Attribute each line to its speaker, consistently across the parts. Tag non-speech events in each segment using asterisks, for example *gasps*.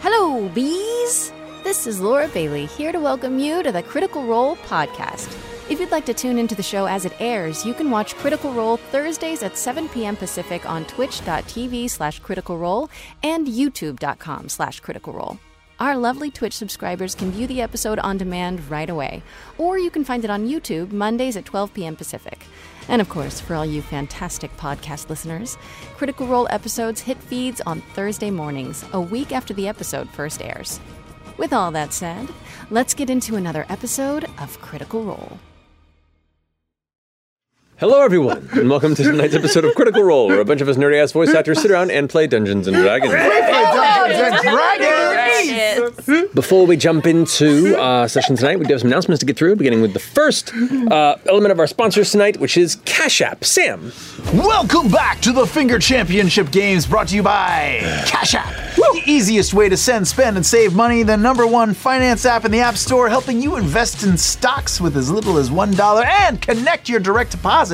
Speaker 1: Hello, bees! This is Laura Bailey here to welcome you to the Critical Role podcast. If you'd like to tune into the show as it airs, you can watch Critical Role Thursdays at 7 p.m. Pacific on twitch.tv slash critical role and youtube.com slash critical role. Our lovely Twitch subscribers can view the episode on demand right away, or you can find it on YouTube Mondays at 12 p.m. Pacific. And of course, for all you fantastic podcast listeners, Critical Role episodes hit feeds on Thursday mornings, a week after the episode first airs. With all that said, let's get into another episode of Critical Role.
Speaker 2: Hello, everyone, and welcome to tonight's episode of Critical Role, where a bunch of us nerdy ass voice actors sit around and play Dungeons and Dragons. Before we jump into uh, session tonight, we do have some announcements to get through, beginning with the first uh, element of our sponsors tonight, which is Cash App. Sam,
Speaker 3: Welcome back to the Finger Championship Games brought to you by Cash App. The easiest way to send, spend, and save money, the number one finance app in the App Store, helping you invest in stocks with as little as $1 and connect your direct deposit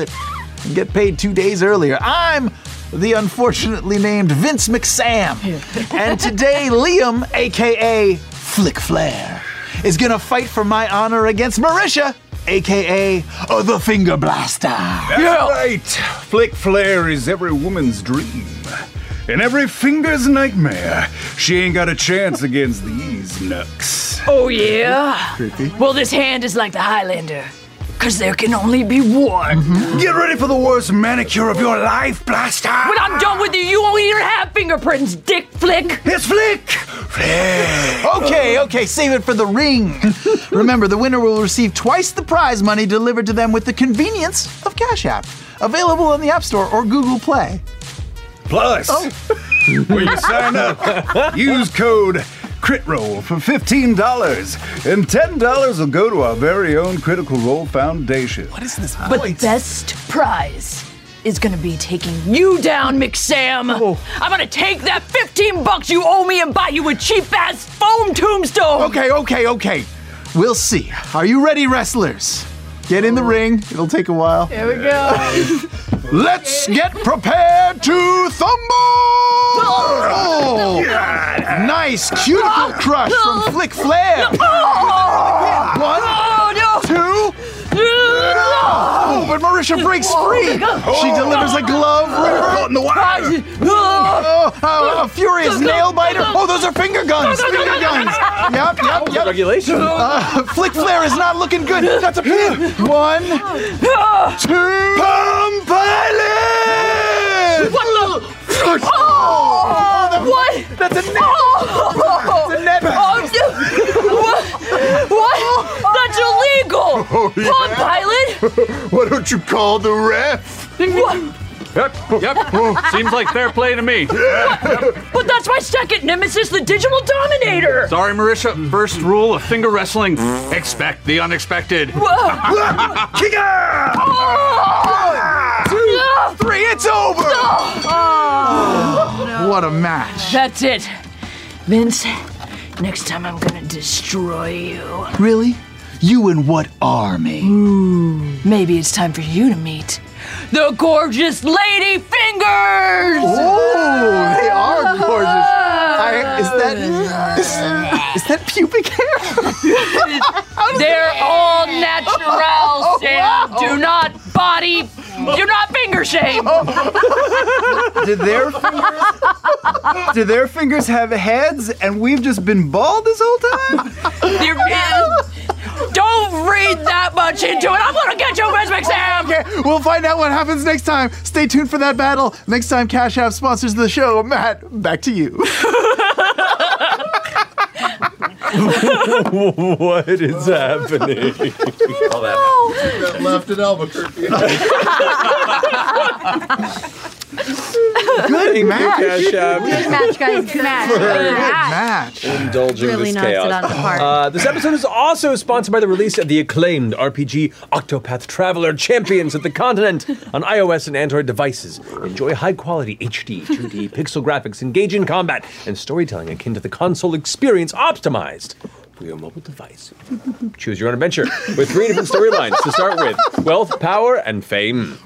Speaker 3: and get paid two days earlier. I'm the unfortunately named Vince McSam. and today, Liam, aka Flick Flair, is going to fight for my honor against Marisha, aka the Finger Blaster.
Speaker 4: That's right. Flick Flair is every woman's dream. And every finger's nightmare. She ain't got a chance against these nooks.
Speaker 5: Oh, yeah? Well, this hand is like the Highlander, because there can only be one.
Speaker 4: Mm-hmm. Get ready for the worst manicure of your life, Blaster!
Speaker 5: When I'm done with you, you won't even have fingerprints, dick flick!
Speaker 4: It's Flick! Flick!
Speaker 3: Okay, okay, save it for the ring. Remember, the winner will receive twice the prize money delivered to them with the convenience of Cash App. Available on the App Store or Google Play.
Speaker 4: Plus,
Speaker 6: Oh.
Speaker 4: when you sign up, use code CRITROLL for $15. And $10 will go to our very own Critical Role Foundation. What is
Speaker 5: But the best prize is gonna be taking you down, McSam!
Speaker 3: Oh.
Speaker 5: I'm gonna take that 15 bucks you owe me and buy you a cheap ass foam tombstone!
Speaker 3: Okay, okay, okay. We'll see. Are you ready, wrestlers? Get in the ring. It'll take a while. There we go. *laughs* Let's get prepared to thumble! Oh, nice cuticle crush from Flick Flair. One,
Speaker 5: Oh, no!
Speaker 3: two, Oh, but Marisha breaks free.
Speaker 5: Oh.
Speaker 3: She delivers a glove river.
Speaker 4: in the wire!
Speaker 3: Oh, oh, a furious nail biter. Oh, those are finger guns.
Speaker 5: Oh,
Speaker 3: Finger guns. Yep, yep, yep.
Speaker 2: congratulations.
Speaker 3: Uh, Flick Flair is not looking good. That's a pin. One, two.
Speaker 4: Pump Pilot!
Speaker 5: What the?
Speaker 3: Oh, that-
Speaker 5: What?
Speaker 3: That's a net.
Speaker 5: Oh!
Speaker 3: That's a net.
Speaker 5: Oh, no. what? What?
Speaker 4: Oh,
Speaker 5: That's illegal! Oh, pilot?
Speaker 4: Why don't you call the ref?
Speaker 5: What?
Speaker 7: Yep. Seems like fair play to me.
Speaker 5: But that's my second nemesis, the Digital Dominator!
Speaker 7: Sorry, Marisha. First rule of finger wrestling expect the unexpected.
Speaker 5: Whoa.
Speaker 4: Kicker!
Speaker 5: Ah.
Speaker 3: Three. It's over. What a match.
Speaker 5: That's it. Vince, next time I'm gonna destroy you.
Speaker 3: Really? You in what army?
Speaker 5: Maybe it's time for you to meet the gorgeous Lady Fingers!
Speaker 3: Oh, they
Speaker 5: *laughs*
Speaker 3: are gorgeous. I, is that is, is that pubic
Speaker 5: *laughs*
Speaker 3: hair?
Speaker 5: They're all
Speaker 3: Oh,
Speaker 5: natural, Sam. Do not body, do not finger
Speaker 3: *laughs*
Speaker 5: shame.
Speaker 8: Do *laughs* their fingers? do their fingers have heads? And we've just been bald this whole time?
Speaker 1: *laughs*
Speaker 5: There is- Don't read that much into it. I'm gonna get you, Miss McSam.
Speaker 3: Okay, we'll find out what happens next time. Stay tuned for that battle. Next time, Cash App sponsors the show. Matt, back to you.
Speaker 6: *laughs*
Speaker 2: What is happening?
Speaker 9: left at Albuquerque.
Speaker 3: Good match.
Speaker 2: Cash App.
Speaker 10: Good match, guys. Good
Speaker 3: *laughs*
Speaker 10: match. Good match.
Speaker 3: Match.
Speaker 2: Indulging
Speaker 10: Really
Speaker 2: this
Speaker 10: knocks
Speaker 2: chaos.
Speaker 10: it out of the park.
Speaker 2: Uh, this episode is also sponsored by the release of the acclaimed RPG Octopath Traveler Champions of the Continent on iOS and Android devices. Enjoy high quality HD, *laughs* 2D pixel graphics, engage in combat, and storytelling akin to the console experience optimized. For your mobile device. Choose your own adventure with three different storylines to start with wealth, power, and fame.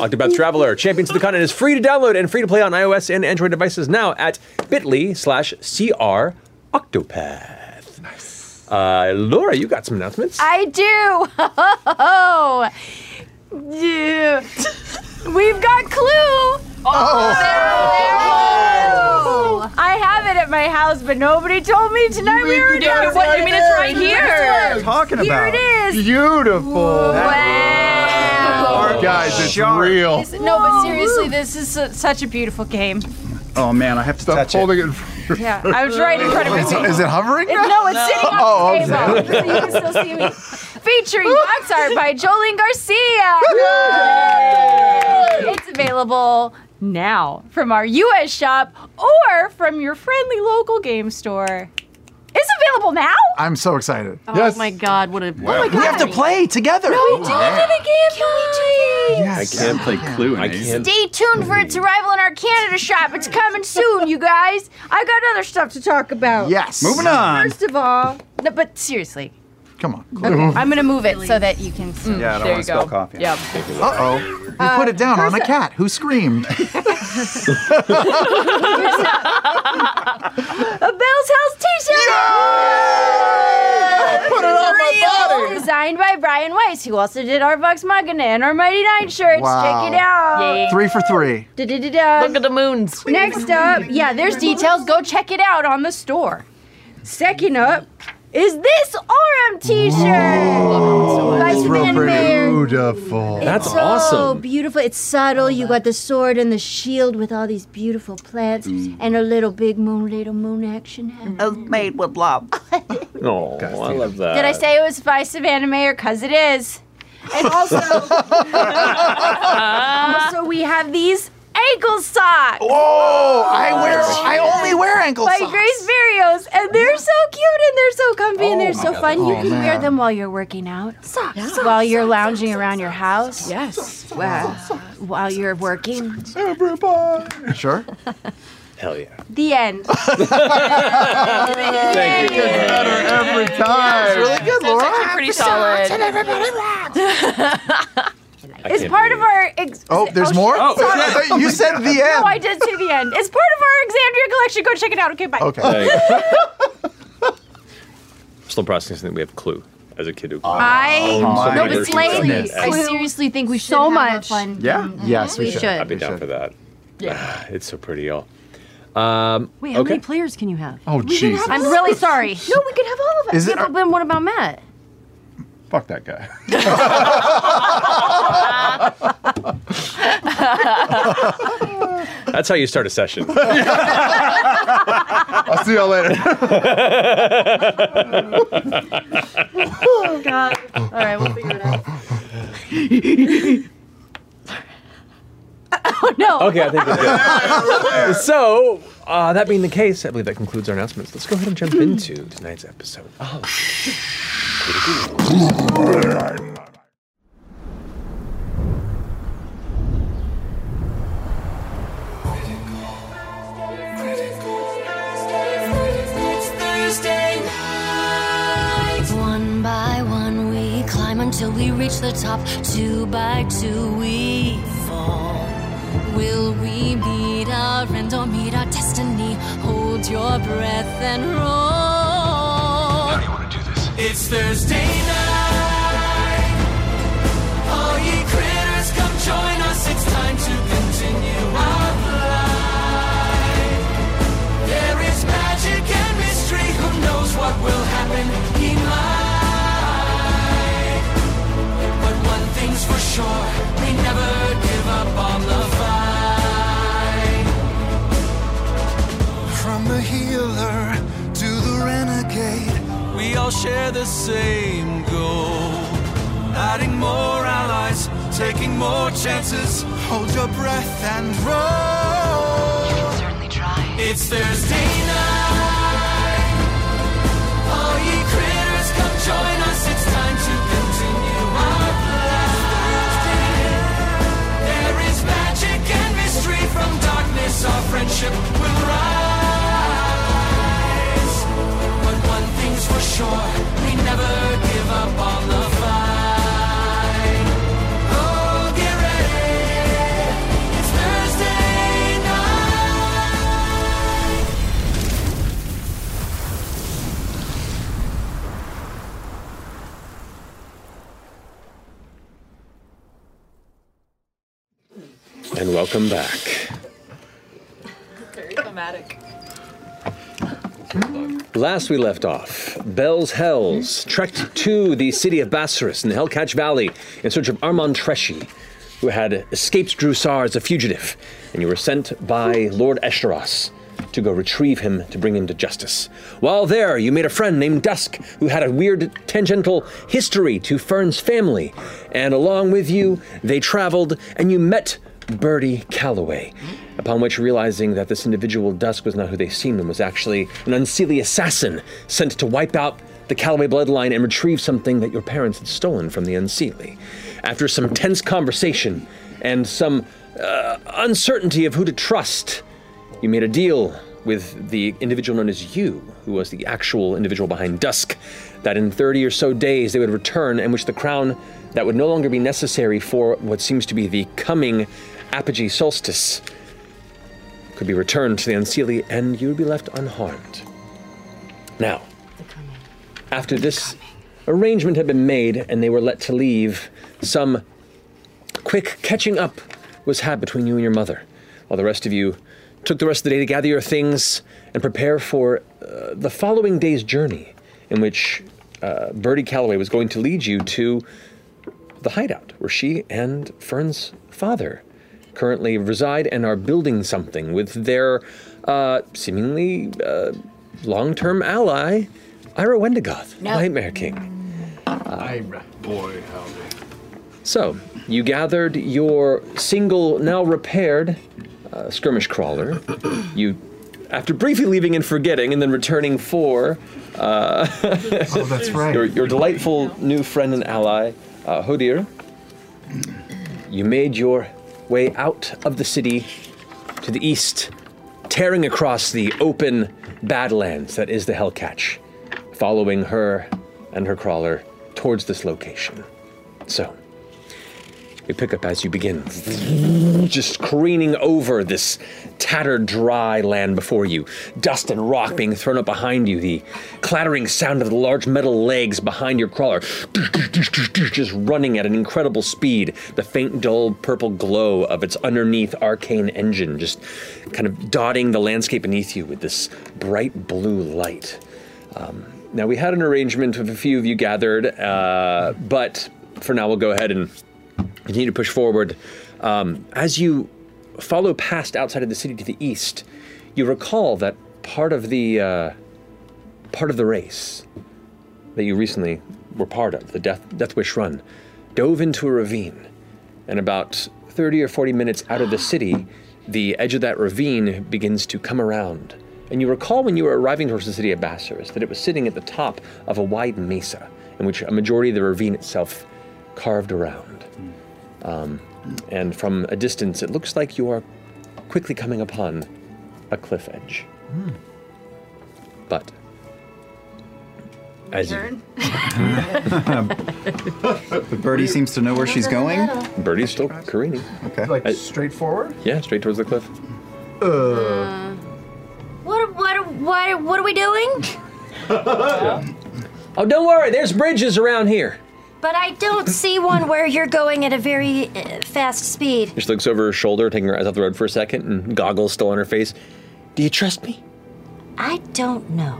Speaker 2: Octopath Traveler, Champions of the Continent is free to download and free to play on iOS and Android devices now at bit.ly slash CR Octopath. Nice. Uh, Laura, you got some announcements.
Speaker 1: I do. *laughs* Yeah. We've got Clue. Oh. I have it at my house, but nobody told me tonight we were
Speaker 5: did-
Speaker 1: announcing
Speaker 5: what, you mean it's right
Speaker 1: it.
Speaker 5: here?
Speaker 4: What are you talking
Speaker 1: Here
Speaker 4: about?
Speaker 1: it is.
Speaker 4: Beautiful.
Speaker 1: Wow.
Speaker 4: Guys, it's real.
Speaker 1: This- No, but seriously, this is su- such a beautiful game.
Speaker 4: Oh man, I have to
Speaker 3: Stop
Speaker 4: touch
Speaker 3: holding
Speaker 4: it. it.
Speaker 1: Yeah, *laughs* I was right in front of me.
Speaker 3: Is
Speaker 1: *laughs*
Speaker 3: it hovering?
Speaker 1: It- no, it's sitting on
Speaker 3: Oh,
Speaker 1: the table. you can still see me.
Speaker 3: *laughs*
Speaker 1: Featuring box art by Jolene Garcia. It's available now from our U.S. shop or from your friendly local game store. It's available now.
Speaker 3: I'm so excited.
Speaker 5: Oh my god, what a.
Speaker 4: my
Speaker 3: We have to play together.
Speaker 1: We did it in a game night.
Speaker 3: Yes.
Speaker 11: Can't play Clue in
Speaker 2: I
Speaker 11: these.
Speaker 2: can't.
Speaker 1: Stay tuned for its arrival in our Canada shop. It's coming soon, you guys. I got other stuff to talk about.
Speaker 3: Yes.
Speaker 4: Moving on.
Speaker 1: First of all, no, but seriously,
Speaker 3: Come on.
Speaker 1: I'm gonna move it so that Mm, you can. see.
Speaker 4: Yeah,
Speaker 5: There
Speaker 4: I don't want
Speaker 5: you
Speaker 4: to spill
Speaker 5: go.
Speaker 4: coffee.
Speaker 5: Yep.
Speaker 3: Uh oh. We put it down on a cat who screamed.
Speaker 1: A Bell's House T-shirt.
Speaker 3: Put it on my body.
Speaker 1: Designed by Brian Weiss, who also did our Vox Machina and our Mighty Nine shirts.
Speaker 3: Wow.
Speaker 1: Check it out.
Speaker 3: Three for three.
Speaker 1: Da-da-da-da.
Speaker 5: Look at the moons.
Speaker 1: Next up, yeah, there's details. Go check it out on the store. Second up is this Aurum
Speaker 7: Oh,
Speaker 1: T-shirt by Span Bear.
Speaker 4: Beautiful.
Speaker 2: That's
Speaker 1: so
Speaker 2: awesome.
Speaker 1: beautiful. It's subtle. You got the sword and the shield with all these beautiful plants and a little big moon, little moon action. happening.
Speaker 5: Made
Speaker 2: *laughs*
Speaker 5: with love.
Speaker 2: Oh, I love that.
Speaker 1: Did I say it was by Savannah Mayer? Because it is. And also, also we have these ankle socks
Speaker 3: Oh, I wear. I only wear ankle
Speaker 1: by
Speaker 3: socks.
Speaker 1: Grace Barrios, and they're so cute and they're so comfy and they're so fun. you
Speaker 3: Oh,
Speaker 1: can wear
Speaker 3: man.
Speaker 1: them while you're working out, while you're lounging around your house,
Speaker 5: Yes.
Speaker 1: while, while you're working.
Speaker 3: Sure.
Speaker 1: *laughs*
Speaker 2: Hell yeah.
Speaker 1: The end.
Speaker 2: Thank you.
Speaker 4: Every time.
Speaker 3: Really good, Laura.
Speaker 5: Pretty solid.
Speaker 1: *laughs* It's part of our. Ex-
Speaker 3: Oh, there's more. *laughs*
Speaker 1: shit. Oh,
Speaker 3: I thought you said the
Speaker 1: No, I
Speaker 3: end.
Speaker 1: did see the end. It's part of our Alexandria collection. Go check it out. Okay, bye. *laughs*
Speaker 3: Okay.
Speaker 2: Still processing that we have Clue as a kid who.
Speaker 1: I
Speaker 2: so
Speaker 4: my
Speaker 1: no,
Speaker 2: many
Speaker 1: but
Speaker 2: versions of
Speaker 1: seriously,
Speaker 2: that.
Speaker 1: I seriously think we should
Speaker 12: So
Speaker 1: have
Speaker 12: much.
Speaker 1: a fun.
Speaker 4: Yeah.
Speaker 3: Yes, we,
Speaker 1: We
Speaker 2: I'd
Speaker 1: should.
Speaker 2: be down for that. *laughs*
Speaker 1: *laughs*
Speaker 2: Yeah. it's so pretty, y'all. Um,
Speaker 12: Wait, how
Speaker 2: Okay.
Speaker 12: many players can you have?
Speaker 4: Oh Jesus.
Speaker 1: I'm really sorry. No, we could have all of it.
Speaker 3: Is it?
Speaker 12: But then what about Matt?
Speaker 4: Fuck that guy.
Speaker 2: that's how you start a session.
Speaker 4: I'll see y'all later.
Speaker 1: Oh, God. All right, we'll figure it out. oh no.
Speaker 2: Okay, I think we're good. so, uh, that being the case, I believe that concludes our announcements. Let's go ahead and jump into tonight's episode. of
Speaker 8: One by one we climb until we reach the top. Two by two we fall. Will we meet our end or meet our destiny? Hold your breath and roll. How do you want to do this? It's Thursday night. All ye critters, come join us. It's time to continue our flight. There is magic and mystery. Who knows what will happen? He might. But one thing's for sure: we never give up on the fight. From the healer to the renegade, we all share the same goal. Adding more allies, taking more chances. Hold your breath and roll. You can certainly try. It's Thursday night. All ye critters, come join us. It's time to continue our flight. There is magic and mystery from darkness. Our friendship will rise. But one thing's for sure: we never give up on the fight. Oh, get ready! It's Thursday night.
Speaker 2: Welcome back.
Speaker 5: Very thematic.
Speaker 2: Last we left off, Bell's Hells trekked to the city of Bassarus in the Hellcatch Valley in search of Armand Treschi, who had escaped Drusar as a fugitive, and you were sent by Lord Eshteros to go retrieve him to bring him to justice. While there, you made a friend named Dusk, who had a weird tangential history to Fern's family, and along with you, they traveled and you met Birdie Calloway. Upon which, realizing that this individual Dusk was not who they seemed and was actually an unseelie assassin sent to wipe out the Calloway bloodline and retrieve something that your parents had stolen from the unseelie. After some tense conversation and some uh, uncertainty of who to trust, you made a deal with the individual known as you, who was the actual individual behind Dusk, that in 30 or so days they would return, and which the crown that would no longer be necessary for what seems to be the coming apogee solstice could be returned to the Unseelie, and you would be left unharmed. Now, after this arrangement had been made and they were let to leave, some quick catching up was had between you and your mother, while the rest of you took the rest of the day to gather your things and prepare for uh, the following day's journey, in which uh, Birdie Calloway was going to lead you to the hideout, where she and Fern's father currently reside and are building something with their uh, seemingly uh, long term ally, Ira Wendigoth,
Speaker 8: No.
Speaker 2: Nightmare King.
Speaker 8: Ira, boy, howdy.
Speaker 2: So, you gathered your single, now repaired uh, skirmish crawler. You, after briefly leaving and forgetting, and then returning for uh,
Speaker 13: *laughs* Oh, that's right.
Speaker 2: your, your delightful new friend and ally, uh, Hodir, you made your way out of the city to the east, tearing across the open badlands that is the Hellcatch, following her and her crawler towards this location. So, you pick up as you begin, just careening over this tattered, dry land before you. Dust and rock being thrown up behind you, the clattering sound of the large metal legs behind your crawler, just running at an incredible speed. The faint, dull purple glow of its underneath arcane engine just kind of dotting the landscape beneath you with this bright blue light. Um, now, we had an arrangement with a few of you gathered, uh, but for now, we'll go ahead and continue to push forward. Um, as you follow past outside of the city to the east, you recall that part of the uh, part of the race that you recently were part of, the Death, Death Wish Run, dove into a ravine, and about 30 or 40 minutes out of the city, the edge of that ravine begins to come around. And you recall when you were arriving towards the city of Bassarus that it was sitting at the top of a wide mesa, in which a majority of the ravine itself carved around. Um, and from a distance, it looks like you are quickly coming upon a cliff edge. But as you
Speaker 4: *laughs*
Speaker 2: *laughs*
Speaker 4: The birdie seems to know where she's going.
Speaker 2: Birdie's still careening.
Speaker 4: Okay.
Speaker 2: Like
Speaker 4: straightforward?
Speaker 2: Yeah, straight Uh. towards the cliff.
Speaker 12: Uh, What, what, what, what are we doing?
Speaker 1: *laughs*
Speaker 2: Oh, don't worry. There's bridges around here.
Speaker 12: But I don't see one where you're going at a very uh, fast speed.
Speaker 2: She looks over her shoulder, taking her eyes off the road for a second, and goggles still on her face. Do you trust me?
Speaker 12: I don't know.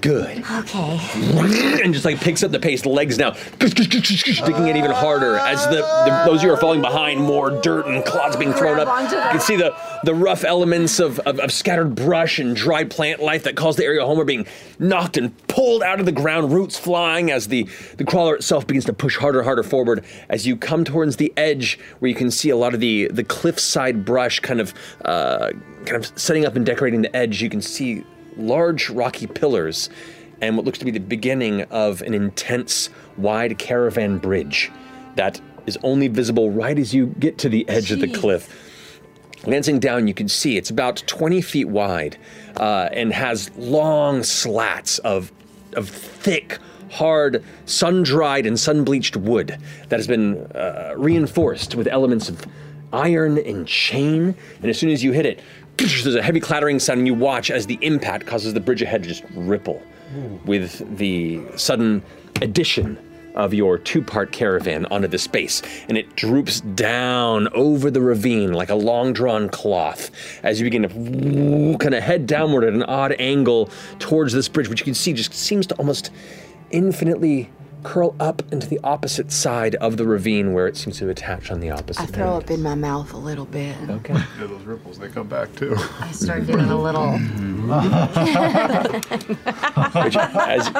Speaker 2: Good.
Speaker 12: Okay.
Speaker 2: And just like picks up the pace, legs now, digging it even harder as the, the those you are falling behind, more dirt and clods being thrown up.
Speaker 5: Grab onto
Speaker 2: You
Speaker 5: that.
Speaker 2: can see the, the rough elements of, of, of scattered brush and dry plant life that caused the area home are being knocked and pulled out of the ground, roots flying as the, the crawler itself begins to push harder, harder forward as you come towards the edge where you can see a lot of the, the cliffside brush kind of uh, kind of setting up and decorating the edge. You can see large rocky pillars and what looks to be the beginning of an intense, wide caravan bridge that is only visible right as you get to the edge of the
Speaker 7: Jeez.
Speaker 2: cliff. Glancing down, you can see it's about 20 feet wide uh, and has long slats of, of thick, hard, sun dried and sun bleached wood that has been uh, reinforced with elements of iron and chain. And as soon as you hit it, *laughs* there's a heavy clattering sound, and you watch as the impact causes the bridge ahead to just ripple with the sudden addition of your two part caravan onto the space, and it droops down over the ravine like a long drawn cloth as you begin to kind of head downward at an odd angle towards this bridge, which you can see just seems to almost infinitely curl up into the opposite side of the ravine where it seems to attach on the opposite.
Speaker 1: I
Speaker 2: end.
Speaker 1: throw up in my mouth a little bit.
Speaker 14: *laughs*
Speaker 2: Okay.
Speaker 9: those ripples, they come back too.
Speaker 2: *laughs*
Speaker 1: I start doing a little.
Speaker 14: *laughs*
Speaker 2: Which, as,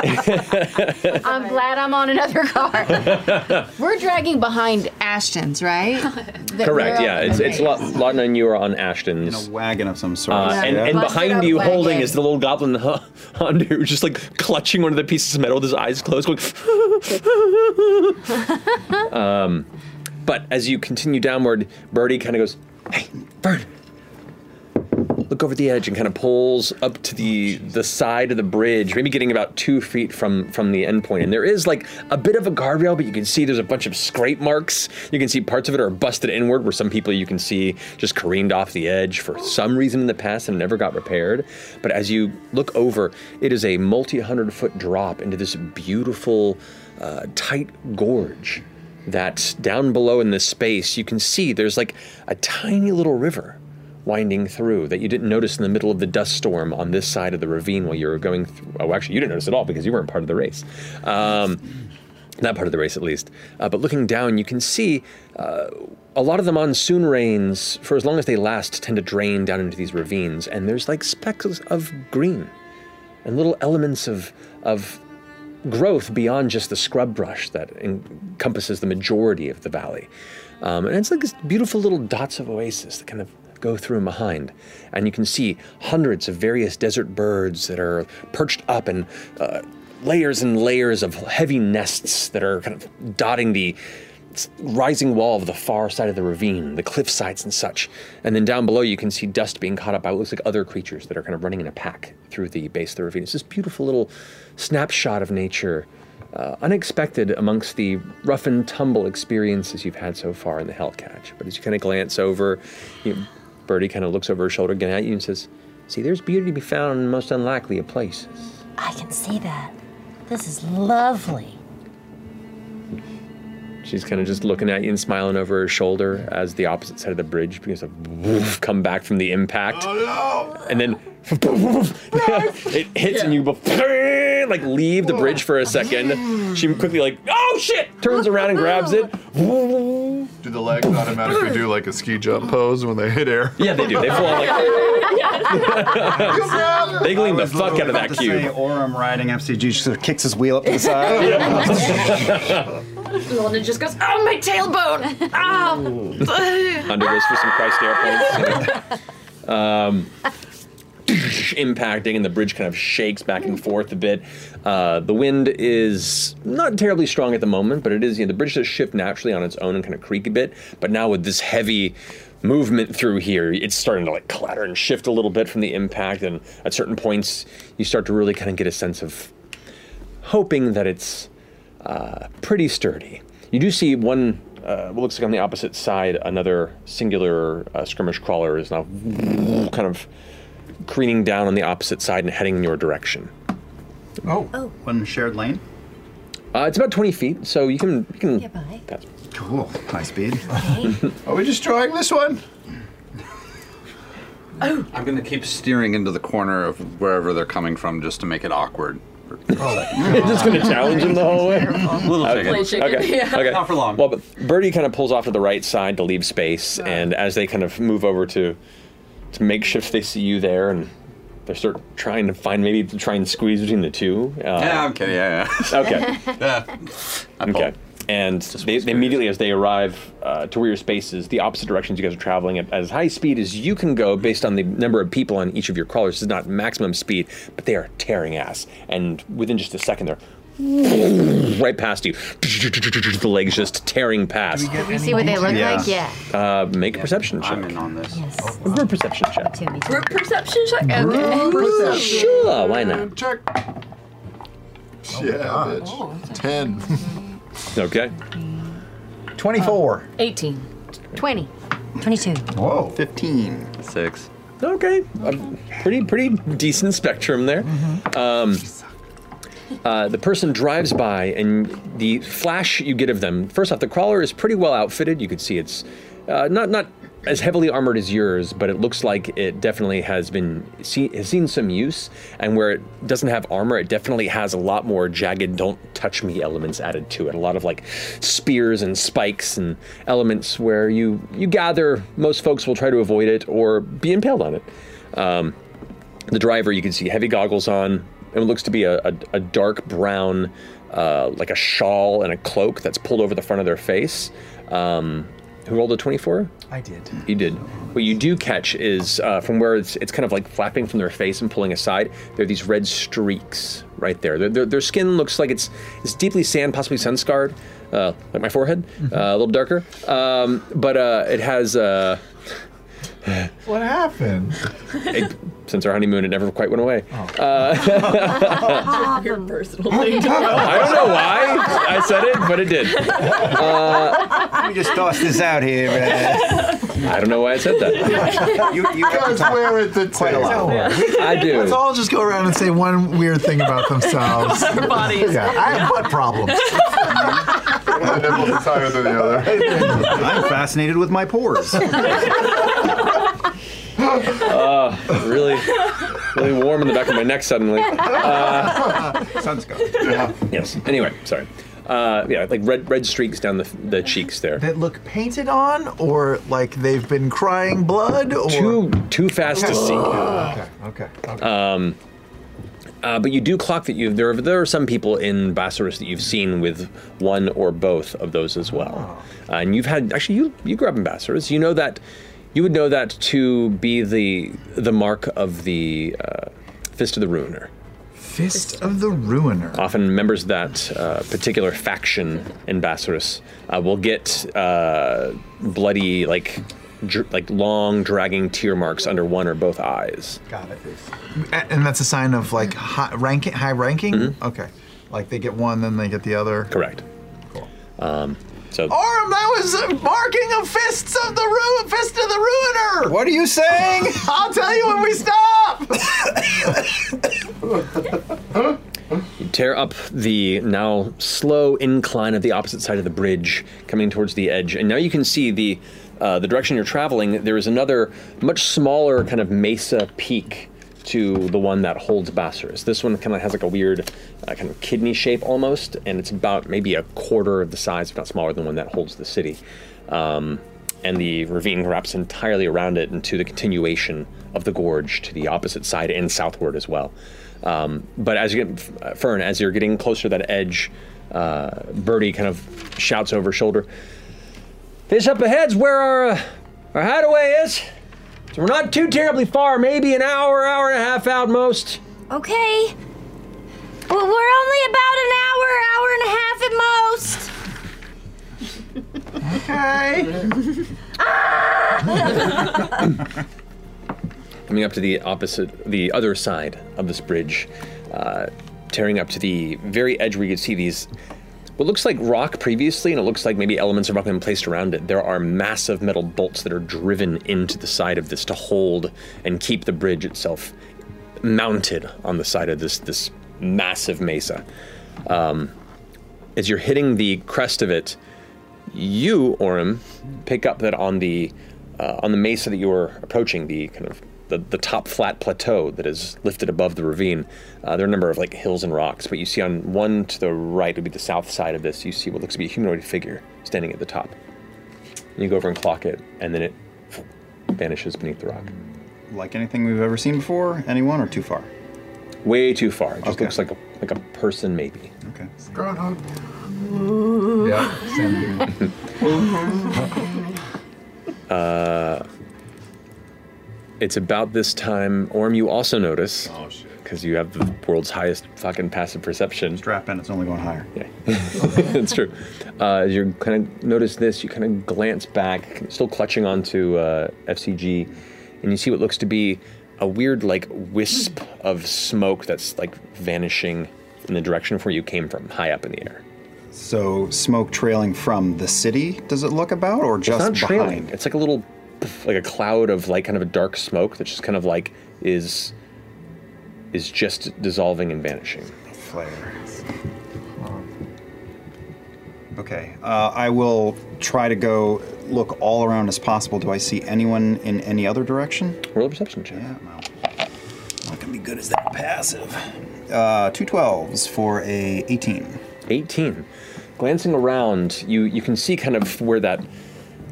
Speaker 1: I'm glad I'm on another car.
Speaker 2: *laughs*
Speaker 1: We're dragging behind Ashton's,
Speaker 2: *laughs*
Speaker 1: right? That
Speaker 2: Correct.
Speaker 1: we're
Speaker 2: Yeah,
Speaker 1: on-
Speaker 2: it's it's
Speaker 1: okay.
Speaker 2: Lot, Lotna and you are on Ashton's.
Speaker 4: In a wagon of some sort.
Speaker 2: Uh, and,
Speaker 4: yeah.
Speaker 2: and
Speaker 4: Busted
Speaker 2: behind
Speaker 4: up
Speaker 2: you, holding,
Speaker 4: wagon.
Speaker 2: is the little goblin *laughs* huh, Hondu, just like clutching one of the pieces of metal with his eyes closed, going. um, but as you continue downward, Birdie kind of goes, "Hey, Bird, look over the edge," and kind of pulls up to the the side of the bridge, maybe getting about two feet from from the end point. And there is like a bit of a guardrail, but you can see there's a bunch of scrape marks. You can see parts of it are busted inward, where some people you can see just careened off the edge for some reason in the past and never got repaired. But as you look over, it is a multi hundred foot drop into this beautiful, uh, tight gorge that down below in this space, you can see there's like a tiny little river winding through that you didn't notice in the middle of the dust storm on this side of the ravine while you were going through. Oh, actually, you didn't notice at all because you weren't part of the race. Um, not part of the race, at least. Uh, but looking down, you can see uh, a lot of the monsoon rains, for as long as they last, tend to drain down into these ravines, and there's like specks of green and little elements of of growth beyond just the scrub brush that encompasses the majority of the valley. Um, and it's like these beautiful little dots of oasis that kind of go through and behind. And you can see hundreds of various desert birds that are perched up and uh, layers and layers of heavy nests that are kind of dotting the rising wall of the far side of the ravine, the cliff sides and such. And then down below, you can see dust being caught up by what looks like other creatures that are kind of running in a pack through the base of the ravine. It's this beautiful little snapshot of nature, uh, unexpected amongst the rough and tumble experiences you've had so far in the Hellcatch. But as you kind of glance over, you Birdie kind of looks over her shoulder again at you and says, See, there's beauty to be found in the most unlikely of places.
Speaker 12: I can see that. This is lovely.
Speaker 2: She's kind of just looking at you and smiling over her shoulder as the opposite side of the bridge begins to woof, come back from the impact. And then it hits and you both like leave the bridge for a second. She quickly like, oh shit, turns around and grabs it.
Speaker 9: Do the legs automatically *laughs* do like a ski jump pose when they hit air?
Speaker 2: Yeah, they do. They fall like they gleaned the fuck out of that cube.
Speaker 4: Oram riding FCG just sort of kicks his wheel up to
Speaker 1: *laughs*
Speaker 4: the *laughs* side.
Speaker 5: Lona just goes, oh, my tailbone!
Speaker 2: *laughs*
Speaker 5: Ah!
Speaker 2: under this for some Christ air points. um, *clears throat* impacting, and the bridge kind of shakes back and forth a bit. Uh, the wind is not terribly strong at the moment, but it is, you know, the bridge does shift naturally on its own and kind of creak a bit. But now with this heavy movement through here, it's starting to like clatter and shift a little bit from the impact. And at certain points, you start to really kind of get a sense of hoping that it's uh, pretty sturdy. You do see one, uh, what looks like on the opposite side, another singular uh, skirmish crawler is now kind of careening down on the opposite side and heading in your direction.
Speaker 4: oh. One shared lane.
Speaker 2: Uh, it's about 20 feet, so *laughs* you can. You can that's
Speaker 4: cool. High speed.
Speaker 9: *laughs*
Speaker 2: *laughs*
Speaker 9: Are Oh, we destroying this one?
Speaker 7: I'm gonna keep steering into the corner of wherever they're coming from just to make it awkward.
Speaker 2: You're just gonna challenge him the whole way.
Speaker 7: Little chicken. Play chicken,
Speaker 2: Okay.
Speaker 7: yeah.
Speaker 2: okay.
Speaker 7: Not for long.
Speaker 2: Well, but Birdie kind of pulls off to the right side to leave space, and as they kind of move over to to makeshift, they see you there, and they start trying to find maybe to try and squeeze between the two. Uh,
Speaker 7: yeah, okay, yeah, yeah. *laughs*
Speaker 8: *laughs*
Speaker 2: Okay.
Speaker 7: yeah.
Speaker 2: Okay. And they, they immediately, as they arrive uh, to where your space is, the opposite directions you guys are traveling at as high speed as you can go based on the number of people on each of your crawlers. This is not maximum speed, but they are tearing ass. And within just a second, they're right past you. The legs just tearing past.
Speaker 1: Can we see what they look
Speaker 2: Yeah.
Speaker 1: like? Yeah.
Speaker 2: Uh, make a perception check. I'm in
Speaker 7: on this.
Speaker 1: Yes.
Speaker 2: Group perception check.
Speaker 5: Group perception check. Okay.
Speaker 2: Sure, why not?
Speaker 9: Check. yeah, bitch. Ten.
Speaker 2: Okay.
Speaker 15: 24.
Speaker 5: 18.
Speaker 1: 20.
Speaker 12: 22.
Speaker 9: Whoa.
Speaker 7: 15. 6.
Speaker 2: Um, Okay, a pretty pretty decent spectrum there. Um, Uh, the person drives by, and the flash you get of them. First off, the crawler is pretty well outfitted. You can see it's uh, not not as heavily armored as yours, but it looks like it definitely has been see, has seen some use. And where it doesn't have armor, it definitely has a lot more jagged "don't touch me" elements added to it. A lot of like spears and spikes and elements where you you gather most folks will try to avoid it or be impaled on it. Um, the driver, you can see heavy goggles on, and it looks to be a, a, a dark brown, uh, like a shawl and a cloak that's pulled over the front of their face. Um, who rolled a 24?
Speaker 3: I did.
Speaker 2: You did. What you do catch is uh, from where it's, it's kind of like flapping from their face and pulling aside, there are these red streaks right there. Their, their, their skin looks like it's, it's deeply sand, possibly sun scarred, uh, like my forehead, uh, a little darker. Um, but uh, it has. Uh,
Speaker 3: What happened?
Speaker 2: it- since our honeymoon, it never quite went away. Uh,
Speaker 8: Your personal *laughs*
Speaker 2: I don't know why I said it, but it did. Uh,
Speaker 4: Let me just toss this out here.
Speaker 2: *laughs* I don't know why I said that.
Speaker 4: you, you
Speaker 3: guys wear it the quite a lot.
Speaker 2: I do.
Speaker 3: Let's all just go around and say one weird thing about themselves.
Speaker 8: Our bodies.
Speaker 3: Yeah, I have butt problems.
Speaker 16: One nipple is higher than the other.
Speaker 4: *laughs* I'm fascinated with my pores.
Speaker 2: Uh, really, really warm in the back of my neck suddenly. Uh,
Speaker 4: Sun's gone.
Speaker 2: Yes. Anyway, sorry. Uh, yeah, like red red streaks down the, the cheeks there.
Speaker 3: That look painted on, or like they've been crying blood, or
Speaker 2: too too fast to see.
Speaker 3: Okay, okay.
Speaker 2: Um, uh, but you do clock that you there. Are, there are some people in Bassarus that you've seen with one or both of those as well, Uh, and you've had actually you you grew up in Bassarus. You know that you would know that to be the the mark of the uh, fist of the ruiner.
Speaker 3: Fist of the Ruiner.
Speaker 2: Often members of that uh, particular faction in Bassarus uh, will get uh, bloody like. Dr- like long dragging tear marks under one or both eyes.
Speaker 3: Got it. A- And that's a sign of like high ranking. High ranking. Okay. Like they get one, then they get the other.
Speaker 2: Mm-hmm.
Speaker 3: Oh,
Speaker 2: Correct. Cool. Um, so
Speaker 3: Arm, that was a marking of fists of the ru- fist of the ruiner. What are you saying? *laughs* I'll tell you when we stop.
Speaker 2: You tear up the now slow incline of the opposite side of the bridge, coming towards the edge, and now you can see the uh, the direction you're traveling. There is another, much smaller kind of mesa peak to the one that holds Bassarus. This one kind of has like a weird uh, kind of kidney shape almost, and it's about maybe a quarter of the size, if not smaller, than the one that holds the city. Um, and the ravine wraps entirely around it into the continuation of the gorge to the opposite side and southward as well. Um, but as you get, uh, Fern, as you're getting closer to that edge, uh, Birdie kind of shouts over his shoulder, "This up ahead's where our uh, our hideaway is. So we're not too terribly far. Maybe an hour, hour and a half out most."
Speaker 12: Okay. Well, we're only about an hour, hour and a half at most.
Speaker 3: okay.
Speaker 2: coming up to the opposite, the other side of this bridge, uh, tearing up to the very edge where you can see these, what looks like rock previously, and it looks like maybe elements of rock have been placed around it. There are massive metal bolts that are driven into the side of this to hold and keep the bridge itself mounted on the side of this this massive mesa. Um, as you're hitting the crest of it, you, Orim, pick up that on the uh, on the mesa that you were approaching, the kind of the, the top flat plateau that is lifted above the ravine. Uh, there are a number of like hills and rocks, but you see on one to the right would be the south side of this. You see what looks to be a humanoid figure standing at the top. And you go over and clock it, and then it vanishes beneath the rock.
Speaker 4: Like anything we've ever seen before, anyone or too far?
Speaker 2: Way too far. It just looks like a like a person maybe.
Speaker 4: Okay.
Speaker 3: Groundhog.
Speaker 2: Uh, it's about this time, Orm, you also notice.
Speaker 4: Oh,
Speaker 2: Because you have the world's highest fucking passive perception.
Speaker 4: Strap in, it's only going higher.
Speaker 2: Yeah. *laughs* That's true. Uh, you kind of notice this, you kind of glance back, still clutching onto uh, FCG, and you see what looks to be a weird, like, wisp of smoke that's, like, vanishing in the direction of where you came from, high up in the air.
Speaker 4: So smoke trailing from the city, does it look about, or
Speaker 2: It's
Speaker 4: just
Speaker 2: not
Speaker 4: behind?
Speaker 2: trailing. It's like a little, pff, like a cloud of like kind of a dark smoke that's just kind of like is is just dissolving and vanishing.
Speaker 4: flare. Okay, uh, I will try to go look all around as possible. Do I see anyone in any other direction?
Speaker 2: Roll a perception check.
Speaker 4: Yeah, well, not gonna be good as that passive. Uh, two twelves for a eighteen.
Speaker 2: 18. Glancing around, you you can see kind of where that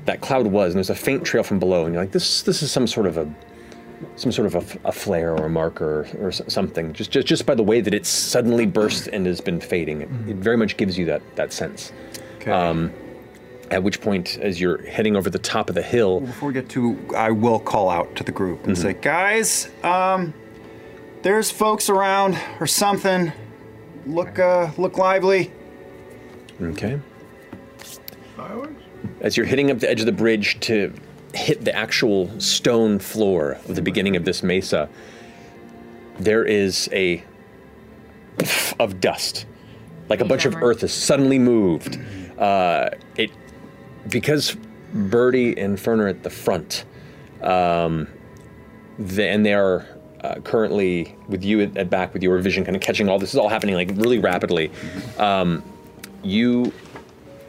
Speaker 2: that cloud was, and there's a faint trail from below, and you're like, this this is some sort of a some sort of a, f- a flare or a marker or, s- something. Just, just just by the way that it's suddenly burst and has been fading, it, it very much gives you that that sense. Um, at which point, as you're heading over the top of the hill,
Speaker 4: Before we get to, I will call out to the group and
Speaker 2: Mm-hmm.
Speaker 4: say, guys, um, there's folks around or something. Look, uh, look lively.
Speaker 2: Okay. As you're hitting up the edge of the bridge to hit the actual stone floor of the beginning of this mesa, there is a puff of dust. Like a bunch of earth is suddenly moved. Uh, it because Birdie and Fern are at the front, um, the, and they are uh, currently with you at, at back with your vision, kind of catching all this is all happening like really rapidly. Um, you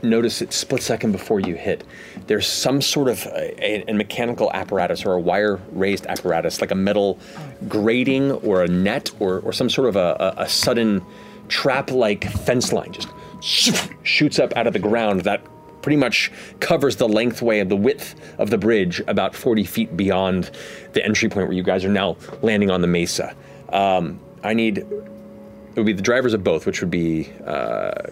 Speaker 2: notice it split second before you hit. There's some sort of uh, a, a mechanical apparatus or a wire raised apparatus, like a metal grating or a net or, or some sort of a, a, a sudden trap like fence line just shoots up out of the ground that pretty much covers the lengthway of the width of the bridge about 40 feet beyond the entry point where you guys are now landing on the mesa. Um, I need it would be the drivers of both, which would be uh,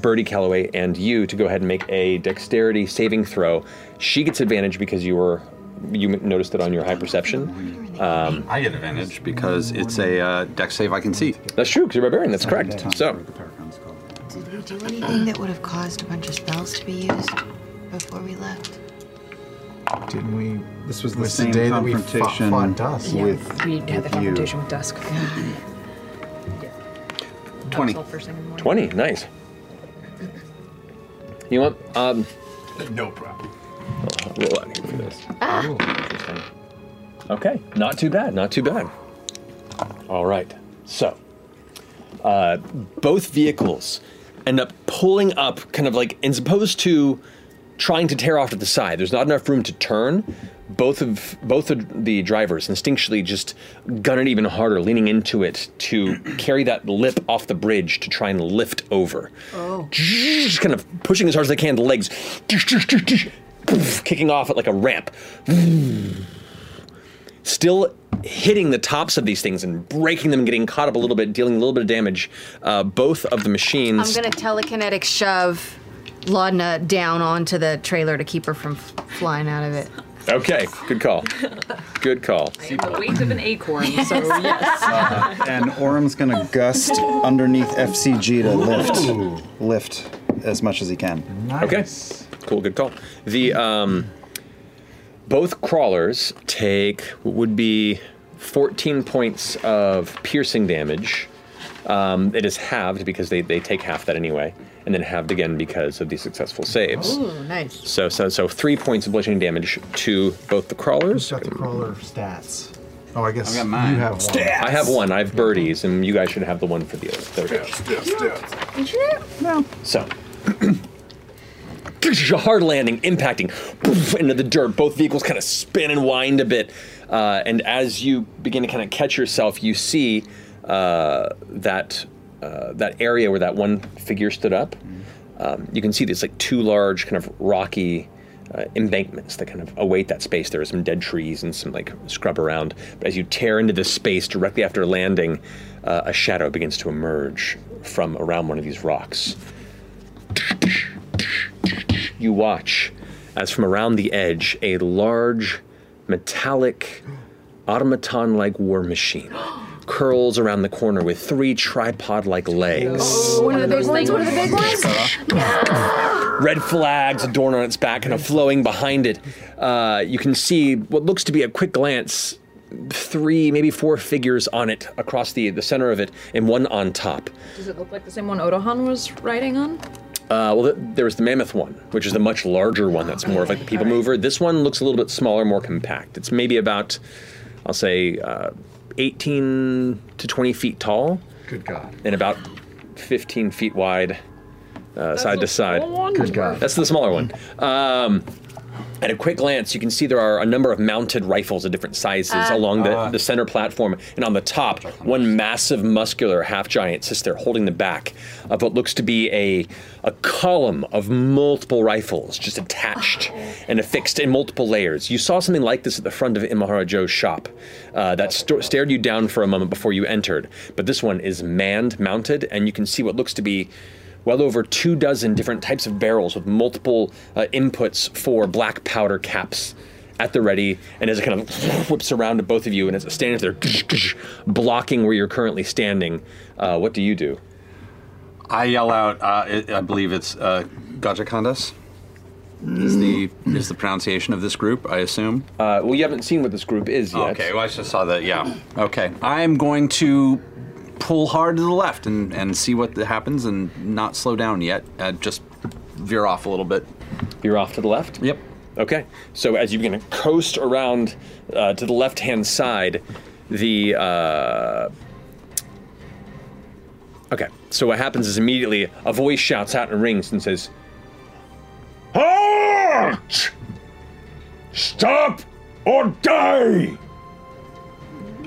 Speaker 2: Birdie Calloway and you, to go ahead and make a dexterity saving throw. She gets advantage because you were you noticed it on your high perception. Um,
Speaker 17: I get advantage because it's a uh, deck save I can see.
Speaker 2: That's true, because you're barbarian. That's correct. So
Speaker 14: Did we do anything that would have caused a bunch of spells to be used before we left?
Speaker 3: Didn't we? This was
Speaker 4: the
Speaker 3: was the
Speaker 4: same
Speaker 3: day that we fought,
Speaker 4: confrontation
Speaker 3: fought Dusk
Speaker 4: Yeah.
Speaker 3: with *laughs*
Speaker 4: We
Speaker 3: with
Speaker 4: had that
Speaker 3: you.
Speaker 4: confrontation
Speaker 14: with Dusk.
Speaker 2: twenty.
Speaker 14: First thing in the morning.
Speaker 2: Twenty. Nice. You want? Um,
Speaker 14: No problem.
Speaker 2: I'll roll out here for this. Interesting. Okay, not too bad, Ah. not too bad. All right, so uh, both vehicles end up pulling up, kind of like, as opposed to trying to tear off to the side. There's not enough room to turn. Both of both of the drivers instinctually just gun it even harder, leaning into it to carry that lip off the bridge to try and lift over
Speaker 14: Oh.
Speaker 2: just kind of pushing as hard as they can, the legs poof, kicking off at like a ramp. Still hitting the tops of these things and breaking them, getting caught up a little bit, dealing a little bit of damage. Uh, both of the
Speaker 1: I'm
Speaker 2: machines.
Speaker 1: gonna telekinetic shove Laudna down onto the trailer to keep her from f- flying out of it.
Speaker 2: Okay, good call. Good call.
Speaker 5: The weight of an acorn, so
Speaker 1: Yes.
Speaker 5: yes.
Speaker 4: and Orm's gonna gust underneath FCG to
Speaker 2: Ooh.
Speaker 4: lift, lift as much as he can.
Speaker 2: Okay. Cool. Good call. The um, both crawlers take what would be 14 points of piercing damage. Um, it is halved because they, they take half that anyway, and then halved again because of the successful saves.
Speaker 1: Ooh, nice.
Speaker 2: So, so so three points of bludgeoning damage to both the crawlers.
Speaker 3: Got the crawler stats. Oh, I guess
Speaker 2: I've got mine.
Speaker 3: you have one.
Speaker 2: I have one. I have birdies, and you guys should have the one for the other. There we go.
Speaker 14: No.
Speaker 2: So, *clears throat* a hard landing, impacting poof, into the dirt. Both vehicles kind of spin and wind a bit, uh, and as you begin to kind of catch yourself, you see uh, that uh, that area where that one figure stood up. Um, you can see there's like two large kind of rocky. Uh, embankments that kind of await that space. There are some dead trees and some like scrub around. But as you tear into this space directly after landing, uh, a shadow begins to emerge from around one of these rocks you watch as from around the edge a large metallic automaton like war machine curls around the corner with three tripod like legs.
Speaker 14: One of the big ones. One of the big
Speaker 3: Uh-huh.
Speaker 14: ones.
Speaker 2: Red flags adorn on its back and are flowing behind it. Uh, you can see what looks to be a quick glance three, maybe four figures on it across the, the center of it, and one on top.
Speaker 5: Does it look like the same one Odohan was riding on?
Speaker 2: Uh, well, th- there was the mammoth one, which is the much larger one that's more of like the people mover. This one looks a little bit smaller, more compact. It's maybe about, I'll say, uh, 18 to 20 feet tall, Good God. And about 15 feet wide, uh,
Speaker 5: That's
Speaker 2: side
Speaker 5: the
Speaker 2: to side.
Speaker 5: small one? Good God.
Speaker 2: That's the smaller one. Um, at a quick glance, you can see there are a number of mounted rifles of different sizes
Speaker 5: Uh,
Speaker 13: Ah.
Speaker 2: along the,
Speaker 13: Ah.
Speaker 2: the center platform. And on the top, one massive, muscular half giant sits there holding the back of what looks to be a, a column of multiple rifles just attached and affixed in multiple layers. You saw something like this at the front of Imahara Joe's shop uh, that sto- stared you down for a moment before you entered. But this one is manned, mounted, and you can see what looks to be well over two dozen different types of barrels with multiple uh, inputs for black powder caps at the ready. And as it kind of *laughs* whips around to both of you, and as it stands there, blocking where you're currently standing, uh, what do you do?
Speaker 7: I yell out. Uh, I- I believe it's uh, Gajakandas. Is the is the pronunciation of this group? I assume.
Speaker 2: Uh, well, you haven't seen what this group is yet.
Speaker 7: Okay. Well, I just saw that. Yeah. Okay. I am going to pull hard to the left and and see what happens and not slow down yet. Uh, just veer off a little bit.
Speaker 2: Veer off to the left.
Speaker 7: Yep.
Speaker 2: Okay. So as you begin to coast around uh, to the left-hand side, the uh, okay. So what happens is immediately a voice shouts out and rings and says,
Speaker 13: Halt! Stop or die!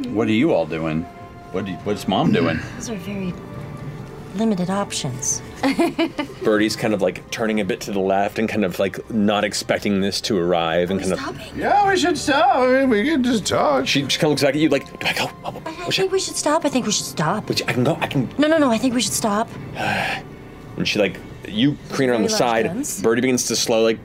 Speaker 7: What are you all doing? What do you- what's mom doing?
Speaker 12: Those are very limited options.
Speaker 2: Birdie's kind of like turning a bit to the left and kind of like not expecting this to arrive and kind of.
Speaker 18: Yeah, we should stop. I mean, we can just talk.
Speaker 2: She, she kind of looks back at you like, do I go? Oh,
Speaker 12: I think we should stop. I think we should stop.
Speaker 2: Which I can go. I can.
Speaker 12: No, no, no. I think we should stop.
Speaker 2: And she like you creen her on the
Speaker 12: Reload
Speaker 2: side.
Speaker 12: guns.
Speaker 2: Birdie begins to slow like.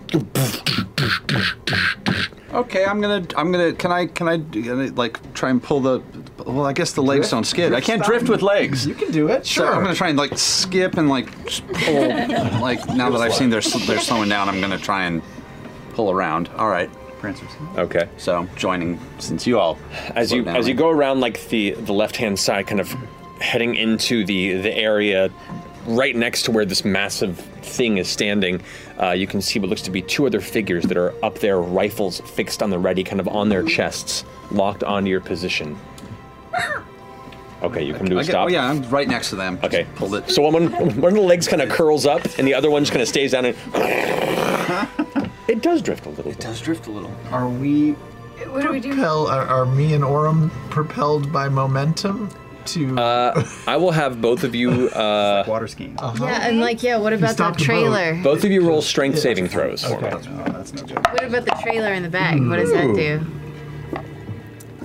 Speaker 7: Okay, I'm gonna, I'm gonna. Can I, can I, can I, like try and pull the? Well, I guess the legs
Speaker 4: Drift-
Speaker 7: don't skid. I
Speaker 4: drift
Speaker 7: can't
Speaker 4: style.
Speaker 7: drift with legs.
Speaker 4: You can do it,
Speaker 7: So
Speaker 4: sure.
Speaker 7: I'm gonna try and like skip and like s- pull. like now that I've seen they're sl- they're slowing down, I'm gonna try and pull around. All right, prancers.
Speaker 2: Okay.
Speaker 7: So joining since you all
Speaker 2: as you as you go around like the the left hand side, kind of heading into the the area right next to where this massive thing is standing, uh, you can see what looks to be two other figures that are up there, rifles fixed on the ready, kind of on their chests, locked onto your position. Okay, you come to a
Speaker 7: I get-
Speaker 2: stop.
Speaker 7: oh, yeah, I'm right next to them.
Speaker 2: Okay, pulled it. So one one of the legs kind of curls up, and the other one just kind of stays
Speaker 7: *laughs*
Speaker 2: down and. It does drift a little. It
Speaker 7: does drift a little.
Speaker 3: Are we
Speaker 5: What do we do?
Speaker 3: propel? Are, are me and Orem propelled by momentum? To
Speaker 2: Uh, I will have both of
Speaker 4: *laughs*
Speaker 2: you. Uh,
Speaker 4: water skiing.
Speaker 1: Yeah, and like, yeah, what about that trailer?
Speaker 2: Both of you roll strength saving throws. for me.
Speaker 4: Oh,
Speaker 1: What about the trailer in the back? What does that do?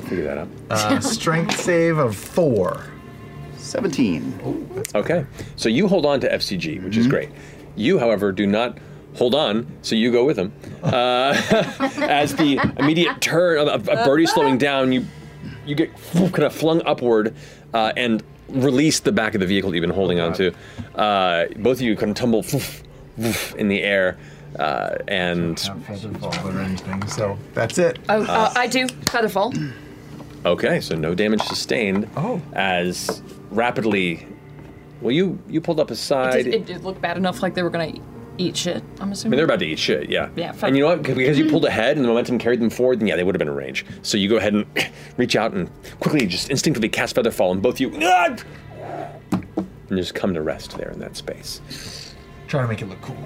Speaker 2: Figure that out.
Speaker 1: *laughs*
Speaker 5: *laughs*
Speaker 3: Uh, strength save of four.
Speaker 4: 17.
Speaker 2: Okay. So you hold on to FCG, which is
Speaker 3: Mm-hmm.
Speaker 2: great. You, however, do not hold on, so you go with him. Uh, *laughs* as the immediate turn of, of, of Birdie slowing down, you you get kind of flung upward uh, and release the back of the vehicle that you've been holding on to. Uh, both of you kind of tumble in the air. Uh, and
Speaker 3: Featherfall or anything. So that's it.
Speaker 19: Oh,
Speaker 2: Uh,
Speaker 19: uh, I do. Featherfall.
Speaker 2: Okay, so no damage sustained. Oh. As rapidly, well, you you pulled up
Speaker 5: It,
Speaker 2: aside.
Speaker 5: did, it did look bad enough like they were gonna eat shit, I'm
Speaker 2: I mean,
Speaker 5: assuming.
Speaker 2: they're about to eat shit, yeah.
Speaker 5: Yeah, fuck.
Speaker 2: And you know what? 'Cause- Because you pulled ahead and the momentum carried them forward, then yeah, they would have been in range. So you go ahead and *clears throat* reach out and quickly, just instinctively cast Featherfall, and both you "Ah!" and just come to rest there in that space.
Speaker 3: Trying to make it look cool.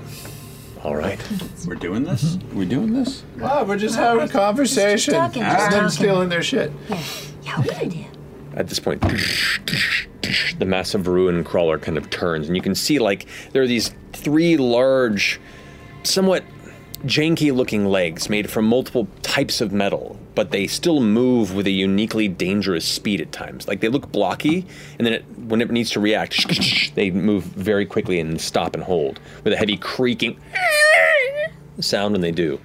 Speaker 2: All right.
Speaker 7: We're doing this. We're doing this.
Speaker 3: Wow, we're just having a conversation.
Speaker 7: talking, just
Speaker 3: Just them
Speaker 7: talking.
Speaker 3: stealing their shit.
Speaker 2: At this point, the massive ruin crawler kind of turns, and you can see like there are these three large, somewhat janky looking legs made from multiple types of metal, but they still move with a uniquely dangerous speed at times. Like they look blocky, and then it, when it needs to react, they move very quickly and stop and hold with a heavy creaking sound when they do.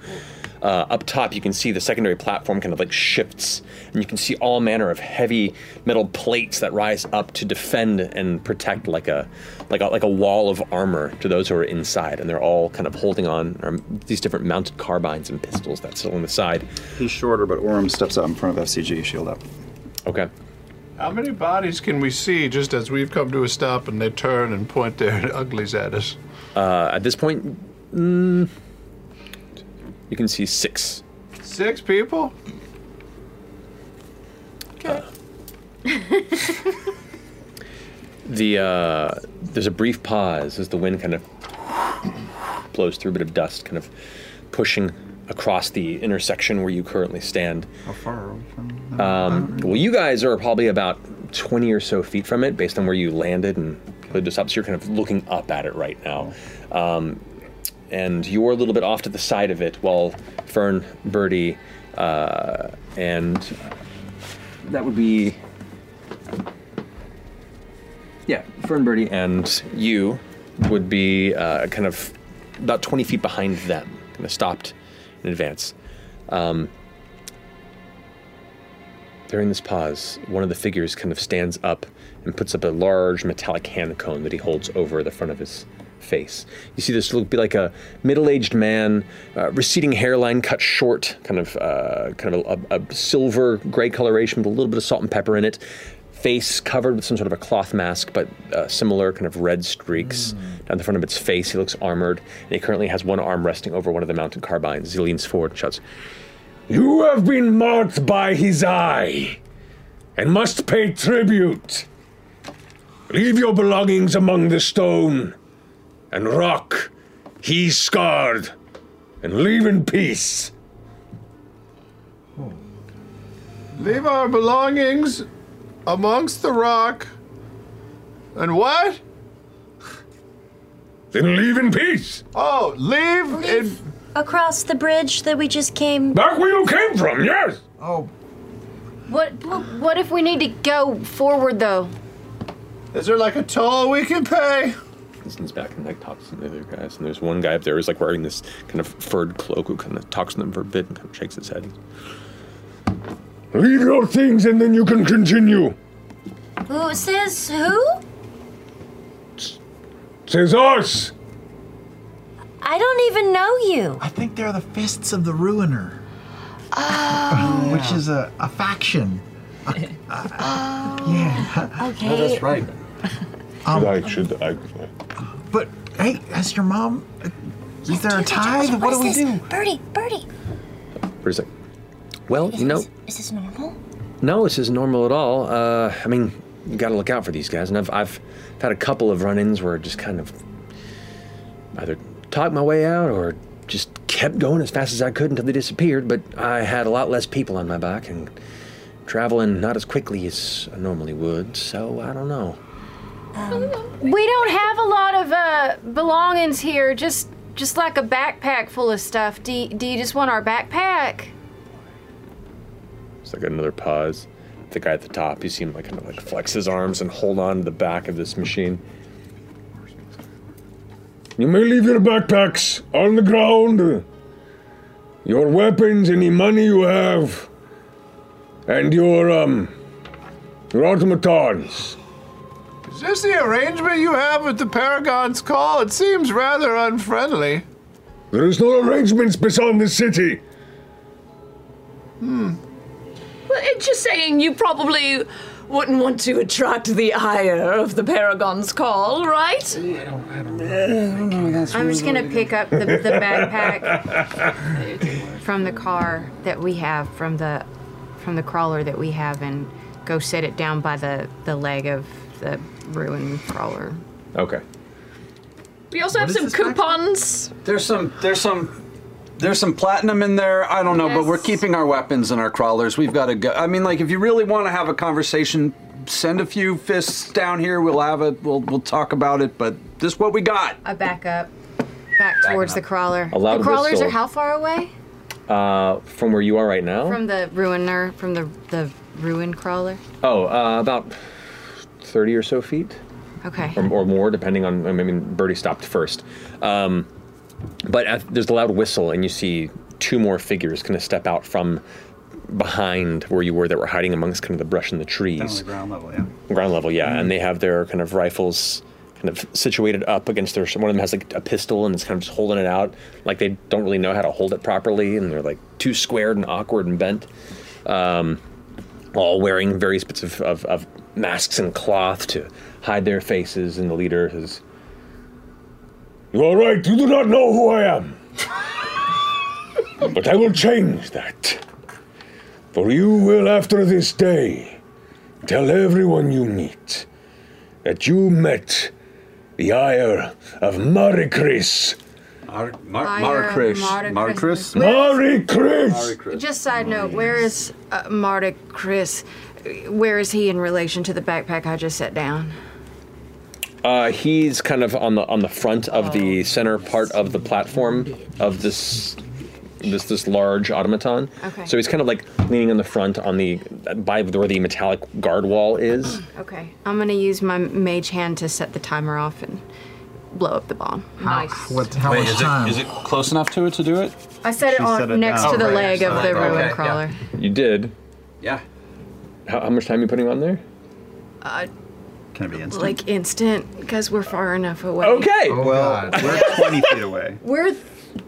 Speaker 2: Uh, up top, you can see the secondary platform kind of like shifts, and you can see all manner of heavy metal plates that rise up to defend and protect, like a like a, like a wall of armor to those who are inside. And they're all kind of holding on or these different mounted carbines and pistols that's still on the side.
Speaker 4: He's shorter, but Orm steps out in front of FCG, shield up.
Speaker 2: Okay.
Speaker 9: How many bodies can we see just as we've come to a stop and they turn and point their *laughs* uglies at us?
Speaker 2: Uh, at this point, mm, you can see six.
Speaker 9: Six people?
Speaker 2: Okay. The uh, there's a brief pause as the wind kind of blows through a bit of dust, kind of pushing across the intersection where you currently stand.
Speaker 4: How far?
Speaker 2: Um, well, you guys are probably about 20 or so feet from it, based on where you landed and put this up. So you're kind of looking up at it right now. Um, and you're a little bit off to the side of it, while Fern, Birdie, uh, and that would be. Yeah, Fern, Birdie, and you would be uh, kind of about 20 feet behind them, kind of stopped in advance. Um, during this pause, one of the figures kind of stands up and puts up a large metallic hand cone that he holds over the front of his face. You see this look be like a middle-aged man, uh, receding hairline, cut short, kind of uh, kind of a, a silver gray coloration with a little bit of salt and pepper in it. Face covered with some sort of a cloth mask, but uh, similar kind of red streaks down the front of its face. He looks armored, and he currently has one arm resting over one of the mounted carbines. He leans forward and shouts,
Speaker 6: You have been marked by his eye and must pay tribute. Leave your belongings among the stone and rock he's scarred and leave in peace.
Speaker 9: Leave our belongings amongst the rock. And what?
Speaker 6: Then leave in peace.
Speaker 9: Oh, leave, in.
Speaker 12: Across the bridge that we just came.
Speaker 6: Back where you came from, yes.
Speaker 4: Oh.
Speaker 1: What what if we need to go forward though?
Speaker 9: Is there like a toll we can pay?
Speaker 2: Listen's back and like talks to the other guys, and there's one guy up there who's like wearing this kind of furred cloak who kind of talks to them for a bit and kind of shakes his head.
Speaker 6: Leave your things and then you can continue.
Speaker 12: Who says who?
Speaker 6: Says us.
Speaker 12: I don't even know you.
Speaker 3: I think they're the Fists of the Ruiner.
Speaker 8: Oh.
Speaker 3: *laughs* Which is a, a faction.
Speaker 8: Oh.
Speaker 3: yeah.
Speaker 12: Okay. No, that's
Speaker 6: right.
Speaker 3: Um,
Speaker 6: should I? Should I?
Speaker 3: But hey, as your mom, is there a
Speaker 12: Josh,
Speaker 3: tithe? What do we
Speaker 12: is this?
Speaker 3: do?
Speaker 12: Birdie, Birdie,
Speaker 2: Birdie's like, well, Oh, you know,
Speaker 12: is this normal?
Speaker 2: No, this isn't normal at all. Uh, I mean, you got to look out for these guys, and I've I've had a couple of run-ins where I just kind of either talked my way out or just kept going as fast as I could until they disappeared. But I had a lot less people on my back and traveling not as quickly as I normally would, so I don't know.
Speaker 1: We don't have a lot of uh, belongings here. Just just like a backpack full of stuff. Do you, do you just want our backpack?
Speaker 2: It's like another pause. The guy at the top, you see him like kind of like flex his arms and hold on to the back of this machine.
Speaker 6: You may leave your backpacks on the ground, your weapons, any money you have, and your um, your automatons.
Speaker 9: Is this the arrangement you have with the Paragon's call? It seems rather unfriendly.
Speaker 6: There is no arrangements beyond the city.
Speaker 9: Hmm.
Speaker 5: Well, it's just saying you probably wouldn't want to attract the ire of the Paragon's call, right?
Speaker 1: I'm just gonna pick up the, the
Speaker 3: *laughs*
Speaker 1: backpack from the car that we have from the from the crawler that we have and go set it down by the the leg of the ruined crawler.
Speaker 2: Okay.
Speaker 5: *laughs* We also have some coupons.
Speaker 7: There's some. There's some. There's some platinum in there. I don't know, but we're keeping our weapons and our crawlers. We've got to go. I mean, like, if you really want to have a conversation, send a few fists down here. We'll have it. We'll we'll talk about it. But this is what we got.
Speaker 1: I back up back towards the crawler.
Speaker 2: A loud
Speaker 1: the crawlers
Speaker 2: whistle.
Speaker 1: are how far away
Speaker 2: Uh, from where you are right now?
Speaker 1: from the ruiner from the the ruin crawler?
Speaker 2: Oh, uh, about 30 or so feet.
Speaker 1: Okay.
Speaker 2: Or, or more, depending on. I mean, Birdie stopped first. Um, but at, there's a loud whistle, and you see two more figures kind of step out from behind where you were that were hiding amongst kind of the brush and the trees.
Speaker 4: Down on the ground level, yeah. Mm-hmm.
Speaker 2: Ground level, yeah. And they have their kind of rifles kind of situated up against their. One of them has like a pistol and it's kind of just holding it out. Like they don't really know how to hold it properly and they're like too squared and awkward and bent. Um, all wearing various bits of, of, of masks and cloth to hide their faces. And the leader is.
Speaker 6: You are right. You do not know who I am. *laughs* but I will change that. For you will, after this day, tell everyone you meet that you met the ire of Marikris.
Speaker 1: Ire
Speaker 7: Mar-
Speaker 1: of Maricris. Maricris?
Speaker 6: Marikris!
Speaker 1: Just side note, where is uh, Marta Chris? Where is he in relation to the backpack I just set down?
Speaker 2: Uh, he's kind of on the on the front of
Speaker 1: Oh.
Speaker 2: the center part of the platform of this this this large automaton.
Speaker 1: Okay.
Speaker 2: So he's kind of like leaning on the front on the by where the metallic guard wall is.
Speaker 1: Okay, I'm gonna use my mage hand to set the timer off and blow up the bomb. Nice.
Speaker 7: What,
Speaker 1: how
Speaker 7: Wait,
Speaker 1: much
Speaker 7: is
Speaker 1: time?
Speaker 7: It, is it close enough to it to do it?
Speaker 1: I set it
Speaker 7: She
Speaker 1: on
Speaker 7: set it
Speaker 1: next
Speaker 7: down.
Speaker 1: to the
Speaker 7: Oh, right,
Speaker 1: leg of
Speaker 7: so-
Speaker 1: the
Speaker 7: okay,
Speaker 1: ruin
Speaker 7: yeah.
Speaker 1: crawler.
Speaker 2: You did.
Speaker 7: Yeah.
Speaker 2: How, how much time are you putting on there?
Speaker 1: Uh,
Speaker 2: Can it be
Speaker 1: like instant, because we're far enough away.
Speaker 2: Okay.
Speaker 4: Oh, well, *laughs* we're 20 feet away.
Speaker 1: We're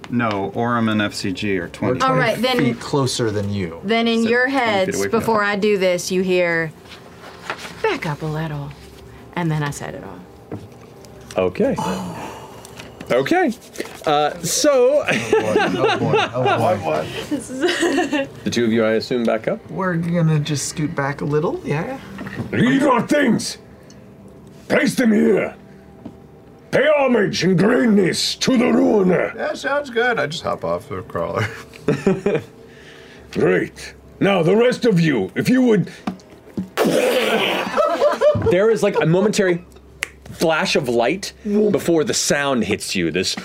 Speaker 4: No, Orem and FCG are 20.
Speaker 1: All right, then- feet
Speaker 4: closer than you.
Speaker 1: then in your heads
Speaker 4: away from
Speaker 1: before I do this. You hear, back up a little, and then I set it off.
Speaker 2: Okay. Okay. Uh, so. *laughs*
Speaker 1: *laughs* This is.
Speaker 2: The two of you, I assume, back up.
Speaker 3: We're gonna just scoot back a little, yeah.
Speaker 6: Leave your things! Place them here! Pay homage and greatness to the ruiner!
Speaker 9: That sounds good. I just hop off the crawler.
Speaker 6: Great. Now, the rest of you, if you would.
Speaker 2: there is like a momentary flash of light before the sound hits you. This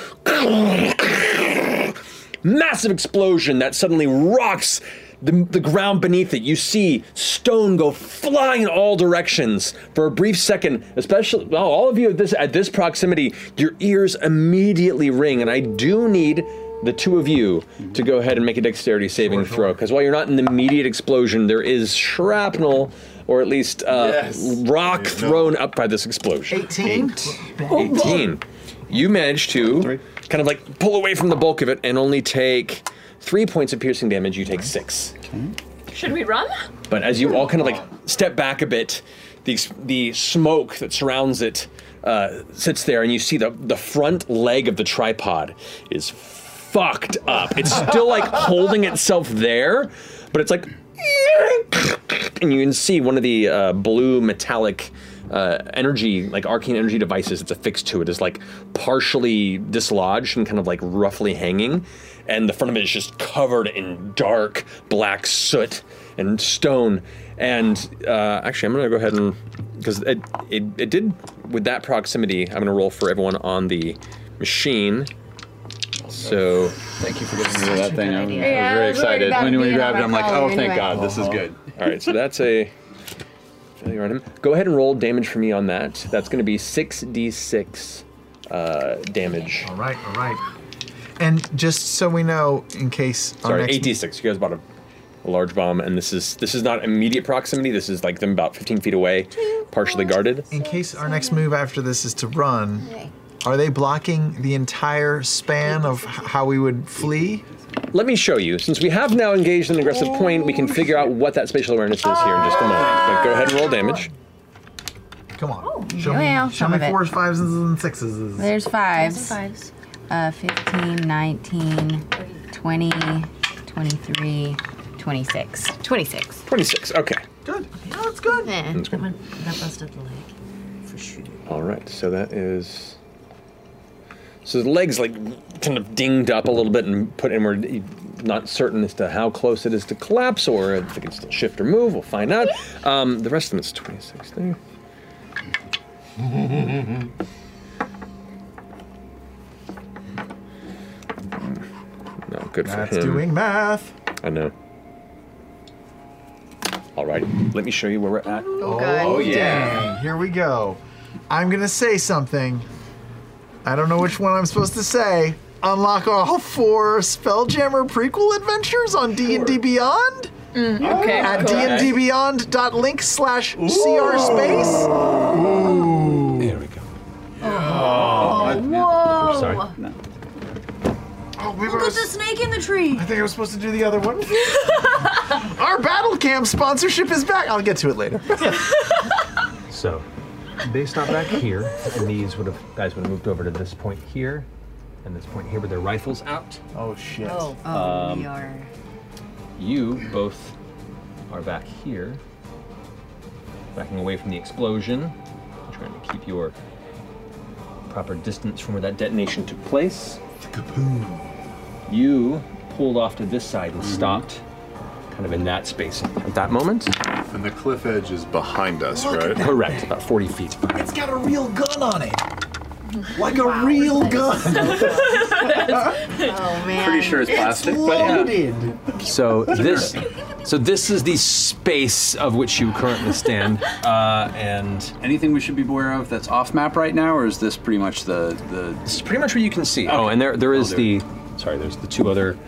Speaker 2: massive explosion that suddenly rocks the, the ground beneath it. You see stone go flying in all directions for a brief second. Especially, well, all of you at this at this proximity, your ears immediately ring, and I do need. The two of you to go ahead and make a dexterity saving throw, because while you're not in the immediate explosion, there is shrapnel, or at least uh, rock thrown up by this explosion.
Speaker 3: 18.
Speaker 2: 18. You manage to kind of like pull away from the bulk of it and only take three points of piercing damage. You take six.
Speaker 5: Should we run? *laughs*
Speaker 2: But as you all kind of like step back a bit, the, s- the smoke that surrounds it uh, sits there, and you see the, the front leg of the tripod is fucked up. It's still like holding itself there, but it's like. And you can see one of the uh, blue metallic uh, energy, like arcane energy devices that's affixed to it, is like partially dislodged and kind of like roughly hanging. And the front of it is just covered in dark black soot and stone. And uh, actually, I'm going to go ahead and because it, it it did with that proximity, I'm going to roll for everyone on the machine. So thank you for getting rid of that thing. I
Speaker 7: idea. I
Speaker 2: was,
Speaker 7: was Yeah, very I was worried excited. about When it you being grabbed on it, I'm my like, collar "Oh, thank anyway." God, this
Speaker 3: Uh-huh.
Speaker 7: is good.
Speaker 2: All right, so that's a failure on him. Go ahead and roll damage for me on that. That's going to be six d six uh, damage.
Speaker 3: All right, all right. And just so we know, in case our
Speaker 2: Sorry,
Speaker 3: next
Speaker 2: eight d six. You guys bought a, a large bomb, and this is this is not immediate proximity. This is like them about 15 feet away, partially guarded.
Speaker 3: in case our next move after this is to run, are they blocking the entire span of h- how we would flee?
Speaker 2: Let me show you. Since we have now engaged an aggressive point, we can figure out what that spatial awareness is here in just a moment. But go ahead and roll damage.
Speaker 3: Come on.
Speaker 2: show
Speaker 3: me-
Speaker 8: well,
Speaker 3: show
Speaker 8: Oh, some
Speaker 3: me
Speaker 8: of it.
Speaker 3: fours, fives, and sixes.
Speaker 8: There's fives. Uh, 15, 19, 20, 23, 26. 26.
Speaker 2: 26, okay.
Speaker 3: Good. That's good.
Speaker 2: That's good.
Speaker 8: That busted the leg. For sure.
Speaker 2: All right, so *laughs* that is. So the legs like kind of dinged up a little bit and put inward. Not certain as to how close it is to collapse or if it can still shift or move. We'll find out. Um, the rest of them is 26 there. No, good for him.
Speaker 3: That's doing math.
Speaker 2: I know. All right, let me show you where we're at.
Speaker 3: Oh, dang. Here we go. I'm gonna say something. I don't know which one I'm supposed to say. Unlock all four Spelljammer prequel adventures on D&D Beyond.
Speaker 20: Mm,
Speaker 5: okay,
Speaker 3: At
Speaker 5: cool.
Speaker 3: dndbeyond.link slash cr space.
Speaker 20: Oh, whoa!
Speaker 3: sorry.
Speaker 20: Look at the snake in the tree.
Speaker 3: Oh, I think I was supposed to do the other
Speaker 20: *laughs*
Speaker 3: one. Our Battle Cam sponsorship is back. I'll get to it later.
Speaker 2: So they stop back here, and these would have guys would have moved over to this point here, and this point here with their rifles out.
Speaker 3: Oh shit!
Speaker 8: Oh, oh we are.
Speaker 2: You both are back here, backing away from the explosion, trying to keep your proper distance from where that detonation took place. Kaboom! You pulled off to this side and stopped, kind of in that space at that moment. And the cliff edge is behind us,
Speaker 3: Look at right? that
Speaker 2: Correct, about 40 feet.
Speaker 3: It's got a real gun
Speaker 21: *laughs*
Speaker 3: on it. Like a real gun. *laughs*
Speaker 10: Oh man.
Speaker 2: Pretty sure it's plastic, but yeah. So this, so this is the space of which you
Speaker 22: *laughs*
Speaker 2: currently stand. Uh, and
Speaker 7: anything we should be aware of that's off map right now, or is this pretty much the the?
Speaker 2: This is pretty much what you can see. Oh, and there there is the, sorry, there's the two other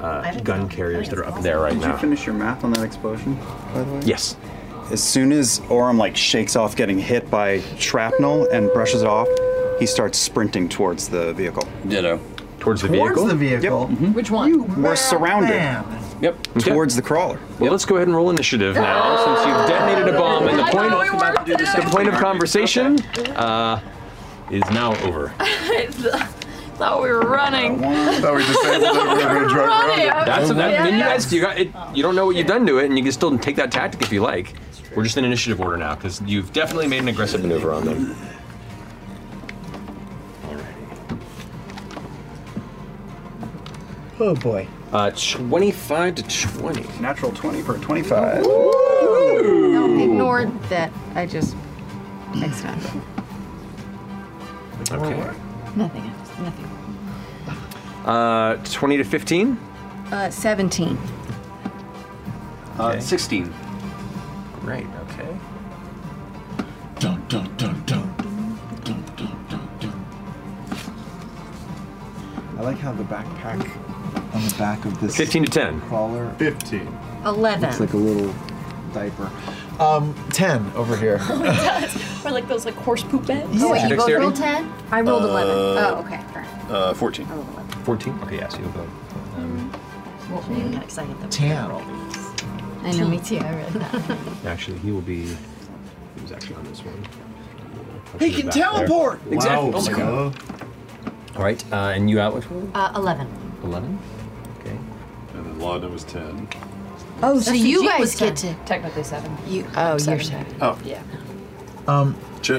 Speaker 2: uh, gun carriers that are up there right
Speaker 4: Did you
Speaker 2: now.
Speaker 4: finish your math on that explosion, by the way?
Speaker 2: Yes.
Speaker 4: As soon as Oram like shakes off getting hit by shrapnel and brushes it off, he starts sprinting towards the vehicle.
Speaker 7: Ditto.
Speaker 2: Towards
Speaker 7: the vehicle?
Speaker 4: Yep.
Speaker 2: Mm-hmm.
Speaker 21: Which one?
Speaker 4: We're surrounded.
Speaker 2: Yep.
Speaker 4: Towards the crawler.
Speaker 2: Well, let's go ahead and roll initiative now, since you've detonated a bomb, and the
Speaker 21: I
Speaker 2: point
Speaker 21: thought we were about to do the
Speaker 2: the
Speaker 21: same
Speaker 2: point of
Speaker 21: thing.
Speaker 2: conversation uh, is now over.
Speaker 22: I th- thought we were running.
Speaker 2: thought we
Speaker 22: decided that we were *laughs*
Speaker 5: *laughs*
Speaker 22: gonna drive around Running. it.
Speaker 2: That's that,
Speaker 22: Yeah.
Speaker 2: then you guys, you got it. You don't know what you've done to it, and you can still take that tactic if you like. We're just in initiative order now because you've definitely made an aggressive maneuver on them.
Speaker 4: Oh boy.
Speaker 2: Uh, 25 to 20.
Speaker 4: Natural 20 for 25.
Speaker 1: Ignored that. I just accidentally.
Speaker 2: Okay.
Speaker 1: Nothing. Nothing.
Speaker 2: Uh, 20 to 15.
Speaker 1: Uh, seventeen.
Speaker 2: Uh, 16. Right, okay.
Speaker 3: Dun, dun, dun, dun.
Speaker 4: I like how the backpack on the back of this
Speaker 2: 15 to 10.
Speaker 4: crawler 15.
Speaker 1: Eleven.
Speaker 4: Looks like a little diaper. Um, 10
Speaker 21: *laughs*
Speaker 4: over here.
Speaker 22: Oh, it
Speaker 1: *laughs*
Speaker 22: does. Or like those like horse poop beds.
Speaker 1: Oh, wait, you both
Speaker 2: Dexterity?
Speaker 1: rolled ten. I rolled eleven.
Speaker 2: Uh,
Speaker 1: Oh, okay. fair.
Speaker 2: Uh, 14.
Speaker 1: Oh.
Speaker 2: 14? Okay, yeah, so you'll go. Um,
Speaker 12: I got excited though.
Speaker 1: I know, me too. I read that.
Speaker 2: actually, he will be. He was actually on this one.
Speaker 1: He
Speaker 2: Pushing
Speaker 1: can
Speaker 2: it back there.
Speaker 1: teleport! Wow,
Speaker 2: Exactly. Oh my
Speaker 1: so-
Speaker 2: god. All right, uh, and you out which one?
Speaker 12: *laughs* Uh, *laughs* Eleven.
Speaker 2: 11. Okay. And then Lauda was 10.
Speaker 12: Oh, so you
Speaker 1: G
Speaker 12: guys
Speaker 1: was
Speaker 12: get
Speaker 1: ten.
Speaker 12: to technically seven.
Speaker 1: You. Oh,
Speaker 12: Seven.
Speaker 1: you're seven.
Speaker 12: Oh. Yeah.
Speaker 3: Um,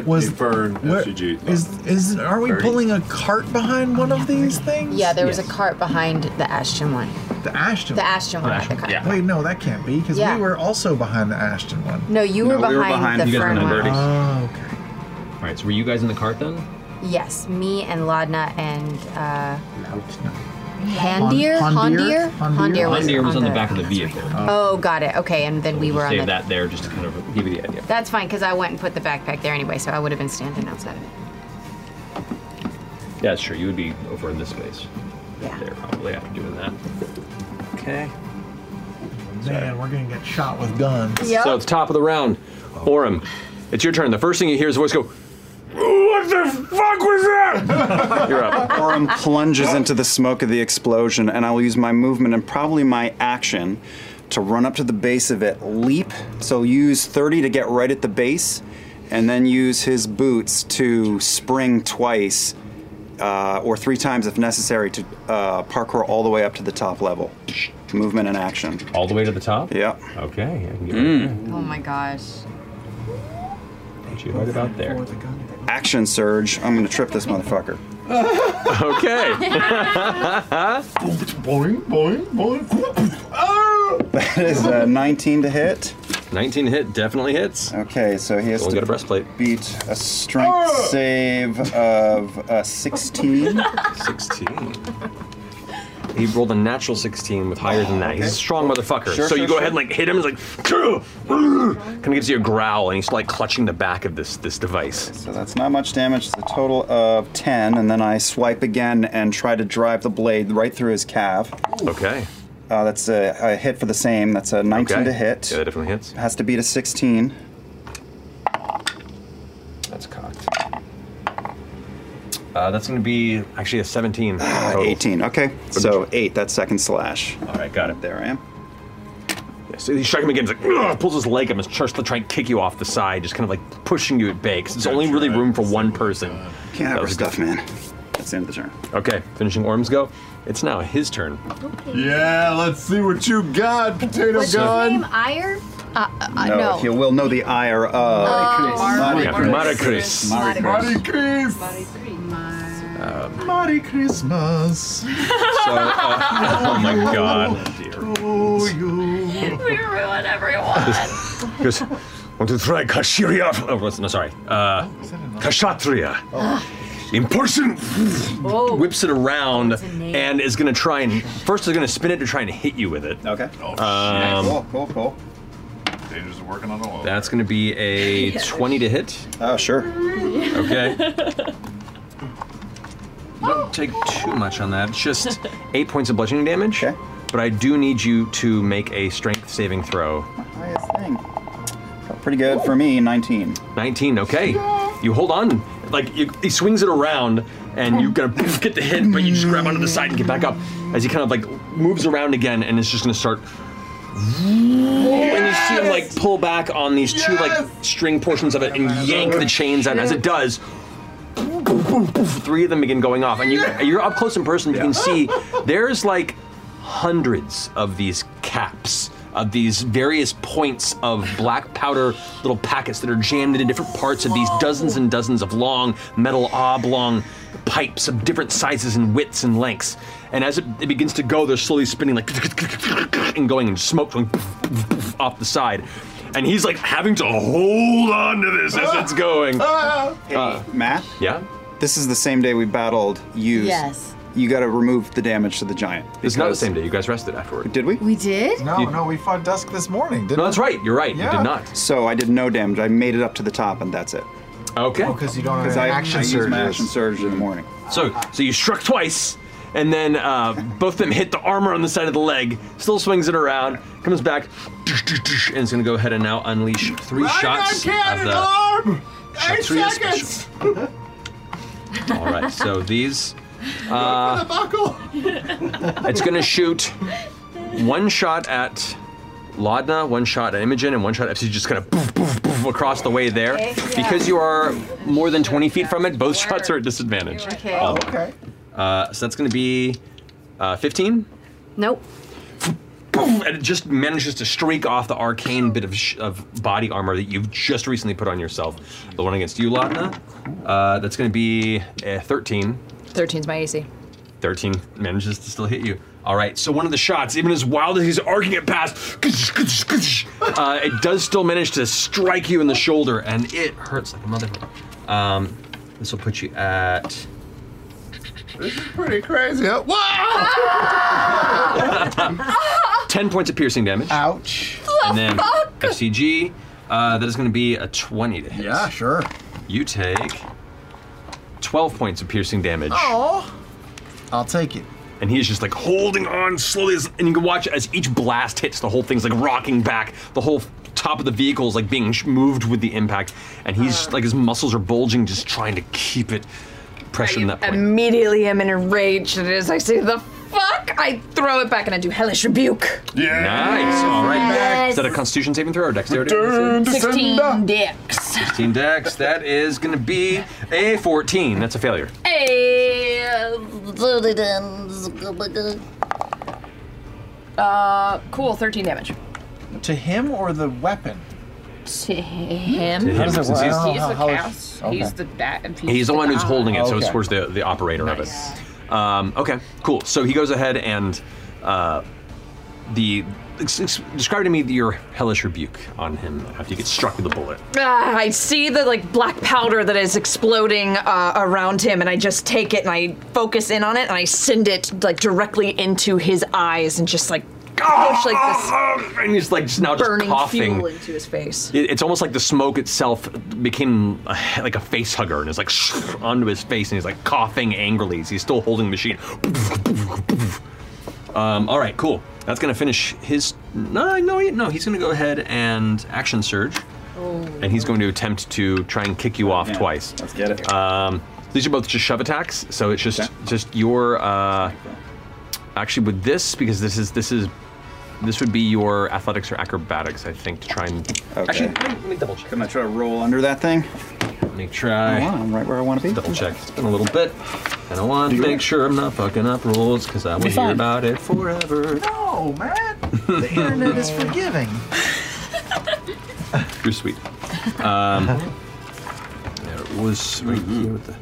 Speaker 3: was
Speaker 9: Burn
Speaker 3: where-
Speaker 9: SG.
Speaker 3: is is are we
Speaker 9: Thirty.
Speaker 3: pulling a cart behind one of these things?
Speaker 1: Yeah, there was a cart behind the Ashton one.
Speaker 3: The Ashton.
Speaker 1: The Ashton one. the cart.
Speaker 3: Wait, no, that can't be because
Speaker 1: Yeah.
Speaker 3: we were also behind the Ashton one.
Speaker 1: No, you were, behind the
Speaker 2: you guys
Speaker 1: front
Speaker 2: were
Speaker 1: one.
Speaker 2: behind Birdie. All right, so were you guys in the cart then?
Speaker 1: Yes, me and Laudna and uh,
Speaker 2: Hon-
Speaker 1: Handir.
Speaker 2: Hondir?
Speaker 1: Hondir.
Speaker 2: Hondir was, on the,
Speaker 1: the-
Speaker 2: back of the vehicle.
Speaker 1: Oh, got it. Okay, and then
Speaker 2: So
Speaker 1: we
Speaker 2: we'll
Speaker 1: were on
Speaker 2: save
Speaker 1: the.
Speaker 2: that there just to kind of give you the idea.
Speaker 1: That's fine, because I went and put the backpack there anyway, so I would have been standing outside of it.
Speaker 2: Yeah, sure. You would be over in this space. Yeah. There probably after doing that. Okay.
Speaker 3: Man, we're gonna get shot with guns.
Speaker 2: So it's top of the round. Orim, it's your turn. The first thing you hear is a voice go. What the fuck was that? *laughs* You're up.
Speaker 8: *laughs*
Speaker 4: Orim plunges into the smoke of the explosion, and I'll use my movement and probably my action to run up to the base of it, leap. So use 30 to get right at the base, and then use his boots to spring twice uh, or three times if necessary to uh, parkour all the way up to the top level. Movement and action.
Speaker 2: All the way to the top?
Speaker 4: Yep.
Speaker 2: Okay. I can get
Speaker 1: Oh my gosh.
Speaker 2: Put you right about there.
Speaker 4: Action surge. I'm gonna trip this motherfucker.
Speaker 2: *laughs* *laughs* okay.
Speaker 4: boing, boing, boing. that is a 19 to hit.
Speaker 2: 19 hit definitely hits.
Speaker 4: Okay, so he has
Speaker 2: Someone
Speaker 4: to
Speaker 2: get a breastplate.
Speaker 4: beat a strength save of uh, 16.
Speaker 2: *laughs* 16. He rolled a natural 16 with higher than that. He's a
Speaker 4: Okay.
Speaker 2: strong motherfucker. so
Speaker 4: Sure, sure,
Speaker 2: you go
Speaker 4: sure.
Speaker 2: ahead and like hit him. He's like, kind of gives you a growl, and he's like clutching the back of this this device.
Speaker 4: So that's not much damage. It's a total of 10, and then I swipe again and try to drive the blade right through his calf.
Speaker 2: Okay.
Speaker 4: Uh, that's a, a hit for the same. That's a 19
Speaker 2: okay.
Speaker 4: to hit.
Speaker 2: Yeah, that definitely hits.
Speaker 4: Has to beat a 16.
Speaker 2: That's cocked. Uh, that's going to be actually a 17.
Speaker 4: Uh, 18. Okay. So eight. That's second slash.
Speaker 2: All right, got it.
Speaker 4: There I am.
Speaker 2: Yeah, so you strike him again. He's like, "Ugh," pulls his leg up and starts to try and kick you off the side, just kind of like pushing you at bay. 'cause It's only really room for one person.
Speaker 4: Can't
Speaker 2: That
Speaker 4: have her
Speaker 2: was
Speaker 4: stuff, man. That's the end of the turn.
Speaker 2: Okay, finishing Orm's go. It's now his turn.
Speaker 23: Yeah, let's see what you got, potato
Speaker 1: What's his
Speaker 23: gun.
Speaker 1: name? Ire? Uh, uh,
Speaker 4: no,
Speaker 1: no.
Speaker 4: he will know the I or of.
Speaker 1: Mari Chris.
Speaker 4: Mari
Speaker 1: Mari
Speaker 4: Chris.
Speaker 1: Chris.
Speaker 4: Mari Chris.
Speaker 3: Chris. Merry Christmas.
Speaker 2: So, uh, *laughs* oh my God.
Speaker 22: we ruin everyone.
Speaker 6: Yes. Want to try Kashiria? Oh, what's- no, sorry. Uh, Kashatria.
Speaker 4: Oh,
Speaker 6: In person.
Speaker 2: Whips it around and is going to try and first is going to spin it to try and hit you with it.
Speaker 4: Okay.
Speaker 2: Oh,
Speaker 4: cool, cool, cool.
Speaker 9: Danger's working on the wall.
Speaker 2: That's going to be a 20 to hit.
Speaker 4: Oh, sure.
Speaker 2: Okay. Don't take too much on that. Just eight points of bludgeoning damage. Okay. But I do need you to make a strength saving throw.
Speaker 4: Highest thing. Pretty good for me, 19.
Speaker 2: 19, okay. You hold on. Like, you, he swings it around, and you kind of *laughs* get the hit, but you just grab onto the side and get back up as he kind of like moves around again and is just going to start. And you see him like pull back on these two like string portions of it and yank the chains out. As it does, three of them begin going off, and you you're up close in person. You can see there's like hundreds of these caps of these various points of black powder little packets that are jammed into different parts of these dozens and dozens of long metal oblong pipes of different sizes and widths and lengths. And as it, it begins to go, they're slowly spinning like and going and smoke going off the side. And he's like having to hold on to this as it's going.
Speaker 4: Ah.
Speaker 2: Uh,
Speaker 4: Hey, Matt?
Speaker 2: Yeah?
Speaker 4: This is the same day we battled Use.
Speaker 24: Yes.
Speaker 4: You gotta remove the damage to the giant.
Speaker 2: It's not the same day. You guys rested afterward.
Speaker 4: Did we?
Speaker 24: We did?
Speaker 4: No,
Speaker 3: no, we fought Dusk this morning, didn't
Speaker 4: No,
Speaker 2: that's right. You're right.
Speaker 4: You did not. So I did no damage. I made it up to the top, and that's it.
Speaker 2: Okay.
Speaker 4: Because
Speaker 3: Oh, you don't have
Speaker 4: I,
Speaker 3: action
Speaker 4: I use my
Speaker 3: surges.
Speaker 4: action surge in the morning.
Speaker 2: So, so you struck twice, and then uh, both of them hit the armor on the side of the leg. Still swings it around, comes back, and is going to go ahead and now unleash three shots of the. Eight Shatria seconds. All right. So these, uh, it's going to shoot one shot at Laudna, one shot at Imogen, and one shot at so you Just kind of poof, poof, poof across the way there. Because you are more than 20 feet from it, both shots are at disadvantage.
Speaker 1: Oh, Okay.
Speaker 2: All of them. Uh, so that's going to be uh, 15.
Speaker 1: Nope.
Speaker 2: Poof, and it just manages to streak off the arcane bit of, sh- of body armor that you've just recently put on yourself. The one against you, Laudna. Uh, that's going to be uh, 13.
Speaker 25: 13's my AC.
Speaker 2: 13 manages to still hit you. All right, so one of the shots, even as wild as he's arcing it past, uh, it does still manage to strike you in the shoulder, and it hurts like a motherfucker. Um, this will put you at.
Speaker 9: This is pretty crazy. Huh? Wow!
Speaker 2: 10 points of piercing damage.
Speaker 3: Ouch.
Speaker 2: And then FCG, uh, that is going to be a 20 to hit. Yeah,
Speaker 3: sure.
Speaker 2: You take 12 points of piercing damage.
Speaker 3: Oh. I'll take it.
Speaker 2: And he is just like holding on slowly, as, and you can watch as each blast hits, the whole thing's like rocking back. The whole top of the vehicle is like being sh- moved with the impact, and he's like his muscles are bulging, just trying to keep it pressured in that point.
Speaker 25: Immediately I'm enraged and as I say the fuck, I throw it back and I do hellish rebuke.
Speaker 2: Yeah. Nice. All right.
Speaker 25: Yes.
Speaker 2: Is that a Constitution saving throw or dexterity?
Speaker 25: 16 dicks.
Speaker 2: 16 dex. That is going to be a 14. That's a failure.
Speaker 25: Hey.
Speaker 22: Uh, cool. Thirteen damage.
Speaker 3: To him or the weapon?
Speaker 22: To him.
Speaker 2: To him, How does it since work? he's-
Speaker 22: He's the
Speaker 3: How- how-
Speaker 22: cast.
Speaker 3: okay.
Speaker 22: He's the bat. He's,
Speaker 2: He's the one who's holding it, so it's
Speaker 22: Okay.
Speaker 2: towards the, the operator of it. Um, okay, cool. So he goes ahead and uh, the ex- ex- describe to me your hellish rebuke on him after you get struck with a bullet.
Speaker 25: Ah, I see the like black powder that is exploding uh, around him, and I just take it and I focus in on it and I send it like directly into his eyes and just like push like this
Speaker 2: And he's like just now just
Speaker 25: burning
Speaker 2: coughing.
Speaker 25: fuel into his face.
Speaker 2: It- it's almost like the smoke itself became a, he- like a face hugger and is like *laughs* onto his face and he's like coughing angrily. as He's still holding the machine. Um, all right, cool. That's gonna finish his. No, no, he- no. He's gonna go ahead and action surge, and he's going to attempt to try and kick you off
Speaker 4: Yeah,
Speaker 2: twice.
Speaker 4: let's get it.
Speaker 2: Um, these are both just shove attacks, so it's just just your. Uh, actually, with this because this is this is this would be your athletics or acrobatics, I think, to try and. Actually, let me double check.
Speaker 4: Can I try to roll under that thing?
Speaker 2: Let me try.
Speaker 4: Oh, wow, I'm right where I want to be.
Speaker 2: Double check. It's been a little bit, and I want to make sure I'm not fucking up rules because I will
Speaker 4: Be
Speaker 2: hear
Speaker 4: fine.
Speaker 2: about it forever.
Speaker 26: *laughs*
Speaker 3: No, man. The internet is forgiving.
Speaker 2: You're sweet. Um, there it
Speaker 7: was right here with
Speaker 2: the.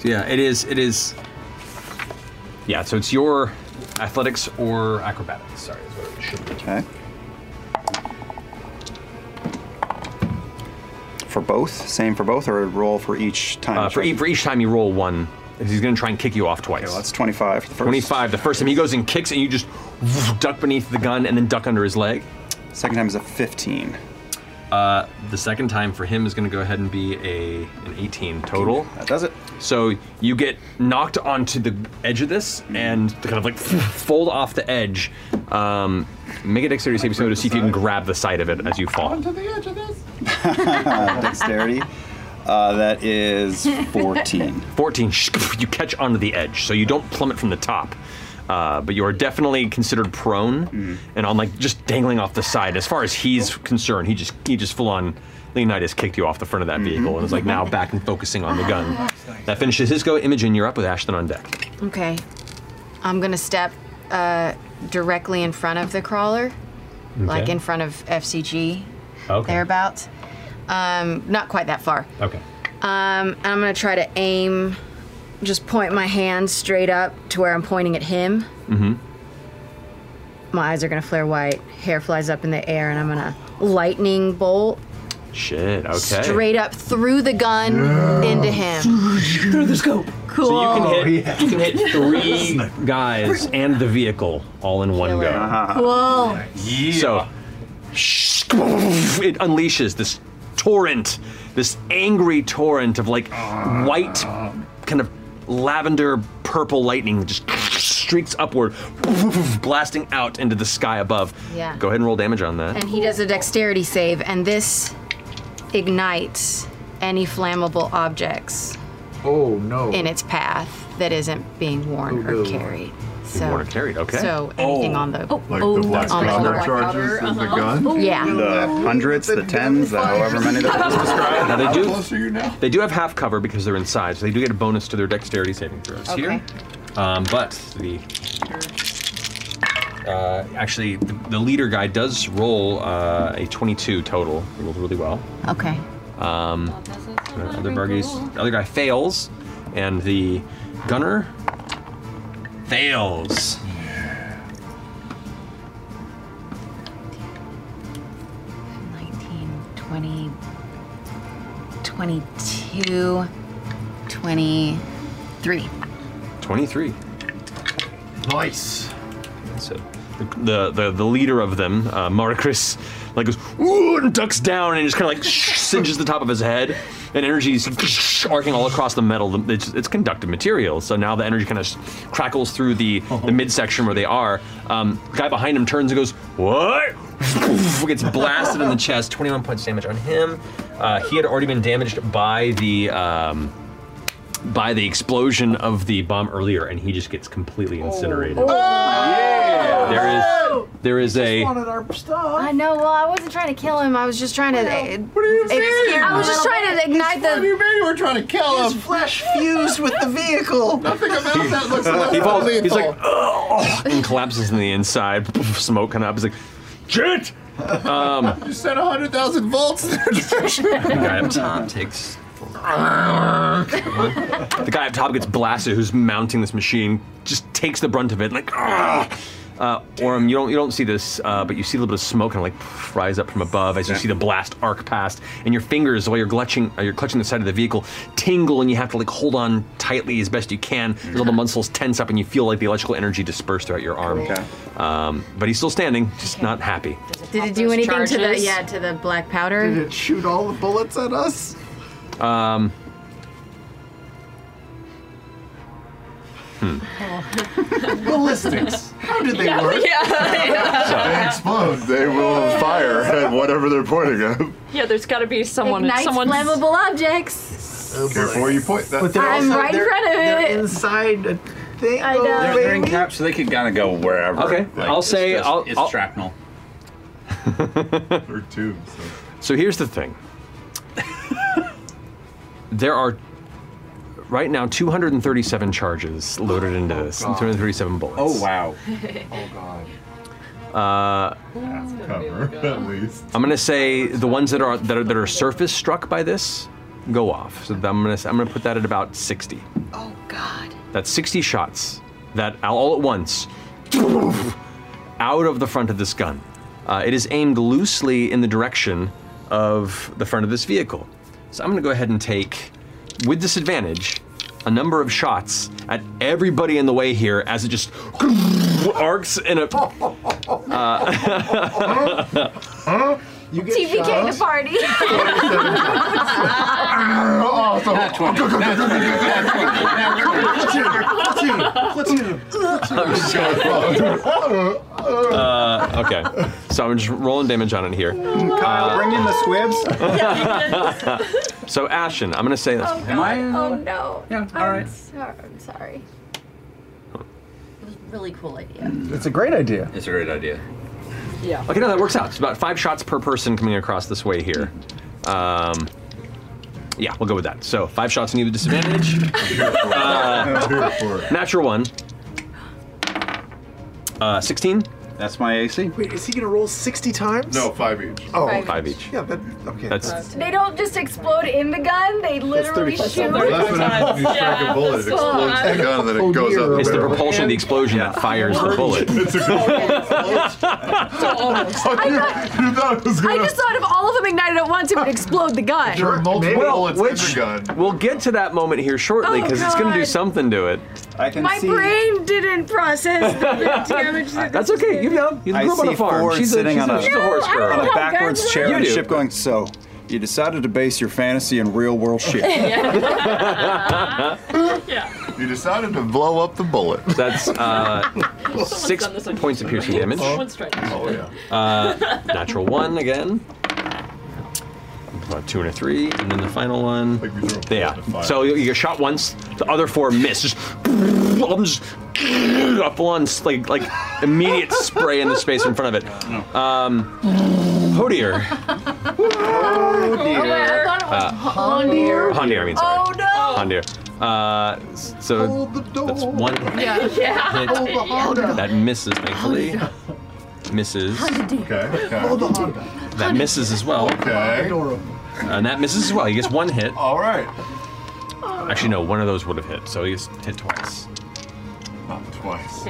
Speaker 2: So yeah, it is. It is. Yeah, so it's your athletics or acrobatics. Sorry, is what it should be.
Speaker 4: Okay. For both? Same for both, or roll for each time?
Speaker 2: Uh, for, each, for each time you roll one, he's going to try and kick you off twice.
Speaker 4: well, that's 25. for the first.
Speaker 2: 25. The first time he goes and kicks, and you just duck beneath the gun and then duck under his leg.
Speaker 4: Second time is a 15.
Speaker 2: Uh, the second time for him is going to go ahead and be a an 18 total.
Speaker 4: That does it.
Speaker 2: So you get knocked onto the edge of this and kind of like fold off the edge. Um, make a dexterity saving throw to see if you can grab the side of it as you fall.
Speaker 9: Onto the edge of this.
Speaker 4: Dexterity. Uh,
Speaker 1: *laughs*
Speaker 4: that is 14.
Speaker 2: 14. *laughs* You catch onto the edge, so you don't plummet from the top. Uh, but you are definitely considered prone,
Speaker 4: Mm-hmm.
Speaker 2: and on like just dangling off the side. As far as he's concerned, he just he just full on Leonidas kicked you off the front of that
Speaker 4: Mm-hmm.
Speaker 2: vehicle, and is like now back and focusing on the
Speaker 4: *laughs*
Speaker 2: gun. That finishes his go. Imogen, you're up with Ashton on deck.
Speaker 1: Okay. I'm gonna step uh, directly in front of the crawler, like
Speaker 2: Okay.
Speaker 1: in front of FCG,
Speaker 2: Okay.
Speaker 1: thereabouts. Um, not quite that far.
Speaker 2: Okay.
Speaker 1: Um, and I'm gonna try to aim, just point my hand straight up to where I'm pointing at him.
Speaker 2: Mm-hmm.
Speaker 1: My eyes are gonna flare white, hair flies up in the air, and I'm gonna lightning bolt
Speaker 2: Shit. Okay.
Speaker 1: straight up through the gun into him.
Speaker 2: Through the scope.
Speaker 1: Cool.
Speaker 2: So you can hit you
Speaker 1: *laughs*
Speaker 2: can hit three guys and the vehicle all in one go.
Speaker 1: Cool.
Speaker 2: So it unleashes this torrent, this angry torrent of like white, kind of lavender purple lightning just streaks upward, blasting out into the sky above.
Speaker 1: Yeah.
Speaker 2: Go ahead and roll damage on that.
Speaker 1: And he does a dexterity save, and this ignites any flammable objects
Speaker 9: Oh no.
Speaker 1: in its path that isn't being worn or carried. So,
Speaker 2: Warner carried, okay.
Speaker 1: so
Speaker 9: Oh.
Speaker 1: anything on the
Speaker 23: Like the black
Speaker 1: on
Speaker 23: powder
Speaker 1: floor.
Speaker 23: charges in the gun?
Speaker 1: Yeah.
Speaker 4: The hundreds, the tens, the however many that was described.
Speaker 2: Now they do.
Speaker 23: you now?
Speaker 2: They do have half cover because they're inside, so they do get a bonus to their dexterity saving throws
Speaker 23: Okay.
Speaker 2: here. Um, but the uh, actually the, the leader guy does roll uh, a 22 total. He rolled really well.
Speaker 1: Okay.
Speaker 2: Um, the other Burgies, the other guy fails, and the gunner fails.
Speaker 1: Twenty, twenty-two, twenty-three.
Speaker 2: 23. Nice. So the, the the the leader of them, uh, Marcus, like goes Ooh, and ducks down and just kind of like *laughs* singes the top of his head, and energy is *laughs* arcing all across the metal. It's, it's conductive material, so now the energy kind of crackles through the the midsection where they are. Um, the guy behind him turns and goes what? *laughs* Gets blasted in the chest. 21 points damage on him. Uh, he had already been damaged by the. Um, by the explosion of the bomb earlier, and he just gets completely incinerated.
Speaker 8: Oh,
Speaker 1: Oh,
Speaker 2: There is there is a
Speaker 1: I know. Well, I wasn't trying to kill him. I was just trying to. What
Speaker 9: do you mean?
Speaker 1: I was just trying to ignite the. What do you
Speaker 9: mean? We're trying to
Speaker 8: Oh,
Speaker 9: kill him.
Speaker 1: flesh fused with the vehicle.
Speaker 9: Nothing about that looks
Speaker 2: he falls,
Speaker 9: lethal.
Speaker 2: he's like "Ugh," and collapses in the inside, *laughs* smoke coming up. He's like, shit. Um,
Speaker 9: You sent 100,000
Speaker 2: *laughs*
Speaker 9: volts.
Speaker 2: the guy up top *laughs* takes. the guy up top gets blasted. Who's mounting this machine? Just takes the brunt of it. Like, "Ugh." uh, Orm, you don't you don't see this, uh, but you see a little bit of smoke kind of like rise up from above as you see the blast arc past, and your fingers while you're clutching uh, you're clutching the side of the vehicle tingle, and you have to like hold on tightly as best you can. Your little muscles tense up, and you feel like the electrical energy disperse throughout your arm.
Speaker 1: Okay.
Speaker 2: Um, but he's still standing, just not happy.
Speaker 1: Did it do anything to the
Speaker 24: charges?
Speaker 1: yeah to the black powder?
Speaker 24: Did it
Speaker 1: shoot all the bullets at *laughs* us?
Speaker 2: Um,
Speaker 9: Ballistics. How did they
Speaker 24: Yeah,
Speaker 9: work?
Speaker 24: yeah,
Speaker 22: yeah.
Speaker 8: *laughs*
Speaker 9: They explode. They will fire at whatever they're pointing at.
Speaker 22: Yeah, there's got to be someone.
Speaker 1: Ignites
Speaker 22: someone
Speaker 1: flammable objects.
Speaker 9: Careful where you point that.
Speaker 1: I'm right in front of it.
Speaker 3: inside a thing.
Speaker 1: I know.
Speaker 27: They're, they're in cap, so they could kind of go wherever.
Speaker 2: Okay, I'll
Speaker 27: it's
Speaker 2: say-
Speaker 27: just-
Speaker 2: I'll-
Speaker 27: it's
Speaker 2: I'll-
Speaker 27: shrapnel.
Speaker 2: or
Speaker 9: two.
Speaker 2: So. here's the thing. *laughs* there are right now
Speaker 1: *laughs*
Speaker 8: Oh,
Speaker 2: 237 charges loaded into this, and 237 bullets.
Speaker 27: Oh, wow.
Speaker 9: Oh,
Speaker 2: Uh,
Speaker 9: God.
Speaker 28: Cover, at least.
Speaker 2: I'm gonna say the ones that are that are, that are surface struck by this go off. So I'm gonna I'm gonna put that at about 60. Oh God. That's 60 shots that all at once out of the front of this gun. Uh, it is aimed loosely in the direction of the front of this vehicle. So I'm gonna go ahead and take with disadvantage a number of shots at everybody in the way here as it just arcs in a. *laughs* Uh,
Speaker 28: You
Speaker 1: TVK the *laughs* party.
Speaker 2: Uh, okay, so I'm just rolling damage on it here. Uh,
Speaker 4: bring in the
Speaker 2: *laughs*
Speaker 4: squibs.
Speaker 2: so Ashen, I'm gonna say this.
Speaker 1: Oh, God. oh no. Yeah, all right. I'm sorry.
Speaker 12: It was a really cool idea.
Speaker 2: It's a great idea.
Speaker 7: It's a great idea.
Speaker 12: Yeah.
Speaker 2: Okay, no, that works out. It's about five shots per person coming across this way here. Um, yeah, we'll go with that. So five shots on you with disadvantage.
Speaker 8: *laughs*
Speaker 2: Uh, natural one. Uh, 16.
Speaker 7: That's my AC.
Speaker 3: Wait, is he gonna roll 60 times?
Speaker 8: No, five each.
Speaker 3: Oh,
Speaker 2: Five Five each.
Speaker 3: Yeah, that, okay.
Speaker 2: That's-
Speaker 1: They don't just explode in the gun, they literally
Speaker 3: Uh, That's
Speaker 1: shoot.
Speaker 3: 30
Speaker 8: That's what happens when you strike a bullet. It explodes in the gun and then it goes up.
Speaker 2: It's the propulsion of the explosion that fires
Speaker 8: *laughs*
Speaker 2: the bullet.
Speaker 8: Oh, *laughs*
Speaker 1: I I just thought if all of them ignited at once, it would explode the gun.
Speaker 2: well, which we'll get to that moment here shortly because it's going to do
Speaker 1: Oh, God.
Speaker 2: something to it. I
Speaker 1: My brain didn't process the
Speaker 14: *laughs*
Speaker 1: damage that
Speaker 2: That's okay. You know, you
Speaker 4: I
Speaker 2: grew up on
Speaker 4: see
Speaker 2: a farm.
Speaker 4: Ford
Speaker 2: She's a,
Speaker 4: sitting
Speaker 2: she's
Speaker 4: on a,
Speaker 2: she's a horse girl.
Speaker 4: on a backwards chair
Speaker 2: You
Speaker 4: and
Speaker 2: do.
Speaker 4: ship going. So you decided to base your fantasy in real world
Speaker 8: *laughs*
Speaker 4: shit.
Speaker 8: You decided to blow up the bullet.
Speaker 2: That's uh, six points of piercing damage.
Speaker 5: One strike. Oh, yeah.
Speaker 2: Uh, natural one again. About two and a three, and then the final one. Yeah. So you you get shot once, the other four miss. Just, I'm just a full-on like like immediate spray in the space in front of it. Um, Hodier,
Speaker 1: Oh, wait, I thought it was
Speaker 2: Uh,
Speaker 1: Hondir.
Speaker 2: Hondir, I mean, sorry.
Speaker 1: Oh, *laughs* no.
Speaker 2: Hondir. Uh, s- so that's one
Speaker 1: Yeah. Oh, yeah.
Speaker 2: hit that misses, thankfully. Misses.
Speaker 8: Okay.
Speaker 1: Oh,
Speaker 2: That misses as well.
Speaker 8: Okay.
Speaker 2: And that misses as well. He gets one hit.
Speaker 8: All right.
Speaker 1: Oh.
Speaker 2: Actually, no, one of those would have hit, so he gets hit twice.
Speaker 8: Not twice.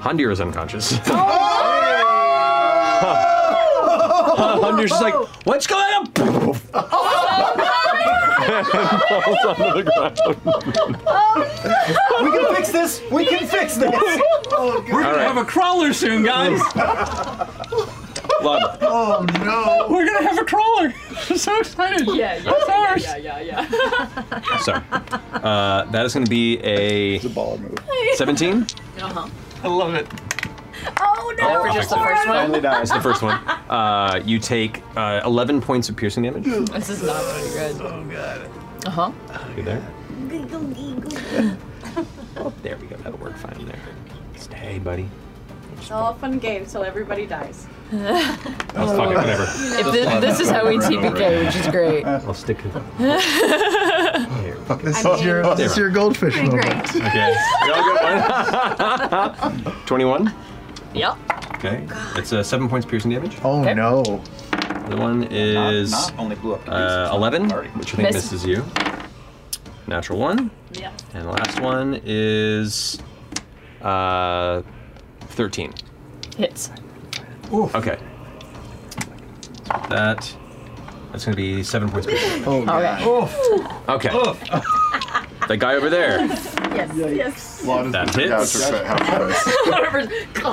Speaker 2: Hondir is unconscious.
Speaker 8: Oh!
Speaker 2: *laughs*
Speaker 1: Oh! Hondir's
Speaker 7: *laughs*
Speaker 2: Hondir's just like, what's going on? Falls onto the ground.
Speaker 4: we can fix this. We can fix this.
Speaker 7: We're gonna
Speaker 2: All right.
Speaker 7: have a crawler soon, *laughs* guys.
Speaker 2: *laughs* Love.
Speaker 7: Oh no. We're gonna have a crawler. *laughs* I'm so excited.
Speaker 5: Yeah, yeah,
Speaker 7: It's
Speaker 5: yeah,
Speaker 7: ours.
Speaker 5: yeah, yeah, yeah.
Speaker 2: So, uh, that is going to be a *laughs*
Speaker 8: *laughs*
Speaker 2: 17.
Speaker 5: Uh-huh.
Speaker 2: I love it.
Speaker 1: Oh, no.
Speaker 2: Oh, just the first
Speaker 1: one?
Speaker 2: That's the first one. Uh, you take uh, 11 points of piercing damage.
Speaker 5: *laughs* This is not pretty good. Oh, God. Uh huh.
Speaker 2: You there? Oh,
Speaker 1: Giggle, giggle.
Speaker 2: There we go. That'll work fine there. Stay, buddy.
Speaker 5: It's all fun games till everybody dies.
Speaker 2: Let's fuck it, whatever.
Speaker 5: If thi- this is how E we TPK, which is great.
Speaker 2: I'll stick to
Speaker 3: This
Speaker 2: I
Speaker 3: is your
Speaker 2: mean-
Speaker 3: this is your goldfish
Speaker 2: Pretty
Speaker 3: moment.
Speaker 2: Okay. We all got one? 21.
Speaker 5: *laughs* Yep.
Speaker 2: Okay. It's uh, 7 points piercing damage.
Speaker 3: Oh no.
Speaker 2: The one is
Speaker 4: not only blew up
Speaker 2: uh, 11, which I think
Speaker 4: Miss.
Speaker 2: misses you. Natural 1.
Speaker 5: Yeah.
Speaker 2: And the last one is uh, 13.
Speaker 5: Hits.
Speaker 2: Okay. That. That's going to be seven points.
Speaker 3: Oh,
Speaker 5: Okay.
Speaker 2: Okay. That guy over there
Speaker 3: *laughs*
Speaker 5: Yes,
Speaker 2: *laughs*
Speaker 5: yes.
Speaker 2: That hits. Hits.
Speaker 3: I feel,
Speaker 4: Oh,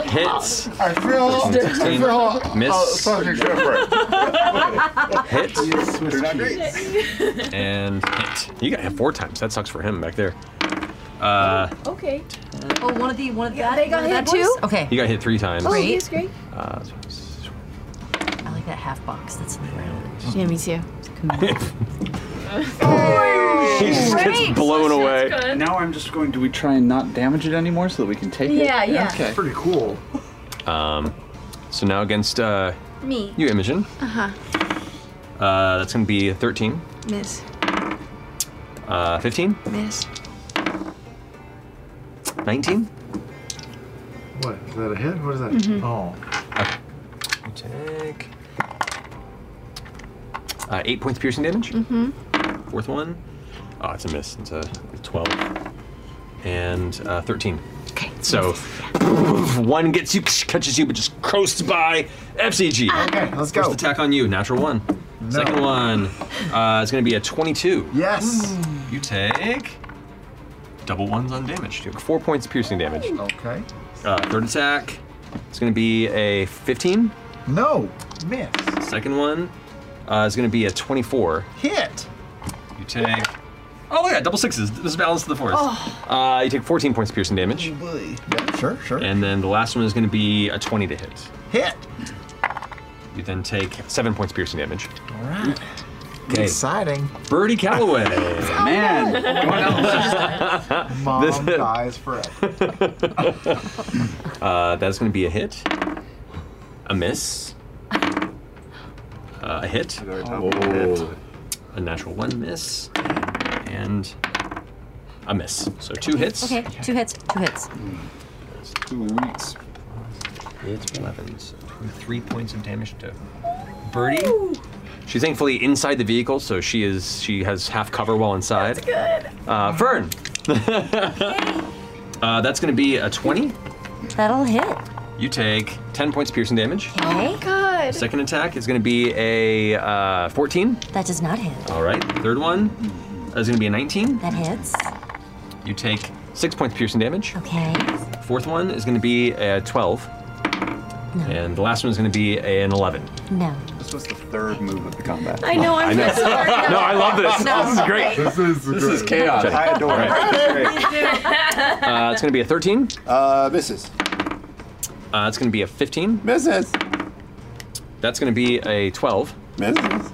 Speaker 3: I
Speaker 4: *laughs*
Speaker 3: feel a-
Speaker 2: Miss.
Speaker 3: a fucking shepherd.
Speaker 2: *laughs* Hit. and *laughs* hit. You got hit four times. That sucks for him back there. Uh,
Speaker 12: Okay. Oh, one of the one of that.
Speaker 1: they got
Speaker 12: one of
Speaker 1: hit
Speaker 12: that
Speaker 1: too?
Speaker 12: voice? Okay.
Speaker 2: you got hit three times.
Speaker 12: Oh, he's
Speaker 1: great.
Speaker 2: Uh, so-
Speaker 12: I like that half box that's in the ground.
Speaker 14: Yeah, me too.
Speaker 2: *laughs*
Speaker 7: He
Speaker 14: just gets Great. blown So away. that's good.
Speaker 7: Now I'm just going. Do we try and not damage it anymore so that we can take it?
Speaker 1: Yeah, yeah.
Speaker 7: Okay.
Speaker 1: Pretty
Speaker 7: cool.
Speaker 2: um, so now against uh,
Speaker 1: Me.
Speaker 2: you, Imogen.
Speaker 1: Uh huh.
Speaker 2: Uh, that's going to be a 13.
Speaker 29: Miss.
Speaker 2: Uh, 15.
Speaker 29: Miss.
Speaker 2: 19?
Speaker 26: What? Is that a hit? What is that?
Speaker 2: Mhm.
Speaker 26: Oh.
Speaker 2: Attack. Uh, eight points of piercing damage.
Speaker 1: Mm-hmm.
Speaker 2: Fourth one. Oh, it's a miss. It's a 12. And uh, 13. Okay. So, *laughs* one gets you, catches you, but just coasts by. FCG.
Speaker 26: Okay, let's go.
Speaker 2: First attack on you, natural one. Second one uh, is going to be a 22.
Speaker 26: Yes.
Speaker 2: You take double ones on damage. You have four points of piercing damage.
Speaker 26: Okay.
Speaker 2: Uh, third attack is going to be a 15.
Speaker 26: No, miss.
Speaker 2: Second one uh, is going to be a 24.
Speaker 26: Hit.
Speaker 2: You take. Oh yeah, double sixes. This is balance to the force.
Speaker 26: Oh.
Speaker 2: Uh, you take 14 points of piercing damage.
Speaker 26: Yeah, sure, sure.
Speaker 2: And then the last one is going to be a 20 to hit.
Speaker 26: Hit.
Speaker 2: You then take seven points of piercing damage.
Speaker 26: All right.
Speaker 2: Okay.
Speaker 26: Exciting. *laughs*
Speaker 2: Birdie Calloway. *laughs* Oh,
Speaker 26: *laughs* Mom
Speaker 2: This-
Speaker 26: dies forever.
Speaker 2: uh, that's going to be a hit, a miss, uh, a hit, Oh. a natural one miss, and a miss. So Oh. two hits.
Speaker 12: Okay, two hits, two hits.
Speaker 2: That's two weeks. It's 11, so three points of damage to Birdie. She's thankfully inside the vehicle, so she is she has half cover while inside.
Speaker 12: Good.
Speaker 2: Uh, Fern. *laughs* uh, that's going to be a 20.
Speaker 12: That'll hit.
Speaker 2: You take 10 points piercing damage.
Speaker 12: Okay. Good.
Speaker 2: Second attack is going to be a uh, 14.
Speaker 12: That does not hit.
Speaker 2: All right. Third one is going to be a 19.
Speaker 12: That hits.
Speaker 2: You take six points piercing damage.
Speaker 12: Okay.
Speaker 2: Fourth one is going to be a 12. And the last one is going to be an 11.
Speaker 12: No.
Speaker 4: This was the third move of the combat.
Speaker 2: I know, I'm I know. so sorry. *laughs* No, I love this.
Speaker 4: No.
Speaker 2: This is great.
Speaker 4: This is,
Speaker 2: This is chaos.
Speaker 4: I adore it.
Speaker 2: Right. *laughs*
Speaker 14: Great.
Speaker 2: Uh, it's going to be a 13.
Speaker 26: Uh, misses.
Speaker 2: Uh, it's going to be a 15.
Speaker 26: Misses.
Speaker 2: That's going to be a 12.
Speaker 26: Misses.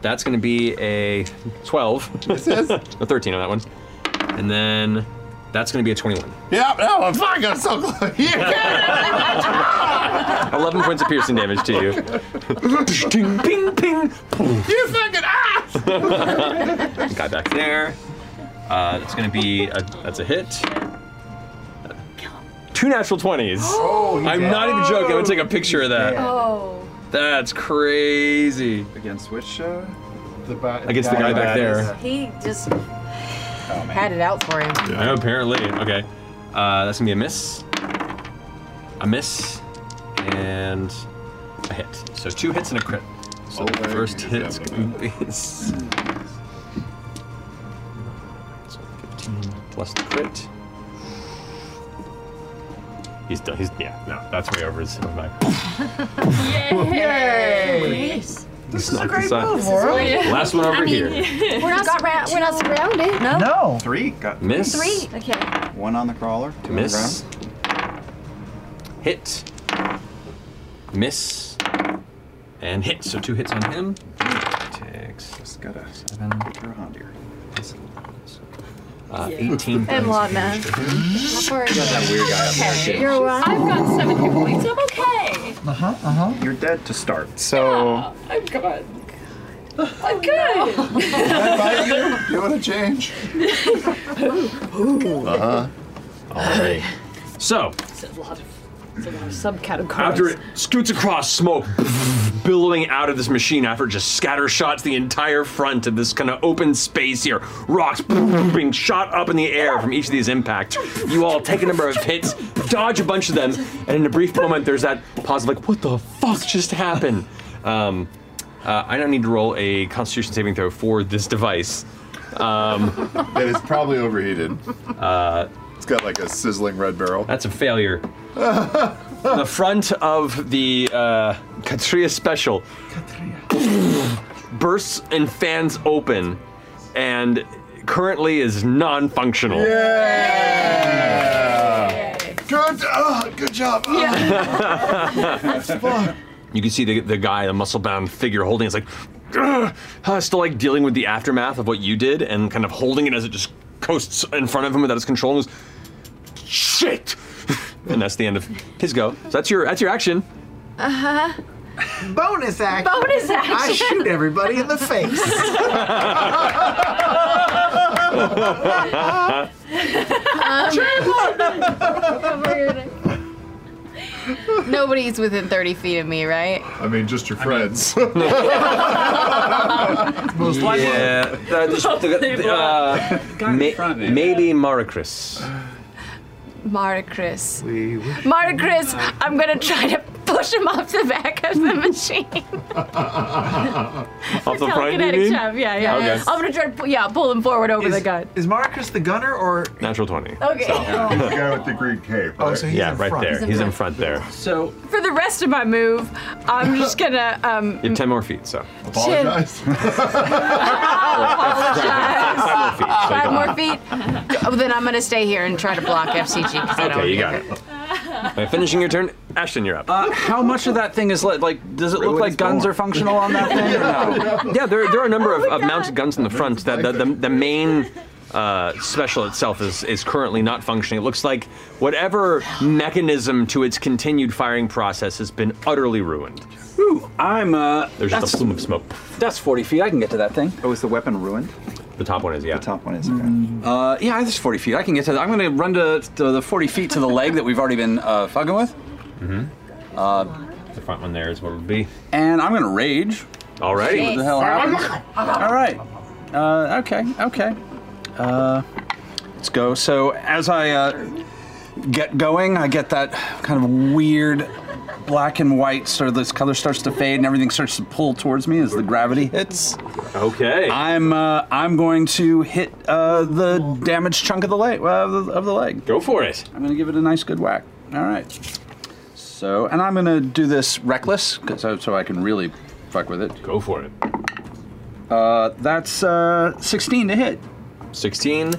Speaker 2: That's going to be a 12. Misses. *laughs* a 13 on that one. And then that's going to be a 21.
Speaker 26: Yeah, that
Speaker 9: Oh,
Speaker 26: one. Fuck, I'm so close. Yeah.
Speaker 2: 11 points of piercing damage to you. Ding, ping, ping.
Speaker 26: you fucking ah!
Speaker 2: *laughs* Guy back there. Uh, that's going to be a, that's a hit. Two natural 20s.
Speaker 26: Oh, he's
Speaker 2: I'm
Speaker 26: dead.
Speaker 2: not even joking. I'm going to take a picture of that.
Speaker 26: Oh.
Speaker 2: That's crazy.
Speaker 4: Against which? Uh,
Speaker 26: the ba-
Speaker 2: Against the guy back there.
Speaker 1: He just had it out for him.
Speaker 2: I know, apparently. Okay. Uh, that's going to be a miss, a miss, and a hit. So two hits and a crit. So the first hit's going to be. So 15 plus the crit. He's done. He's yeah. No, that's way over his back.
Speaker 14: Yay!
Speaker 2: This
Speaker 14: is a great move, This is
Speaker 2: Laura.
Speaker 14: great.
Speaker 2: Last one over
Speaker 14: I mean-
Speaker 2: here.
Speaker 12: *laughs*
Speaker 14: We're not
Speaker 10: Got round- we're not surrounded.
Speaker 12: No.
Speaker 4: No. Three. Got
Speaker 2: Miss.
Speaker 10: Three. Okay.
Speaker 4: One on the crawler. Two
Speaker 2: Miss.
Speaker 4: on
Speaker 2: Hit. Miss. And hit. So two hits on him. Takes. Just got a seven. around here. Uh, 18.
Speaker 22: And Lana.
Speaker 2: *laughs*
Speaker 4: that weird guy up there, too.
Speaker 22: You're right. I've got seven hit points. I'm okay.
Speaker 4: the ground. Uh
Speaker 10: Uh-huh,
Speaker 4: huh. Uh huh. You're dead to start. So.
Speaker 22: I'm good.
Speaker 25: Oh,
Speaker 22: *laughs* I'm
Speaker 25: *laughs*
Speaker 22: good.
Speaker 26: you want to change?
Speaker 9: Uh-huh.
Speaker 2: Uh huh. All right. So
Speaker 22: It's a lot of, it's a lot of subcategories.
Speaker 2: after it scoots across, smoke billowing out of this machine. After it just scatter shots the entire front of this kind of open space here, rocks being shot up in the air from each of these impacts. You all take a number of hits, dodge a bunch of them, and in a brief moment, there's that pause of like, "What the fuck just happened?" Um, uh, I now need to roll a Constitution saving throw for this device. Um,
Speaker 26: *laughs* that is probably overheated.
Speaker 2: Uh,
Speaker 26: it's got like a sizzling red barrel.
Speaker 2: That's
Speaker 26: *laughs*
Speaker 2: a failure. the front of the uh, Katria special bursts and fans open and currently is non functional.
Speaker 26: Good,
Speaker 8: uh,
Speaker 26: oh, good job. Oh.
Speaker 8: Um,
Speaker 26: Fuck.
Speaker 2: you can see the, the guy, the muscle bound figure holding it's like, "Ugh," uh, still like dealing with the aftermath of what you did and kind of holding it as it just coasts in front of him without its control and goes, shit! *laughs* and that's the end of his go. So that's your, that's your action.
Speaker 24: Uh
Speaker 1: Uh-huh.
Speaker 24: huh.
Speaker 26: Bonus action.
Speaker 24: Bonus
Speaker 26: I
Speaker 24: action.
Speaker 1: *laughs*
Speaker 26: shoot everybody in the face.
Speaker 8: *laughs*
Speaker 1: Nobody's within 30 feet of me,
Speaker 2: *laughs*
Speaker 1: right?
Speaker 26: I mean, just your friends.
Speaker 1: Most likely.
Speaker 2: Yeah. Uh, just- uh, may- maybe Maricris.
Speaker 1: Maricris.
Speaker 2: We
Speaker 1: Maricris, I'm gonna try to push him off the back of the machine.
Speaker 2: *laughs*
Speaker 3: Off
Speaker 1: Telekinetic shove, Yeah, yeah. I'm gonna try to, pu- yeah, pull him forward over the gun.
Speaker 3: Is Marcus the gunner or
Speaker 2: Natural 20.
Speaker 1: Okay. Oh.
Speaker 26: the guy with the green cape.
Speaker 3: Oh, so he's
Speaker 2: yeah,
Speaker 3: in
Speaker 2: right
Speaker 3: front.
Speaker 2: there.
Speaker 1: He's
Speaker 2: He's
Speaker 1: in
Speaker 2: in, front there. So
Speaker 1: For the rest of my move, I'm just gonna um,
Speaker 2: you have 10 more feet, so.
Speaker 1: Apologize. *laughs*
Speaker 2: Five more feet. so you
Speaker 1: Five
Speaker 2: don't-
Speaker 1: more feet. Oh, then I'm gonna stay here and try to block FCG. 'cause I don't
Speaker 2: Okay, you got it. By finishing your turn, Ashton, you're up.
Speaker 7: Uh, how much of that thing is like? Like, does it look like guns are functional on that
Speaker 4: *laughs*
Speaker 7: thing? Or no?
Speaker 2: yeah, there, there are a number of, of mounted guns in the front. That the, the, the main uh, special itself is, is currently not functioning. It looks like whatever mechanism to its continued firing process has been utterly ruined.
Speaker 7: Ooh, I'm. Uh,
Speaker 2: There's just a
Speaker 7: that's-
Speaker 2: plume of smoke.
Speaker 7: That's 40 feet. I can get to that thing.
Speaker 4: Oh, is the weapon ruined?
Speaker 2: The top one is, yeah. The
Speaker 4: top one is, okay.
Speaker 7: Uh, yeah, that's 40 feet. I can get to that. I'm going to run to, to the 40 feet to the leg that we've already been uh, fucking with.
Speaker 2: Mm-hmm.
Speaker 7: Uh,
Speaker 2: the front one there is what it would be.
Speaker 7: And I'm going to rage.
Speaker 2: Alrighty.
Speaker 7: See what the hell happens. All right. Uh, okay, okay. Uh, let's go. So as I uh, get going, I get that kind of weird black and white sort of this color starts to fade and everything starts to pull towards me as the gravity hits.
Speaker 2: Okay.
Speaker 7: I'm uh, I'm going to hit uh, the damaged chunk of the leg uh, of the- of the leg.
Speaker 2: Go for it.
Speaker 7: I'm going to give it a nice good whack. All right. So, and I'm going to do this reckless 'cause so, so I can really fuck with it.
Speaker 2: Go for it.
Speaker 7: Uh, that's uh, 16 to hit.
Speaker 2: 16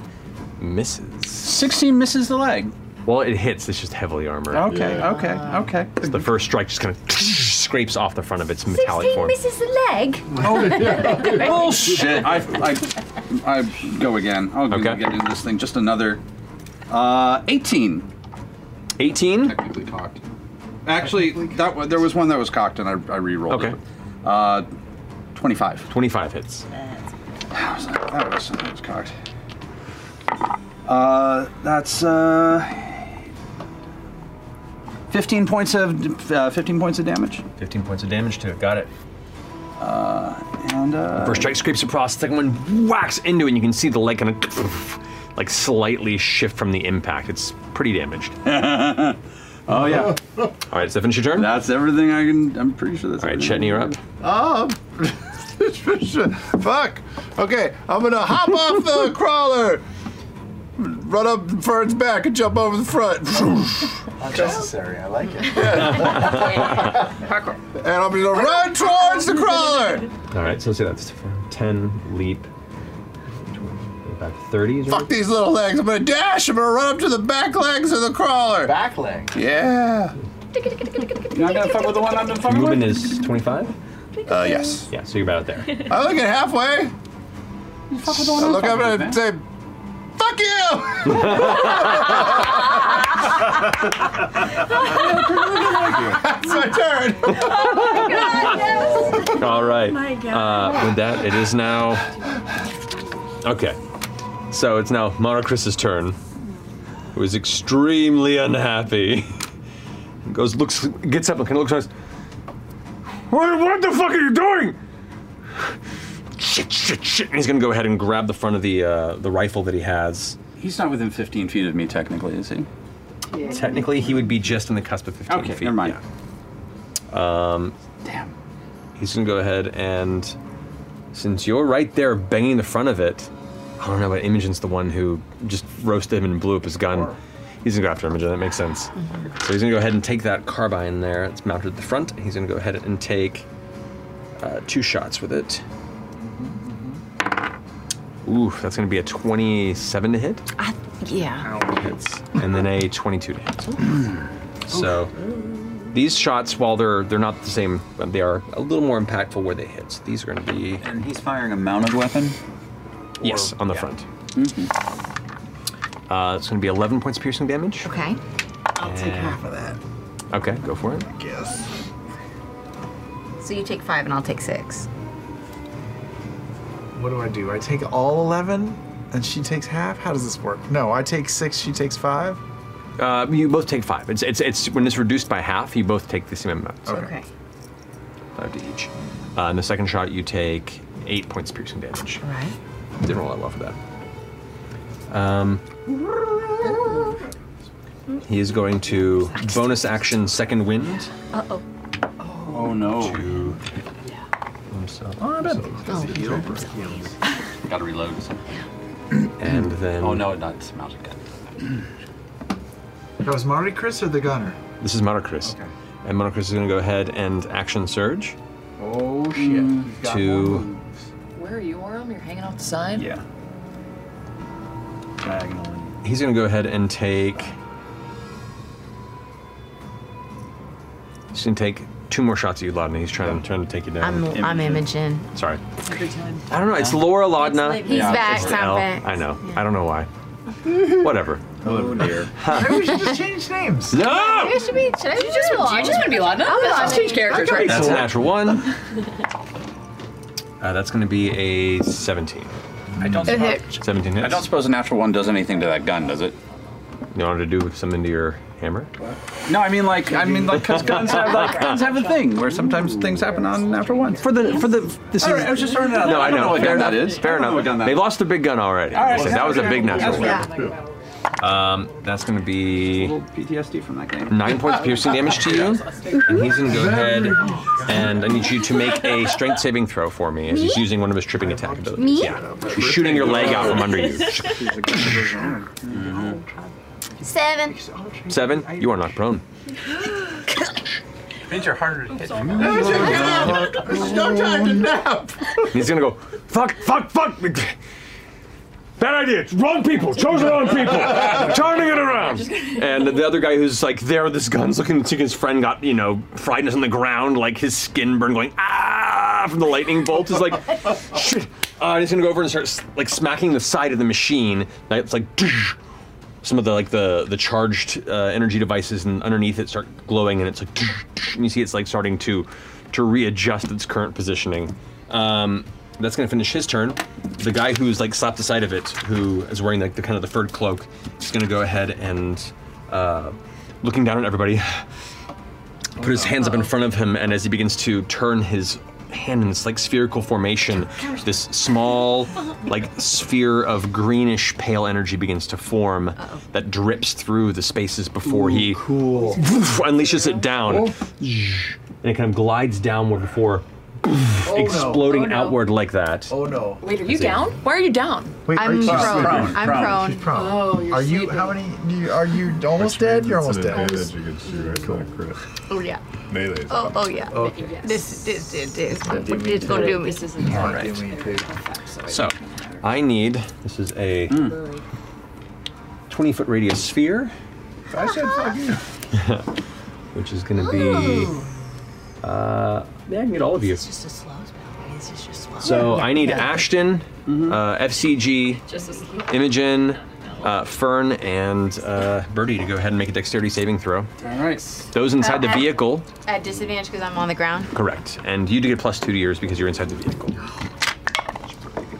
Speaker 2: misses.
Speaker 7: 16 misses the leg.
Speaker 2: Well, it hits. It's just heavily armored.
Speaker 7: Okay, okay, okay.
Speaker 2: So the first strike just kind of *laughs* scrapes off the front of its metallic form.
Speaker 14: misses the leg.
Speaker 8: Oh,
Speaker 7: *laughs*
Speaker 2: *laughs*
Speaker 7: Bullshit! I, I, I go again. I'll go get into this thing. Just another uh, 18.
Speaker 2: 18?
Speaker 7: Technically cocked. Actually, that wa- there was one that was cocked, and I, I re-rolled okay. it. Uh, 25.
Speaker 2: 25 hits.
Speaker 7: That was, that was, that was cocked. Uh, that's uh, 15 points of uh, 15 points of damage.
Speaker 2: 15 points of damage to it. Got it.
Speaker 7: Uh, and uh,
Speaker 2: First strike scrapes across, second one whacks into it, and you can see the leg kind of like slightly shift from the impact. It's pretty damaged.
Speaker 7: *laughs*
Speaker 30: *laughs*
Speaker 7: oh yeah.
Speaker 2: All right, so finish your turn.
Speaker 7: That's everything I can. I'm pretty sure that's.
Speaker 2: All right, Chetney, you're up.
Speaker 26: Um, fuck. Okay, I'm gonna hop off the crawler, run up Fern's back, and jump over the front.
Speaker 3: Unnecessary. I
Speaker 2: *laughs*
Speaker 3: like it.
Speaker 1: *laughs*
Speaker 26: and I'm gonna run towards the crawler.
Speaker 2: All right, so let's see that's 10 leap, 20, back 30. is
Speaker 26: Fuck
Speaker 2: right?
Speaker 26: these little legs. I'm gonna dash. I'm gonna run up to the back legs of the crawler.
Speaker 3: Back leg.
Speaker 26: Yeah.
Speaker 7: You're not gonna fuck with the one I've been fucking
Speaker 2: Movement is 25?
Speaker 26: Uh, yes.
Speaker 2: Yeah, so you're about there.
Speaker 26: I look at halfway. I look up and I say, "Fuck
Speaker 8: *laughs*
Speaker 26: you." *laughs* That's my turn.
Speaker 2: Oh, All right.
Speaker 26: My God.
Speaker 2: Uh, with that, it is now. Okay. So it's now Monocris's turn, who is extremely unhappy. Goes, looks, gets up and kind of looks at us. *laughs* What, what the fuck are you doing? Shit, shit, shit. And he's going to go ahead and grab the front of the uh, the rifle that he has.
Speaker 7: He's not within 15 feet of me, technically, is he?
Speaker 2: Technically, he would be just in the cusp of 15
Speaker 7: Okay,
Speaker 2: feet.
Speaker 7: never mind.
Speaker 2: Um,
Speaker 7: Damn.
Speaker 2: He's gonna go ahead and, since you're right there banging the front of it, I don't know, but Imogen's the one who just roasted him and blew up his gun. He's gonna go after Imogen. That makes sense. So he's gonna go ahead and take that carbine there. It's mounted at the front. He's gonna go ahead and take uh, two shots with it. Ooh, that's gonna be a 27 to hit.
Speaker 1: Yeah.
Speaker 2: Hits. and then a 22 to hit. so these shots, while they're they're not the same, but they are a little more impactful where they hit. So these are going to be.
Speaker 4: And he's firing a mounted weapon.
Speaker 2: Yes, on the front. Uh, it's going to be 11 points of piercing damage.
Speaker 24: Okay.
Speaker 2: I'll take half of that. Okay, go for it.
Speaker 24: Yes. So you take five and I'll take six.
Speaker 3: What do I do? I take all eleven. and she takes half. How does this work? No, I take six. She takes five.
Speaker 2: Uh, you both take five. It's, it's, it's when it's reduced by half, you both take the same amount. So
Speaker 1: Okay.
Speaker 2: Five to each. Uh, in the second shot, you take eight points of piercing damage.
Speaker 1: Right.
Speaker 2: Didn't roll that well for that. Um, he is going to bonus action second wind.
Speaker 22: Uh oh.
Speaker 2: Oh no. To himself. Oh,
Speaker 30: *laughs* Gotta reload.
Speaker 2: And then.
Speaker 30: Oh no, not it's mounted gun.
Speaker 3: That was Marty Chris or the gunner?
Speaker 2: This is Monocris. And Monocris is going to go ahead and action surge
Speaker 30: Oh shit. He's got one.
Speaker 2: to.
Speaker 12: Where are you, Orem? You're hanging off the side?
Speaker 2: Yeah. He's going to go ahead and take. He's going to take two more shots at you, Laudna. He's trying, trying to take you down.
Speaker 1: I'm I'm Imogen.
Speaker 2: Sorry. I don't know. It's Laura Laudna.
Speaker 1: He's Yeah. back,
Speaker 2: It's
Speaker 1: I'm
Speaker 2: L.
Speaker 1: back.
Speaker 2: I know. I don't know why.
Speaker 1: *laughs*
Speaker 2: Whatever. Oh *laughs* dear.
Speaker 3: Maybe we
Speaker 1: *laughs*
Speaker 3: should just change names.
Speaker 2: *laughs* No!
Speaker 1: It should be. Should I
Speaker 22: You just-
Speaker 1: be
Speaker 22: you
Speaker 1: Lana?
Speaker 22: just wanna be Lana?
Speaker 1: I'm
Speaker 22: Let's just
Speaker 1: Lana.
Speaker 22: change characters, right?
Speaker 2: That's a
Speaker 1: *laughs*
Speaker 2: natural one. Uh, that's going to be a 17.
Speaker 30: I don't
Speaker 1: If
Speaker 30: suppose.
Speaker 1: it-
Speaker 2: 17 hits.
Speaker 30: I don't suppose a natural one does anything to that gun, does it?
Speaker 2: You want to do something to your hammer?
Speaker 30: No, I mean like I mean like because guns have like guns have a thing where sometimes things happen on natural ones.
Speaker 2: For the for the this
Speaker 30: All right, I was just throwing it out.
Speaker 2: No, I,
Speaker 30: don't know what
Speaker 2: Fair
Speaker 30: gun
Speaker 2: enough.
Speaker 30: that is. I
Speaker 2: Fair
Speaker 30: don't know
Speaker 2: enough.
Speaker 30: what gun that
Speaker 2: They
Speaker 30: is.
Speaker 2: lost the big gun already.
Speaker 30: All right,
Speaker 2: So that was a big natural
Speaker 30: That's
Speaker 2: one. Um, that's going to be
Speaker 30: PTSD from that game.
Speaker 2: nine points of piercing damage to you, and he's going to go ahead and I need you to make a strength saving throw for me as he's using one of his tripping attack abilities.
Speaker 14: Me?
Speaker 2: Yeah, he's shooting your leg out from under *laughs* you.
Speaker 14: Seven.
Speaker 2: Seven, you are not prone.
Speaker 30: Means you're harder to hit.
Speaker 26: There's no time to nap.
Speaker 2: He's gonna go, fuck, fuck, fuck. Bad idea. It's wrong people. Chose the wrong people. Turning it around. *laughs* And the other guy who's like there, with his gun's looking to his friend got you know friedness on the ground, like his skin burned, going ah from the lightning bolt. Is like, shit. Uh, and he's gonna go over and start s- like smacking the side of the machine. Like, It's like. "Tsh." Some of the like the the charged uh, energy devices and underneath it start glowing and it's like "Tsh, tsh," and you see it's like starting to to readjust its current positioning. Um, that's going to finish his turn. The guy who's like slapped the side of it, who is wearing like the kind of the furred cloak, is going to go ahead and uh, looking down at everybody, put his hands up in front of him, and as he begins to turn his hand in this like spherical formation, this small like sphere of greenish pale energy begins to form that drips through the spaces before he *laughs* unleashes it down,
Speaker 3: Oh.
Speaker 2: and it kind of glides downward before exploding outward like that.
Speaker 3: Oh no.
Speaker 22: Wait, are you
Speaker 2: Let's see.
Speaker 22: down? Why are you down?
Speaker 3: Wait, are
Speaker 22: I'm
Speaker 3: you
Speaker 22: prone.
Speaker 3: sleeping?
Speaker 22: Prone. I'm prone.
Speaker 3: She's prone.
Speaker 22: Oh, you're
Speaker 3: are you? How many? You, are you almost dead? You're almost
Speaker 9: It's an
Speaker 3: dead.
Speaker 9: advantage against you, right? Not crit.
Speaker 1: Oh yeah.
Speaker 9: Melee.
Speaker 1: Oh oh yeah.
Speaker 9: Okay.
Speaker 1: This this this this.
Speaker 9: DME
Speaker 1: It's gonna
Speaker 9: too.
Speaker 1: do me.
Speaker 9: This isn't
Speaker 2: All right. So, I need this is a
Speaker 3: Hmm.
Speaker 2: 20 foot radius sphere,
Speaker 26: I said fuck you.
Speaker 2: *laughs* which is going to be. Uh, yeah, I can get all of you.
Speaker 12: It's just a slow spell. It's just, just slow.
Speaker 2: So I need Ashton,
Speaker 8: Mm-hmm. *gasps*
Speaker 2: uh, FCG,
Speaker 12: Just as
Speaker 2: Imogen, uh, Fern, and uh, Birdie to go ahead and make a dexterity saving throw.
Speaker 1: All right.
Speaker 2: Those inside the
Speaker 1: Uh, uh,
Speaker 2: vehicle,
Speaker 1: At disadvantage because I'm on the ground.
Speaker 2: correct. And you do get plus two to yours because you're inside the vehicle.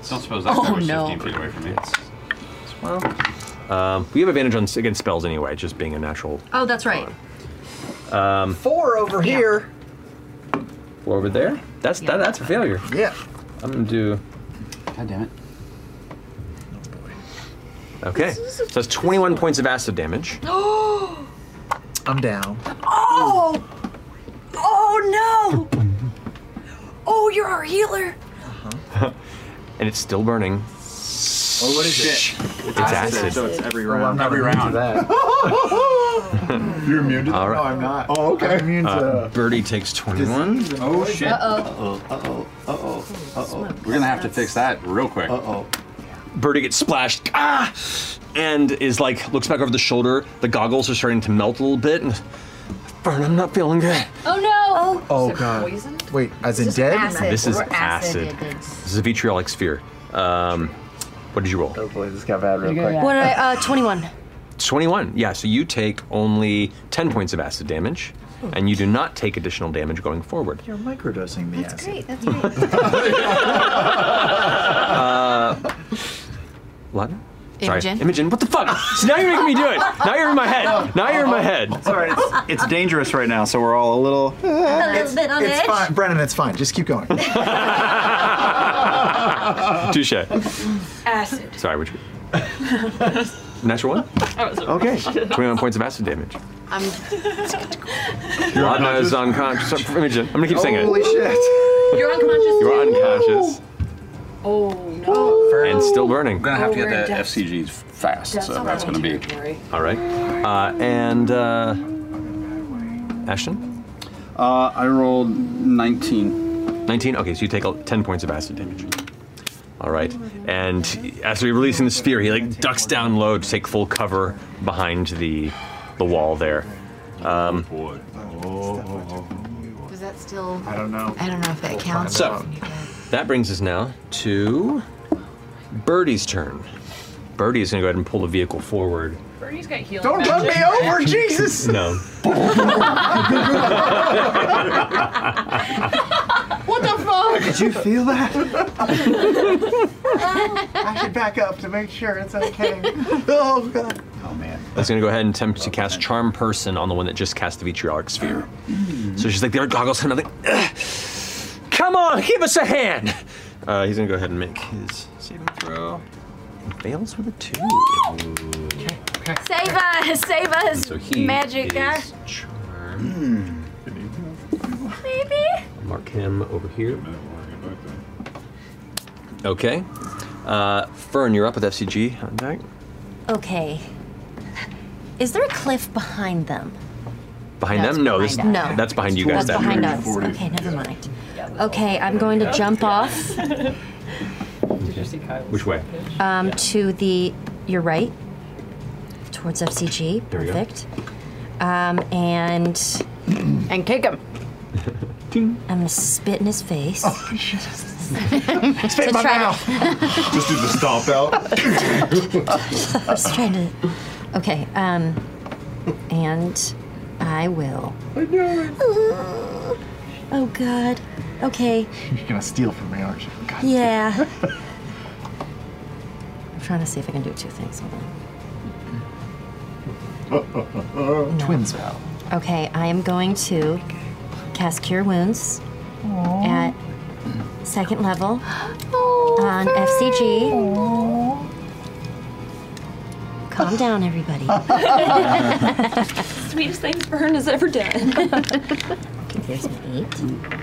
Speaker 30: Don't suppose that guy
Speaker 1: Oh,
Speaker 30: was
Speaker 1: no.
Speaker 30: 15 feet away from me.
Speaker 2: Well, um, we have advantage on s- against spells anyway, just being a natural.
Speaker 12: Oh, that's right.
Speaker 2: Um,
Speaker 12: Four over here.
Speaker 2: Four over there. That's that, that's a failure.
Speaker 3: Yeah.
Speaker 2: I'm gonna do. God damn it. Okay, so that's 21 points of acid damage.
Speaker 14: oh!
Speaker 3: I'm down.
Speaker 14: Oh no! Oh, you're our healer.
Speaker 2: *laughs* and it's still burning.
Speaker 30: Oh, what is it?
Speaker 2: It's acid.
Speaker 30: So it's
Speaker 7: Oh,
Speaker 30: every round.
Speaker 3: I'm not
Speaker 30: every
Speaker 3: immune to
Speaker 30: round.
Speaker 2: *laughs* You're immune to that? All right.
Speaker 3: I'm not. Oh, okay. I'm immune
Speaker 2: Uh, Birdie takes 21.
Speaker 30: Oh shit.
Speaker 12: Uh-oh.
Speaker 30: Uh-oh. Uh-oh. Uh-oh. We're gonna have to fix that real quick. Uh-oh.
Speaker 2: Birdie gets splashed, ah, and is like looks back over the shoulder. The goggles are starting to melt a little bit. And Fern, I'm not feeling good.
Speaker 14: Oh no!
Speaker 2: Oh, God. Wait, as
Speaker 14: in This is dead? acid.
Speaker 2: This is
Speaker 14: We're
Speaker 2: acid.
Speaker 14: acid.
Speaker 2: This is a vitriolic sphere. Um, what did you roll? Oh boy, this got bad real
Speaker 12: What did I, uh, 21.
Speaker 2: 21. Yeah, so you take only 10 points of acid damage, and you do not take additional damage going *laughs* forward.
Speaker 3: You're microdosing the
Speaker 12: That's great. That's great.
Speaker 2: Uh, What?
Speaker 24: Imogen?
Speaker 2: Sorry, Imogen. What the fuck? *laughs* so now you're making me do it. Now you're in my head. Now you're in my head.
Speaker 4: Sorry, it's, it's dangerous right now, so we're all a little.
Speaker 24: A little bit on
Speaker 3: it's
Speaker 24: edge.
Speaker 3: *laughs* fine, Brennan. It's fine. Just keep going.
Speaker 2: *laughs* Touche.
Speaker 22: Acid.
Speaker 2: Sorry, would you? Natural one. Okay. Twenty-one points of acid damage.
Speaker 24: I'm.
Speaker 2: Ladna is unconscious. Sorry, Imogen. I'm gonna keep saying
Speaker 4: Holy
Speaker 2: it.
Speaker 4: shit.
Speaker 22: You're unconscious.
Speaker 2: You're unconscious
Speaker 22: Oh no.
Speaker 2: and still burning.
Speaker 7: We're gonna have to
Speaker 22: Oh, we're
Speaker 7: get
Speaker 22: in
Speaker 7: the
Speaker 22: depth.
Speaker 7: FCGs fast,
Speaker 22: Depth
Speaker 7: so
Speaker 22: of
Speaker 7: that's gonna be.
Speaker 22: territory.
Speaker 2: All right. Uh, and uh, Ashton.
Speaker 7: Uh, I rolled 19.
Speaker 2: 19. Okay, so you take uh, 10 points of acid damage. All right. And after you're releasing the spear, he like ducks down low to take full cover behind the the wall there. Um,
Speaker 7: Oh,
Speaker 24: Was that still?
Speaker 26: I don't know.
Speaker 24: I don't know if that counts.
Speaker 2: So that brings us now to Birdie's turn. Birdie is going to go ahead and pull the vehicle forward.
Speaker 22: Birdie's got healing.
Speaker 26: Don't run
Speaker 22: magic.
Speaker 26: me over, Jesus!
Speaker 2: *laughs* No.
Speaker 26: What the fuck?
Speaker 3: Did you feel that?
Speaker 2: *laughs*
Speaker 26: *laughs*
Speaker 3: I should back up to make sure it's okay. Oh god.
Speaker 2: That's going to go ahead and attempt to cast Charm Person on the one that just cast the vitriolic sphere. So she's like, there are goggles, and I'm like, "Ugh, come on, give us a hand. Uh, he's going to go ahead and make his saving throw. Fails with a two.
Speaker 10: Save us! Save us!
Speaker 2: So he
Speaker 10: Magic guy.
Speaker 2: is
Speaker 10: Maybe?
Speaker 2: Hmm. Mark him over here. Okay. Uh, Fern, you're up with FCG on deck.
Speaker 12: Okay. Is there a cliff behind them?
Speaker 2: Behind
Speaker 12: No, it's
Speaker 2: them? No,
Speaker 12: behind
Speaker 2: Oh, this,
Speaker 12: us. No.
Speaker 2: that's behind you guys.
Speaker 12: That's
Speaker 2: that
Speaker 12: behind
Speaker 2: area.
Speaker 12: us. Okay, never mind. Okay, I'm going to jump off
Speaker 2: Which way?
Speaker 12: um, to the. You're right. Towards FCG.
Speaker 2: There we go.
Speaker 12: Perfect. Um, and. *clears throat* And kick him. I'm gonna spit in his face. *laughs* Oh,
Speaker 26: Spit in my
Speaker 12: *laughs*
Speaker 26: mouth. Just do the stomp out.
Speaker 12: I was trying to. Okay. Um, and I will. I know it. oh God. Okay.
Speaker 3: You're gonna steal from me, aren't you? God.
Speaker 12: Yeah. I'm trying to see if I can do two things. Hold on.
Speaker 3: Twins out.
Speaker 12: Okay, I am going to cast Cure Wounds at second level on FCG. Calm down, everybody.
Speaker 5: Oh.
Speaker 22: Sweetest thing Fern has ever done.
Speaker 5: *laughs*
Speaker 12: Okay, there's an eight.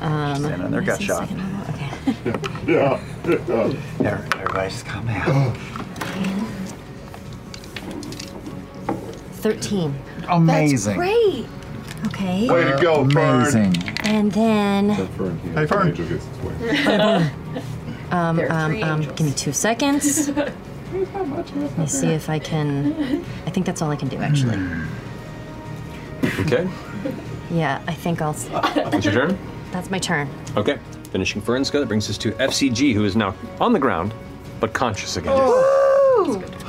Speaker 12: Um,
Speaker 4: Standing there, got shot. *laughs*
Speaker 26: Yeah.
Speaker 4: There, Everybody just calm *gasps* down.
Speaker 12: 13.
Speaker 3: Amazing.
Speaker 12: Great. Okay.
Speaker 26: Way to go, Fern.
Speaker 3: Amazing.
Speaker 12: And then.
Speaker 3: *laughs*
Speaker 26: Hey, Fern.
Speaker 12: Um,
Speaker 26: There are
Speaker 12: um,
Speaker 26: three
Speaker 12: um, give me two seconds. Let me
Speaker 26: Let
Speaker 12: see if I can. I think that's all I can do, actually.
Speaker 3: Hmm.
Speaker 2: Okay.
Speaker 12: Yeah, I think I'll.
Speaker 2: It's your turn?
Speaker 12: That's my turn.
Speaker 2: Okay. Finishing Fern's go. That brings us to FCG, who is now on the ground, but conscious again.
Speaker 3: Woo!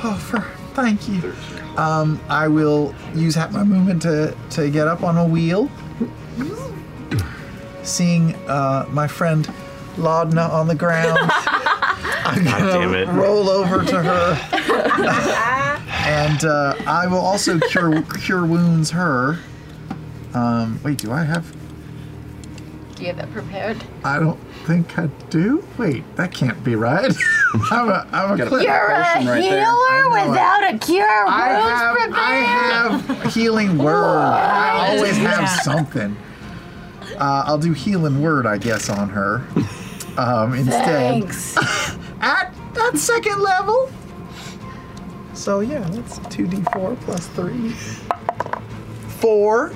Speaker 3: Oh, Fern, thank you. Um, I will use half my movement to, to get up on a wheel. Seeing uh, my friend Laudna on
Speaker 26: *laughs*
Speaker 3: the ground, I'm
Speaker 26: God
Speaker 3: gonna
Speaker 26: damn it.
Speaker 3: roll over
Speaker 24: *laughs*
Speaker 3: to her, and uh, I will also cure cure wounds her. Um, wait, do I have?
Speaker 24: Do you have it prepared?
Speaker 3: I don't think I do. Wait, that can't be right. *laughs* I'm a I'm a cleric.
Speaker 24: You're a healer
Speaker 3: I know it.
Speaker 24: without a cure.
Speaker 3: I
Speaker 24: wounds
Speaker 3: have-
Speaker 24: prepared.
Speaker 3: I have healing word. I always have something. Uh, I'll do healing word, I guess, on her um, instead.
Speaker 26: Thanks.
Speaker 3: At that second level. So yeah, that's two d four plus three. Four.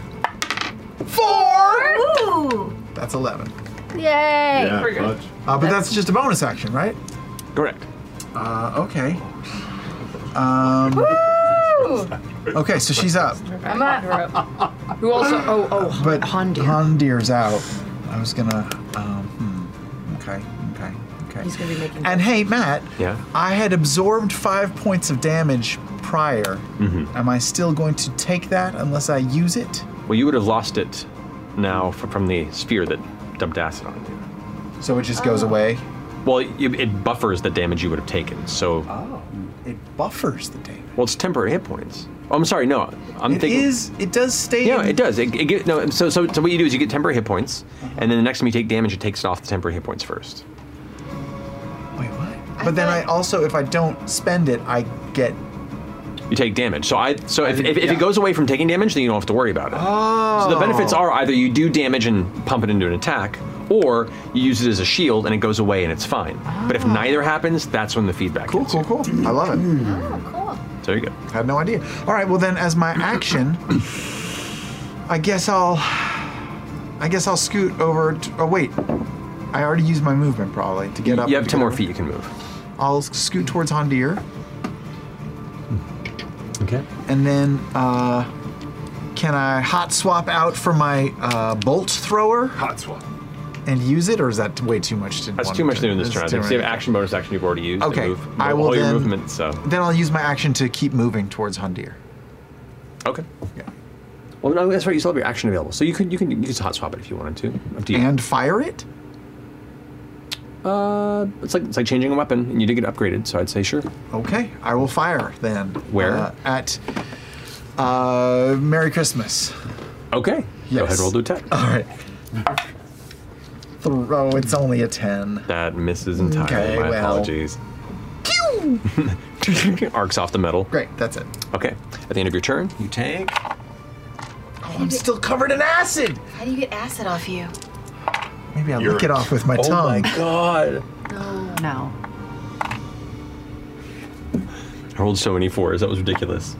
Speaker 3: Four.
Speaker 24: Ooh.
Speaker 3: That's eleven.
Speaker 24: Yay.
Speaker 3: Uh, but that's just a bonus action, right?
Speaker 2: Correct.
Speaker 3: Uh, okay. Um, okay, so she's up.
Speaker 22: I'm up. Who also? Oh, oh.
Speaker 3: But Hondir. Hondir's out. I was gonna. Um, hmm. Okay. Okay. Okay. He's
Speaker 22: gonna be making.
Speaker 3: And hey, Matt.
Speaker 2: Yeah.
Speaker 3: I had absorbed five points of damage prior.
Speaker 2: Mm-hmm.
Speaker 3: Am I still going to take that unless I use it?
Speaker 2: Well, you would have lost it now f- from the spear that dumped acid on you.
Speaker 3: So it just goes away.
Speaker 2: Well, you, it buffers the damage you would have taken. So. Oh,
Speaker 3: it buffers the damage.
Speaker 2: Well, it's temporary hit points. Oh, I'm sorry. No, I'm
Speaker 3: It
Speaker 2: thinking.
Speaker 3: is- It does stay.
Speaker 2: Yeah,
Speaker 3: in-
Speaker 2: it does. It, it get, no, so, so so what you do is you get temporary hit points,
Speaker 3: Uh-huh.
Speaker 2: and then the next time you take damage, it takes off the temporary hit points first.
Speaker 3: But then I also, if I don't spend it, I get.
Speaker 2: You take damage. So I so if,
Speaker 3: I-
Speaker 2: if, if
Speaker 3: yeah.
Speaker 2: it goes away from taking damage, then you don't have to worry about it. So the benefits
Speaker 3: Oh.
Speaker 2: are either you do damage and pump it into an attack, or you use it as a shield and it goes away and it's fine. But if neither happens, that's when the feedback. Cool,
Speaker 3: Ah. cool, cool. I love it.
Speaker 22: Oh.
Speaker 2: So you go.
Speaker 3: I had no idea. All right. Well, then, as my action, I guess I'll. I guess I'll scoot over. To, oh wait, I already used my movement probably to get up.
Speaker 2: You have
Speaker 3: to
Speaker 2: ten
Speaker 3: get
Speaker 2: more
Speaker 3: over.
Speaker 2: feet you can move.
Speaker 3: I'll scoot towards Hondir.
Speaker 2: Okay.
Speaker 3: And then, uh, can I hot swap out for my uh, bolt thrower? Hot swap. And use it, or is that way too much to?
Speaker 2: That's
Speaker 3: one
Speaker 2: too much to do in this
Speaker 3: That's
Speaker 2: turn. I
Speaker 3: too
Speaker 2: think. So you
Speaker 3: much.
Speaker 2: have action bonus action you've already used. and
Speaker 3: Okay,
Speaker 2: move,
Speaker 3: I will
Speaker 2: all your
Speaker 3: then-
Speaker 2: movement. So
Speaker 3: Then I'll use my action to keep moving towards Hondir.
Speaker 2: okay. Yeah. Well, no, that's right. You still have your action available, so you could you can you could hot swap it if you wanted to. Up to you.
Speaker 3: And fire it.
Speaker 2: Uh, it's like it's like changing a weapon, and you did get upgraded, so I'd say sure.
Speaker 3: Okay, I will fire then.
Speaker 2: Where?
Speaker 3: Uh, at uh, Merry Christmas.
Speaker 2: Okay. Go ahead,
Speaker 3: Yes.
Speaker 2: roll to attack.
Speaker 3: *laughs* All right. Throw. It's only a ten.
Speaker 2: That misses entirely.
Speaker 3: Okay,
Speaker 2: My
Speaker 3: well.
Speaker 2: apologies. *laughs* Arcs off the metal.
Speaker 3: Great, that's it.
Speaker 2: Okay. At the end of your turn, you take.
Speaker 3: Oh, I'm still covered in acid.
Speaker 14: How do you get acid off you?
Speaker 3: Maybe I'll
Speaker 14: You're-
Speaker 3: lick it off with my
Speaker 14: Oh
Speaker 3: tongue.
Speaker 14: my
Speaker 2: god.
Speaker 14: No.
Speaker 31: No.
Speaker 2: I rolled so many fours. That was ridiculous.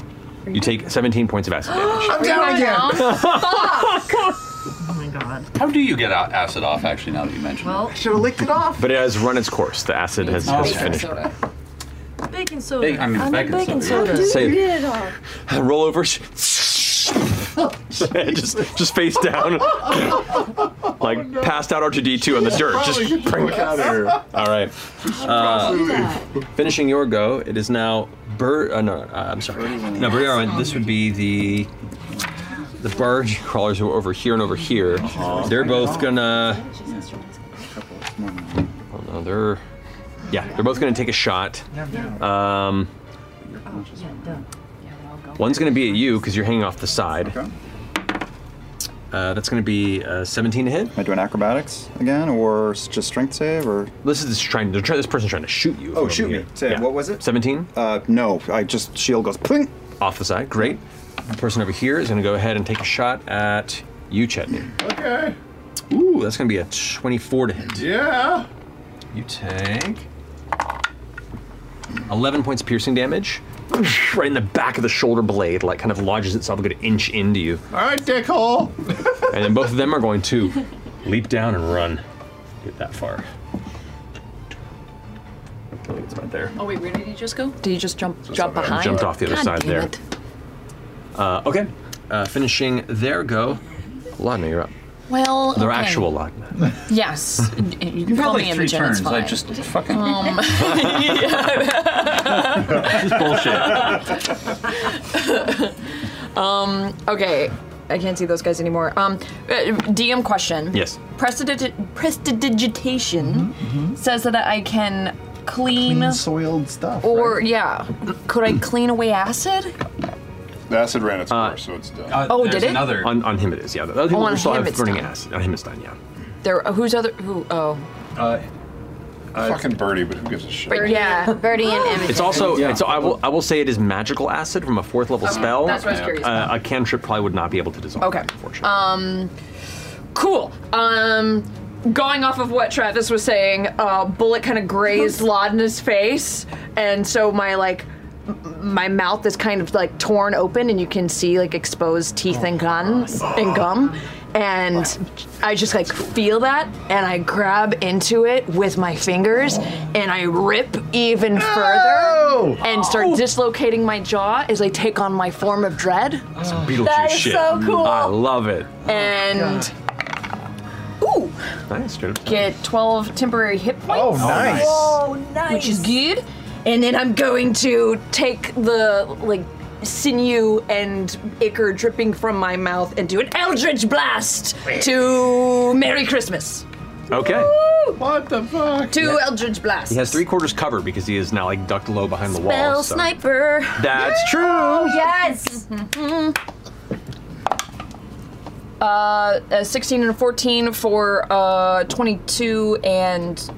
Speaker 2: You take 17 points of acid
Speaker 3: *gasps*
Speaker 2: damage.
Speaker 3: I'm down *laughs* again.
Speaker 8: oh my god. How do you get out acid off, actually, now that you mention
Speaker 3: Well, should have licked it off.
Speaker 2: But it has run its course. The acid has, has finished.
Speaker 8: Baking
Speaker 2: soda. Ba- I mean, I'm a baking baking soda. soda.
Speaker 8: How do you
Speaker 2: Say-
Speaker 8: get it off?
Speaker 2: Roll over. *laughs* just, just face down, *laughs* Oh, like passed out R2D2 on the dirt. Just bring it out here. All right. Uh, finishing your go, it is now Bird. Uh, no, uh, I'm sorry. No, Bird Arwen, This would be the the barge crawlers who are over here and over here. They're both gonna. Oh no, they're. Yeah, they're both gonna take a shot. Um, one's gonna be at you because you're hanging off the side. Uh, that's gonna be uh, 17 to hit.
Speaker 4: Am I doing acrobatics again, or s- just strength save, or?
Speaker 2: This is trying. They're trying. This person's trying to shoot you.
Speaker 4: Oh,
Speaker 2: from
Speaker 4: shoot
Speaker 2: over
Speaker 4: me!
Speaker 2: here.
Speaker 4: Say,
Speaker 2: Yeah.
Speaker 4: What was it?
Speaker 2: 17?
Speaker 4: Uh, no, I just shield goes pling.
Speaker 2: Off the side. Great. The person over here is going to go ahead and take a shot at you, Chetney.
Speaker 9: Okay.
Speaker 2: Ooh, that's going to be a 24 to hit.
Speaker 9: Yeah.
Speaker 2: You take 11 points of piercing damage. Right in the back of the shoulder blade, like kind of lodges itself a good inch into you.
Speaker 9: All right, dickhole.
Speaker 2: And then both of them are going to leap down and run. Get that far. I think it's about there.
Speaker 5: Oh wait, where did you just go? Did you just jump jump
Speaker 2: You
Speaker 5: behind?
Speaker 2: Uh, jumped off the other
Speaker 5: God
Speaker 2: side
Speaker 5: damn
Speaker 2: there.
Speaker 5: it.
Speaker 2: Uh, okay, uh, finishing their go. Ladna, you're up.
Speaker 5: Well,
Speaker 2: Their
Speaker 5: okay.
Speaker 2: actual Ladna.
Speaker 5: Yes. *laughs* you
Speaker 2: You've had
Speaker 5: call
Speaker 2: like
Speaker 5: me
Speaker 2: three
Speaker 5: Imogen, it's
Speaker 2: turns, I
Speaker 5: fine.
Speaker 2: just *laughs*
Speaker 8: fucking-
Speaker 5: Um, *laughs* yeah.
Speaker 8: This is
Speaker 5: um. Okay. I can't see those guys anymore. Um. uh, DM question.
Speaker 2: Yes.
Speaker 5: Prestidigi- prestidigitation
Speaker 2: Mm-hmm.
Speaker 5: says that I can clean,
Speaker 3: Clean Mm-hmm. soiled stuff.
Speaker 5: or yeah, could I clean away acid?
Speaker 2: The acid ran its course, so it's done.
Speaker 5: Oh, did there's it? another-
Speaker 2: Uh, On, on him it is, yeah. The other
Speaker 5: Oh,
Speaker 2: people
Speaker 5: on
Speaker 2: still
Speaker 5: him
Speaker 2: have
Speaker 5: it's
Speaker 2: burning
Speaker 5: done.
Speaker 2: acid. On him it's done, yeah.
Speaker 5: There. Who's other? Who? Oh.
Speaker 8: Uh,
Speaker 2: Uh,
Speaker 32: Fucking birdie, but who gives a shit?
Speaker 5: But yeah.
Speaker 31: Birdie
Speaker 5: *gasps*
Speaker 31: and Emmett.
Speaker 2: It's also, it's, I, will, I will say it is magical acid from a fourth level
Speaker 5: Okay,
Speaker 2: spell.
Speaker 5: that's what I was curious
Speaker 2: uh,
Speaker 5: about.
Speaker 2: a cantrip probably would not be able to dissolve.
Speaker 5: Okay. Um, cool. Um, going off of what Travis was saying, uh, bullet kind
Speaker 2: *laughs*
Speaker 5: of grazed Laudna's face, and so my like. m- My mouth is kind of like torn open, and you can see like exposed teeth
Speaker 2: Oh,
Speaker 5: and guns and gum. And I just like feel that, and I grab into it with my fingers, and I rip even further, and start dislocating my jaw as I take on my form of dread.
Speaker 2: Beetlejuice
Speaker 5: Oh, That is
Speaker 2: shit.
Speaker 5: so cool.
Speaker 2: I love it. Oh
Speaker 5: and
Speaker 2: Nice, straight up.
Speaker 5: get 12 temporary hit points. Oh,
Speaker 2: nice.
Speaker 5: Oh, nice. Which is good. And then I'm going to take the like sinew and ichor dripping from my mouth and do an eldritch blast to Merry Christmas.
Speaker 2: Okay.
Speaker 9: What the fuck?
Speaker 25: Two
Speaker 2: Yeah.
Speaker 25: Eldritch Blasts.
Speaker 2: He has three quarters cover because he is now like ducked low behind the
Speaker 25: Spell
Speaker 2: wall. so-
Speaker 25: Sniper.
Speaker 2: That's true.
Speaker 25: Oh, Yes. Uh, a 16 and a 14 for uh, 22 and.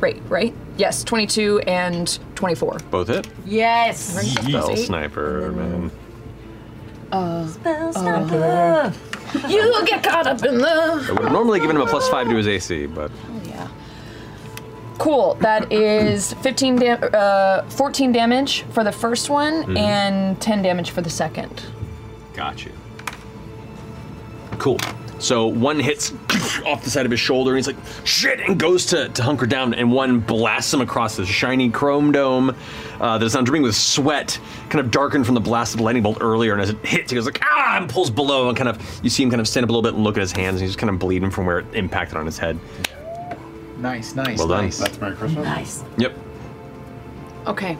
Speaker 25: Right, right? Yes, 22 and 24.
Speaker 2: Both hit.
Speaker 25: Yes.
Speaker 2: Spell sniper, man.
Speaker 25: Uh, Spell Sniper. You get caught up in
Speaker 2: I
Speaker 25: the.
Speaker 2: would have normally given him a plus five to his AC, but
Speaker 25: Cool. That is 15 dam- uh, 14 damage for the first one
Speaker 2: Mhm.
Speaker 25: and 10 damage for the second.
Speaker 2: got you. Cool. So one hits *clears throat* off the side of his shoulder, and he's like, shit, and goes to, to hunker down, and one blasts him across his shiny chrome dome uh, that is now dripping with sweat, kind of darkened from the blast of the lightning bolt earlier. And as it hits, he goes like, ah, and pulls below, and kind of, you see him kind of stand up a little bit and look at his hands, and he's just kind of bleeding from where it impacted on his head.
Speaker 3: Nice, nice.
Speaker 2: Well done.
Speaker 3: nice.
Speaker 2: That's
Speaker 9: Merry
Speaker 3: Christmas.
Speaker 2: Nice. Yep.
Speaker 33: Okay.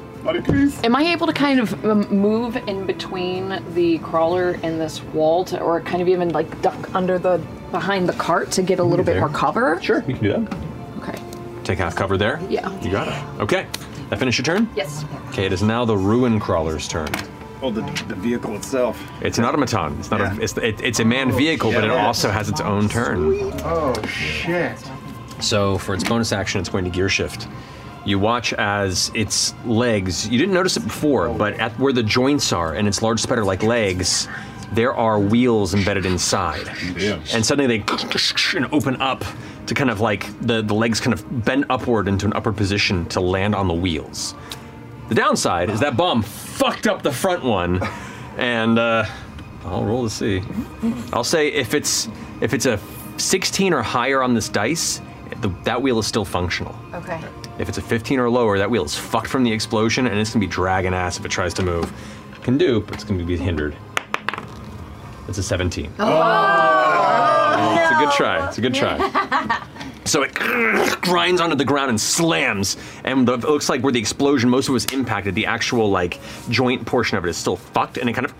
Speaker 33: Am I able to kind of um, move in between the crawler and this wall, to, or kind of even like duck under the behind the cart to get a little bit more cover?
Speaker 2: Sure, you can do that.
Speaker 33: Okay.
Speaker 2: Take half cover there.
Speaker 33: Yeah.
Speaker 2: You got it. Okay. That finish your turn?
Speaker 33: Yes.
Speaker 2: Okay, it is now the ruin crawler's turn.
Speaker 4: Oh, the, the vehicle itself.
Speaker 2: It's an automaton. It's not a. It's, it, it's a manned
Speaker 4: Oh,
Speaker 2: vehicle, but it
Speaker 4: yeah.
Speaker 2: also has its own turn.
Speaker 3: Oh shit.
Speaker 2: So for its bonus action, it's going to gear shift. You watch as its legs. You didn't notice it before, but at where the joints are and its large spider-like legs, there are wheels embedded inside. And suddenly they *clears throat* and open up to kind of like the, the legs kind of bend upward into an upward position to land on the wheels. The downside is that bomb fucked up the front one, and uh, I'll roll to see. I'll say if it's if it's a 16 or higher on this dice, the, that wheel is still functional.
Speaker 1: Okay.
Speaker 2: If it's a 15 or lower, that wheel is fucked from the explosion, and it's gonna be dragging ass if it tries to move. Can do, but it's gonna be hindered. It's a 17.
Speaker 8: Oh.
Speaker 2: Oh. It's a good try. It's a good try. So it *laughs* grinds onto the ground and slams, and the, it looks like where the explosion, most of it was impacted. The actual like joint portion of it is still fucked, and it kind of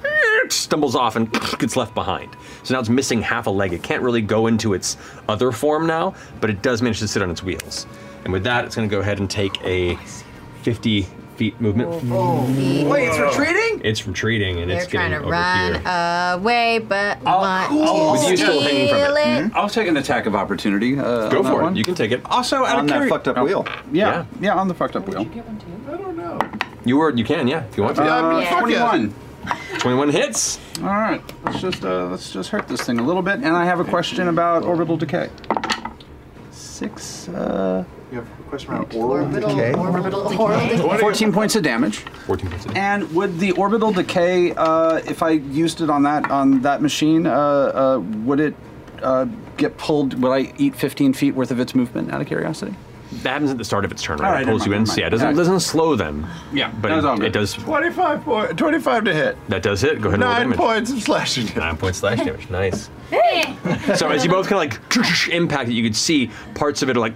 Speaker 2: *laughs* stumbles off and *laughs* gets left behind. So now it's missing half a leg. It can't really go into its other form now, but it does manage to sit on its wheels. And with that, it's going to go ahead and take a 50 feet movement.
Speaker 1: Oh,
Speaker 24: Wait, it's
Speaker 1: retreating?
Speaker 2: It's retreating, and
Speaker 1: They're
Speaker 2: it's
Speaker 1: trying
Speaker 2: getting
Speaker 1: to
Speaker 2: over
Speaker 1: run
Speaker 2: here.
Speaker 1: away, but want to
Speaker 2: With you still
Speaker 1: steal
Speaker 2: hanging from it. Hmm?
Speaker 1: it.
Speaker 7: I'll take an attack of opportunity. Uh,
Speaker 2: Go
Speaker 7: on that
Speaker 2: for it.
Speaker 7: one.
Speaker 2: You can take it.
Speaker 7: Also, out
Speaker 4: On
Speaker 7: of
Speaker 4: that
Speaker 7: curi-
Speaker 4: fucked up wheel.
Speaker 7: Yeah. yeah, on the fucked up wheel.
Speaker 2: You were, you can, yeah, if you want to.
Speaker 7: Uh, Yeah. 21.
Speaker 2: 21 hits.
Speaker 7: All right, let's just uh, let's just hurt this thing a little bit. And I have a question about orbital decay. Six. Uh,
Speaker 30: You have a question around orbital,
Speaker 7: decay?
Speaker 30: orbital
Speaker 7: Fourteen points of damage.
Speaker 2: 14 points.
Speaker 7: And would the orbital decay, uh, if I used it on that on that machine, uh, uh, would it uh, get pulled? Would I eat 15 feet worth of its movement? Out of curiosity.
Speaker 2: That happens at the start of its turn,
Speaker 7: All
Speaker 2: right?
Speaker 7: right,
Speaker 2: It pulls
Speaker 7: never
Speaker 2: you in.
Speaker 7: mind,
Speaker 2: so Yeah,
Speaker 7: never
Speaker 2: it doesn't,
Speaker 7: mind.
Speaker 2: doesn't slow them.
Speaker 7: Yeah,
Speaker 2: But
Speaker 7: that's all
Speaker 2: it,
Speaker 7: good.
Speaker 2: it does.
Speaker 9: 25, point, 25 to hit.
Speaker 2: That does hit. Go ahead and roll
Speaker 9: Nine
Speaker 2: damage.
Speaker 9: points of slashing damage.
Speaker 2: Nine points slash damage. Nice. *laughs* so as you both kind of like impact it, you could see parts of it are like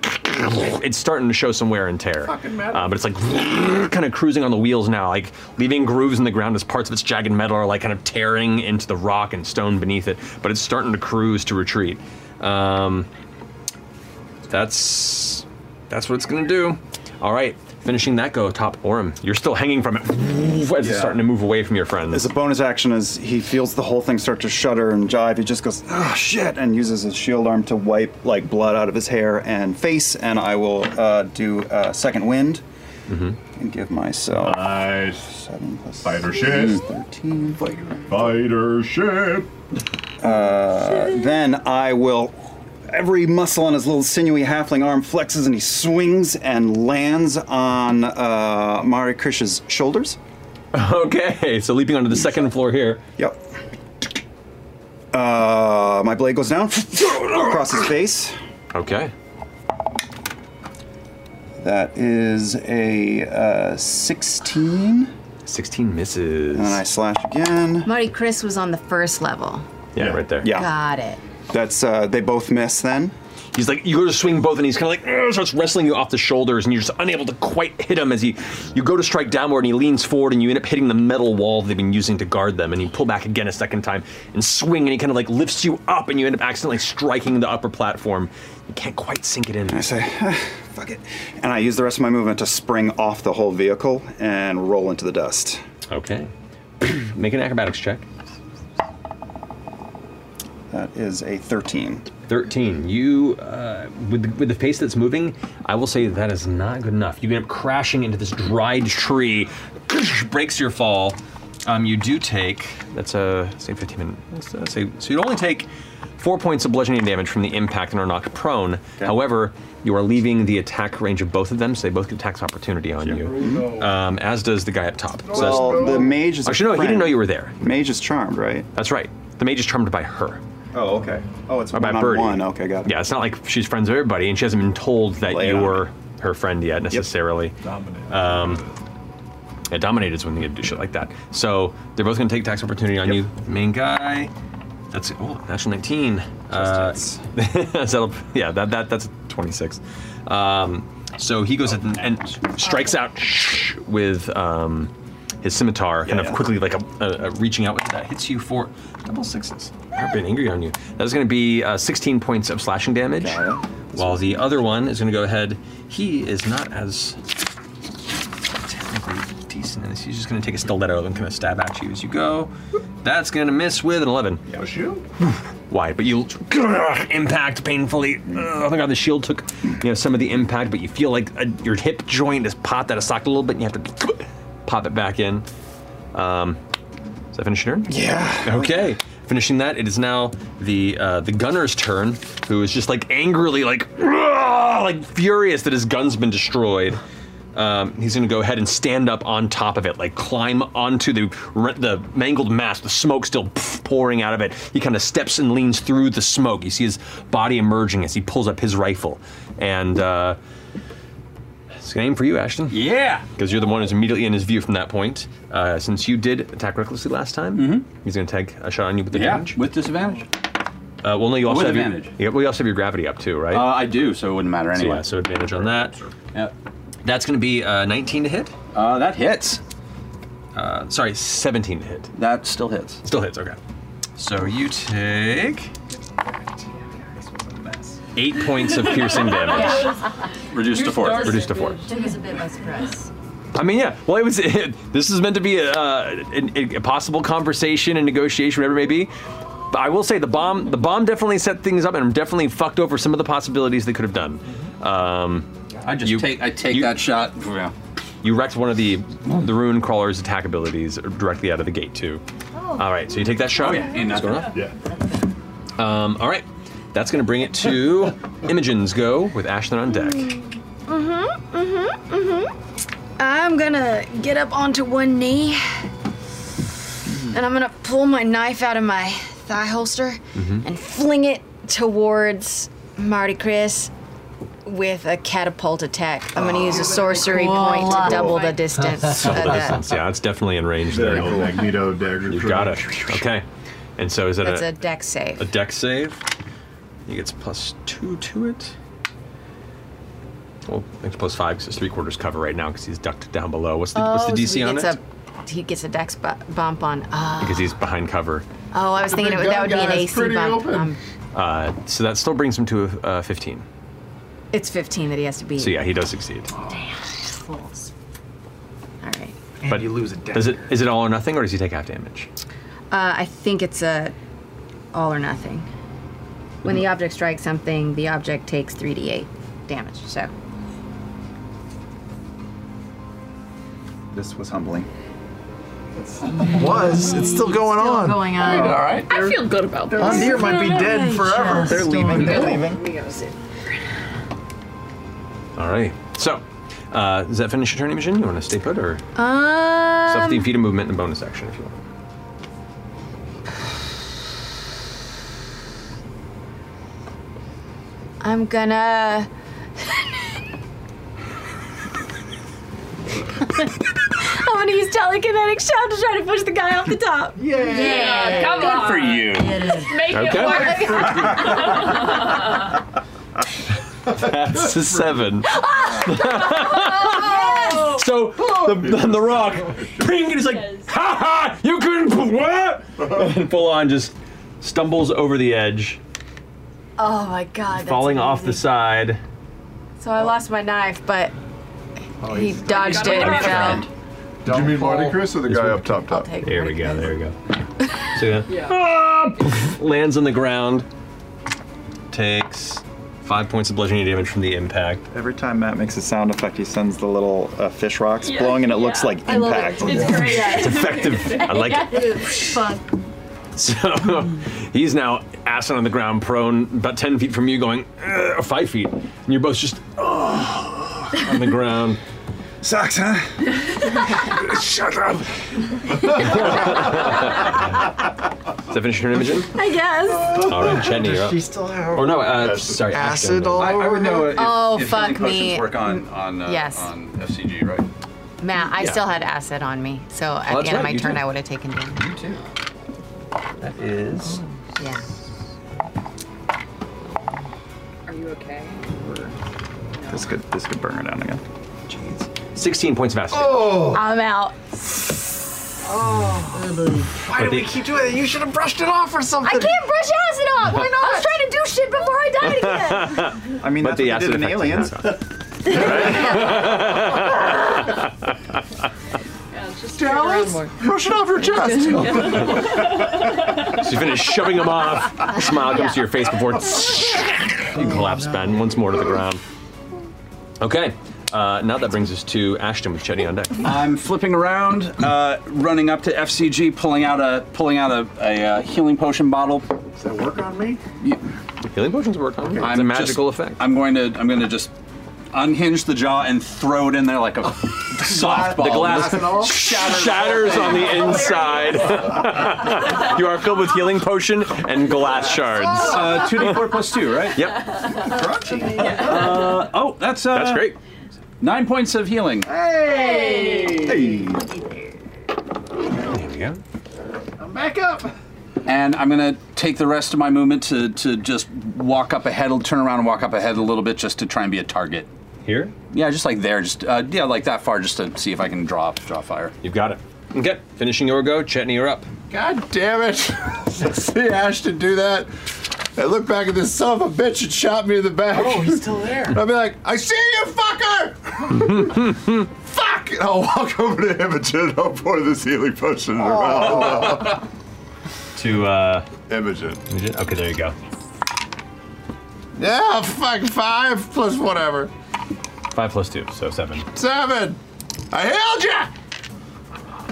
Speaker 2: it's starting to show some wear and tear.
Speaker 9: Fucking metal.
Speaker 2: Uh, but it's like kind of cruising on the wheels now, like leaving grooves in the ground as parts of its jagged metal are like kind of tearing into the rock and stone beneath it. But it's starting to cruise to retreat. Um, that's that's what it's gonna do. All right, finishing that go, top Orim. You're still hanging from it as it's
Speaker 4: Yeah.
Speaker 2: starting to move away from your friend.
Speaker 4: As a bonus action, as he feels the whole thing start to shudder and jive, he just goes, "Ah, shit!" and uses his shield arm to wipe like blood out of his hair and face. And I will uh, do uh, second wind
Speaker 2: Mm-hmm.
Speaker 4: and give myself
Speaker 26: Nice.
Speaker 4: seven plus
Speaker 26: Fighter
Speaker 4: six,
Speaker 26: shit.
Speaker 4: Thirteen.
Speaker 26: Fighter shit.
Speaker 4: Uh, then I will. Every muscle on his little sinewy halfling arm flexes, and he swings and lands on uh, Mari Krish's shoulders.
Speaker 2: *laughs* Okay, so leaping onto the second floor here.
Speaker 4: Yep. Uh, my blade goes down *laughs* across his face.
Speaker 2: Okay.
Speaker 4: That is a uh, 16.
Speaker 2: 16 misses.
Speaker 4: And I slash again.
Speaker 1: Marty Chris was on the first level.
Speaker 2: Yeah, right there.
Speaker 4: Yeah.
Speaker 1: Got it.
Speaker 4: That's uh, they both miss then.
Speaker 2: He's like, you go to swing both, and he's kind of like "Ugh," starts wrestling you off the shoulders, and you're just unable to quite hit him as he. You go to strike downward, and he leans forward, and you end up hitting the metal wall they've been using to guard them, and you pull back again a second time and swing, and he kind of like lifts you up, and you end up accidentally striking the upper platform. You can't quite sink it in. I
Speaker 4: say, fuck it. And I use the rest of my movement to spring off the whole vehicle and roll into the dust.
Speaker 2: Okay. *clears throat* Make an acrobatics check.
Speaker 4: That is a 13.
Speaker 2: 13. You, uh, with, the, with the pace that's moving, I will say that is not good enough. You end up crashing into this dried tree, breaks your fall. Um, you do take, that's a, say 15 minutes, uh, say, so you'd only take four points of bludgeoning damage from the impact and are knocked prone. However, you are leaving the attack range of both of them, so they both get tax opportunity on you. Um, as does the guy up top. So that's-
Speaker 4: Well, the mage is. a
Speaker 2: Actually, no, he didn't
Speaker 4: friend.
Speaker 2: know you were there.
Speaker 4: Mage is charmed, right?
Speaker 2: That's right. The mage is charmed by her.
Speaker 4: Oh, okay. Oh, it's
Speaker 2: Or by
Speaker 4: one
Speaker 2: Birdie.
Speaker 4: on one. Okay, got it.
Speaker 2: Yeah, it's not like she's friends with everybody, and she hasn't been told that
Speaker 4: Lay it
Speaker 2: you
Speaker 4: on
Speaker 2: were her friend yet necessarily. Dominated. Um, yeah, dominated when they do shit like that. So they're both going to take tax opportunity on you. Main guy. That's oh, national 19. Uh, *laughs* that'll- yeah, that, that that's 26. Um, so he goes and, and strikes out with um, his scimitar, kind of quickly like a, a, a reaching out with that hits you for double sixes. I've been angry on you. That is going to be uh, 16 points of slashing damage. While the other one is going to go ahead. He is not as technically decent in this. He's just going to take a stiletto and kind of stab at you as you go. That's going to miss with an 11. Yeah,
Speaker 9: shoot.
Speaker 2: Wide, but you *sniffs* impact painfully. Ugh, Oh my god, the shield took you know some of the impact, but you feel like uh your hip joint is popped out of socket a little bit, and you have to *sniffs* pop it back in. Um, does that finish your turn? Yeah. *sighs* Okay. Finishing that, it is now the uh, the gunner's turn, who is just like angrily, like "Ugh," like furious that his gun's been destroyed. Um, he's going to go ahead and stand up on top of it, like climb onto the re- the mangled mass. The smoke still *laughs* pff, pouring out of it. He kind of steps and leans through the smoke. You see his body emerging as he pulls up his rifle, and uh, it's going to aim for you, Ashton. Yeah. Because you're the one who's immediately in his view from that point. Uh, since you did attack recklessly last time, he's going to take a shot on you with
Speaker 30: Yeah,
Speaker 2: advantage. with disadvantage. Uh, well, no, you
Speaker 30: With
Speaker 2: also have your-
Speaker 30: advantage.
Speaker 2: yeah, well, you also have your gravity up too, right?
Speaker 30: Uh, I do, so it wouldn't matter
Speaker 2: So,
Speaker 30: anyway.
Speaker 2: yeah, so advantage on that. Yep. That's going to be uh,
Speaker 7: *laughs*
Speaker 2: 19 to hit. Uh, that hits. Uh, sorry, 17 to hit. That still hits. Still hits. Okay. So you take eight points of
Speaker 12: *laughs*
Speaker 2: piercing *laughs* damage. Reduced to four. Reduced to four.
Speaker 12: Took us a bit by surprise.
Speaker 2: I mean, yeah. Well, it was. *laughs* this is meant to be a, uh, a, a possible conversation and negotiation, whatever it may be. But I will say the bomb. The bomb definitely set things up, and definitely fucked over some of the possibilities they could have done. Um, I just take. I take that shot. You wrecked one of the the rune crawler's attack abilities directly out of the gate too. All right, so you take that shot.
Speaker 30: Oh, yeah, and
Speaker 2: What's
Speaker 30: nothing.
Speaker 2: going on? Um, all right, that's going to bring it to Imogen's go with Ashlyn on deck.
Speaker 14: Mm-hmm. Mm-hmm. Mm-hmm. I'm gonna get up onto one knee, and I'm gonna pull my knife out of my thigh holster
Speaker 3: Mm-hmm.
Speaker 2: Mm-hmm.
Speaker 14: and fling it towards Marty Chris
Speaker 1: With a catapult attack, I'm
Speaker 14: Oh.
Speaker 1: gonna use a sorcery point to
Speaker 14: Cool.
Speaker 1: double the
Speaker 3: *laughs*
Speaker 1: distance. of
Speaker 2: Double
Speaker 1: that.
Speaker 2: distance, yeah, it's definitely in range there.
Speaker 1: Very cool.
Speaker 2: Magneto dagger. You got it. Okay. And so is that
Speaker 1: That's a deck save.
Speaker 2: a deck save? He gets plus two to it. Well, I think plus five because it's three quarters cover right now because he's ducked down below. What's the, what's the
Speaker 1: Oh, so
Speaker 2: DC
Speaker 1: he
Speaker 2: on it?
Speaker 1: gets A, he gets a dex bu- bump on. ah.
Speaker 2: Because he's behind cover.
Speaker 1: oh, I was
Speaker 10: The
Speaker 1: thinking it,
Speaker 10: big
Speaker 1: would- that would be
Speaker 10: gun
Speaker 1: an
Speaker 10: guy is
Speaker 1: AC
Speaker 10: pretty
Speaker 1: bump.
Speaker 10: open.
Speaker 1: Um,
Speaker 2: Uh, so that still brings him to uh, 15.
Speaker 1: it's 15 that he has to beat.
Speaker 2: So yeah, he does succeed.
Speaker 1: Fools. All right.
Speaker 2: but you lose a deck. Is it, is it all or nothing or does he take half damage?
Speaker 1: Uh, I think it's a all or nothing. When
Speaker 2: Mm-hmm.
Speaker 1: the object strikes something, the object takes 3d8 damage. So
Speaker 4: This was humbling.
Speaker 3: Was. It's still going
Speaker 1: Still
Speaker 3: on.
Speaker 1: going on. All right.
Speaker 22: I feel good about this.
Speaker 3: Andir might be dead forever.
Speaker 2: They're leaving, they're leaving.
Speaker 22: We gotta sit.
Speaker 2: All right. So, uh, does that finish your turn, Imogen? You want to stay put or? Still
Speaker 1: Um,
Speaker 2: 15 feet of movement and bonus action if you want.
Speaker 1: I'm gonna.
Speaker 14: I'm gonna use telekinetic shot to try to push the guy off the top. Yeah,
Speaker 22: Yeah, come
Speaker 14: Good
Speaker 22: on.
Speaker 14: for
Speaker 2: *laughs*
Speaker 22: you. Make
Speaker 14: Okay.
Speaker 22: it work.
Speaker 2: That's a *laughs* seven. So the, the, the rock, ping, and he's like, ha ha, you couldn't, pu- what? And full on just stumbles over the edge,
Speaker 1: Oh my god.
Speaker 2: falling off the side.
Speaker 1: So I lost my knife, but
Speaker 26: Oh,
Speaker 1: he
Speaker 9: he's-
Speaker 1: dodged it and fell.
Speaker 9: Did you mean Monte Cristo or the guy up top top?
Speaker 1: take
Speaker 2: There we go, there we go.
Speaker 26: *laughs*
Speaker 2: So yeah. Ah, poof, lands on the ground, takes five points of bludgeoning damage from the impact.
Speaker 4: Every time Matt makes a sound effect, he sends the little uh, fish rocks
Speaker 2: Yeah,
Speaker 4: blowing, and it looks like
Speaker 2: I love it.
Speaker 4: impact.
Speaker 2: It's Yeah. great. It's effective. I like
Speaker 10: *laughs*
Speaker 2: it.
Speaker 1: It's fun.
Speaker 2: So *laughs* he's now ass on the ground, prone, about 10 feet from you, going, "Ugh," or five feet. And you're both just "Ugh," on the ground. Sucks, *laughs* huh? Shut up! Does that finish your Imogen?
Speaker 1: I guess.
Speaker 2: All right, Chetney, you're up.
Speaker 1: still have
Speaker 2: Or no, uh, sorry. Ashton.
Speaker 1: acid all
Speaker 7: I, I would know if,
Speaker 1: Oh,
Speaker 7: if
Speaker 1: fuck
Speaker 7: healing potions
Speaker 1: me.
Speaker 7: work on, on, uh,
Speaker 1: Yes.
Speaker 7: on FCG, right?
Speaker 1: Matt, I
Speaker 7: Yeah.
Speaker 1: still had acid on me, so at
Speaker 7: that's
Speaker 1: the end
Speaker 7: right,
Speaker 1: of my
Speaker 7: you
Speaker 1: turn,
Speaker 7: do.
Speaker 1: I would have taken damage. You
Speaker 7: too.
Speaker 2: That is. *laughs*
Speaker 1: Yeah.
Speaker 33: Are you okay?
Speaker 4: This could this could burn her down again.
Speaker 2: 16 points of acid.
Speaker 1: Oh. I'm out.
Speaker 2: Oh.
Speaker 1: Why do we
Speaker 3: keep doing it? You should have brushed it off or something.
Speaker 10: I can't brush acid off.
Speaker 2: Why
Speaker 8: *laughs*
Speaker 10: I
Speaker 2: not?
Speaker 10: was trying to do shit before I died
Speaker 2: *laughs*
Speaker 10: again.
Speaker 2: I
Speaker 4: mean,
Speaker 2: but
Speaker 4: that's what they
Speaker 2: the
Speaker 4: did
Speaker 2: acid
Speaker 4: in
Speaker 2: effect
Speaker 4: Aliens. *laughs*
Speaker 26: Dallas, brush it off your chest.
Speaker 7: *laughs*
Speaker 2: So you finish shoving him off. A smile comes to your face before you collapse, Ben, once more to the ground. Okay. Uh, now that brings us to Ashton with Chetty on deck.
Speaker 7: I'm flipping around, uh, running up to FCG, pulling out a pulling out a, a, uh healing potion bottle. Does that work on me?
Speaker 2: Healing potions work on me.
Speaker 7: I'm
Speaker 2: It's a magical effect.
Speaker 7: I'm going to I'm going to just unhinge the jaw and throw it in there
Speaker 2: *laughs*
Speaker 7: like a softball.
Speaker 2: The glass
Speaker 8: *laughs*
Speaker 7: shatters,
Speaker 2: shatters on the inside. *laughs* you are filled with healing potion and glass shards.
Speaker 7: Uh, 2d4 plus 2, right?
Speaker 2: Yep.
Speaker 7: Uh, oh, that's uh,
Speaker 2: That's great.
Speaker 7: Nine points of healing.
Speaker 26: Hey!
Speaker 2: There we go.
Speaker 26: I'm back up.
Speaker 7: And I'm gonna take the rest of my movement to, to just walk up ahead, turn around and walk up ahead a little bit just to try and be a target.
Speaker 2: Here?
Speaker 7: Yeah, just like there, just uh, yeah, like that far, just to see if I can draw draw fire.
Speaker 2: You've got it. Okay, finishing your go. Chetney, you're up.
Speaker 26: God damn it. *laughs* See Ashton do that. I look back at this son of a bitch and shot me in the back. Oh, he's *laughs* still there. I'll be like, I see you, fucker!
Speaker 9: *laughs*
Speaker 2: Hmm.
Speaker 26: Fuck! And I'll walk over to him and just I'll pour this healing potion in her
Speaker 10: Oh.
Speaker 8: *laughs*
Speaker 26: mouth.
Speaker 2: To uh,
Speaker 26: Imogen.
Speaker 2: Imogen. Okay, there you go.
Speaker 26: yeah, fuck, five plus whatever.
Speaker 2: Five plus two, so seven.
Speaker 26: Seven! I healed ya!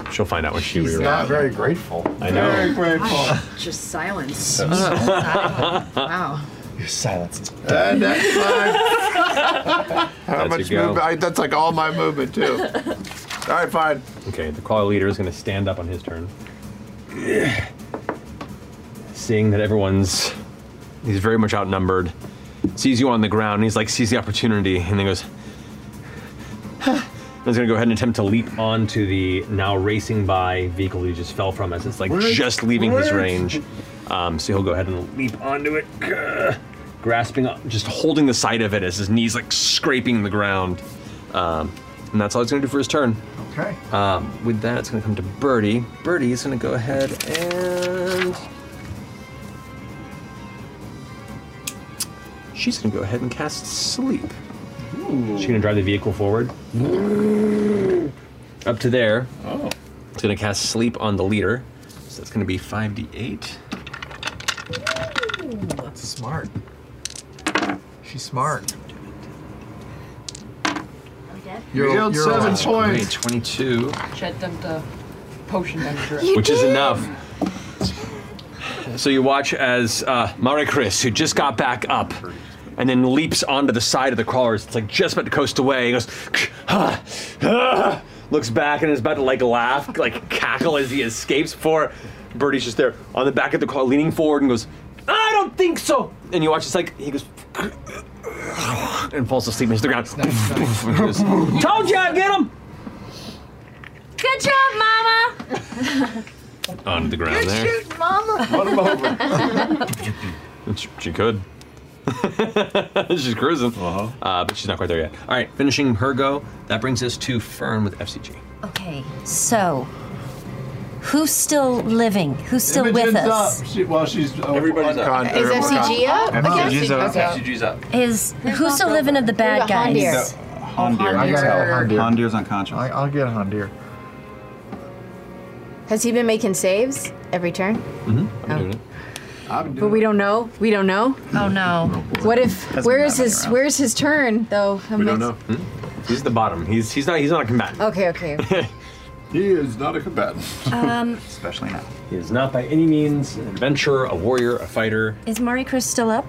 Speaker 2: She'll find out when she
Speaker 26: He's
Speaker 2: reroll.
Speaker 26: not
Speaker 3: very grateful.
Speaker 2: I know.
Speaker 26: Very grateful.
Speaker 33: Um,
Speaker 3: *laughs*
Speaker 33: Just silence.
Speaker 2: *laughs*
Speaker 5: *laughs*
Speaker 26: wow.
Speaker 3: Your silence is.
Speaker 26: And that's my. How
Speaker 2: That's
Speaker 26: much
Speaker 2: a go.
Speaker 26: movement? I, that's like all my movement, too. All right, fine.
Speaker 2: Okay, the crawler leader is going to stand up on his turn. Seeing that everyone's, he's very much outnumbered, sees you on the ground, and he's like, sees the opportunity, and then goes, *sighs* and he's going to go ahead and attempt to leap onto the now racing by vehicle he just fell from as it's like
Speaker 6: Wait,
Speaker 2: just leaving his
Speaker 6: wait.
Speaker 2: range. Um, so he'll go ahead and leap onto it, grr, grasping, on- just holding the side of it as his knees like scraping the ground. Um, and that's all he's going to do for his turn.
Speaker 26: Okay.
Speaker 2: Um, with that, it's going to come to Birdie. Birdie is going to go ahead and. She's going to go ahead and cast Sleep. She's going to drive the vehicle forward. Up to there. Oh. It's going to cast Sleep on the leader. So that's going to be 5d8.
Speaker 3: That's smart. She's smart.
Speaker 26: You
Speaker 2: You're-
Speaker 26: healed
Speaker 2: you're
Speaker 26: seven
Speaker 2: alive.
Speaker 26: points.
Speaker 2: Great, 22.
Speaker 33: Shed them to potion manager.
Speaker 2: which is enough. So you watch as uh, Mare Chris, who just got back up, and then leaps onto the side of the crawlers. It's like just about to coast away. He goes, "Ah, ah," looks back and is about to like laugh, like cackle as he escapes. Before Birdie's just there on the back of the crawler, leaning forward and goes, "I don't think so." And you watch it's like he goes and falls asleep and hits the ground. And he goes, Told you I'd get him.
Speaker 10: Good job, Mama.
Speaker 2: Onto the ground there.
Speaker 10: shooting, Mama.
Speaker 2: She could. *laughs* she's cruising. Uh-huh. but she's not quite there yet. All right, finishing her go. That brings us to Fern with FCG.
Speaker 12: Okay, so who's still living? Who's still with
Speaker 9: Imogen's
Speaker 12: us?
Speaker 9: Up. She, well, she's uh, everybody's
Speaker 12: up. Is FCG up?
Speaker 7: FCG's up.
Speaker 12: Okay.
Speaker 7: FCG's up.
Speaker 12: Is who's still living of the bad guys?
Speaker 4: Hondir.
Speaker 12: Hondir.
Speaker 4: Hondir's unconscious. I,
Speaker 3: I'll get Hondir.
Speaker 1: Has he been making saves every turn?
Speaker 3: Mm-hmm. I'm doing it.
Speaker 1: But we don't know. We don't know.
Speaker 12: Oh no.
Speaker 1: What if?
Speaker 2: Hasn't
Speaker 1: Where is
Speaker 2: happened
Speaker 1: his? Where's his turn though?
Speaker 2: We don't know. Hmm? He's at the bottom. He's he's not he's not a
Speaker 1: *laughs*
Speaker 2: combatant.
Speaker 1: Okay. Okay.
Speaker 2: he is not a combatant.
Speaker 12: *laughs* Um,
Speaker 2: Especially not. He is not by any means an adventurer, a warrior, a fighter.
Speaker 12: is Mari Chris still up?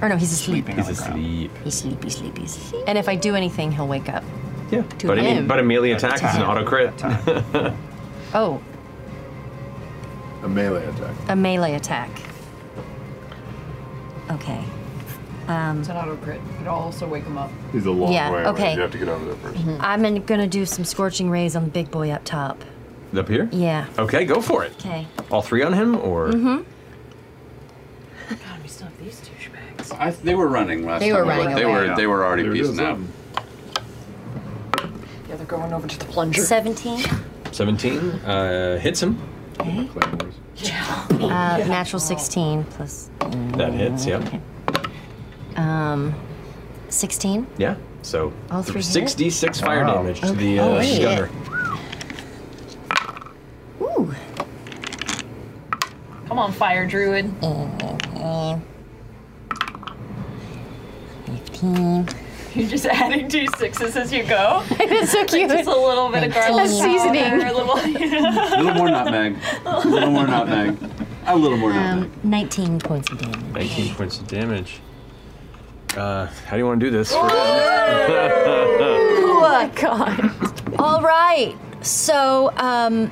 Speaker 12: Or no, he's asleep.
Speaker 2: He's asleep.
Speaker 12: He's sleepy, sleepy, sleepy. And if I do anything, he'll wake up.
Speaker 2: Yeah.
Speaker 12: To
Speaker 2: But,
Speaker 12: him.
Speaker 2: any, *laughs* but a melee attack is an auto crit.
Speaker 12: oh,
Speaker 9: a melee attack.
Speaker 12: a melee attack. Okay. Um,
Speaker 5: it's an auto crit. It'll also wake him up.
Speaker 9: He's a long
Speaker 12: Yeah,
Speaker 9: way. away.
Speaker 12: okay.
Speaker 9: You have to get over there first.
Speaker 12: I'm in- gonna do some scorching rays on the big boy up top.
Speaker 2: Up here?
Speaker 12: Yeah.
Speaker 2: Okay, go for it.
Speaker 12: Okay.
Speaker 2: All three on him, or
Speaker 12: Mm-hmm.
Speaker 5: God, we still have these douchebags.
Speaker 7: I, they were running last
Speaker 5: They
Speaker 7: time.
Speaker 5: were
Speaker 7: I looked.
Speaker 5: running
Speaker 7: They
Speaker 5: away.
Speaker 7: were they were already
Speaker 5: There it
Speaker 7: piecing
Speaker 5: is,
Speaker 7: out.
Speaker 5: Yeah, they're going over to the plunger.
Speaker 12: 17.
Speaker 2: 17 uh, hits him.
Speaker 12: Uh, Natural 16 plus.
Speaker 2: That hits. Yep.
Speaker 12: Um, 16.
Speaker 2: Yeah. So
Speaker 12: All three hit?
Speaker 2: 66 fire
Speaker 12: Wow.
Speaker 2: damage to
Speaker 12: Okay.
Speaker 2: the uh,
Speaker 12: Oh, wait.
Speaker 2: gunner.
Speaker 5: Come on, fire druid.
Speaker 12: 15.
Speaker 5: You're just adding two sixes as
Speaker 1: *laughs*
Speaker 5: you go.
Speaker 1: It's so cute.
Speaker 5: Like just a little bit of garlic
Speaker 1: A seasoning.
Speaker 5: powder, A little, *laughs*
Speaker 7: A little more nutmeg. A little more nutmeg. A little more nutmeg.
Speaker 12: Um, 19 points of damage.
Speaker 2: 19 points of damage. Uh, how do you want to do this? *laughs*
Speaker 12: Oh my god. All right. So, um,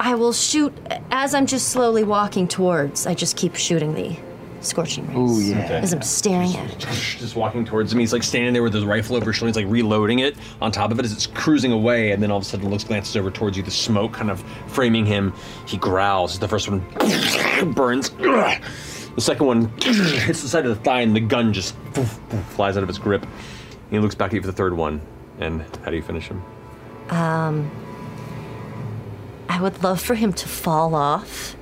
Speaker 12: I will shoot as I'm just slowly walking towards. I just keep shooting the scorching rays.
Speaker 2: Ooh, Oh, yeah. Okay.
Speaker 12: As I'm staring at it.
Speaker 2: Just walking towards him. He's like standing there with his rifle over his shoulder. He's like reloading it on top of it as it's cruising away. And then all of a sudden looks, glances over towards you. The smoke kind of framing him. He growls. The first one *laughs* burns. The second one *laughs* hits the side of the thigh and the gun just *laughs* flies out of its grip. And he looks back at you for the third one. And how do you finish him?
Speaker 12: Um, I would love for him to fall off,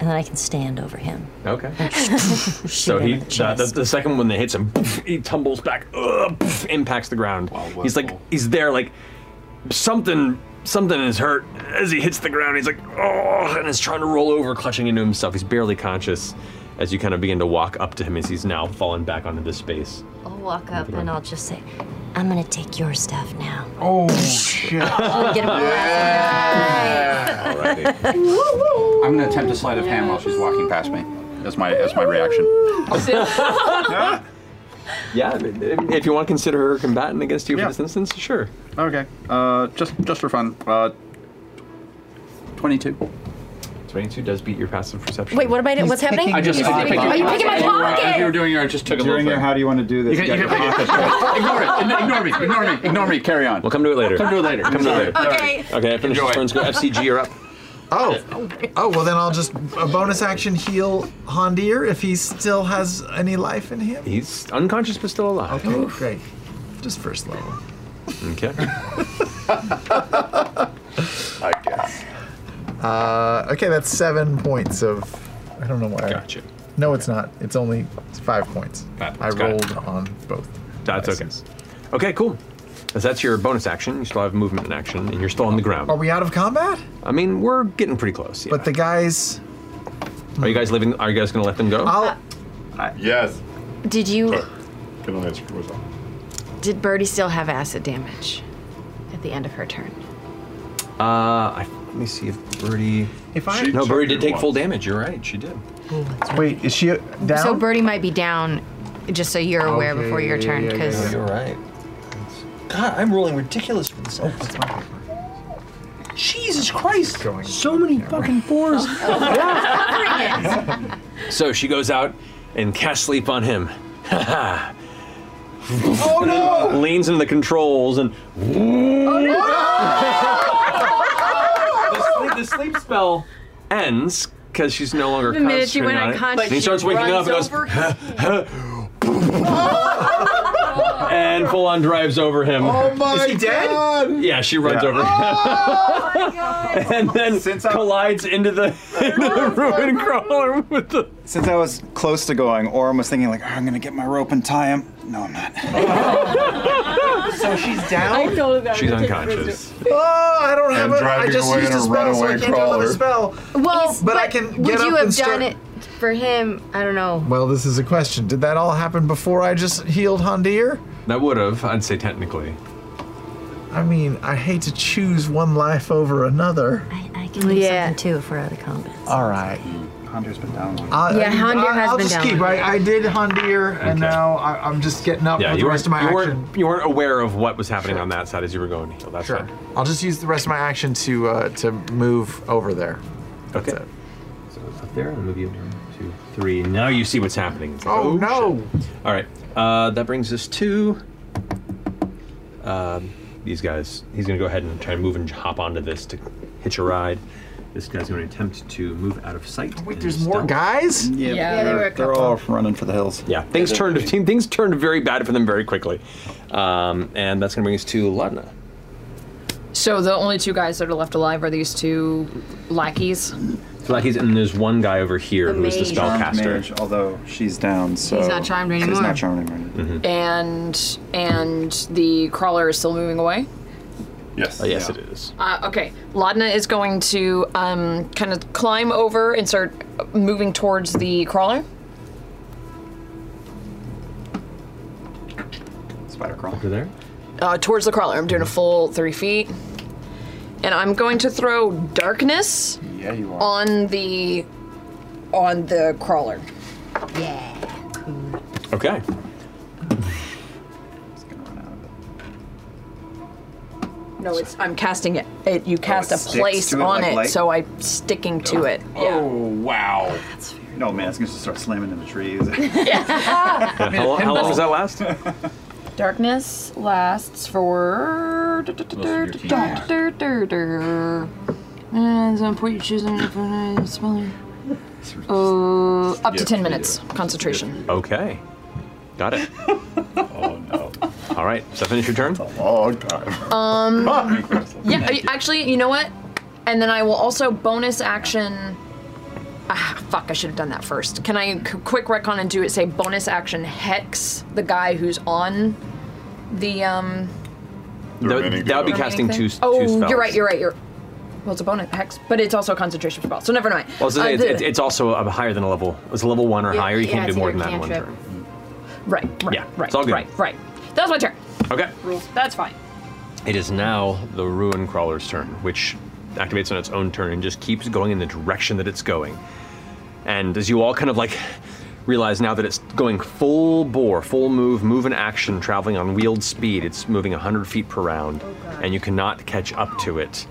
Speaker 12: and then I can stand over him.
Speaker 2: Okay.
Speaker 12: Shoot
Speaker 2: *laughs* so
Speaker 12: him
Speaker 2: he
Speaker 12: in the
Speaker 2: the, the, the second one that hits him, poof, he tumbles back, uh, poof, impacts the ground. he's like he's there like something something is hurt as he hits the ground. He's like oh, and is trying to roll over, clutching into himself. He's barely conscious as you kind of begin to walk up to him as he's now fallen back onto this space.
Speaker 12: I'll walk up and I'll just say, "I'm gonna take your stuff now." *laughs*
Speaker 2: Oh shit!
Speaker 12: I'll get him
Speaker 7: I'm gonna attempt a sleight of hand while she's walking past me. That's my that's my reaction.
Speaker 2: yeah, if you want to consider her a combatant against you for this instance, sure.
Speaker 34: Okay. Uh, just just for fun. Uh, Twenty-two.
Speaker 2: Twenty-two does beat your passive perception.
Speaker 12: Wait, what am I? doing? What's happening?
Speaker 2: I just- I
Speaker 12: Are you picking my pocket?
Speaker 7: uh, you were doing it, I just took a
Speaker 4: During
Speaker 7: little
Speaker 4: your
Speaker 7: bit.
Speaker 4: how do you want to do this?
Speaker 7: You can- you
Speaker 4: got
Speaker 7: can
Speaker 4: your
Speaker 7: pick it.
Speaker 4: pocket-
Speaker 7: Oh, *laughs* Ignore it. Ignore me. Ignore me. Ignore me. Carry on.
Speaker 2: We'll come to it later.
Speaker 7: Come to it later.
Speaker 2: Come to it later.
Speaker 7: Okay.
Speaker 2: Okay, I finished
Speaker 7: Enjoy.
Speaker 2: this turn's go. FCG, you're up.
Speaker 3: Oh, oh well then I'll just a bonus action heal Hondir if he still has any life in him.
Speaker 2: He's unconscious but still alive.
Speaker 3: Okay, great. Just first level.
Speaker 4: *laughs*
Speaker 2: Okay.
Speaker 3: I guess. Uh, okay, that's seven points of. I don't know why. Gotcha. No, it's not. It's only five points. I
Speaker 2: got it.
Speaker 3: rolled on both.
Speaker 2: That's okay. Okay, cool. As that's your bonus action, you still have movement in action, and you're still on the ground.
Speaker 3: Are we out of combat?
Speaker 2: I mean, we're getting pretty close. Yeah.
Speaker 3: But the guys.
Speaker 2: Are you guys living? Are you guys going to let them go?
Speaker 3: I'll,
Speaker 9: yes.
Speaker 1: Did you?
Speaker 9: Can I answer myself?
Speaker 1: Did Birdie still have acid damage at the end of her turn?
Speaker 2: Uh, I, let me see if Birdie.
Speaker 3: If
Speaker 1: I-
Speaker 2: no,
Speaker 1: She
Speaker 2: Birdie did
Speaker 1: took
Speaker 2: take
Speaker 1: it
Speaker 2: full
Speaker 1: once.
Speaker 2: damage. You're right. She did.
Speaker 3: Wait, is she down?
Speaker 1: So Birdie might be down. Just so you're aware
Speaker 3: Okay,
Speaker 1: before your
Speaker 3: yeah,
Speaker 1: turn,
Speaker 3: yeah, yeah,
Speaker 1: because
Speaker 3: yeah. You're
Speaker 2: right. God, I'm rolling ridiculous for this. Oh, that's
Speaker 3: my
Speaker 2: *laughs* Jesus Christ! So many fucking fours.
Speaker 1: *laughs* Oh.
Speaker 2: *laughs* So she goes out and casts sleep on
Speaker 3: *laughs*
Speaker 2: him. oh no! Leans into the controls and.
Speaker 3: Oh,
Speaker 2: *laughs* the, sleep, the sleep spell ends, because she's no longer
Speaker 1: The minute she
Speaker 2: concentrating
Speaker 1: went
Speaker 2: on it.
Speaker 1: unconscious,
Speaker 2: And he
Speaker 1: she
Speaker 2: starts waking up
Speaker 1: runs
Speaker 2: and goes,
Speaker 1: over.
Speaker 2: and full on drives over him.
Speaker 35: Oh my
Speaker 2: Is he dead?
Speaker 35: God.
Speaker 2: Yeah, she runs over him.
Speaker 1: Oh
Speaker 2: *laughs* and then collides into the, *laughs* into the ruin crawler with the.
Speaker 4: *laughs* Since I was close to going, Orm was thinking like, "Oh, I'm gonna get my rope and tie him. No, I'm not.
Speaker 3: So she's
Speaker 35: down?
Speaker 2: She's unconscious.
Speaker 3: Oh, I don't have
Speaker 4: And
Speaker 3: a. I
Speaker 4: driving
Speaker 3: just
Speaker 4: away
Speaker 3: used
Speaker 4: in
Speaker 3: a
Speaker 4: a
Speaker 3: spell, so I
Speaker 4: runaway
Speaker 3: can't do another
Speaker 4: crawler.
Speaker 3: spell.
Speaker 1: Well,
Speaker 3: but I can get
Speaker 1: Would
Speaker 3: up
Speaker 1: you have
Speaker 3: and start-
Speaker 1: done it for him? I don't know.
Speaker 3: Well, this is a question. Did that all happen before I just healed Hondir?
Speaker 2: That would have, I'd say technically.
Speaker 3: I mean, I hate to choose one life over another.
Speaker 12: I can leave something too for other combat.
Speaker 3: All right.
Speaker 4: Hondir's been down.
Speaker 3: I'll,
Speaker 12: Yeah, Hondir
Speaker 3: I-
Speaker 12: has
Speaker 3: I'll
Speaker 12: been
Speaker 3: just
Speaker 12: down
Speaker 3: keep.
Speaker 12: with
Speaker 3: I, I did Hondir, and
Speaker 2: Okay.
Speaker 3: now I, I'm just getting up
Speaker 2: yeah,
Speaker 3: with the
Speaker 2: you
Speaker 3: rest
Speaker 2: weren't,
Speaker 3: of my
Speaker 2: you,
Speaker 3: action.
Speaker 2: weren't, you weren't aware of what was happening on that side as you were going to heal. That's
Speaker 3: Sure.
Speaker 2: it.
Speaker 3: I'll just use the rest of my action to uh, to move over there.
Speaker 2: Okay. So it's up there. I'll move you one, two, three. Now you see what's happening. It's like,
Speaker 3: Oh, no!
Speaker 2: shit. All right. Uh, that brings us to um, these guys. He's going to go ahead and try and move and hop onto this to hitch a ride. This guy's going to attempt to move out of sight. wait,
Speaker 3: there's more guys?
Speaker 4: Yeah,
Speaker 3: Yeah, there were a
Speaker 4: They're all running for the hills.
Speaker 2: Yeah, things turned *laughs* things turned very bad for them very quickly, um, and that's going to bring us to Ludna.
Speaker 5: So the only two guys that are left alive are these two lackeys.
Speaker 2: So like he's and there's one guy over here
Speaker 5: The
Speaker 2: who's the
Speaker 5: mage.
Speaker 2: spellcaster.
Speaker 4: Mage, although she's down, so
Speaker 5: not charmed
Speaker 4: She's
Speaker 5: anymore.
Speaker 4: not charmed anymore.
Speaker 2: Mm-hmm.
Speaker 5: And and the crawler is still moving away.
Speaker 4: Yes.
Speaker 2: Oh, yes, it is.
Speaker 5: Uh, okay, Ladna is going to um, kind of climb over and start moving towards the crawler.
Speaker 4: Spider crawl.
Speaker 2: Over there.
Speaker 5: Uh, towards the crawler. I'm doing a full three feet. And I'm going to throw darkness
Speaker 4: Yeah, you are.
Speaker 5: on the on the crawler. Yeah.
Speaker 2: Okay.
Speaker 5: No, it's I'm casting it. it you cast a
Speaker 4: Oh, sticks
Speaker 5: place
Speaker 4: to it
Speaker 5: on
Speaker 4: like
Speaker 5: it,
Speaker 4: light?
Speaker 5: so I'm sticking to it.
Speaker 4: Oh wow. No man, it's gonna just start slamming
Speaker 5: *laughs*
Speaker 4: into trees. *laughs*
Speaker 5: Yeah.
Speaker 2: Yeah, how, lo- how long does that
Speaker 5: *laughs*
Speaker 2: last?
Speaker 5: Darkness lasts for. And some point you choose a smaller. Uh, up to
Speaker 2: Yeah,
Speaker 5: 10
Speaker 2: yeah.
Speaker 5: minutes concentration.
Speaker 2: Okay. Got it. oh no. All right. So finish your turn. That's
Speaker 4: a long time.
Speaker 5: Um, yeah, I- actually, you know what? And then I will also bonus action. Ah, fuck, I should have done that first. Can I c- quick recon and do it? Say bonus action hex the guy who's on the um.
Speaker 2: That, that would be
Speaker 5: remaining
Speaker 2: casting
Speaker 5: thing?
Speaker 2: two, s- two
Speaker 5: Oh,
Speaker 2: spells.
Speaker 5: you're right. You're right. You're. Well, it's a bonus hex, but it's also a concentration spell, so never mind.
Speaker 2: Well, so
Speaker 5: Uh,
Speaker 2: it's,
Speaker 5: the-
Speaker 2: it's, it's also a higher than a level. It's a level one or
Speaker 5: Yeah,
Speaker 2: higher. You
Speaker 5: yeah,
Speaker 2: can't do
Speaker 5: it's
Speaker 2: more
Speaker 5: either
Speaker 2: than that in one
Speaker 5: cantrip.
Speaker 2: turn.
Speaker 5: right, right,
Speaker 2: yeah,
Speaker 5: right,
Speaker 2: it's all good.
Speaker 5: right, right. That was my turn.
Speaker 2: Okay.
Speaker 5: That's fine.
Speaker 2: It is now the ruin crawler's turn, which activates on its own turn and just keeps going in the direction that it's going. And as you all kind of like realize now that it's going full bore, full move, move and action, traveling on wheeled speed, it's moving 100 feet per round, and you cannot catch up to it.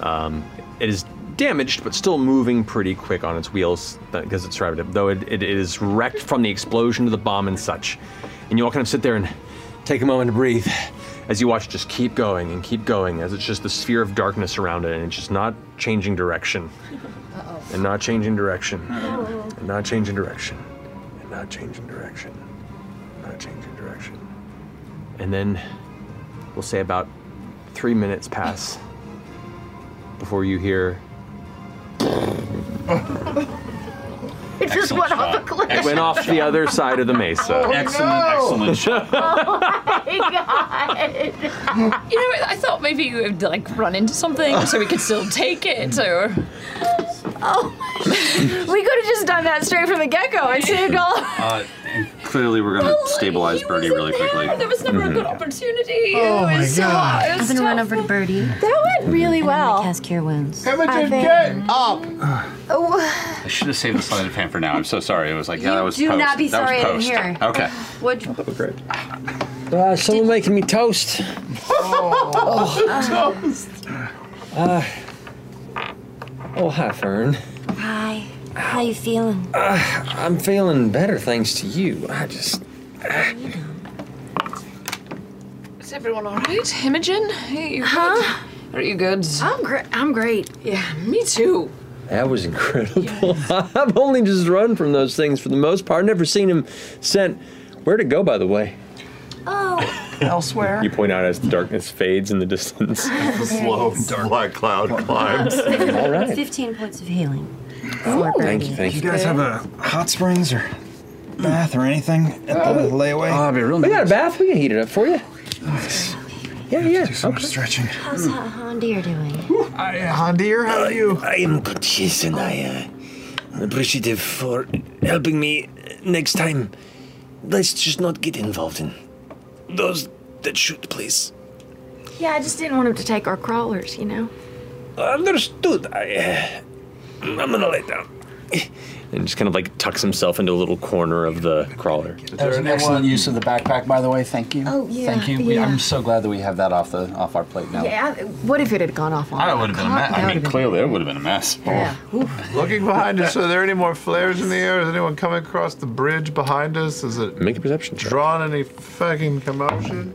Speaker 2: Um, it is damaged, but still moving pretty quick on its wheels because it's surrounded, though it, it is wrecked from the explosion to the bomb and such. And you all kind of sit there and take a moment to breathe as you watch it just keep going and keep going as it's just the sphere of darkness around it and it's just not changing direction and not changing direction and not changing direction and not changing direction not changing direction and then we'll say about three minutes pass before you hear
Speaker 8: It just went off a cliff.
Speaker 2: it went off the other side of the mesa
Speaker 8: Oh, Excellent, no. excellent *laughs*
Speaker 5: oh my god! you know, what, I thought maybe you would like run into something so we could still take it.
Speaker 8: *laughs*
Speaker 5: Oh. Or *laughs*
Speaker 8: we could have just done that straight from the get go and saved all.
Speaker 7: Uh, and clearly, we're going to stabilize Birdie really quickly.
Speaker 5: there was never
Speaker 2: Mm-hmm.
Speaker 5: a good opportunity.
Speaker 7: Oh
Speaker 5: it
Speaker 7: my
Speaker 5: was
Speaker 7: God.
Speaker 5: So, it
Speaker 12: I'm
Speaker 5: was
Speaker 12: gonna
Speaker 5: tough.
Speaker 12: run over to Birdie.
Speaker 8: That went really well.
Speaker 12: Cast cure wounds.
Speaker 8: How much I did think-
Speaker 7: get
Speaker 3: up?
Speaker 8: Oh,
Speaker 12: *sighs*
Speaker 7: I should have saved the sleight of hand for now. I'm so sorry. It was like, yeah,
Speaker 8: You
Speaker 7: that was
Speaker 8: do
Speaker 7: post.
Speaker 8: not be
Speaker 7: that was
Speaker 8: sorry I didn't
Speaker 7: post.
Speaker 8: hear.
Speaker 7: Okay.
Speaker 8: would
Speaker 13: Uh, someone making me toast.
Speaker 8: oh,
Speaker 12: *laughs*
Speaker 13: Uh, oh, hi, Fern.
Speaker 12: Hi. How you feeling?
Speaker 2: Uh,
Speaker 13: I'm feeling better thanks to you. I just.
Speaker 5: Is everyone all right? Imogen, hey, you huh?
Speaker 13: Are you good?
Speaker 5: I'm great. I'm great. Yeah, me too.
Speaker 13: That was incredible. *laughs* I've only just run from those things for the most part. I've never seen him sent. Where'd it go, by the way?
Speaker 8: Oh, elsewhere.
Speaker 2: You point out as the darkness fades in the distance.
Speaker 12: The slow
Speaker 2: dark black cloud *laughs* climbs.
Speaker 12: All right. 15 points of healing. for Birdie.
Speaker 4: you guys have a hot springs or bath or anything at the layaway? Oh, that'd be real
Speaker 13: We got a bath. We can heat it up for you. Yeah, yeah. Do
Speaker 4: some stretching.
Speaker 12: How's Ha- Hondir doing?
Speaker 4: I, Hondir, how are you?
Speaker 13: I am good, Jason. I uh, appreciative for helping me. Next time, let's just not get involved in those that shoot, please.
Speaker 14: Yeah, I just didn't want him to take our crawlers, you know?
Speaker 13: Understood. I, uh, I'm gonna lay down.
Speaker 2: *laughs* and just kind of like tucks himself into a little corner of the crawler.
Speaker 7: That was an excellent use of the backpack, by the way. Thank you.
Speaker 1: Oh, yeah,
Speaker 7: Thank you. We-
Speaker 1: yeah.
Speaker 7: I'm so glad that we have that off the off our plate now.
Speaker 1: Yeah, I- what if it had gone off on
Speaker 7: I
Speaker 1: our
Speaker 7: would've been a
Speaker 1: car?
Speaker 7: mess. I
Speaker 1: That
Speaker 7: mean,
Speaker 1: would've been-
Speaker 7: clearly,
Speaker 9: There would have been a mess.
Speaker 1: Yeah.
Speaker 9: Looking behind us, are there any more flares in the air? Is anyone coming across the bridge behind us? Is it
Speaker 2: make a perception check?
Speaker 9: Drawn any fucking commotion?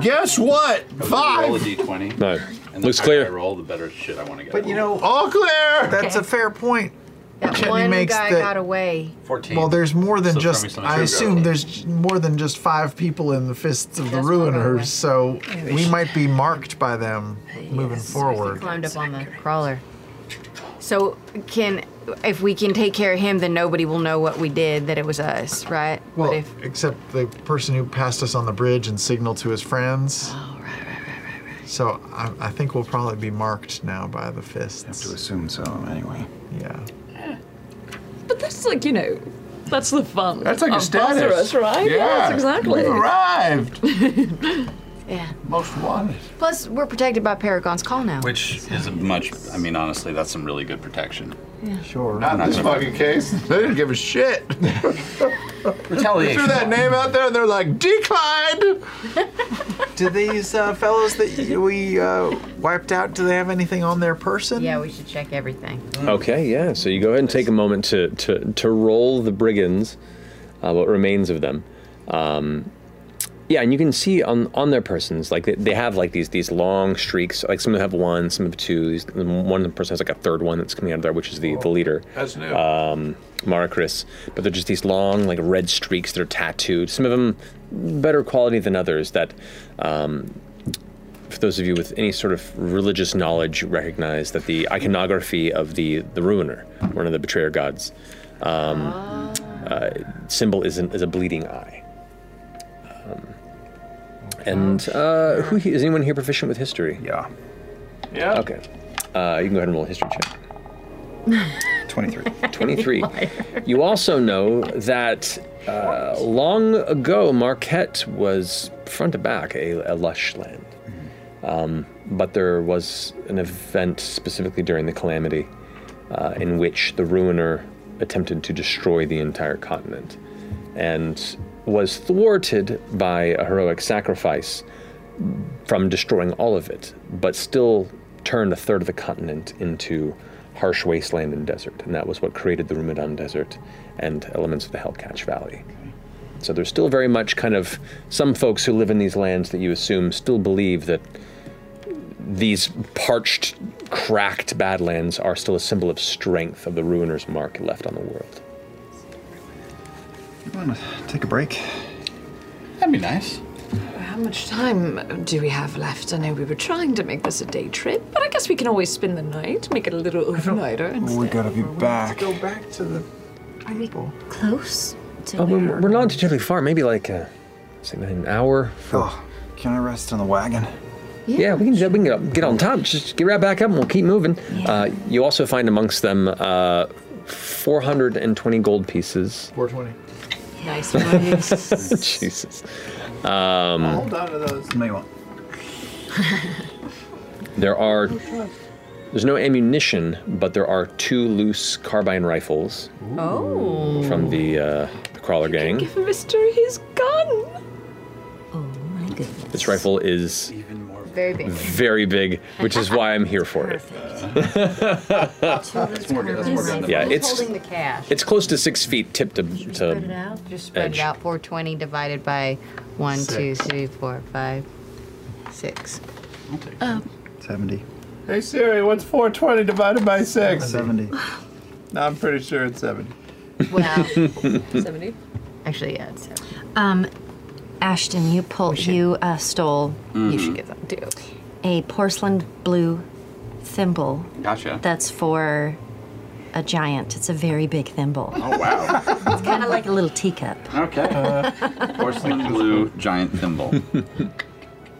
Speaker 6: Guess what?
Speaker 7: Oh.
Speaker 9: Five.
Speaker 6: Roll a d20.
Speaker 2: No.
Speaker 6: And
Speaker 2: Looks
Speaker 6: the higher
Speaker 2: clear.
Speaker 6: I roll, the better shit I want to get.
Speaker 3: But you know,
Speaker 9: all clear.
Speaker 3: That's a fair point.
Speaker 1: That
Speaker 3: Jenny
Speaker 1: one
Speaker 3: makes
Speaker 1: guy
Speaker 3: the-
Speaker 1: got away.
Speaker 6: 14.
Speaker 3: Well, there's more than
Speaker 6: So
Speaker 3: just.
Speaker 6: probably some
Speaker 3: I
Speaker 6: two
Speaker 3: assume
Speaker 6: got
Speaker 3: there's more than just five people in the fists of the ruiners, so
Speaker 1: Maybe
Speaker 3: we
Speaker 1: she-
Speaker 3: might be marked by them moving forward.
Speaker 1: climbed up on the crawler. So can if we can take care of him, then nobody will know what we did. That it was us, right?
Speaker 3: Well, except the person who passed us on the bridge and signaled to his friends. Oh, right, right, right, right, right. So I, I think we'll probably be marked now by the fists. Have to
Speaker 7: assume so, anyway.
Speaker 3: Yeah.
Speaker 5: But that's like, you know, that's the fun.
Speaker 9: That's like a
Speaker 5: of
Speaker 9: status.
Speaker 5: Lazarus, right?
Speaker 9: Yeah.
Speaker 5: Yes, exactly.
Speaker 9: We've arrived.
Speaker 1: *laughs* Yeah.
Speaker 9: Most wanted.
Speaker 1: Plus, we're protected by Paragon's call now.
Speaker 6: Which is a much, I mean, honestly, that's some really good protection.
Speaker 1: Yeah.
Speaker 3: Sure.
Speaker 9: Not in this fucking case. They didn't give a shit.
Speaker 6: Retaliation.
Speaker 9: Threw that name out there, and they're like,
Speaker 3: *laughs*
Speaker 9: declined.
Speaker 3: do these uh, fellows that y- we uh, wiped out, do they have anything on their person? Yeah,
Speaker 1: we should check everything.
Speaker 2: Okay, yeah. So you go ahead and take a moment to to, to roll the brigands, uh, what remains of them. Um, yeah, and you can see on on their persons like they, they have like these these long streaks. Like some of them have one, some have two. These, one person has like a third one that's coming out of there, which is the the leader.
Speaker 9: That's new.
Speaker 2: Um, Maracris, but they're just these long, like red streaks that are tattooed. Some of them better quality than others. That um, for those of you with any sort of religious knowledge, you recognize that the iconography of the the Ruiner, one of the Betrayer gods, um, uh, symbol is, an, is a bleeding eye. Um, and uh, who he- is anyone here proficient with history? Yeah.
Speaker 9: Yeah.
Speaker 2: Okay. Uh, you can go ahead and roll a history check.
Speaker 4: 23.
Speaker 6: *laughs*
Speaker 2: 23. *laughs* you also know that uh, long ago, Marquette was front to back a, a lush land. Um, but there was an event specifically during the calamity uh, in which the ruiner attempted to destroy the entire continent and was thwarted by a heroic sacrifice from destroying all of it, but still turned a third of the continent into harsh wasteland and desert. And that was what created the Rumidan Desert and elements of the Hellcatch Valley. So there's still very much kind of some folks who live in these lands that you assume still believe that these parched, cracked badlands are still a symbol of strength of the ruiner's mark left on the world.
Speaker 4: You want to take a break?
Speaker 7: That'd be nice.
Speaker 5: How much time do we have left? I know we were trying to make this a day trip, but I guess we can always spend the night, make it a little overnighter.
Speaker 4: Well, we
Speaker 5: instead.
Speaker 4: gotta be back.
Speaker 3: Go back to the
Speaker 12: Are we close? To
Speaker 4: Oh,
Speaker 12: where?
Speaker 4: we're-
Speaker 2: We're we're not particularly far, maybe like uh, say about an hour.
Speaker 4: Oh. can I rest on the wagon?
Speaker 2: Yeah, we can, we can get, get on top. Just get right back up and we'll keep moving. Uh, you also find amongst them uh, 420 gold pieces.
Speaker 3: 420.
Speaker 1: Nice
Speaker 8: *laughs*
Speaker 2: *laughs* Jesus. Um,
Speaker 3: on to those.
Speaker 4: No, you won't.
Speaker 2: There are. There's no ammunition, but there are two loose carbine rifles
Speaker 5: Oh.
Speaker 2: from the, uh, the crawler gang.
Speaker 5: Give Mister his gun.
Speaker 2: This rifle is
Speaker 5: Very big.
Speaker 2: very big, which is why I'm here for it. *laughs* yeah, it's
Speaker 1: holding the cash.
Speaker 2: it's close to six feet, tip to,
Speaker 9: Um,
Speaker 2: to
Speaker 1: Just spread
Speaker 2: edge.
Speaker 1: it out. 420 divided by one, two, three, four, five, six.
Speaker 4: Seventy.
Speaker 9: Hey Siri, what's 420 divided by 6?
Speaker 8: 70.
Speaker 9: No, I'm pretty sure it's 70. *laughs*
Speaker 12: Wow.
Speaker 9: 70?
Speaker 12: Actually, yeah, it's Um, Ashton, you pulled, you uh, stole.
Speaker 7: You should Mhm. get
Speaker 12: that too. A porcelain blue thimble.
Speaker 7: Gotcha.
Speaker 12: That's for a giant. It's a very big thimble.
Speaker 7: Oh wow.
Speaker 12: it's kind of like a little teacup.
Speaker 7: Okay. *laughs* Porcelain blue giant thimble.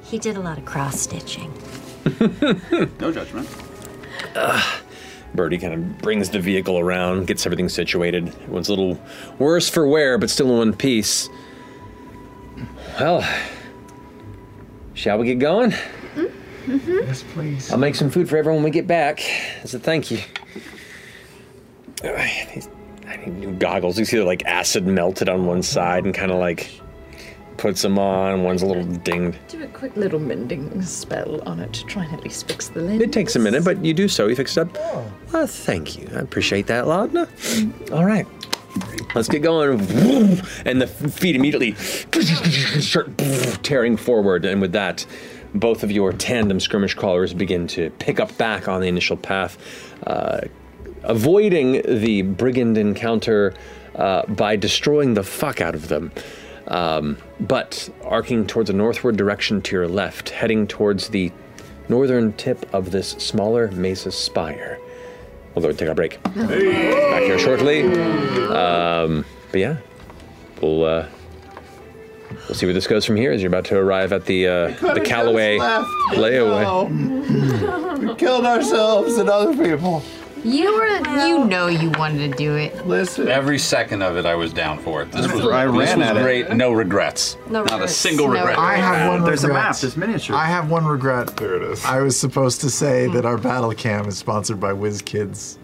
Speaker 12: He did a lot of cross stitching.
Speaker 7: No judgment.
Speaker 2: Birdie kind of brings the vehicle around, gets everything situated. Everyone's a little worse for wear, but still in one piece. Well, shall we get going?
Speaker 8: Yes, please.
Speaker 2: I'll make some food for everyone when we get back as a thank you. *sighs* Ugh, these- I need new goggles. You see, they're like acid melted on one side and kind of like puts them on. One's a little dinged.
Speaker 5: Do a quick little mending spell on it to try and at least fix the lens.
Speaker 2: It takes a minute, but you do so. You fix it up. Oh. Well, thank you. I appreciate that, Lardner. All right. Mm. Let's get going. Vroom. And the feet immediately start tearing forward. And with that, both of your tandem skirmish crawlers begin to pick up back on the initial path, uh, avoiding the brigand encounter uh, by destroying the fuck out of them. Um, but arcing towards a northward direction to your left, heading towards the northern tip of this smaller mesa spire. Although, take a break. Back here shortly. Um, but yeah, we'll uh, we'll see where this goes from here. As you're about to arrive at the uh,
Speaker 9: could've
Speaker 2: the Callaway
Speaker 9: just left.
Speaker 2: layaway.
Speaker 9: No. we killed ourselves and other people.
Speaker 1: You were, you know, you wanted to do it.
Speaker 9: Listen.
Speaker 7: Every second of it, I was down for it. This was,
Speaker 8: I
Speaker 7: this
Speaker 8: ran
Speaker 7: was
Speaker 8: at it.
Speaker 7: great. No regrets.
Speaker 8: No
Speaker 7: Not a
Speaker 8: regrets.
Speaker 7: single regret.
Speaker 8: I have one
Speaker 7: There's a
Speaker 8: regret.
Speaker 7: map. There's miniatures.
Speaker 8: I have one regret. There it is. I was supposed to say that our battle cam is sponsored by WizKids.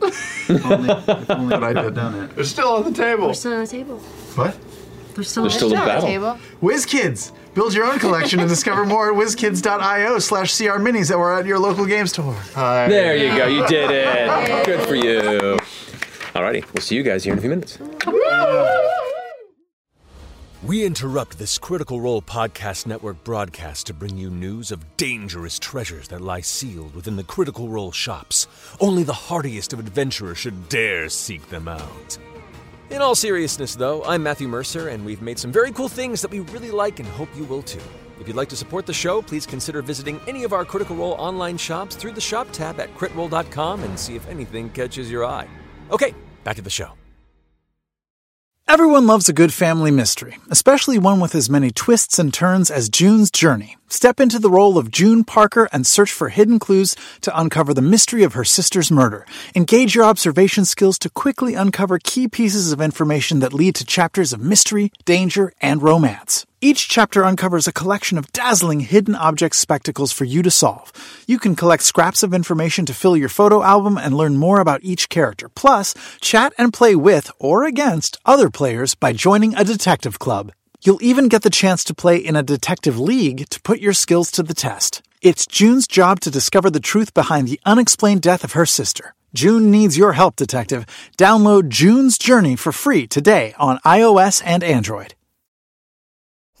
Speaker 8: but I didn't.
Speaker 9: They're still on the table.
Speaker 12: We're still on the table.
Speaker 8: What?
Speaker 12: We're still
Speaker 8: They're
Speaker 12: on
Speaker 8: still
Speaker 12: the
Speaker 8: in battle.
Speaker 12: table.
Speaker 8: WizKids! Build your own collection and discover more at whizkids.io slash CR minis that were at your local game store.
Speaker 2: There you go. You did it. Good for you. Alrighty, we'll see you guys here in a few minutes.
Speaker 13: We interrupt this Critical Role Podcast Network broadcast to bring you news of dangerous treasures that lie sealed within the Critical Role shops. Only the hardiest of adventurers should dare seek them out. In all seriousness, though, I'm Matthew Mercer, and we've made some very cool things that we really like and hope you will too. If you'd like to support the show, please consider visiting any of our Critical Role online shops through the shop tab at critroll.com and see if anything catches your eye. Okay, back to the show.
Speaker 3: Everyone loves a good family mystery, especially one with as many twists and turns as June's Journey. Step into the role of June Parker and search for hidden clues to uncover the mystery of her sister's murder. Engage your observation skills to quickly uncover key pieces of information that lead to chapters of mystery, danger, and romance. Each chapter uncovers a collection of dazzling hidden object spectacles for you to solve. You can collect scraps of information to fill your photo album and learn more about each character. Plus, chat and play with or against other players by joining a detective club. You'll even get the chance to play in a detective league to put your skills to the test. It's June's job to discover the truth behind the unexplained death of her sister. June needs your help, detective. Download June's Journey for free today on iOS and Android.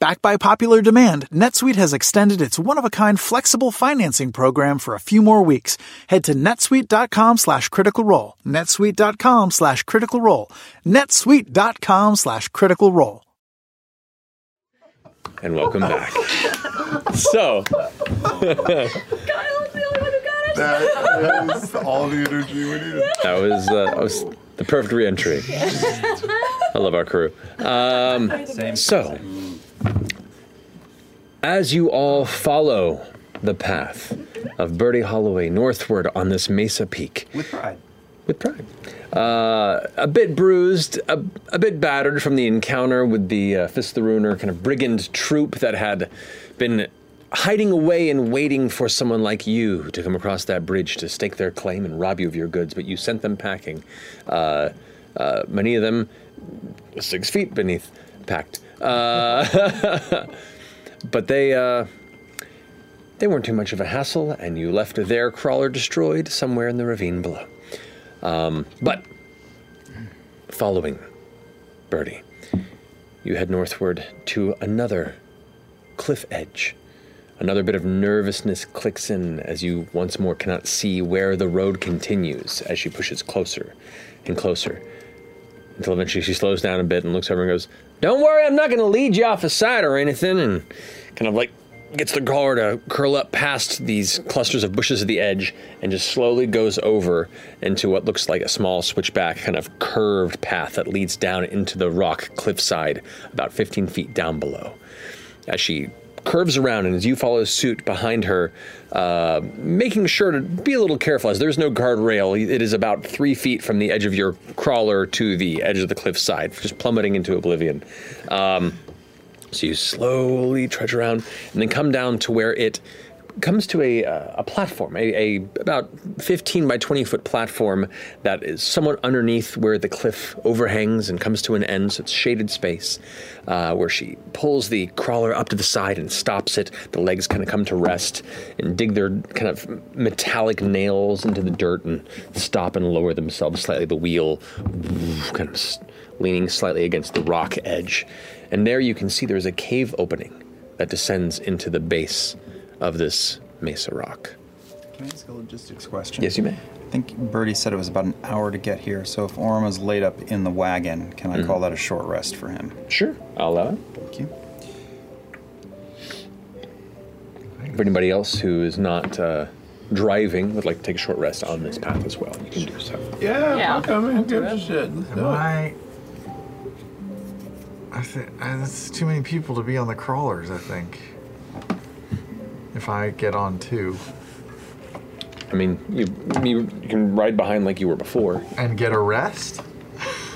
Speaker 3: Backed by popular demand, NetSuite has extended its one-of-a-kind flexible financing program for a few more weeks. Head to netsuite.com slash critical role. netsuite.com slash critical role. netsuite.com slash critical role.
Speaker 2: And welcome back. so,
Speaker 9: That is all the energy we needed.
Speaker 2: that was uh, that was the perfect re-entry. I love our crew. Um, so, as you all follow the path of Birdie Holloway northward on this mesa peak,
Speaker 4: With pride.
Speaker 2: with pride. Uh, a bit bruised, a, a bit battered from the encounter with the uh, Fist of the Ruiner kind of brigand troop that had been hiding away and waiting for someone like you to come across that bridge to stake their claim and rob you of your goods, but you sent them packing. Uh, uh, many of them six feet beneath packed. Uh, *laughs* but they. Uh, they weren't too much of a hassle, and you left their crawler destroyed somewhere in the ravine below. Um, but following Birdie, you head northward to another cliff edge. Another bit of nervousness clicks in as you once more cannot see where the road continues as she pushes closer and closer. Until eventually she slows down a bit and looks over and goes, Don't worry, I'm not going to lead you off a side or anything. And kind of like gets the collar to curl up past these clusters of bushes at the edge and just slowly goes over into what looks like a small switchback, kind of curved path that leads down into the rock cliffside about 15 feet down below. As she curves around and as you follow suit behind her, uh, making sure to be a little careful as there's no guardrail. It is about three feet from the edge of your crawler to the edge of the cliffside, just plummeting into oblivion. Um, so you slowly trudge around and then come down to where it comes to a, uh, a platform, a, a about 15 by 20 foot platform that is somewhat underneath where the cliff overhangs and comes to an end. So it's shaded space uh, where she pulls the crawler up to the side and stops it. The legs kind of come to rest and dig their kind of metallic nails into the dirt and stop and lower themselves slightly. The wheel kind of s- leaning slightly against the rock edge. And there you can see there's a cave opening that descends into the base of this mesa rock.
Speaker 4: Can I ask a logistics question?
Speaker 2: Yes, you may.
Speaker 4: I think Birdie said it was about an hour to get here, so if Orm is laid up in the wagon, can I call that a short rest for him?
Speaker 2: Mm-hmm. Sure, I'll allow it.
Speaker 4: Thank you.
Speaker 2: For anybody else who is not uh, driving, would like to take a short rest on this path as well. You can do so.
Speaker 36: Yeah,
Speaker 9: Yeah,
Speaker 36: fuck, I mean, give a
Speaker 9: that's
Speaker 36: shit.
Speaker 37: Am I? I think that's too many people to be on the crawlers. I think. If I get on two
Speaker 2: I mean, you, you can ride behind like you were before.
Speaker 37: and get a rest,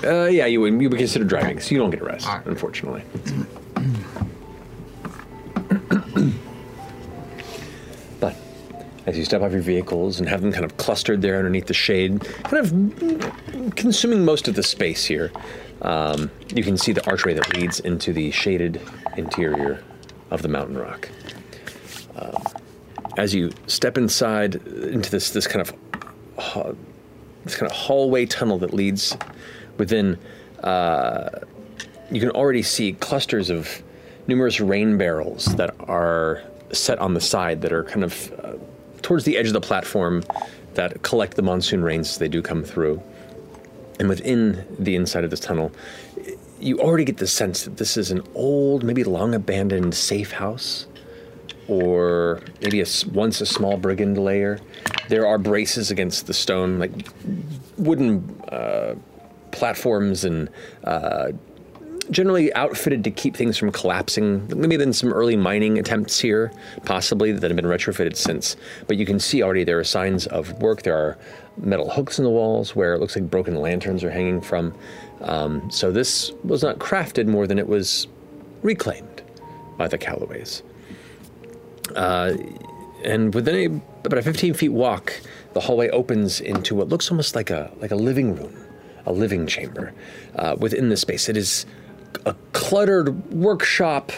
Speaker 2: Uh, yeah, you would, you would consider driving, so you don't get a rest, unfortunately. *clears throat* but as you step off your vehicles and have them kind of clustered there underneath the shade, kind of consuming most of the space here, um, you can see the archway that leads into the shaded interior of the mountain rock. Um, as you step inside into this this kind of ha- this kind of hallway tunnel that leads within, uh, you can already see clusters of numerous rain barrels that are set on the side that are kind of uh, towards the edge of the platform that collect the monsoon rains as they do come through. And within the inside of this tunnel, you already get the sense that this is an old, maybe long abandoned safe house, or maybe a s once a small brigand lair. There are braces against the stone, like wooden uh, platforms and uh, generally outfitted to keep things from collapsing. Maybe been some early mining attempts here, possibly that have been retrofitted since. But you can see already there are signs of work. There are metal hooks in the walls where it looks like broken lanterns are hanging from. Um, so this was not crafted more than it was reclaimed by the Callaways. Uh, and within a, about a 15 feet walk, the hallway opens into what looks almost like a like a living room, a living chamber. Uh, within this space, it is a cluttered workshop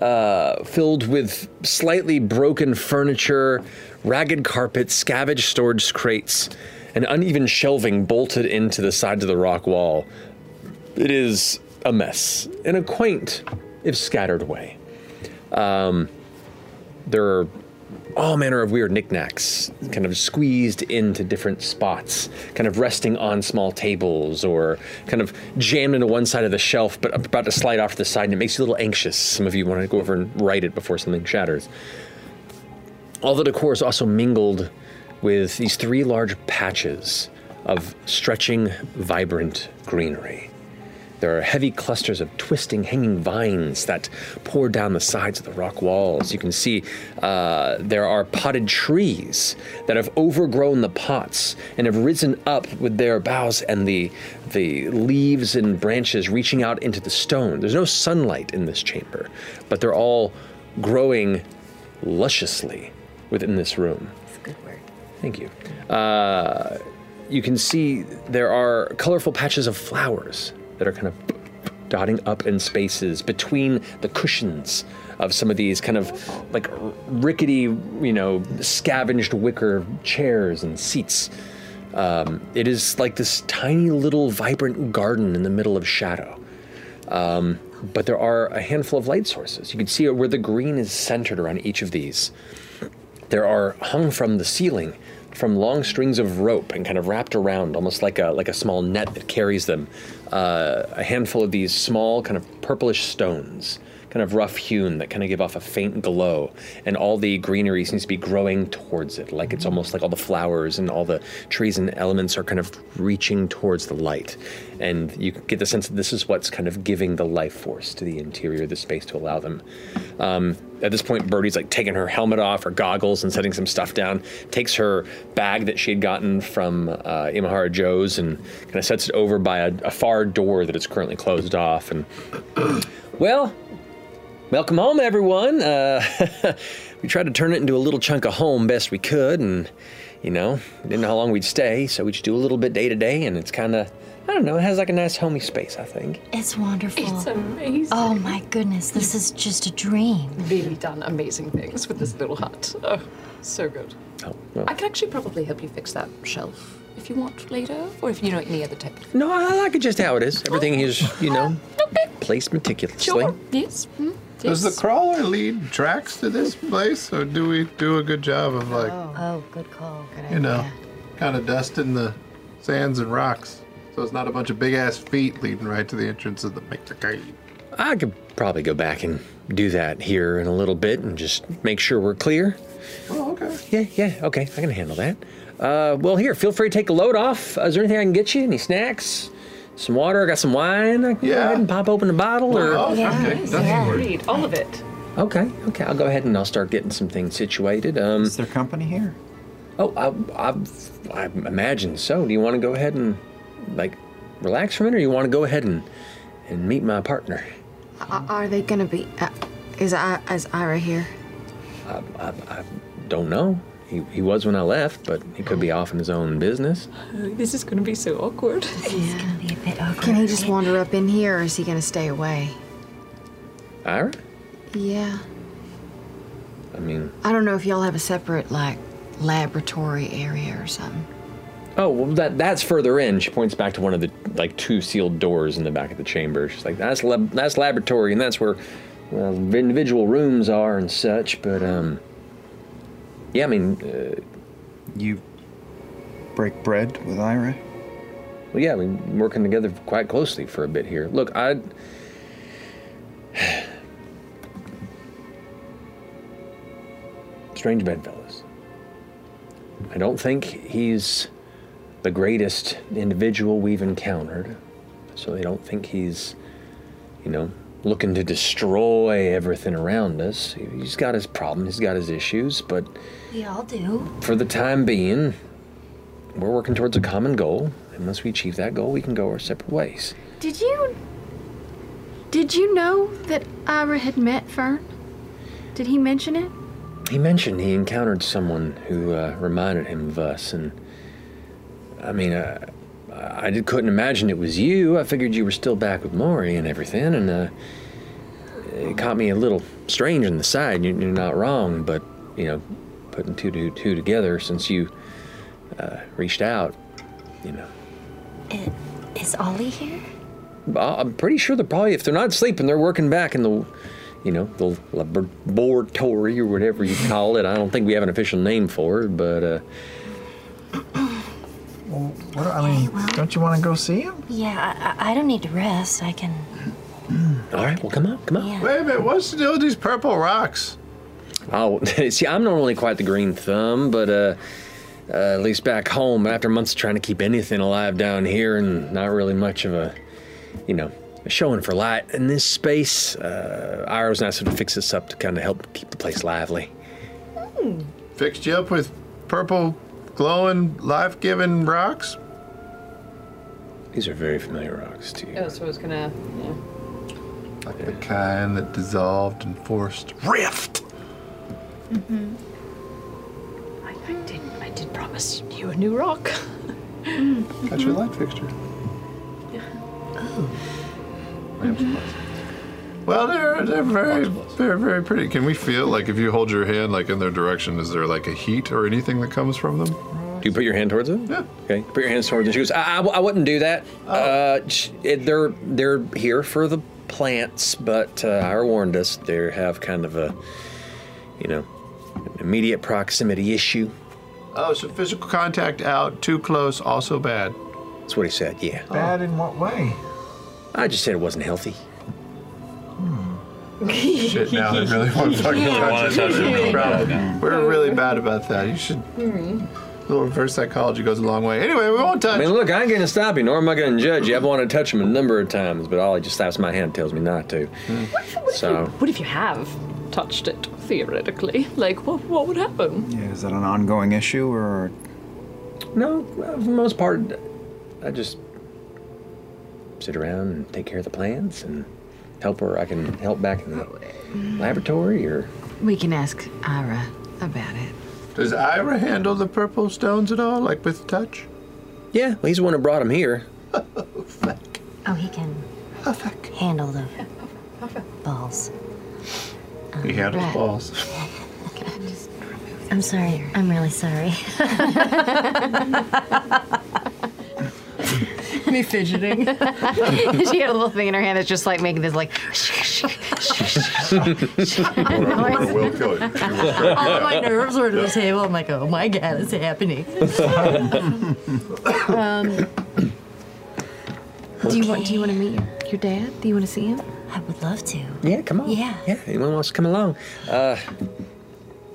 Speaker 2: uh, filled with slightly broken furniture, ragged carpets, scavenged storage crates, and uneven shelving bolted into the sides of the rock wall. It is a mess in a quaint, if scattered way. Um, there are all manner of weird knickknacks kind of squeezed into different spots, kind of resting on small tables or kind of jammed into one side of the shelf but about to slide off to the side, and it makes you a little anxious. Some of you want to go over and right it before something shatters. All the decor is also mingled with these three large patches of stretching, vibrant greenery. There are heavy clusters of twisting, hanging vines that pour down the sides of the rock walls. You can see uh, there are potted trees that have overgrown the pots and have risen up with their boughs and the the leaves and branches reaching out into the stone. There's no sunlight in this chamber, but they're all growing lusciously within this room. Thank you. Uh, you can see there are colorful patches of flowers that are kind of dotting up in spaces between the cushions of some of these kind of like rickety, you know, scavenged wicker chairs and seats. Um, it is like this tiny little vibrant garden in the middle of shadow. Um, but there are a handful of light sources. You can see where the green is centered around each of these. There are hung from the ceiling from long strings of rope and kind of wrapped around, almost like a like a small net that carries them. Uh, a handful of these small, kind of purplish stones, kind of rough hewn, that kind of give off a faint glow, and all the greenery seems to be growing towards it, like it's almost like all the flowers and all the trees and elements are kind of reaching towards the light, and you get the sense that this is what's kind of giving the life force to the interior of the space to allow them. Um, at this point, Birdie's like taking her helmet off, her goggles, and setting some stuff down. Takes her bag that she had gotten from uh, Imahara Joe's and kind of sets it over by a, a far door that is currently closed off. And *clears throat* well, welcome home, everyone. Uh, *laughs* we tried to turn it into a little chunk of home best we could, and you know, we didn't know how long we'd stay, so we just do a little bit day to day, and it's kind of. I don't know. It has like a nice homey space, I think.
Speaker 12: It's wonderful.
Speaker 5: It's amazing.
Speaker 12: Oh my goodness, this is just a dream.
Speaker 5: Really done amazing things with this little hut. Oh, so good.
Speaker 2: Oh, well.
Speaker 5: I can actually probably help you fix that shelf if you want later, or if you know any other type.
Speaker 2: No, I like it just how it is. Everything is, you know, placed meticulously.
Speaker 5: Yes. Mm,
Speaker 9: Does the
Speaker 5: yes.
Speaker 9: crawler lead tracks to this place, or do we do a good job of like,
Speaker 12: Oh, good call. Good idea.
Speaker 9: you know, kind of dusting the sands and rocks, so it's not a bunch of big ass feet leading right to the entrance of the make the cave?
Speaker 2: I could probably go back and do that here in a little bit and just make sure we're clear.
Speaker 9: Oh, okay.
Speaker 2: Yeah, yeah, okay. I can handle that. Uh, well, here, feel free to take a load off. Uh, Is there anything I can get you? Any snacks? Some water? I got some wine. I can go ahead and pop open a bottle. Or
Speaker 5: Oh,
Speaker 4: Oh,
Speaker 9: Oh,
Speaker 33: Agreed. All of it.
Speaker 2: Okay, okay. I'll go ahead and I'll start getting some things situated. Um, Is
Speaker 4: there company here?
Speaker 2: Oh, I, I, I imagine so. Do you want to go ahead and like relax for a minute, or you want to go ahead and and meet my partner?
Speaker 14: Are are they gonna be? Uh, is I is Ira here?
Speaker 2: I, I, I don't know. He, he was when I left, but he could be off in his own business.
Speaker 5: *sighs* This is going to be so awkward. *laughs*
Speaker 14: It's gonna be a bit awkward. Can he just wander up in here, or is he gonna stay away?
Speaker 2: Ira?
Speaker 14: Yeah.
Speaker 2: I mean,
Speaker 14: I don't know if y'all have a separate like laboratory area or something.
Speaker 2: oh, well, that that's further in. She points back to one of the like two sealed doors in the back of the chamber. She's like, that's lab- that's laboratory, and that's where well, individual rooms are and such. But um, yeah, I mean, uh,
Speaker 4: you break bread with Ira.
Speaker 2: Well, yeah, we've been working together quite closely for a bit here. Look, I. Strange bedfellows. I don't think he's the greatest individual we've encountered, so I don't think he's, you know, looking to destroy everything around us. He's got his problems, he's got his issues, but
Speaker 12: We all do.
Speaker 2: for the time being, we're working towards a common goal, and once we achieve that goal, we can go our separate ways.
Speaker 10: Did you
Speaker 14: Did you know that Ira had met Fern? Did he mention it?
Speaker 2: He mentioned he encountered someone who uh, reminded him of us, and I mean, uh, I did- couldn't imagine it was you. I figured you were still back with Maury and everything, and uh, it caught me a little strange on the side. You- You're not wrong, but you know, putting two to two together since you uh, reached out, you know.
Speaker 12: Is Ollie here?
Speaker 2: I- I'm pretty sure they're probably if they're not sleeping, they're working back in the, you know, the laboratory or whatever you call it. I don't think we have an official name for it, but uh,
Speaker 3: Well, what, I mean, don't you want to go see him?
Speaker 12: Yeah, I, I- I don't need to rest. I can.
Speaker 2: all right, well come on, come on.
Speaker 9: Wait a minute, what's the deal with these purple rocks?
Speaker 2: Oh, *laughs* see, I'm normally quite the green thumb, but uh, uh, at least back home, after months of trying to keep anything alive down here, and not really much of a, you know, a showing for light in this space, uh, Ira was nice enough to fix this up to kind of help keep the place lively.
Speaker 9: Fixed you up with purple, glowing, life giving rocks?
Speaker 2: These are very familiar rocks to you.
Speaker 5: Oh, so I was gonna. Yeah.
Speaker 9: Like the kind that dissolved and forced. Rift!
Speaker 5: Mm-hmm. I, I did. I did promise you a new rock.
Speaker 9: That's your light fixture. Well, Oh, they're, they're very they're very pretty. Can we feel like if you hold your hand like in their direction, is there like a heat or anything that comes from them?
Speaker 2: Do you put your hand towards them?
Speaker 9: Yeah. Oh.
Speaker 2: Okay. Put your hands towards them. She goes, I, I, I wouldn't do that. Uh, sh- it- they're they're here for the plants, but uh, Ira warned us they have kind of a, you know, an immediate proximity issue.
Speaker 9: Oh, so physical contact out, too close, also bad.
Speaker 2: That's what he said. Yeah.
Speaker 3: Bad in what way?
Speaker 2: I just said it wasn't healthy.
Speaker 9: *laughs* Shit, now I really want to fucking
Speaker 2: Yeah.
Speaker 9: touch it.
Speaker 2: Yeah.
Speaker 9: Problem. We're really bad about that. You should. A little reverse psychology goes a long way. Anyway, we won't touch.
Speaker 2: I mean, look, I ain't gonna stop you, nor am I gonna judge you. I've wanted to touch him a number of times, but Ollie just slaps my hand, and tells me not to.
Speaker 9: Hmm.
Speaker 2: So
Speaker 5: What if you have touched it theoretically? Like, what what would happen?
Speaker 4: Yeah, is that an ongoing issue or?
Speaker 2: No, well, for the most part, I just sit around and take care of the plants and help where I can help back in the laboratory or.
Speaker 14: We can ask Ira about it.
Speaker 9: Does Ira handle the purple stones at all, like with touch?
Speaker 2: Yeah, well, he's the one who brought him here.
Speaker 12: Oh, he can. Handle the balls.
Speaker 9: He handles
Speaker 12: right.
Speaker 9: balls.
Speaker 12: I'm sorry. I'm really sorry.
Speaker 14: *laughs* Me fidgeting. she had a little thing in her hand that's just like making this like. *laughs*
Speaker 9: Or will kill you.
Speaker 12: *laughs* All of
Speaker 8: *laughs*
Speaker 12: my nerves were to the table. I'm like, oh my god, it's happening.
Speaker 14: um, do you want? Do you want to meet your, your dad? Do you want to see him?
Speaker 12: I would love to.
Speaker 2: Yeah, come on.
Speaker 12: Yeah.
Speaker 2: Yeah, anyone wants to come along? Uh,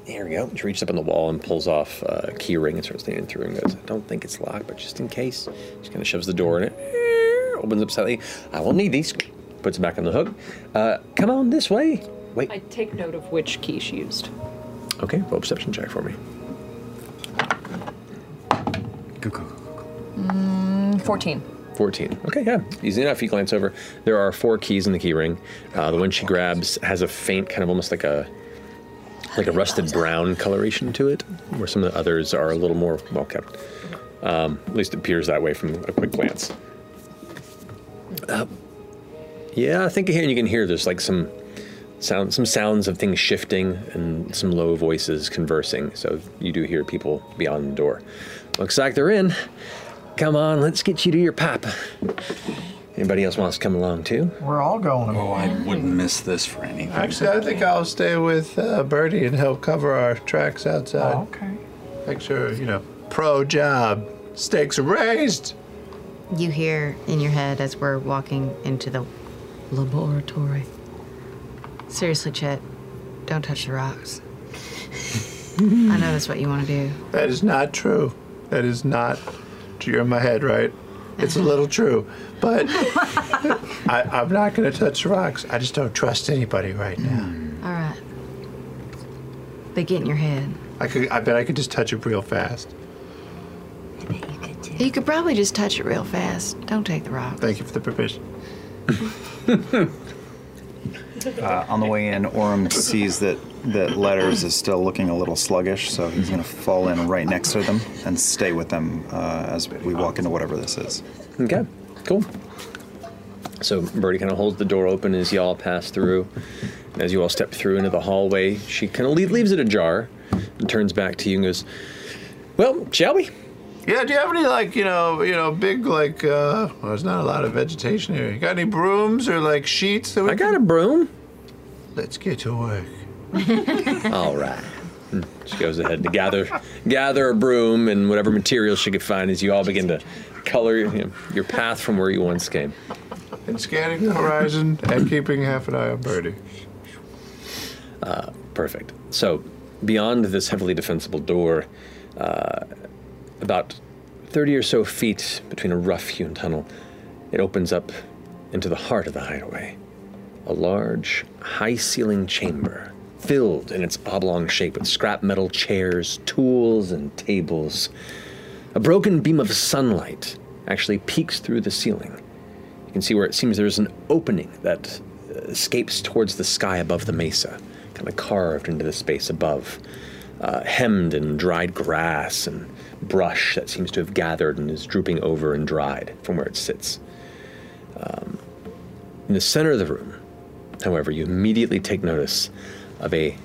Speaker 2: here we go. She reaches up on the wall and pulls off uh, a key ring and starts leaning through and goes, I don't think it's locked, but just in case. She kind of shoves the door in it, opens up slightly. I won't need these. Puts it back on the hook. Uh, come on this way. Wait.
Speaker 5: I take note of which key she used.
Speaker 2: Okay, roll a perception check for me. Go, go, go.
Speaker 5: Mm, Fourteen.
Speaker 2: 14. Okay, yeah. Easy enough. You glance over. There are four keys in the key ring. Uh, the one she grabs has a faint, kind of almost like a like a rusted brown coloration to it, where some of the others are a little more well kept. Um, at least it appears that way from a quick glance. Uh, yeah, I think here you can hear there's like some sound, some sounds of things shifting and some low voices conversing. So you do hear people beyond the door. Looks like they're in. Come on, let's get you to your papa. Anybody else wants to come along too?
Speaker 3: We're all going.
Speaker 2: Oh, I wouldn't miss this for anything.
Speaker 9: Actually, I think I'll stay with uh, Birdie and help cover our tracks outside.
Speaker 3: okay.
Speaker 9: Make sure, you know, pro job. Stakes are raised.
Speaker 14: You hear in your head as we're walking into the laboratory. Seriously, Chet, don't touch the rocks. I know that's what you want to do.
Speaker 9: That is not true. That is not. You're in my head, right? It's a little true, but I, I'm not going to touch rocks. I just don't trust anybody right now.
Speaker 14: All right. They get in your head.
Speaker 9: I could. I bet I could just touch it real fast.
Speaker 14: You could probably just touch it real fast. Don't take the rock.
Speaker 9: Thank you for the permission.
Speaker 4: Uh, on the way in, Orem sees that, that Letters is still looking a little sluggish, so he's going to fall in right next to them and stay with them uh, as we walk into whatever this is.
Speaker 2: Okay, cool. So Birdie kind of holds the door open as y'all pass through. As you all step through into the hallway, she kind of leaves it ajar and turns back to you and goes, "Well, shall we?"
Speaker 9: Yeah, do you have any like you know you know big like uh well there's not a lot of vegetation here. You got any brooms or like sheets that we I got a
Speaker 2: broom.
Speaker 9: Let's get to work.
Speaker 2: All right. She goes ahead to gather, gather a broom and whatever material she could find as you all begin to color you know, your path from where you once came.
Speaker 9: And scanning the horizon and keeping half an eye on Birdie.
Speaker 2: Uh, perfect. So, beyond this heavily defensible door, uh, about 30 or so feet between a rough hewn tunnel, it opens up into the heart of the hideaway. A large, high ceiling chamber filled in its oblong shape with scrap metal chairs, tools, and tables. A broken beam of sunlight actually peeks through the ceiling. You can see where it seems there's an opening that uh, escapes towards the sky above the mesa, kind of carved into the space above, uh, hemmed in dried grass and brush that seems to have gathered and is drooping over and dried from where it sits. Um, in the center of the room, however, you immediately take notice of a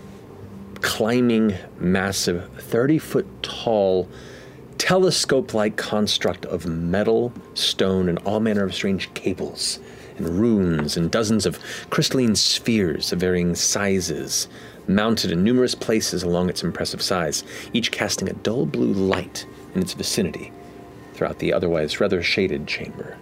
Speaker 2: climbing, massive, 30 foot tall, telescope like construct of metal, stone, and all manner of strange cables and runes and dozens of crystalline spheres of varying sizes, mounted in numerous places along its impressive size, *laughs* each casting a dull blue light in its vicinity throughout the otherwise rather shaded chamber.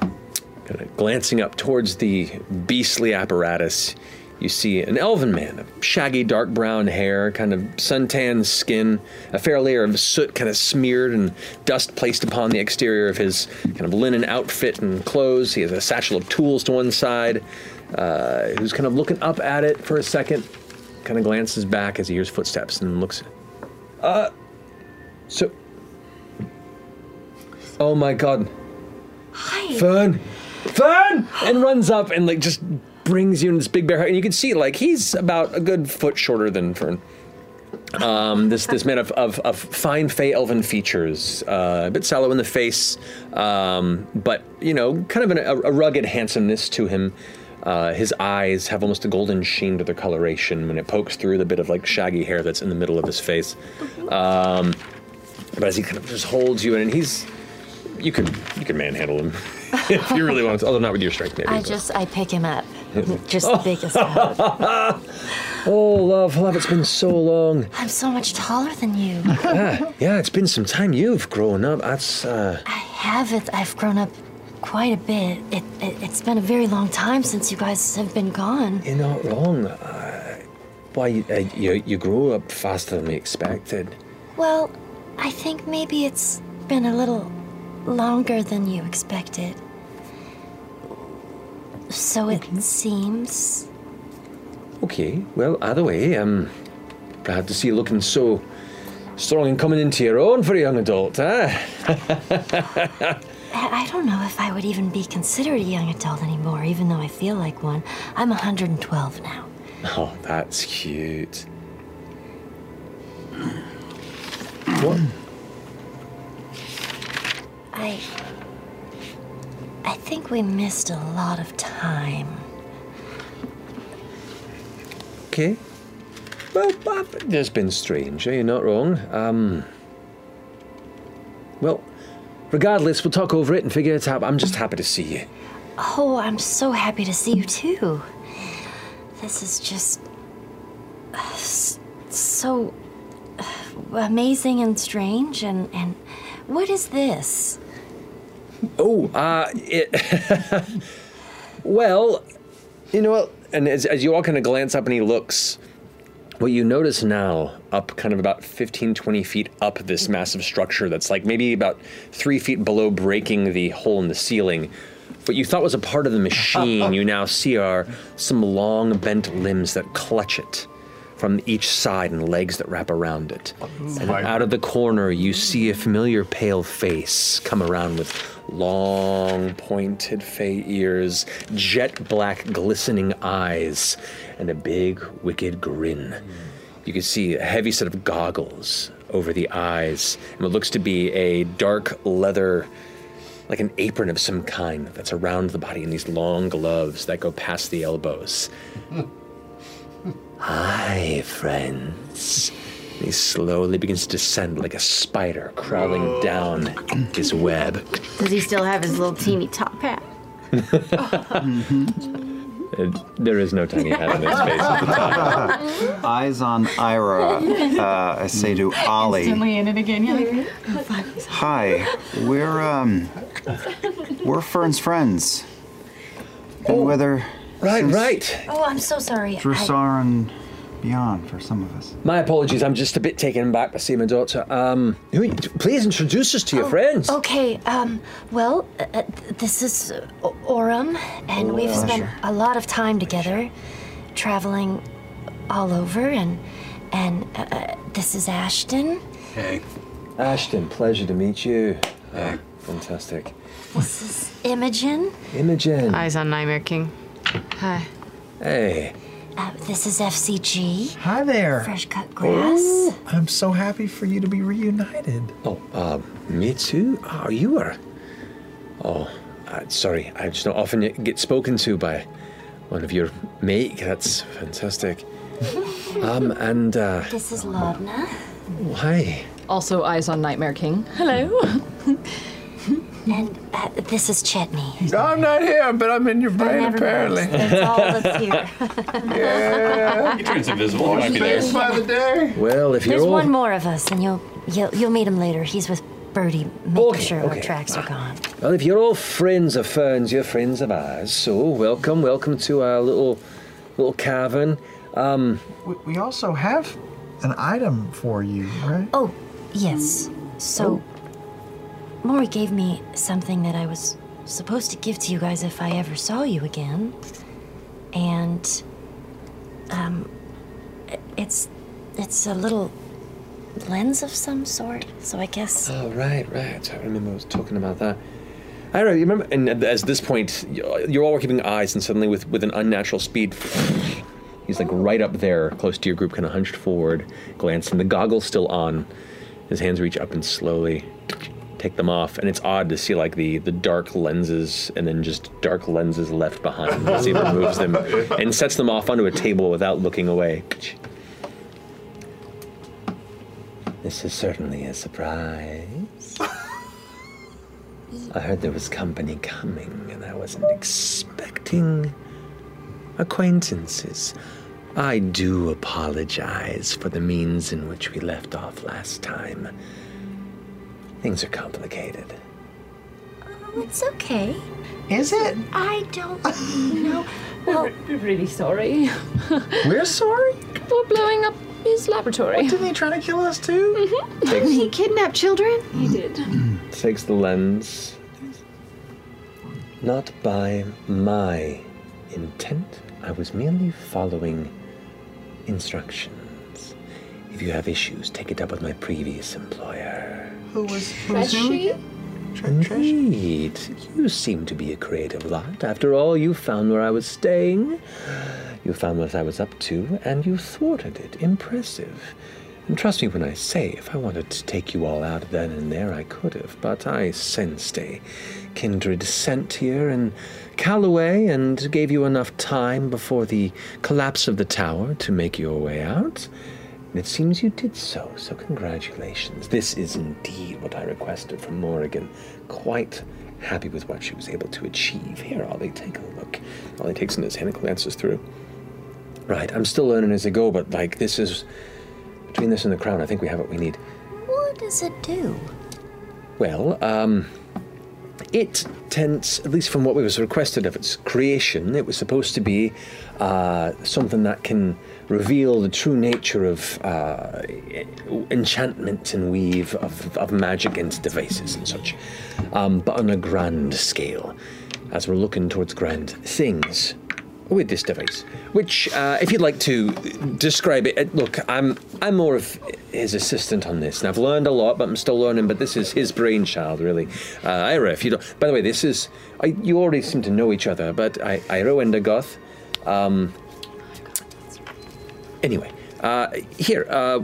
Speaker 2: Kind of glancing up towards the beastly apparatus, you see an elven man of shaggy dark brown hair, kind of suntan skin, a fair layer of soot kind of smeared and dust placed upon the exterior of his kind of linen outfit and clothes. He has a satchel of tools to one side, uh, who's kind of looking up at it for a second, kind of glances back as he hears footsteps and looks. Uh, so. Oh my god. Hi. Fern! Fern! And runs up and like just brings you in this big bear hug. And you can see like he's about a good foot shorter than Fern. Um, this this man of, of, of fine fey elven features, uh, a bit sallow in the face, um, but you know, kind of an, a, a rugged handsomeness to him. Uh, his eyes have almost a golden sheen to their coloration when it pokes through the bit of like shaggy hair that's in the middle of his face. Um, but as he kind of just holds you in, and he's you could you could manhandle him *laughs* if you really want to, although not with your strength maybe.
Speaker 12: I
Speaker 2: but-
Speaker 12: just I pick him up. Just the biggest
Speaker 13: *laughs*
Speaker 12: hug.
Speaker 2: Oh, love, love, it's been so long.
Speaker 12: I'm so much taller than you.
Speaker 2: yeah, yeah, it's been some time. You've grown up. That's uh,
Speaker 12: have it. I've grown up quite a bit. It, it, it's been a very long time since you guys have been gone.
Speaker 2: you're not wrong. Uh, why uh, you you grow up faster than we expected.
Speaker 12: Well, I think maybe it's been a little longer than you expected. So it seems.
Speaker 2: Okay, well, either way, um, glad to see you looking so strong and coming into your own for a young adult, eh? huh?
Speaker 12: I I don't know if I would even be considered a young adult anymore, even though I feel like one. I'm 112 now.
Speaker 2: oh, that's cute. What?
Speaker 12: I. I think we missed a lot of time.
Speaker 2: Okay. Well, but it's been strange. eh? You're not wrong. Um. Well, regardless, we'll talk over it and figure it out. I'm just happy to see you.
Speaker 12: Oh, I'm so happy to see you too. This is just uh, s- so uh, amazing and strange. And, and what is this?
Speaker 2: Oh, uh, it. *laughs* well, you know what? And as, as you all kind of glance up and he looks, what you notice now, up kind of about 15, 20 feet up this massive structure that's like maybe about three feet below breaking the hole in the ceiling, what you thought was a part of the machine, you now see are some long bent limbs that clutch it.
Speaker 13: from each side and legs that wrap around it. And out of the corner, you see a familiar pale face come around with long, pointed fey ears, jet black, glistening eyes, and a big, wicked grin. You can see a heavy set of goggles over the eyes, and what looks to be a dark leather like an apron of some kind that's around the body and these long gloves that go past the elbows. Hi, friends. And he slowly begins to descend like a spider crawling down his web.
Speaker 1: Does he still have his little teeny top hat?
Speaker 13: Uh, There is no tiny hat on his face at the time.
Speaker 4: *laughs* Eyes on Ira. Uh, I
Speaker 14: *laughs*
Speaker 4: say to Ollie,
Speaker 33: Instantly in it again. You're like,
Speaker 4: "Hi, we're um, we're Fern's friends, and whether
Speaker 13: right, right,
Speaker 12: Oh, I'm so sorry.
Speaker 4: through
Speaker 12: I-
Speaker 4: sorrow and beyond for some of us."
Speaker 13: My apologies, I'm just a bit taken aback by seeing my daughter. Um, who, please introduce us to
Speaker 12: Oh,
Speaker 13: your friends.
Speaker 12: Okay, um, well, uh, uh, th- this is uh, O- Orem, and we've
Speaker 13: Pleasure.
Speaker 12: spent a lot of time together, traveling all over, and and uh, uh, this is Ashton.
Speaker 13: Hey. Ashton, pleasure to meet you. Ah, fantastic.
Speaker 12: This is Imogen.
Speaker 13: Imogen.
Speaker 1: Eyes on Nightmare
Speaker 13: *laughs*
Speaker 1: King. Hi.
Speaker 13: Hey.
Speaker 12: Uh, this is FCG.
Speaker 8: Hi there.
Speaker 12: Fresh cut grass.
Speaker 8: I'm so happy for you to be reunited.
Speaker 13: Oh, uh, me too? Oh, you are. Oh, uh, sorry, I just not often get spoken to by one of your mate. That's
Speaker 12: *laughs*
Speaker 13: fantastic. Um, and, uh,
Speaker 12: This is Laudna.
Speaker 13: hi.
Speaker 5: Also, eyes on Nightmare King. Hello.
Speaker 12: and uh, this is Chetney.
Speaker 9: No, I'm not here, but I'm in your brain
Speaker 12: never
Speaker 9: apparently.
Speaker 12: noticed. That's all
Speaker 9: *laughs*
Speaker 12: that's here.
Speaker 13: Oh,
Speaker 9: yeah.
Speaker 38: He turns invisible. He
Speaker 9: Watch
Speaker 38: might be there.
Speaker 9: things by the day.
Speaker 13: Well,
Speaker 12: There's one more of us, and you'll you'll, you'll meet him later. He's with Birdie, making sure
Speaker 13: okay.
Speaker 12: our tracks are gone.
Speaker 13: Well, if you're all friends of Fern's, you're friends of ours. So, welcome, welcome to our little, little cavern. Um,
Speaker 8: We, we also have an item for you, right?
Speaker 12: Oh, yes. So, Maury gave me something that I was supposed to give to you guys if I ever saw you again. And, um, i- it's, it's a little lens of some sort, so I guess.
Speaker 13: Oh, right, right. I remember I was talking about that. I don't know, you remember, and at as this point, y- you're all keeping eyes, and suddenly, with, with an unnatural speed, he's like right up there, close to your group, kind of hunched forward, glancing, the goggles still on. His hands reach up and slowly take them off, and it's odd to see like the, the dark lenses, and then just dark lenses left behind as he removes them and sets them off onto a table without looking away. This is certainly a surprise. I heard there was company coming, and I wasn't expecting acquaintances. I do apologize for the means in which we left off last time. Things are complicated.
Speaker 12: It's okay.
Speaker 8: Is it?
Speaker 12: I don't
Speaker 5: *laughs*
Speaker 12: know. Well,
Speaker 33: I'm really sorry.
Speaker 8: *laughs* We're sorry?
Speaker 33: For blowing up his laboratory.
Speaker 8: didn't they try to kill
Speaker 14: *laughs*
Speaker 8: us too?
Speaker 33: Mm-hmm.
Speaker 1: he kidnapped children?
Speaker 33: He did.
Speaker 13: *clears throat* Takes the lens. Not by my intent. I was merely following instructions. If you have issues, take it up with my previous employer.
Speaker 8: Who was who was who?
Speaker 33: Trashy?
Speaker 13: Indeed. You seem to be a creative lot. After all, you found where I was staying, you found what I was up to, and you thwarted it. Impressive. And trust me when I say, if I wanted to take you all out then and there, I could have, but I sensed a kindred scent here in Calloway and gave you enough time before the collapse of the tower to make your way out. And it seems you did so, so congratulations. This is indeed what I requested from Morrigan. Quite happy with what she was able to achieve. Here, Ollie, take a look. Ollie takes in his hand and glances through. Right, I'm still learning as I go, but like this is between this and the crown, I think we have what we need.
Speaker 12: what does it do?
Speaker 13: Well, um, it tends, at least from what was requested of its creation, it was supposed to be uh, something that can reveal the true nature of uh, enchantment and weave of, of magic and devices and such, um, but on a grand scale. As we're looking towards grand things,
Speaker 2: with this device, which, uh, if you'd like to describe it, it- look, I'm I'm more of his assistant on this, and I've learned a lot, but I'm still learning. But this is his brainchild, really. Uh, Ira, if you don't, by the way, this is I, you already seem to know each other, but I, Ira Wendergoth. Um, anyway, uh, here, uh,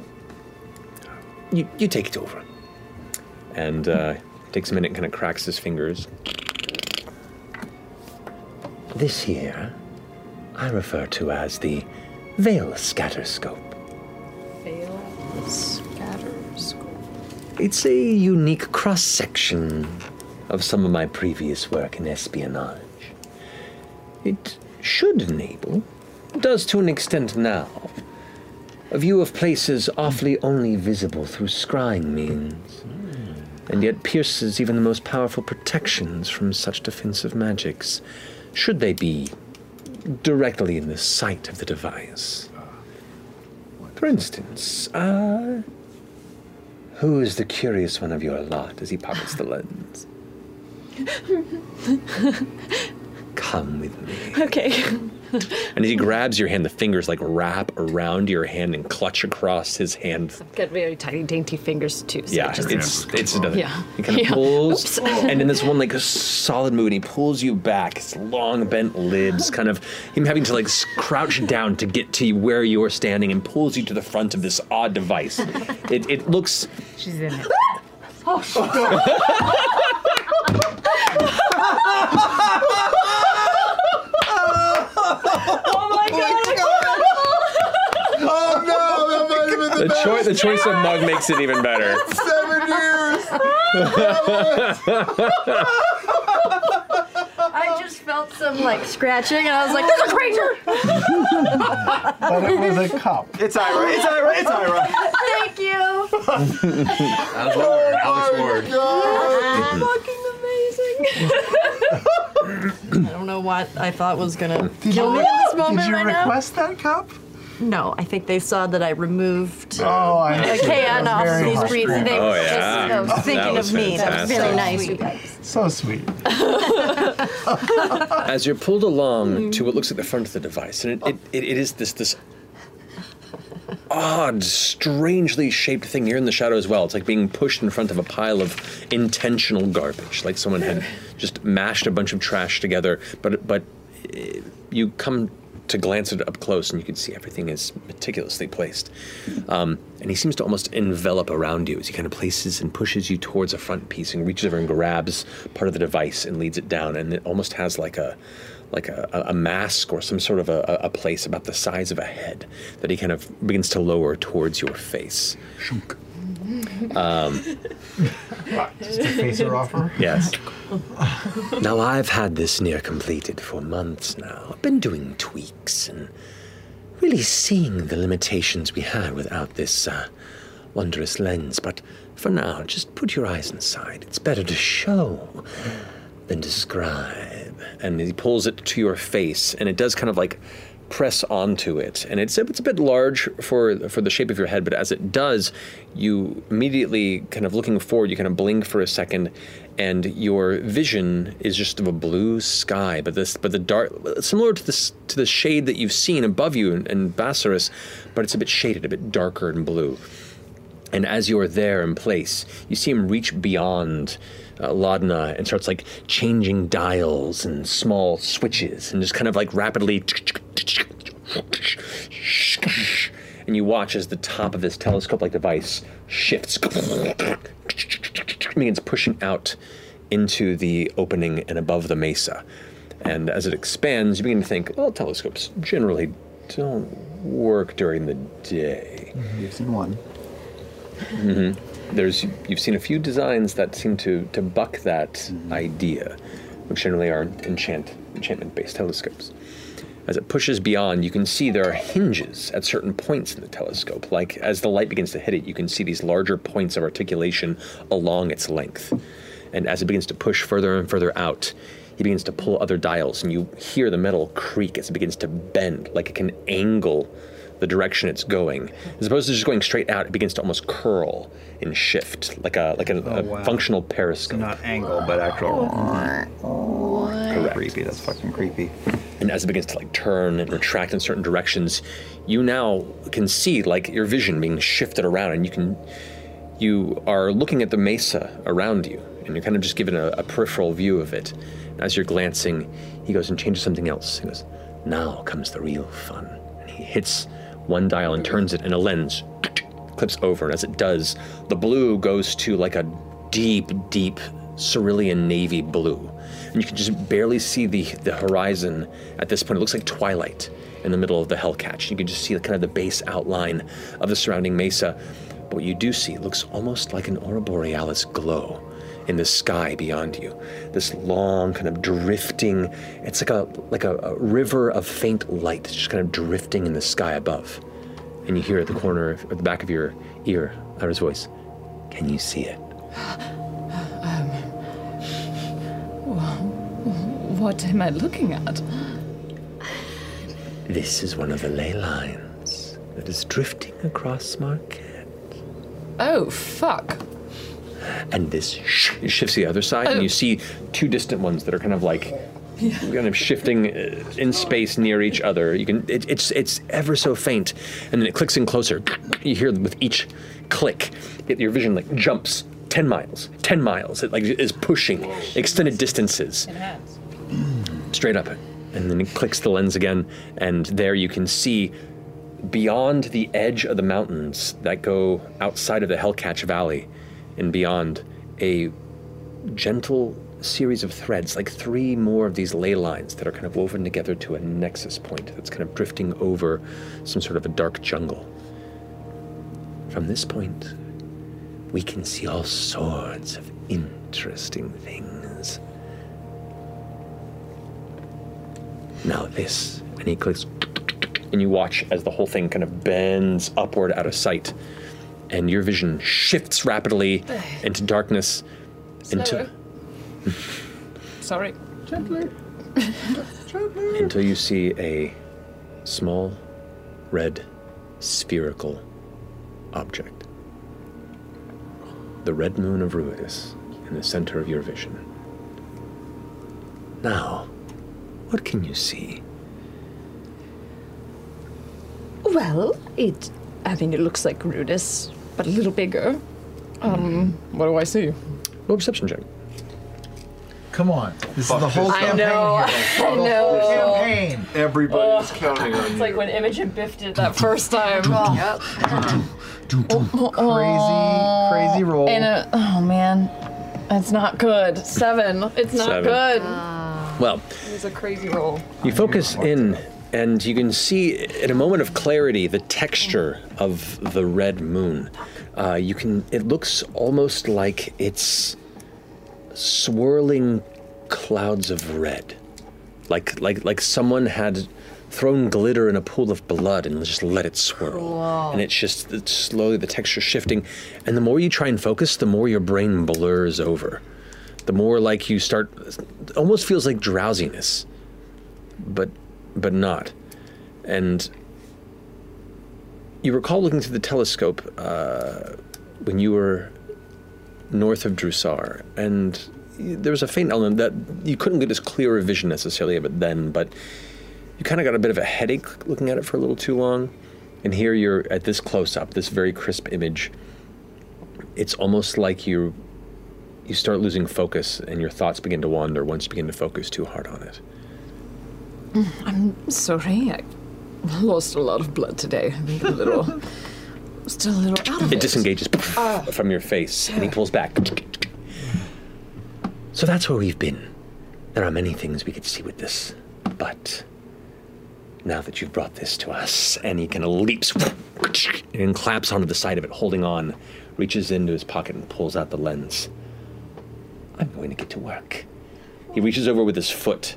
Speaker 2: you you take it over, and uh, takes a minute, and kind of cracks his fingers. This here, I refer to as the Veil Scatter Scope.
Speaker 5: Fail scatters.
Speaker 2: It's a unique cross section of some of my previous work in espionage. It should enable, does to an extent now, a view of places awfully only visible through scrying means, and yet pierces even the most powerful protections from such defensive magics, should they be directly in the sight of the device. For instance, uh, who is the curious one of your lot as he pockets the lens? Come with me.
Speaker 5: *laughs* okay. *laughs*
Speaker 2: And as he grabs your hand, the fingers like wrap around your hand and clutch across his hand.
Speaker 5: Got very tiny, dainty fingers too. So
Speaker 2: Yeah,
Speaker 5: it just-
Speaker 2: it's it's another.
Speaker 5: Yeah.
Speaker 2: He kind of
Speaker 5: Yeah.
Speaker 2: pulls,
Speaker 5: Oops.
Speaker 2: and in this one like solid move, and he pulls you back. His long bent lids, kind of him having to like s- crouch down to get to where you're standing, and pulls you to the front of this odd device. It it looks
Speaker 39: She's in it.
Speaker 12: Oh, my god!
Speaker 40: Oh no, that might have been the,
Speaker 2: the,
Speaker 40: best.
Speaker 2: choi- the choice of mug makes it even better.
Speaker 40: Seven
Speaker 2: *laughs*
Speaker 8: I just felt some like scratching, and I was like, "There's
Speaker 12: *laughs*
Speaker 8: a creature!"
Speaker 3: Oh,
Speaker 41: But it was a cup.
Speaker 8: It's Ira.
Speaker 41: It's Ira. It's Ira.
Speaker 8: Thank you.
Speaker 42: That was Lord. Alex Ward. Uh,
Speaker 12: I don't know what I thought was gonna
Speaker 3: Did
Speaker 12: kill
Speaker 3: you-
Speaker 12: me in this
Speaker 3: did
Speaker 12: moment
Speaker 3: you
Speaker 12: right
Speaker 3: request
Speaker 12: now. that cup? No, I think they saw that I removed.
Speaker 3: Oh, I
Speaker 12: the
Speaker 3: see.
Speaker 12: can off
Speaker 3: That was
Speaker 12: of
Speaker 3: very
Speaker 12: these
Speaker 3: hungry.
Speaker 12: breeds. They were
Speaker 3: Oh, yeah.
Speaker 12: just you know,
Speaker 3: That
Speaker 12: thinking
Speaker 3: was
Speaker 12: of me. That was very nice.
Speaker 3: fantastic.
Speaker 12: you guys.
Speaker 3: So
Speaker 2: *laughs*
Speaker 3: sweet.
Speaker 2: As you're pulled along to what looks like the front of the device, and it, it, it is this this odd, strangely shaped thing. You're in the shadow as well. It's like being pushed in front of a pile of intentional garbage, like someone had just mashed a bunch of trash together. But but eh, you come to glance at it up close, and you can see everything is meticulously placed. Um, and he seems to almost envelop around you as he kind of places and pushes you towards a front piece, and reaches over and grabs part of the device and leads it down, and it almost has like a like a, a a mask or some sort of a, a a place about the size of a head that he kind of begins to lower towards your face. Um,
Speaker 3: Just a phaser offer.
Speaker 2: yes. Now, I've had this near completed for months now. I've been doing tweaks and really seeing the limitations we had without this uh, wondrous lens. But for now, just put your eyes inside. It's better to show than describe. And he pulls it to your face, and it does kind of like press onto it. And it's a, it's a bit large for for the shape of your head, but as it does, you immediately kind of looking forward, you kind of blink for a second, and your vision is just of a blue sky. But this but the dark similar to this to the shade that you've seen above you in, in Bassarus, but it's a bit shaded, a bit darker and blue. And as you're there in place, you see him reach beyond uh, Laudna and starts like changing dials and small switches and just kind of like rapidly. And you watch as the top of this telescope like device shifts, begins pushing out into the opening and above the mesa. And as it expands, you begin to think, well, telescopes generally don't work during the day. You've seen one. hmm There's you've seen a few designs that seem to to buck that idea, which generally are enchant enchantment based telescopes. As it pushes beyond, you can see there are hinges at certain points in the telescope. Like as the light begins to hit it, you can see these larger points of articulation along its length. And as it begins to push further and further out, he begins to pull other dials, and you hear the metal creak as it begins to bend, like it can angle the direction it's going. As opposed to just going straight out, it begins to almost curl and shift, like a like
Speaker 43: Oh,
Speaker 2: a, a functional periscope. Not angle, but actual.
Speaker 43: Creepy. That's fucking creepy.
Speaker 2: and as it begins to like turn and retract in certain directions, you now can see like your vision being shifted around, and you can you are looking at the mesa around you, and you're kind of just given a, a peripheral view of it. As you're glancing, he goes and changes something else. He goes, "Now comes the real fun." And he hits one dial and turns it, and a lens clips over. And as it does, the blue goes to like a deep, deep cerulean navy blue. And you can just barely see the, the horizon at this point. It looks like twilight in the middle of the Hellcatch. You can just see kind of the base outline of the surrounding mesa. But what you do see looks almost like an aurora borealis glow in the sky beyond you. This long kind of drifting, it's like a like a, a river of faint light that's just kind of drifting in the sky above. And you hear at the corner of, at the back of your ear Ira's voice, "Can you see it?"
Speaker 5: What am I looking at?
Speaker 2: This is one of the ley lines that is drifting across Marquette.
Speaker 5: Oh, fuck.
Speaker 2: And this sh- it shifts to the other side, and you see two distant ones that are kind of like kind of shifting uh, in space near each other. You can it, it's it's ever so faint, and then it clicks in closer. You hear with each click, it, your vision like jumps ten miles, ten miles. It like is pushing extended distances straight up, and then it clicks the lens again, and there you can see beyond the edge of the mountains that go outside of the Hellcatch Valley and beyond a gentle series of threads, like three more of these ley lines that are kind of woven together to a nexus point that's kind of drifting over some sort of a dark jungle. From this point, we can see all sorts of interesting things. Now, this, and he clicks, and you watch as the whole thing kind of bends upward out of sight, and your vision shifts rapidly into darkness, into.
Speaker 5: Sorry.
Speaker 44: Gentler.
Speaker 2: until you see a small red spherical object. The red moon of Ruidus in the center of your vision. Now, what can you see?
Speaker 5: Well, it. I mean, it looks like Rudis, but a little bigger. Um, what do I see?
Speaker 2: Roll perception check.
Speaker 8: Come on. This is the whole
Speaker 5: I
Speaker 8: campaign.
Speaker 5: know.
Speaker 8: here.
Speaker 5: I know.
Speaker 8: Campaign.
Speaker 5: Everybody's
Speaker 8: counting
Speaker 5: It's like when Image and Biff did that first
Speaker 8: *laughs*
Speaker 5: time. yep.
Speaker 8: Crazy, crazy roll.
Speaker 5: And Uh, a, oh man, that's not good. Seven. It's not
Speaker 2: Seven.
Speaker 5: good.
Speaker 2: Well,
Speaker 5: it was a crazy roll.
Speaker 2: You focus in, and you can see in a moment of clarity the texture of the red moon. Uh, you can. It looks almost like it's swirling clouds of red, like like like someone had thrown glitter in a pool of blood and just let it swirl and it's just it's slowly the texture shifting and the more you try and focus the more your brain blurs over the more like you start it almost feels like drowsiness but but not and you recall looking through the telescope uh, when you were north of Drusar, and there was a faint element that you couldn't get as clear a vision necessarily of it then, but you kind of got a bit of a headache looking at it for a little too long. And here you're at this close up, this very crisp image. It's almost like you you start losing focus and your thoughts begin to wander once you begin to focus too hard on it.
Speaker 5: Mm, I'm sorry. I lost a lot of blood today. I think a little. Still a little out of it.
Speaker 2: It disengages
Speaker 5: Ah.
Speaker 2: from your face and he pulls back. So that's where we've been. There are many things we could see with this, but now that you've brought this to us, and he kind of leaps and claps onto the side of it, holding on, reaches into his pocket and pulls out the lens. I'm going to get to work. He reaches over with his foot,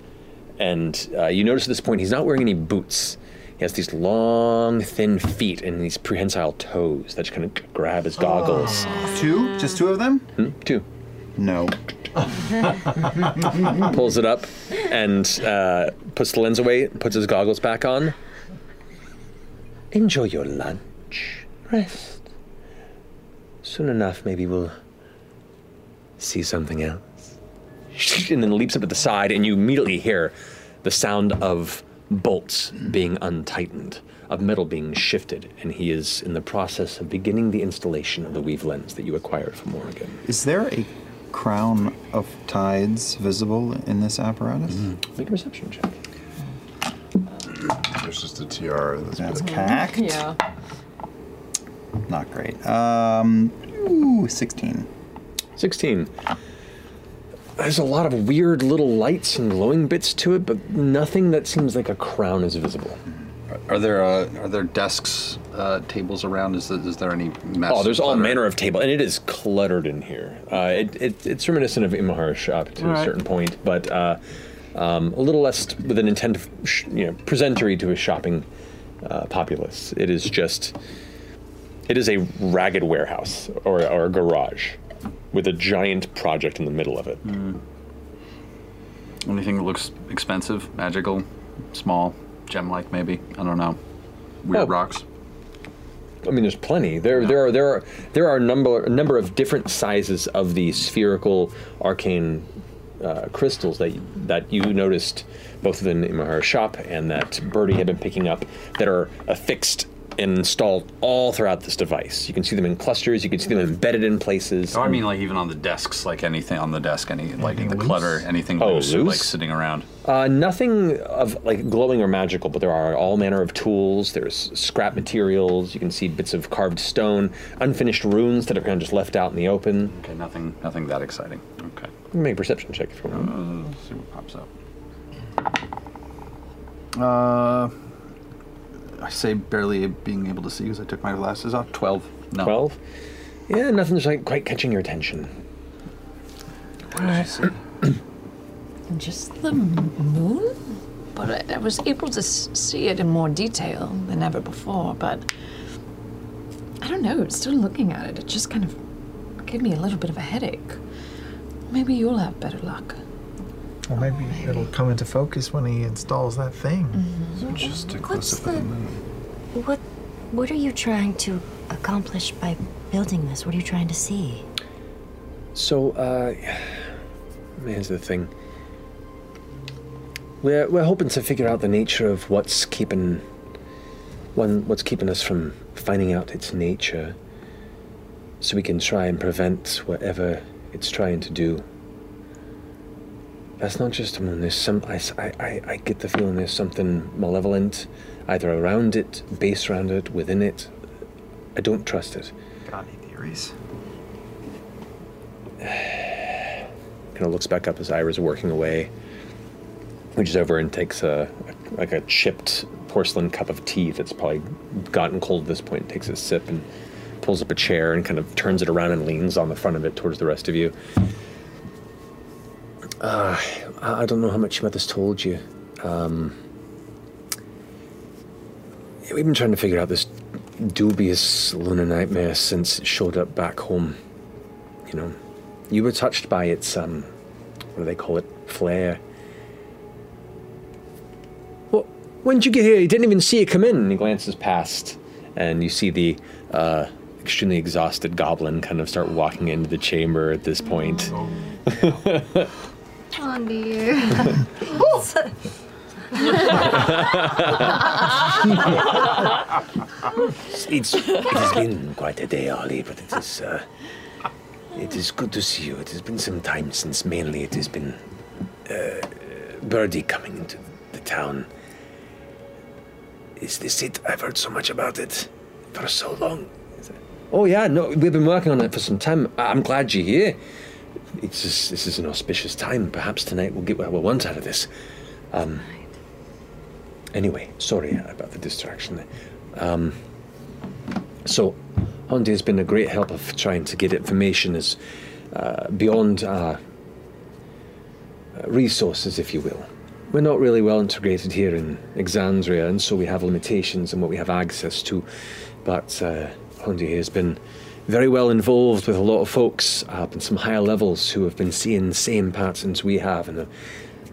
Speaker 2: and uh, you notice at this point he's not wearing any boots. He has these long, thin feet and these prehensile toes that just kind of grab his goggles.
Speaker 45: Oh. Two? Just two of them?
Speaker 2: Hmm? Two.
Speaker 45: No.
Speaker 2: *laughs* pulls it up and uh, puts the lens away, puts his goggles back on. Enjoy your lunch. Rest. Soon enough, maybe we'll *laughs* see something else. And then leaps up at the side, and you immediately hear the sound of bolts being untightened, of metal being shifted, and he is in the process of beginning the installation of the weave lens that you acquired from Oregon.
Speaker 4: Is there a crown of tides visible in this apparatus?
Speaker 2: Make a perception check.
Speaker 8: There's just a tiara that's,
Speaker 4: that's
Speaker 8: been
Speaker 4: cacked.
Speaker 5: Yeah.
Speaker 4: Not great. Um, ooh, 16.
Speaker 2: 16. There's a lot of weird little lights and glowing bits to it, but nothing that seems like a crown is visible.
Speaker 7: Are there uh, are there desks, uh, tables around? Is, there- is there any mess?
Speaker 2: Oh, there's all
Speaker 7: clutter?
Speaker 2: manner of table, and it is cluttered in here. Uh, it, it, it's reminiscent of Imahar shop to a
Speaker 7: Alright.
Speaker 2: certain point, but uh, um, a little less with an intent of sh- you know presentery to a shopping uh, populace. It is just, it is a ragged warehouse or, or a garage with a giant project in the middle of it.
Speaker 7: Hmm. Anything that looks expensive, magical, small, gem-like maybe? I don't know.
Speaker 2: Oh.
Speaker 7: Weird rocks.
Speaker 2: I mean, there's plenty. There, there are there are there are a number a number of different sizes of the spherical arcane uh, crystals that that you noticed both in Imahar's shop and that Birdie had been picking up that are affixed and installed all throughout this device. You can see them in clusters. You can see them embedded in places.
Speaker 7: Oh, I mean, like even on the desks, like anything on the desk, any like the clutter, anything
Speaker 2: Oh,
Speaker 7: loose, or, like
Speaker 2: loose?
Speaker 7: sitting around.
Speaker 2: Uh, nothing of like glowing or magical, but there are all manner of tools. There's scrap materials. You can see bits of carved stone, unfinished runes that are kind of just left out in the open.
Speaker 7: Okay, nothing, nothing that exciting. Okay.
Speaker 2: Make a perception check if you want.
Speaker 7: let's see what pops up. Uh, I say barely being able to see because I took my glasses off. Twelve. No.
Speaker 2: 12? Yeah, nothing's like quite catching your attention.
Speaker 8: *laughs*
Speaker 5: Just the moon? But I, I was able to s- see it in more detail than ever before, but I don't know, still looking at it, it just kind of gave me a little bit of a headache. Maybe you'll have better luck.
Speaker 3: Well, maybe it'll come into focus when he installs that thing. Just a
Speaker 12: Mm. What's the what? What are you trying to accomplish by building this? What are you trying to see?
Speaker 2: So, uh, here's the thing. We're, we're hoping to figure out the nature of what's keeping one, what's keeping us from finding out its nature, so we can try and prevent whatever it's trying to do. That's not just a moon. There's some. I, s- I- I- I get the feeling there's something malevolent, either around it, base around it, within it. I don't trust it.
Speaker 4: Got any theories?
Speaker 2: kind of looks back up as Ira's working away, reaches over and takes a like a chipped porcelain cup of tea that's probably gotten cold at this point. Takes a sip and pulls up a chair and kind of turns it around and leans on the front of it towards the rest of you. Uh, I I don't know how much your mother's told you. Um, we've been trying to figure out this dubious lunar nightmare since it showed up back home. You know, you were touched by its um, what do they call it? Flare. Well, when did you get here? You didn't even see it come in. And he glances past, and you see the uh, extremely exhausted goblin kind of start walking into the chamber at this point. *laughs*
Speaker 46: Oh dear.
Speaker 13: *laughs* it's, it has been quite a day, Ollie, but it is, uh, it is good to see you. It has been some time since mainly it has been uh, Birdie coming into the town. Is this it? I've heard so much about it for so long.
Speaker 2: Oh yeah, no, we've been working on it for some time. I- I'm glad you're here. It's just, this is an auspicious time. Perhaps tonight we'll get what we want out of this. Um, anyway, sorry uh, about the distraction. there. Um, so, Honda has been a great help of trying to get information as uh, beyond our uh, resources, if you will. We're not really well integrated here in Exandria, and so we have limitations in what we have access to. But uh, Hondi has been very well involved with a lot of folks up in some higher levels who have been seeing the same patterns we have and a,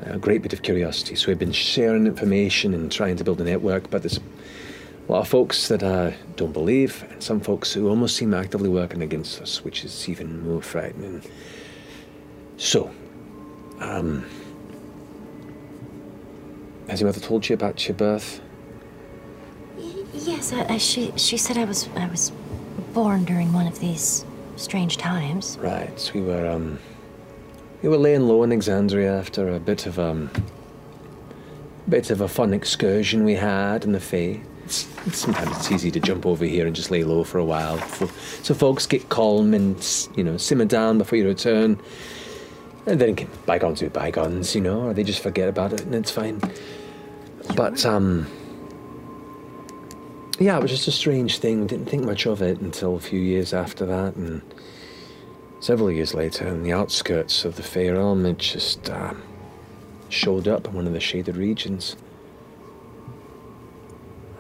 Speaker 2: a great bit of curiosity. So we've been sharing information and trying to build a network, but there's a lot of folks that uh, don't believe, and some folks who almost seem actively working against us, which is even more frightening. So, um,
Speaker 13: Has your mother told you about your birth?
Speaker 12: *laughs* Yes, I, I, she she said I was I was born during one of these strange times.
Speaker 13: Right. so We were um, we were laying low in Exandria after a bit of um, bit of a fun excursion we had in the Fae. It's, sometimes it's easy to jump over here and just lay low for a while, fo- so folks get calm and you know simmer down before you return. And then it can- bygones be bygones, you know, or they just forget about it and it's fine. But um, yeah, it was just a strange thing. Didn't think much of it until a few years after that, and several years later, in the outskirts of the Fey realm, it just uh, showed up in one of the shaded regions.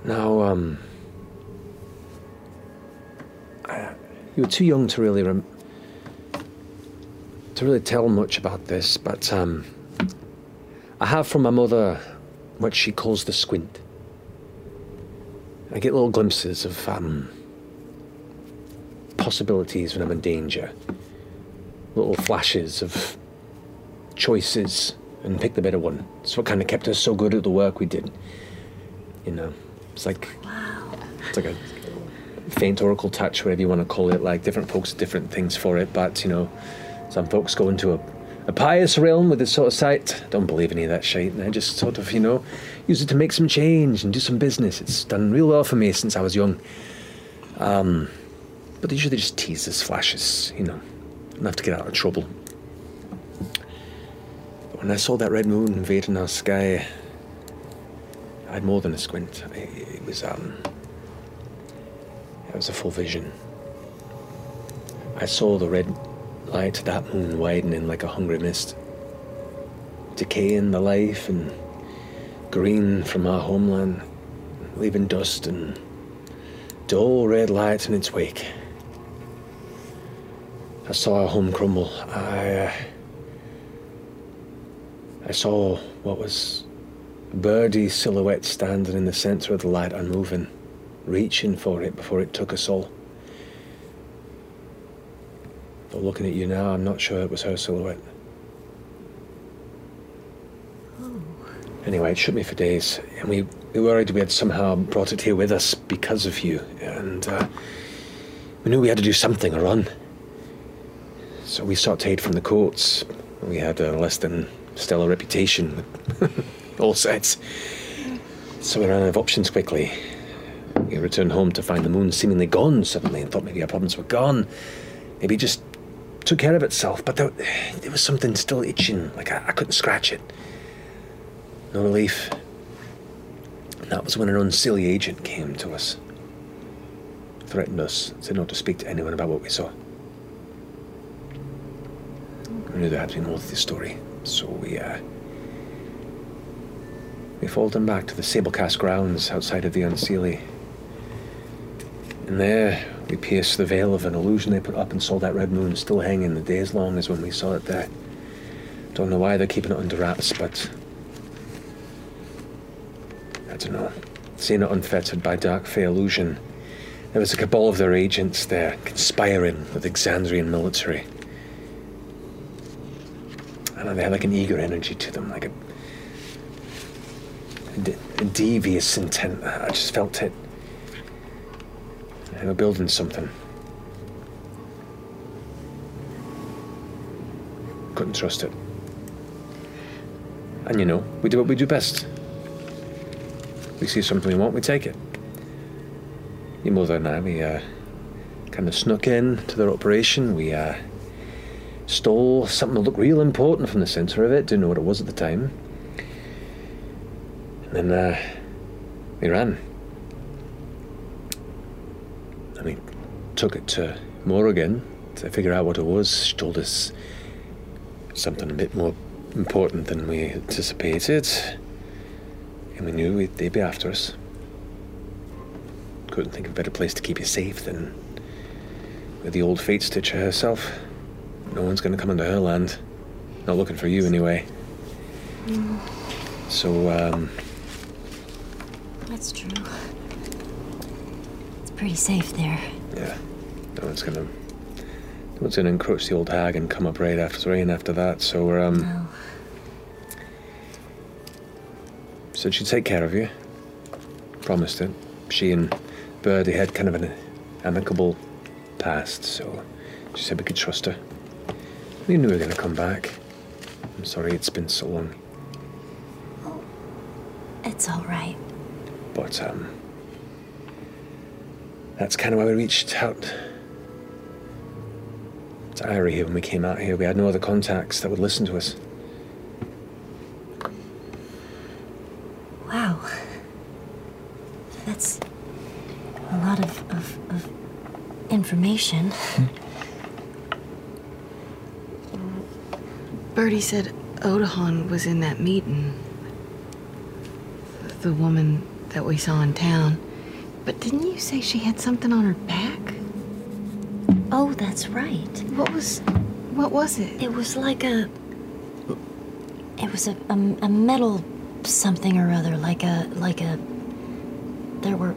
Speaker 13: Now, um, I, you were too young to really rem- to really tell much about this, but um, I have from my mother what she calls the squint. I get little glimpses of um, possibilities when I'm in danger, little flashes of choices, and pick the better one. It's what kind of kept us so good at the work we did. You know, it's like it's like a faint oracle touch, whatever you want to call it. Like different folks have different things for it, but you know, some folks go into a a pious realm with this sort of sight. Don't believe any of that shit. And I just sort of, you know, use it to make some change and do some business. It's done real well for me since I was young. Um, but they usually just tease as flashes, you know, enough to get out of trouble. But when I saw that red moon invading our sky, I had more than a squint. I- It was, um, it was a full vision. I saw the red light of that moon widening like a hungry mist, decaying the life and green from our homeland, leaving dust and dull red light in its wake. I saw our home crumble. I, uh, I saw what was a birdie silhouette standing in the center of the light, unmoving, reaching for it before it took us all. But looking at you now, I'm not sure it was her silhouette. Anyway, it shook me for days, and we, we worried we had somehow brought it here with us because of you, and uh, we knew we had to do something or run. So we sought aid from the courts. We had a less than stellar reputation with *laughs* all sides. So we ran out of options quickly. We returned home to find the moon seemingly gone suddenly and thought maybe our problems were gone maybe it just took care of itself, but there, there was something still itching, like I, I couldn't scratch it. No relief. And that was when an unsilly agent came to us, threatened us, said not to speak to anyone about what we saw. We knew there had to be more to this story, so we, uh, we followed him back to the Sablecast grounds outside of the Unseelie. And there, we pierced the veil of an illusion they put up and saw that red moon still hanging the day as long as when we saw it there. Don't know why they're keeping it under wraps, but. I don't know. Seeing it unfettered by dark fey illusion, there was a cabal of their agents there, conspiring with Exandrian military. I know they had like an eager energy to them, like a, a de- a devious intent. I just felt it. They were building something. Couldn't trust it. And you know, we do what we do best. We see something we want, we take it. Your mother and I, we uh, kind of snuck in to their operation. We uh, stole something that looked real important from the centre of it, didn't know what it was at the time. And then uh, we ran. I mean, took it to Morrigan to figure out what it was. She told us something a bit more important than we anticipated, and we knew we'd, they'd be after us. Couldn't think of a better place to keep you safe than with the old Fate Stitcher herself. No one's going to come into her land. Not looking for you, anyway.
Speaker 12: Mm,
Speaker 13: So, um,
Speaker 12: That's true. It's pretty safe there.
Speaker 13: Yeah. No one's gonna no one's gonna encroach the old hag and come up right after rain after that, so we're um Said she'd take care of you. Promised it. She and Birdie had kind of an amicable past, so she said we could trust her. We knew we were going to come back. I'm sorry it's been so long,
Speaker 12: It's all right.
Speaker 13: but um, that's kind of why we reached out to Irie here when we came out here. We had no other contacts that would listen to us.
Speaker 12: Wow. That's a lot of, of, of information.
Speaker 14: Bertie said Odahan was in that meeting. The woman that we saw in town. But didn't you say she had something on her back?
Speaker 12: Oh, that's right.
Speaker 14: What was. What was it?
Speaker 12: It was like a. It was a, a, a metal something or other, like a. like a. There were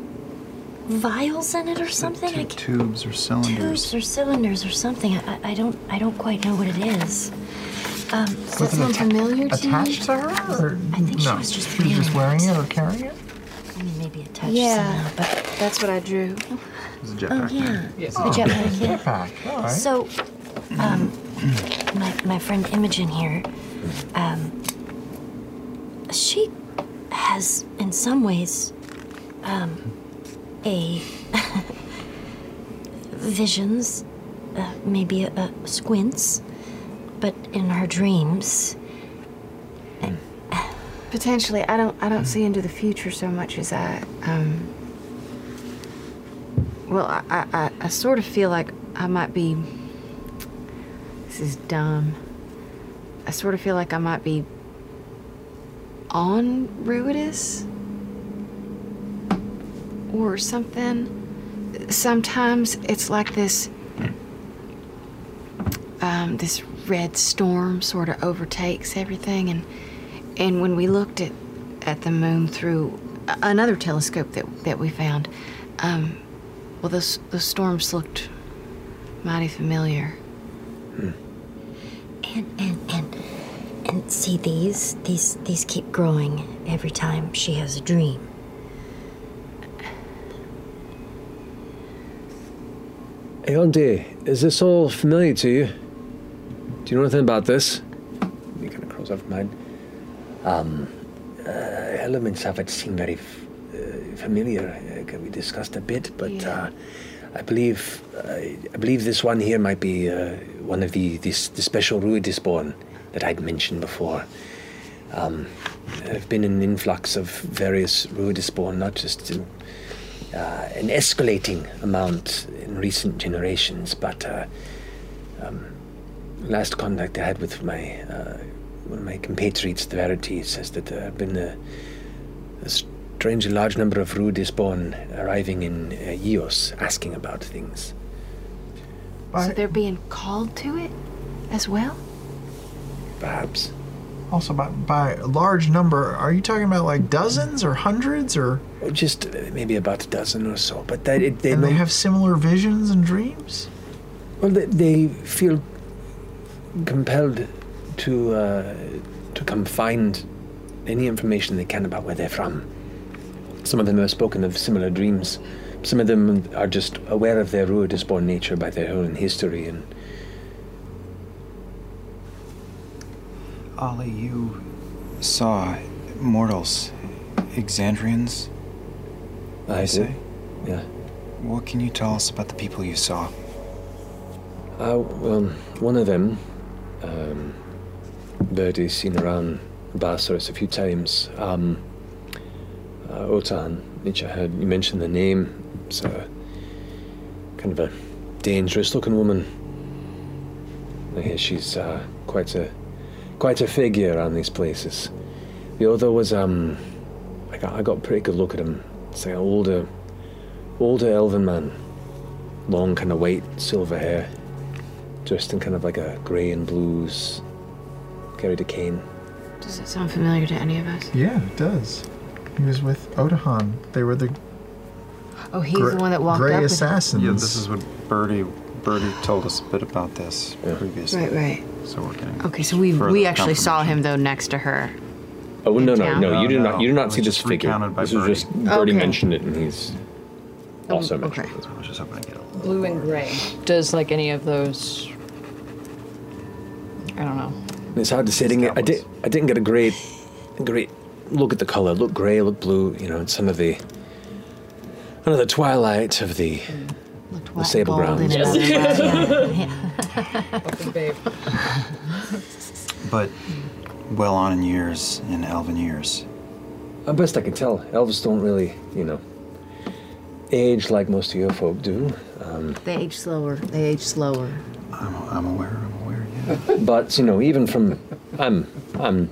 Speaker 12: vials in it or something? I can't-
Speaker 8: Tubes or cylinders.
Speaker 12: Tubes or cylinders or something. I, I- I don't. I don't quite know what it is. Um, does that
Speaker 8: Was it
Speaker 12: sound
Speaker 8: atta-
Speaker 12: familiar to you?
Speaker 8: attached to her? Or
Speaker 12: I think
Speaker 8: no.
Speaker 12: she was just
Speaker 8: She was just wearing it or carrying it?
Speaker 12: I mean, maybe attached
Speaker 14: Yeah,
Speaker 12: somehow, but
Speaker 14: that's what I drew.
Speaker 8: It was a
Speaker 12: Oh
Speaker 8: jetpack.
Speaker 12: yeah,
Speaker 8: Yes.
Speaker 12: a jetpack. Yeah.
Speaker 8: *laughs* Jetpack, all right.
Speaker 12: So, um, my my friend Imogen here, um, she has, in some ways, um, a *laughs* visions, uh, maybe a, a squints, but in her dreams,
Speaker 8: Hmm.
Speaker 12: uh, *sighs*
Speaker 14: Potentially, I don't. I don't see into the future so much as I. Um, well, I, I, I, I sort of feel like I might be. This is dumb. I sort of feel like I might be. On Ruidus. Or something. Sometimes it's like this. Um, this red storm sort of overtakes everything and. And when we looked at, at the moon through a- another telescope that, that we found, um, well, those, those storms looked mighty familiar.
Speaker 12: and and and and see these these these keep growing every time she has a dream.
Speaker 13: Elonde, is this all familiar to you? Do you know anything about this? He kind of curls up mine.
Speaker 7: Um, uh, elements haven't seemed very f- uh, familiar. Uh, can we discussed a bit, but uh, I believe I I believe this one here might be uh, one of the this the special Ruidis born that I'd mentioned before. Um, there've been an influx of various Ruidis born, not just in, uh, an escalating amount in recent generations, but. Uh, um, last contact I had with my uh, one of my compatriots, the Verity, says that there have been a, a strangely large number of Rudis born arriving in uh, Eos, asking about things.
Speaker 14: So they're being called to it as well?
Speaker 12: Oh.
Speaker 7: Perhaps.
Speaker 8: Also, by, by a large number, are you talking about like dozens or hundreds or?
Speaker 7: Uh, Just maybe about a dozen or so. But they, they,
Speaker 8: and they
Speaker 7: don't-
Speaker 8: have similar visions and dreams.
Speaker 7: Well, they, they feel compelled to uh, to come find any information they can about where they're from. Some of them have spoken of similar dreams. Some of them are just aware of their ruidus-born nature by their own history and
Speaker 4: Ollie, you saw mortals, Exandrians?
Speaker 7: I
Speaker 4: they
Speaker 7: did, yeah.
Speaker 4: What can you tell us about the people you saw?
Speaker 13: Uh, well, one of them, um, Birdie's seen around Basaris a few times. Um, uh, Otan, which I heard you mention the name. It's a kind of a dangerous looking woman. I hear she's uh, quite a quite a figure around these places. The other was um, I got I got a pretty good look at him. It's like an older, older elven man, long kind of white silver hair, dressed in kind of like a grey and blues, carried a cane.
Speaker 14: Does that sound familiar to any of us?
Speaker 8: Yeah, it does. He was with Odahan. They were the
Speaker 14: Oh, he's
Speaker 8: Gre-
Speaker 14: the one that walked
Speaker 8: Grey
Speaker 14: up. with-
Speaker 8: Assassins.
Speaker 4: Yeah, this is what Birdie Birdie told us a bit about this previously.
Speaker 14: Right, Oh. right.
Speaker 4: So we're getting
Speaker 1: Okay, so we
Speaker 4: further
Speaker 1: we actually
Speaker 4: confirmation.
Speaker 1: saw him though next to her.
Speaker 13: Oh no, no,
Speaker 21: town?
Speaker 13: no!
Speaker 21: No,
Speaker 13: You did
Speaker 21: no.
Speaker 13: not. You did
Speaker 21: It
Speaker 13: not
Speaker 21: was
Speaker 13: see this
Speaker 21: just
Speaker 13: figure.
Speaker 21: recounted by
Speaker 13: This was
Speaker 21: Birdie.
Speaker 13: just Birdie
Speaker 33: Okay.
Speaker 13: mentioned it, and he's also mentioned it. I was just hoping to get
Speaker 33: Blue and gray. Does like any of those? I don't know.
Speaker 13: It's hard to say. I didn't, get, I, did, I didn't get a great, a great look at the color. Look gray, look blue. You know, it's under the under the twilight of the the sable grounds. *laughs*
Speaker 12: *laughs*
Speaker 4: but well on in years, in elven years.
Speaker 13: Uh, best I can tell, elves don't really, you know, age like most of your folk do. Um,
Speaker 1: They age slower. They age slower.
Speaker 13: I'm, I'm aware. I'm aware. Yeah. but you know, even from I'm I'm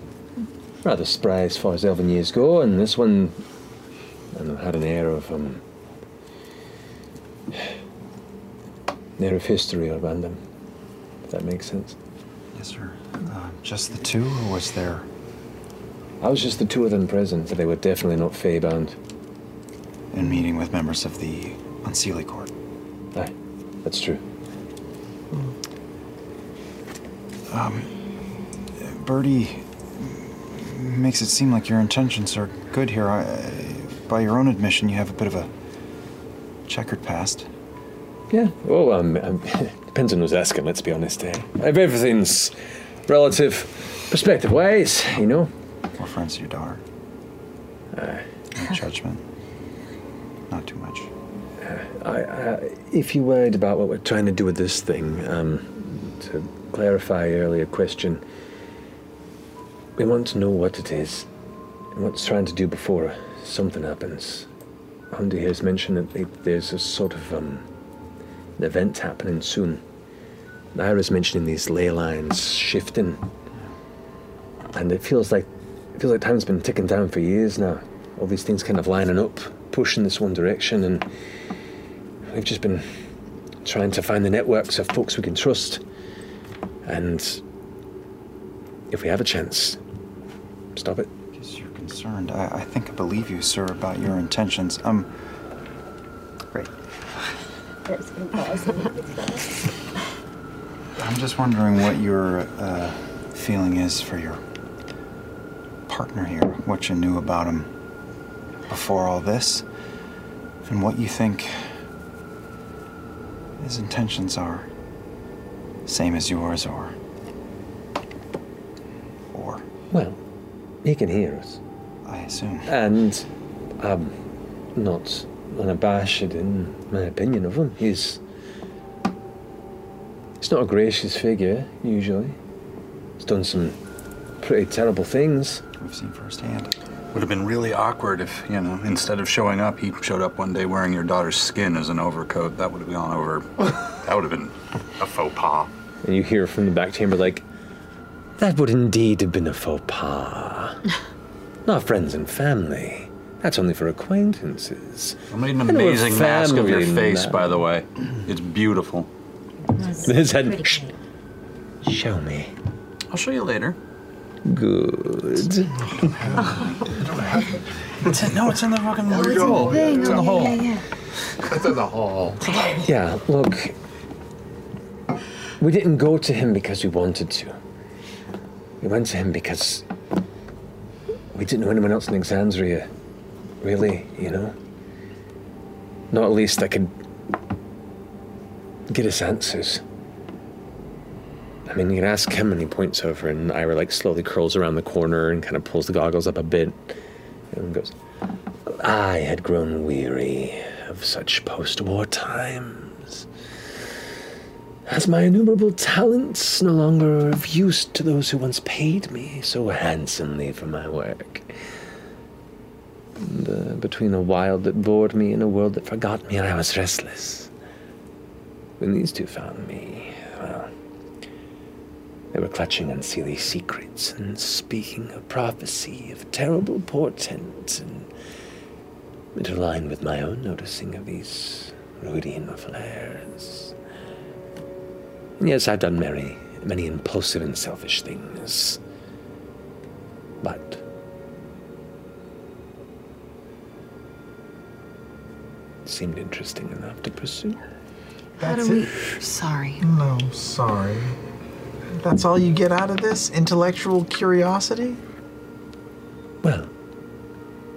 Speaker 13: rather spry as far as elven years go, and this one I don't know, had an air of um, air of history or random. If that makes sense.
Speaker 4: Yes, sir. Uh, just the two, or was there?
Speaker 13: I was just the two of them present, but they were definitely not Feybound.
Speaker 4: And meeting with members of the Unseelie Court.
Speaker 13: Aye, that's true.
Speaker 4: Um, Birdie makes it seem like your intentions are good here. I, by your own admission, you have a bit of a checkered past.
Speaker 13: Yeah. Well, um, um, *laughs* depends on who's asking. Let's be honest. Eh? If everything's relative, perspective-wise, you know. Uh.
Speaker 4: We're friends of your daughter. No judgment. Not too much.
Speaker 13: Uh, I, I, if you're worried about what we're trying to do with this thing, um, to clarify your earlier question, we want to know what it is and what it's trying to do before something happens. Andy has mentioned that they- there's a sort of um, an event happening soon. Naira's mentioning these ley lines shifting, and it feels like it feels like time's been ticking down for years now. All these things kind of lining up, pushing this one direction, and We've just been trying to find the networks of folks we can trust. And if we have a chance, stop it.
Speaker 4: Because you're concerned. I, I think I believe you, sir, about your intentions. Um. Great. I'm just wondering what your uh, feeling is for your partner here, what you knew about him before all this, and what you think his intentions are. Same as yours, or. Or.
Speaker 13: Well, he can hear us.
Speaker 4: I assume.
Speaker 13: And I'm not unabashed in my opinion of him. He's. He's not a gracious figure, usually. He's done some pretty terrible things.
Speaker 4: We've seen firsthand.
Speaker 30: Would have been really awkward if, you know, instead of showing up, he showed up one day wearing your daughter's skin as an overcoat. That would have gone over.
Speaker 2: *laughs*
Speaker 30: that would have been a faux pas.
Speaker 13: And you hear from the back chamber, like, that would indeed have been a faux pas. Not friends and family. That's only for acquaintances.
Speaker 30: I made an
Speaker 13: And we're
Speaker 30: amazing mask of your
Speaker 13: family
Speaker 30: face,
Speaker 13: now.
Speaker 30: by the way. It's beautiful.
Speaker 13: His head. Show me.
Speaker 30: I'll show you later.
Speaker 7: *laughs*
Speaker 13: Good.
Speaker 30: It's in, no, it's in the fucking
Speaker 9: Oh, it's in
Speaker 30: hole.
Speaker 9: the thing.
Speaker 30: It's in the
Speaker 9: Oh,
Speaker 30: hole.
Speaker 9: yeah,
Speaker 30: It's in the hole.
Speaker 13: Yeah, look. We didn't go to him because we wanted to. We went to him because we didn't know anyone else in Exandria. Really, you know? Not at least I could get us answers. I mean, you can ask him, and he points over, and Ira like slowly curls around the corner and kind of pulls the goggles up a bit, and goes, "I had grown weary of such post-war times, as my innumerable talents no longer are of use to those who once paid me so handsomely for my work." And, uh, between a wild that bored me and a world that forgot me, I was restless. When these two found me, well, they were clutching unseelie secrets and speaking a prophecy of terrible portent, and it aligned with my own noticing of these Ruidian flares. And yes, I've done many, many impulsive and selfish things, but it seemed interesting enough to pursue.
Speaker 1: How do we? Sorry.
Speaker 8: No, sorry. That's all you get out of this? Intellectual curiosity?
Speaker 13: Well,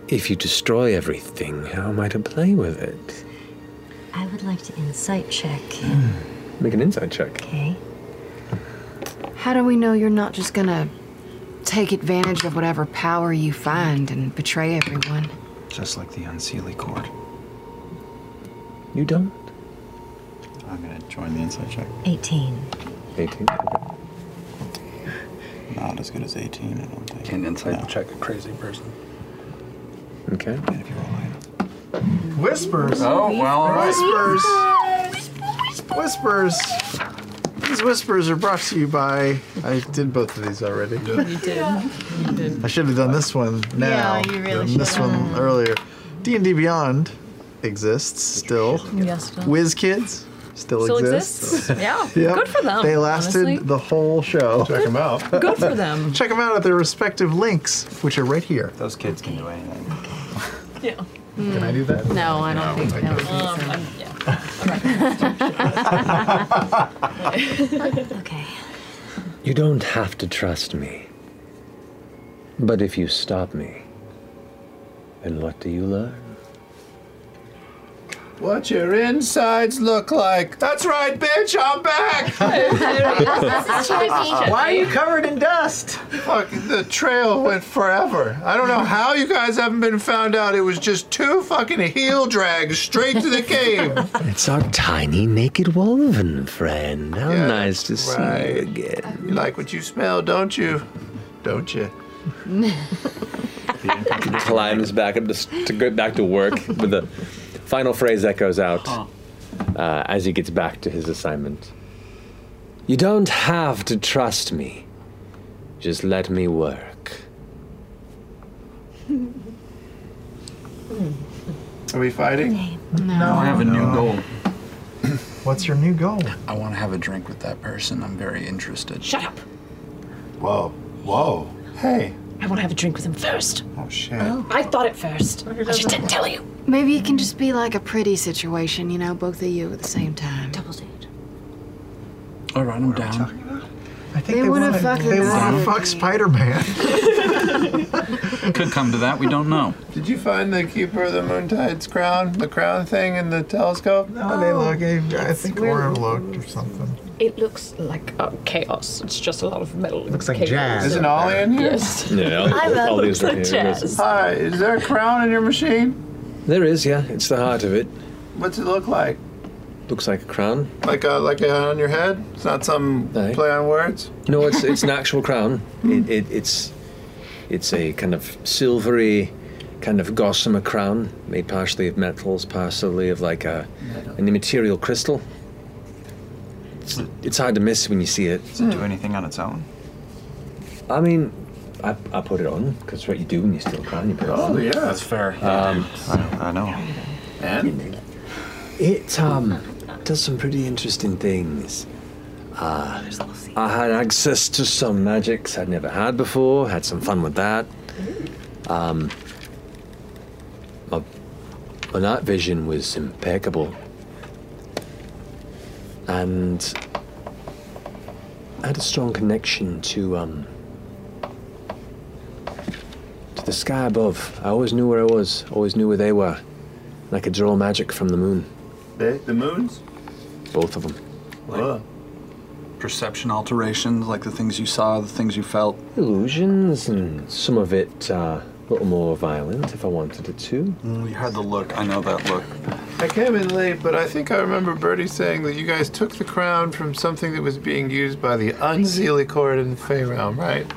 Speaker 13: if you destroy everything, how am I to play with it?
Speaker 12: I would like to insight check.
Speaker 9: Hmm.
Speaker 2: Make an inside check.
Speaker 12: Okay.
Speaker 14: How do we know you're not just gonna take advantage of whatever power you find and betray everyone?
Speaker 13: Just like the unseelie cord.
Speaker 2: You don't?
Speaker 4: I'm gonna join the inside check.
Speaker 12: 18.
Speaker 2: 18.
Speaker 4: Not as good as 18, I don't think.
Speaker 7: Can inside check a crazy person.
Speaker 2: Okay.
Speaker 3: Whispers.
Speaker 7: Oh, well,
Speaker 3: Whispers. Whispers. These whispers are brought to you by. I did both of these already.
Speaker 8: You did. You did.
Speaker 3: I should have done this one now.
Speaker 8: Yeah, you really
Speaker 3: and This
Speaker 8: should've.
Speaker 3: one earlier. D and D Beyond exists still.
Speaker 8: Yes. it does.
Speaker 3: Whiz Kids still,
Speaker 8: Still
Speaker 3: exists.
Speaker 8: exists. Yeah.
Speaker 3: Yep.
Speaker 8: Good for them,
Speaker 3: They lasted
Speaker 8: honestly.
Speaker 3: the whole show. Check them out.
Speaker 8: Good for them.
Speaker 3: Check them out at their respective links, which are right here. Those kids can do anything.
Speaker 8: Yeah. Mm.
Speaker 3: Can I do that?
Speaker 8: No, I don't think
Speaker 3: No, I
Speaker 8: so.
Speaker 3: don't
Speaker 8: Um,
Speaker 12: okay.
Speaker 13: *laughs* You don't have to trust me. But if you stop me, then what do you learn?
Speaker 9: What your insides look like. That's right, bitch, I'm back!
Speaker 3: *laughs* Why are you covered in dust?
Speaker 9: Fuck, the trail went forever. I don't know how you guys haven't been found out. It was just two fucking heel drags straight to the
Speaker 3: *laughs*
Speaker 9: cave.
Speaker 13: It's our tiny naked woven friend. How nice to see you
Speaker 9: right.
Speaker 13: again.
Speaker 9: You like what you smell, don't you? Don't you?
Speaker 2: climbs back up to, s- to get back to work with the final phrase that goes out uh, as he gets back to his assignment.
Speaker 13: You don't have to trust me. Just let me work.
Speaker 9: Are we fighting?
Speaker 3: No.
Speaker 7: I have a new
Speaker 3: No.
Speaker 7: *laughs* goal.
Speaker 3: What's your new goal?
Speaker 7: I want to have a drink with that person. I'm very interested.
Speaker 8: Shut up.
Speaker 7: Whoa. Whoa.
Speaker 9: Hey.
Speaker 8: I want to have
Speaker 7: *laughs*
Speaker 8: a drink with him first.
Speaker 9: Oh shit.
Speaker 8: I thought it first. I just didn't tell you.
Speaker 14: Maybe it can just be like a pretty situation, you know, both of you at the same time. Double date.
Speaker 7: All right, I'm
Speaker 13: *laughs*
Speaker 7: down.
Speaker 3: I think
Speaker 14: They
Speaker 3: they,
Speaker 14: wanna
Speaker 3: want to
Speaker 14: fuck
Speaker 3: they want
Speaker 14: themselves.
Speaker 3: to fuck
Speaker 8: *laughs*
Speaker 3: Spider-Man.
Speaker 7: Could come to that. We don't know.
Speaker 9: Did you find the keeper of the moontide's crown, the crown thing in the telescope?
Speaker 3: No, they look. I, I think
Speaker 5: weird.
Speaker 3: Orm looked or something.
Speaker 5: It looks like uh, chaos. It's just a lot of metal. Looks
Speaker 3: like jazz.
Speaker 9: Isn't Ollie in here?
Speaker 5: Yes.
Speaker 9: Hi, is there a crown in your machine?
Speaker 13: There is, yeah. It's the heart of it.
Speaker 9: What's it look like?
Speaker 13: Looks like a crown.
Speaker 9: Like a like a on your head? It's not some play on words. Hmm.
Speaker 13: No, it's it's an actual
Speaker 9: *laughs*
Speaker 13: crown. It, it, it's it's a kind of silvery, kind of gossamer crown made partially of metals, partially of like a an immaterial crystal. It's, it's hard to miss when you see it. Does
Speaker 4: it
Speaker 9: Hmm.
Speaker 4: do anything on its own?
Speaker 13: I mean, I, I put it on because what you do when you steal a crown, you put it on.
Speaker 7: Oh, yeah. That's fair.
Speaker 13: Um,
Speaker 4: I, I know.
Speaker 7: And
Speaker 13: It um does some pretty interesting things. Uh, I had access to some magics I'd never had before. Had some fun with that. Um, my, my night vision was impeccable, and I had a strong connection to um to the sky above. I always knew where I was. Always knew where they were, and I could draw magic from the moon.
Speaker 9: The, the moons?
Speaker 13: Both of them.
Speaker 7: Perception alterations, like the things you saw, the things you felt.
Speaker 13: Illusions, and some of it uh, a little more violent if I wanted it to.
Speaker 7: You had the look. I know that look.
Speaker 9: I came in late, but I think I remember Bertie saying that you guys took the crown from something that was being used by the Unseelie Court in the Fey Realm, right?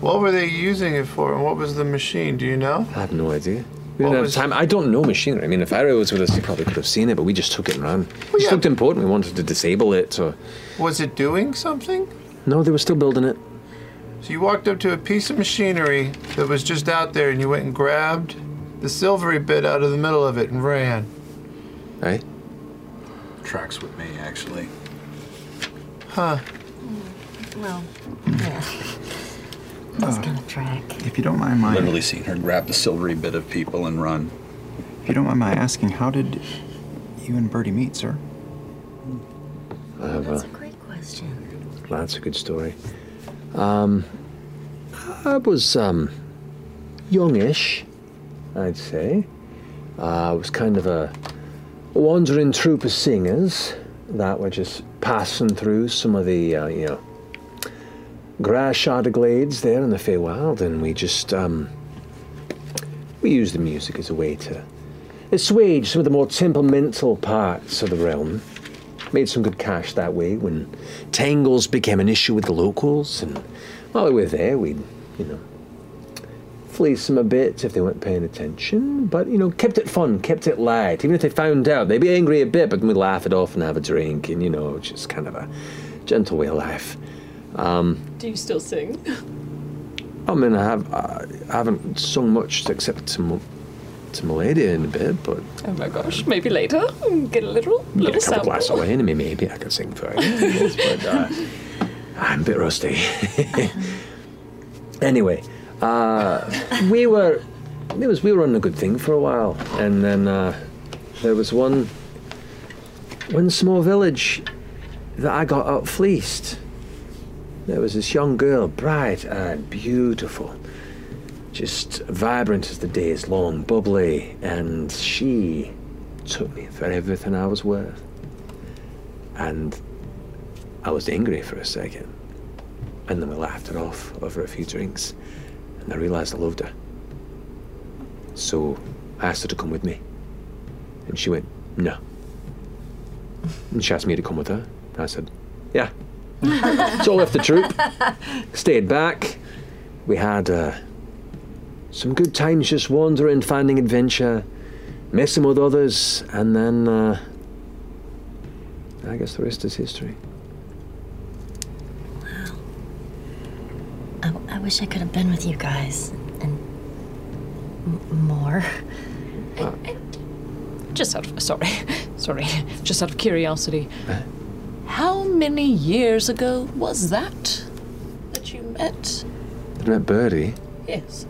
Speaker 9: What were they using it for, and what was the machine? Do you know?
Speaker 13: I have no idea. We didn't have time. I don't know machinery. I mean, if Arrow was with us, he probably could have seen it, but we just took it and ran. It just looked important. We wanted to disable it. Or...
Speaker 9: Was it doing something?
Speaker 13: No, they were still building it.
Speaker 9: So you walked up to a piece of machinery that was just out there, and you went and grabbed the silvery bit out of the middle of it and ran.
Speaker 13: Right?
Speaker 7: Tracks with me, actually.
Speaker 9: Huh.
Speaker 12: Well, yeah. That's gonna track.
Speaker 4: If you don't mind my
Speaker 7: Literally seen her grab the silvery bit of people and run.
Speaker 4: If you don't mind my asking, how did you and Bertie meet, sir?
Speaker 13: I have a,
Speaker 12: Great question.
Speaker 13: that's a good story. Um, I was um, youngish, I'd say. Uh, it was kind of a wandering troupe of singers that were just passing through some of the, uh, you know, grass shadow glades there in the Feywild, and we just, um, we used the music as a way to assuage some of the more temperamental parts of the realm. Made some good cash that way when tangles became an issue with the locals, and while we were there, we'd, you know, fleece them a bit if they weren't paying attention, but, you know, kept it fun, kept it light. Even if they found out, they'd be angry a bit, but then we'd laugh it off and have a drink, and, you know, just kind of a gentle way of life. Um,
Speaker 5: Do you still sing?
Speaker 13: I mean, I, have, I haven't sung much except to, Mo- to Milady in a bit, but
Speaker 5: Oh my gosh, maybe later. Get
Speaker 13: get
Speaker 5: a little,
Speaker 13: a
Speaker 5: little
Speaker 13: couple
Speaker 5: sample.
Speaker 13: glasses of wine and maybe I can sing for
Speaker 5: *laughs*
Speaker 13: you. yes, but uh, I'm a bit rusty. *laughs* anyway, uh, we were it was we were on a good thing for a while, and then uh, there was one one small village that I got out fleeced. There was this young girl, bright eyed, beautiful, just vibrant as the day is long, bubbly, and she took me for everything I was worth. And I was angry for a second. And then we laughed it off over a few drinks. And I realized I loved her. So I asked her to come with me. And she went, No. And she asked me to come with her. And I said, Yeah. so I left the troop stayed back. We had uh, some good times just wandering, finding adventure, messing with others, and then uh, I guess the rest is history.
Speaker 12: I, I wish I could have been with you guys and m- more.
Speaker 5: Uh, Just out of sorry, *laughs* sorry. Just out of curiosity, how many years ago was that that you met?
Speaker 13: I met Birdie.
Speaker 5: Yes.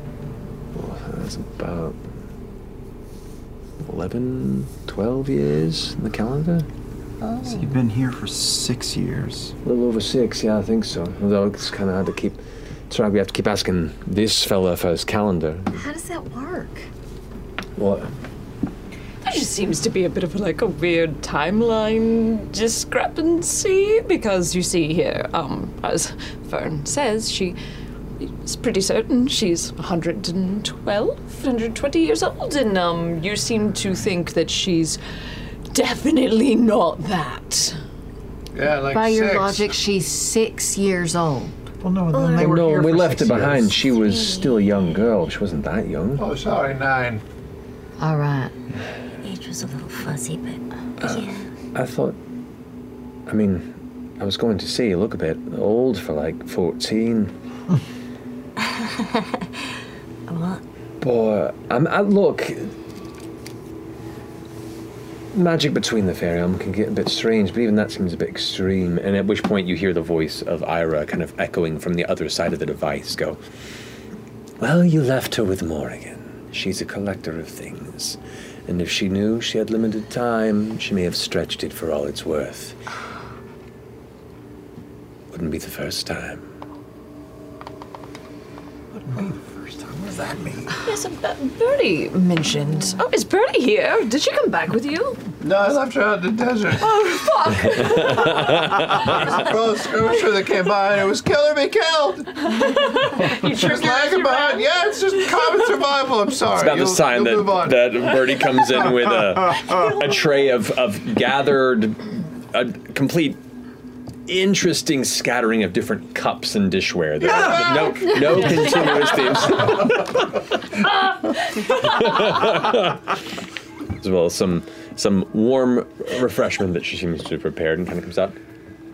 Speaker 13: Oh, that's about 11, 12 years in the calendar.
Speaker 5: Oh.
Speaker 13: you've been here for six years. A little over six, yeah, I think so. Although it's kind of hard to keep track. We have to keep asking this fella for his calendar.
Speaker 5: How does that work?
Speaker 13: What?
Speaker 5: There just seems to be a bit of like a weird timeline discrepancy because you see here, um, as Fern says, she is pretty certain she's 112, 120 years old, and um, you seem to think that she's definitely not that.
Speaker 9: Yeah,
Speaker 14: By your logic, she's six years old.
Speaker 47: Well, no, and
Speaker 13: Well, no, we left her behind. She was still a young girl. She wasn't that young.
Speaker 9: Oh, sorry, nine.
Speaker 14: All right.
Speaker 12: Age was a little fuzzy, but uh, yeah.
Speaker 13: I thought. I mean, I was going to say you look a bit old for like 14.
Speaker 12: uh, Well,
Speaker 13: But um, I, look, magic between the fairy realm can get a bit strange, but even that seems a bit extreme.
Speaker 2: And at which point you hear the voice of Ira kind of echoing from the other side of the device go,
Speaker 13: Well, you left her with Morrigan. She's a collector of things. And if she knew she had limited time, she may have stretched it for all it's worth. Wouldn't be the first time.
Speaker 5: What does that mean? Yes, uh, Birdie mentioned. Oh, is Birdie here? Did she come back with you?
Speaker 9: No, I left her out in the desert.
Speaker 5: Oh, fuck!
Speaker 9: There's a pro skirmisher that came by and it was killer be killed. you
Speaker 8: jerk
Speaker 9: just lagging behind. Yeah, it's just common survival. I'm sorry.
Speaker 2: It's about
Speaker 9: You'll-
Speaker 2: the time
Speaker 9: you'll
Speaker 2: that,
Speaker 9: move on.
Speaker 2: that Birdie comes in with
Speaker 9: *laughs*
Speaker 2: a, a tray of, of gathered, a complete interesting scattering of different cups and dishware. There. No, no continuous themes. as well as some, some warm refreshment that she seems to have prepared and kind of comes out.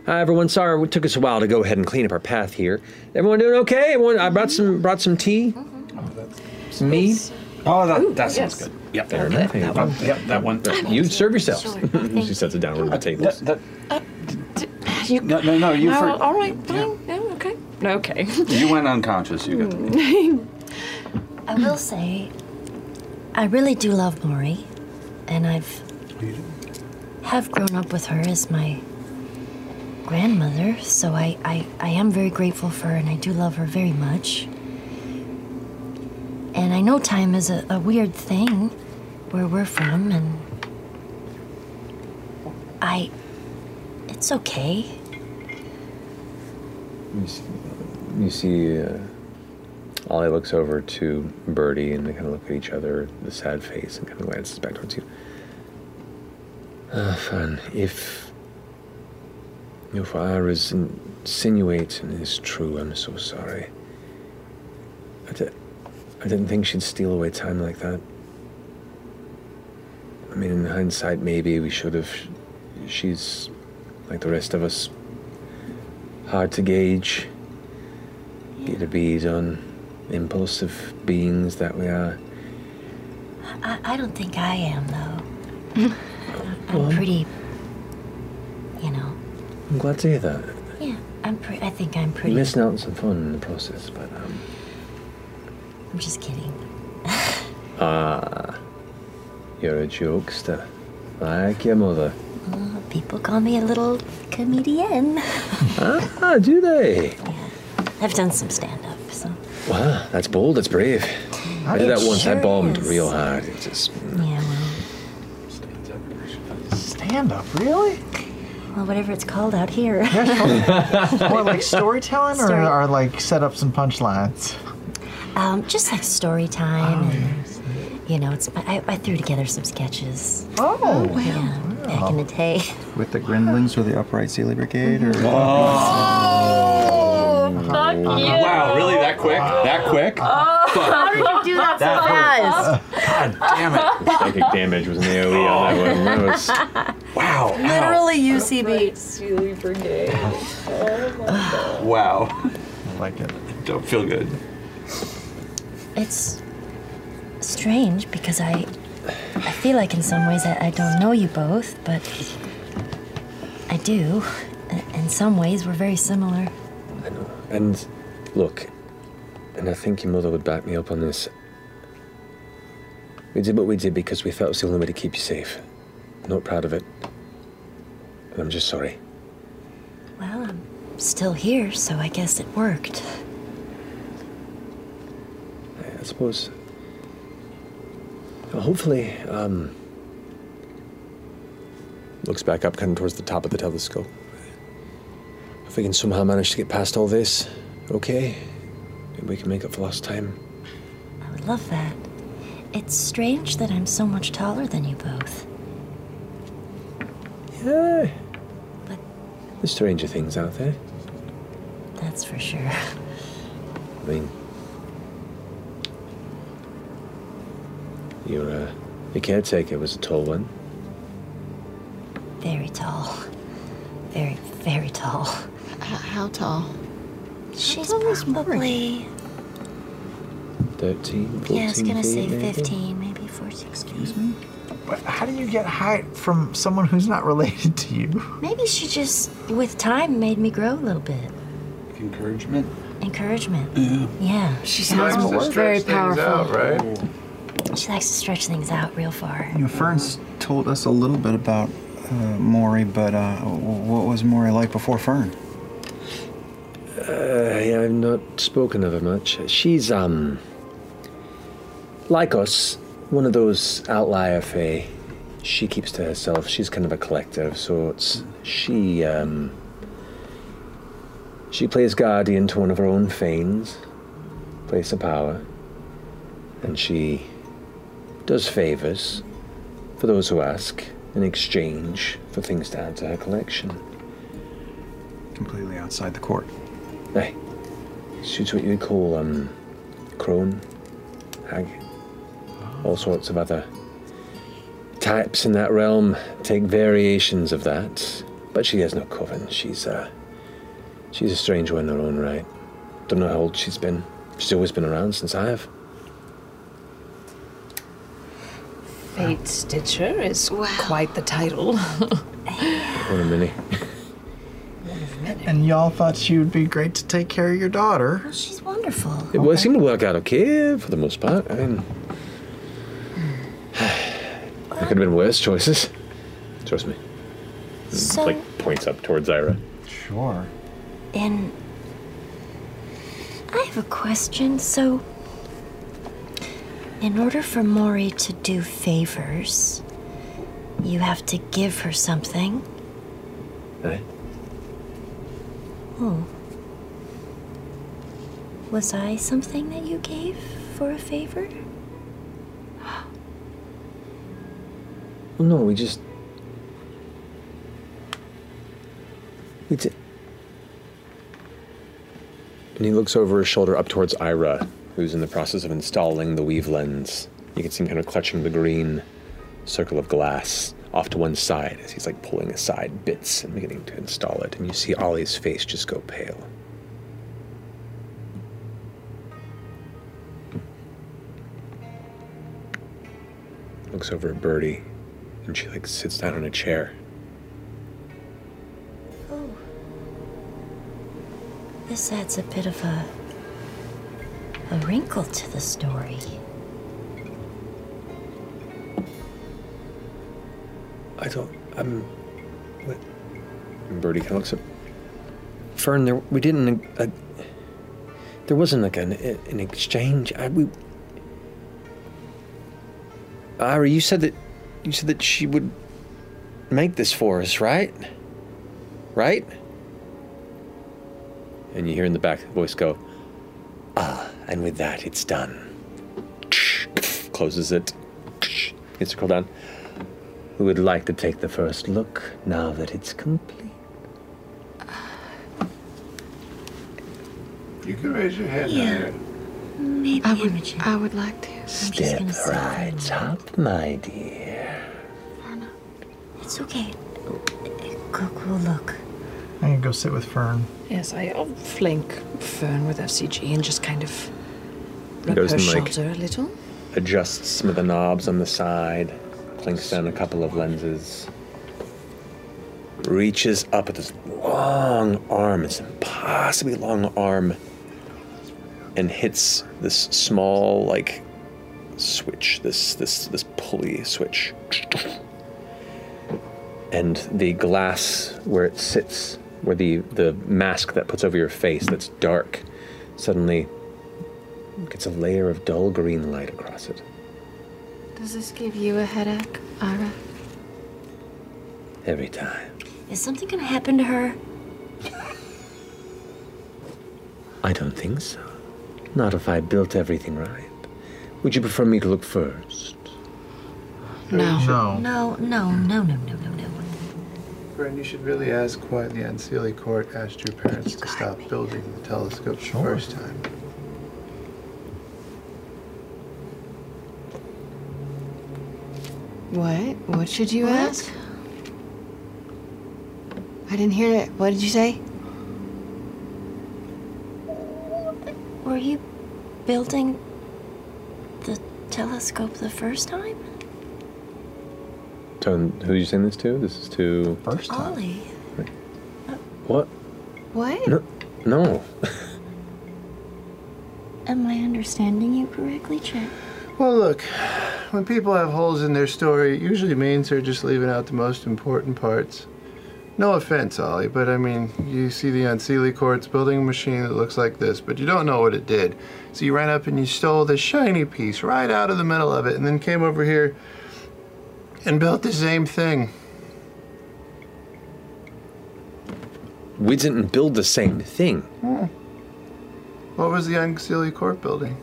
Speaker 13: Hi everyone. Sorry it took us a while to go ahead and clean up our path here. Everyone doing okay? Everyone, I brought some brought some tea. Mead. Oh, that, that
Speaker 2: sounds yes. good.
Speaker 13: Yep, there enough.
Speaker 2: that one.
Speaker 13: Yep, that one.
Speaker 2: You serve yourselves.
Speaker 13: *laughs*
Speaker 2: she sets it down on the table.
Speaker 5: Uh, You,
Speaker 7: no, no, no, you
Speaker 5: no,
Speaker 7: for-
Speaker 5: all right, fine. No, okay. Okay. Hmm.
Speaker 7: You went unconscious. You got
Speaker 12: Hmm. *laughs* I will say, I really do love Maury, and I've have grown up with her as my grandmother, so I, I, I am very grateful for her, and I do love her very much. And I know time is a, a weird thing where we're from, and I. It's okay.
Speaker 13: You see, you see uh, Ollie looks over to Birdie and they kind of look at each other, the sad face, and kind of glances back towards you. Ah, fun. If if I was insinuating is true, I'm so sorry. I, di- I didn't think she'd steal away time like that. I mean, in hindsight, maybe we should have. She's like the rest of us. Hard to gauge. Get a bead on impulsive beings that we are.
Speaker 12: I, I don't think I am, though. I'm pretty. You know,
Speaker 13: I'm glad to hear that.
Speaker 12: yeah, I'm pretty. I think I'm
Speaker 13: You're
Speaker 12: pretty.
Speaker 13: missing out on some fun in the process, but um,
Speaker 12: I'm just kidding.
Speaker 13: ah, you're a jokester, like your mother.
Speaker 12: Uh, people call me a little comedian. *laughs*
Speaker 13: ah, do they?
Speaker 12: I've done some stand up, so.
Speaker 13: Wow, that's bold. That's brave. I did
Speaker 12: It
Speaker 13: that once. I
Speaker 12: sure
Speaker 13: bombed
Speaker 12: is.
Speaker 13: real hard. It just
Speaker 12: Yeah, well.
Speaker 8: Stand up, really?
Speaker 12: Well, whatever it's called out here.
Speaker 8: More like storytelling or,
Speaker 12: Story-
Speaker 8: or like setups and punchlines?
Speaker 12: *laughs* Um, just like story time.
Speaker 8: Oh,
Speaker 12: and, you know, it's I, I threw together some sketches.
Speaker 8: Oh,
Speaker 12: yeah, back in the day. *laughs*
Speaker 4: With the Gremlins or the Upright Sealy Brigade? Or Oh.
Speaker 38: Fuck you. Wow, really? That quick? That quick?
Speaker 10: Oh. How did you do that so fast? Oh.
Speaker 13: God damn it. Psychic damage was an AoE on that one. That
Speaker 10: *laughs*
Speaker 13: was- wow.
Speaker 24: Literally
Speaker 23: UCB. Sealy Brigade. Oh my god.
Speaker 38: Wow. I like it. Don't feel good.
Speaker 12: It's strange because I I feel like in some ways I, I don't know you both, but I do. I- In some ways, we're very similar.
Speaker 13: And look, and I think your mother would back me up on this. We did what we did because we felt it was the only way to keep you safe. Not proud of it. And I'm just sorry.
Speaker 12: Well, I'm still here, so I guess it worked.
Speaker 13: I suppose. Hopefully, um. Looks back up, kind of towards the top of the telescope. If we can somehow manage to get past all this, okay. Maybe we can make up for lost time.
Speaker 12: I would love that. It's strange that I'm so much taller than you both.
Speaker 13: Yeah. There's stranger things out there.
Speaker 12: That's for sure.
Speaker 13: I mean, your uh, your caretaker was a tall one.
Speaker 12: Very tall. Very, very tall. how tall? She's probably.
Speaker 13: Thirteen, fourteen
Speaker 12: Yeah, I was gonna say
Speaker 13: feet, maybe?
Speaker 12: 15, maybe 14. Excuse me?
Speaker 8: But how do you get height from someone who's not related to you?
Speaker 12: Maybe she just, with time, made me grow a little bit.
Speaker 30: Encouragement.
Speaker 12: Encouragement.
Speaker 30: Yeah.
Speaker 12: Yeah. She
Speaker 30: likes
Speaker 12: sounds
Speaker 30: to
Speaker 12: more
Speaker 30: stretch
Speaker 12: Oh, very
Speaker 30: things
Speaker 12: powerful.
Speaker 30: out, right?
Speaker 12: She likes to stretch things out real far.
Speaker 4: You know, Fern's told us a little bit about uh, Maury, but uh, w- what was Maury like before Fern?
Speaker 13: Uh, yeah, I've not spoken of her much. She's um, like us, one of those outlier fae. She keeps to herself. She's kind of a collector of sorts. She um, she plays guardian to one of her own fanes, place of power, and she does favors for those who ask in exchange for things to add to her collection.
Speaker 4: Completely outside the court.
Speaker 13: Hey, she's what you would call um, crone, hag, all sorts of other types in that realm take variations of that. But she has no coven. She's a she's a strange one in her own right. Don't know how old she's been. She's always been around since I have.
Speaker 23: Fate Stitcher is quite the title. *laughs*
Speaker 13: One a mini.
Speaker 8: And y'all thought she would be great to take care of your daughter.
Speaker 12: she's wonderful.
Speaker 13: It well, it seemed to work out okay for the most part. I mean, *sighs* there could have been worse choices. Trust me.
Speaker 12: So-
Speaker 13: like points up towards Ira. Sure.
Speaker 12: And I have a question. So, In order for Mori to do favors, you have to give her something.
Speaker 7: Right.
Speaker 12: Oh. Was I something that you gave for a favor?
Speaker 7: Well, no, we just. We did.
Speaker 13: And he looks over his shoulder up towards Ira, who's in the process of installing the weave lens. You can see him kind of clutching the green circle of glass off to one side as he's like pulling aside bits and beginning to install it. And you see Ollie's face just go pale. Looks over at Birdie, and she like sits down in a chair.
Speaker 12: This adds a bit of a a wrinkle to the story.
Speaker 13: I don't.
Speaker 7: um,
Speaker 13: I'm. What? And Birdie kind of looks up.
Speaker 7: Fern, there we didn't. Uh, there wasn't like an, an exchange. I, we, Ira, you said that you said that she would make this for us, right? Right?
Speaker 13: And you hear in the back the voice go,
Speaker 7: Ah, and with that, it's done.
Speaker 13: closes it, gets to curl down.
Speaker 7: Who would like to take the first look now that it's complete?
Speaker 9: You can raise your hand.
Speaker 14: Yeah.
Speaker 12: Maybe
Speaker 14: I would, I would like to.
Speaker 7: Step right up, my dear.
Speaker 12: It's okay. Coco, look.
Speaker 8: I'm gonna go sit with Fern.
Speaker 23: Yes, I, I'll flank Fern with FCG and just kind of rub
Speaker 13: Goes
Speaker 23: her
Speaker 13: in, like-
Speaker 23: shoulder a little.
Speaker 13: adjusts some of the knobs on the side, clinks down a couple of lenses,
Speaker 7: reaches up with this
Speaker 13: long arm, this impossibly long arm, and hits this small like switch, this this this pulley switch, and the glass where it sits, where the the mask that puts over your face that's dark, suddenly gets a layer of dull green light across it.
Speaker 1: Does this give you a headache, Ira?
Speaker 7: Every time.
Speaker 12: Is something gonna happen to her?
Speaker 7: I don't think so. Not if I built everything right. Would you prefer me to look first?
Speaker 9: No.
Speaker 12: No, no, no, no, no, no, no.
Speaker 9: Fern, you should really ask why the Unseelie Court asked your parents to stop building the telescope the first time.
Speaker 10: What? What should you ask? I didn't hear it. What did you say?
Speaker 12: Were you building the telescope the first time?
Speaker 13: Tone, who are you saying this to? This is to
Speaker 8: first
Speaker 12: Ollie.
Speaker 13: What?
Speaker 10: What?
Speaker 13: No, no.
Speaker 12: Am I understanding you correctly, Chip?
Speaker 9: Well, look, when people have holes in their story, it usually means they're just leaving out the most important parts. No offense, Ollie, but I mean, you see the Unseelie Courts building a machine that looks like this, but you don't know what it did. So you ran up and you stole this shiny piece right out of the middle of it, and then came over here and built the same thing.
Speaker 13: We didn't build the same thing.
Speaker 9: What was the Unseelie Court building?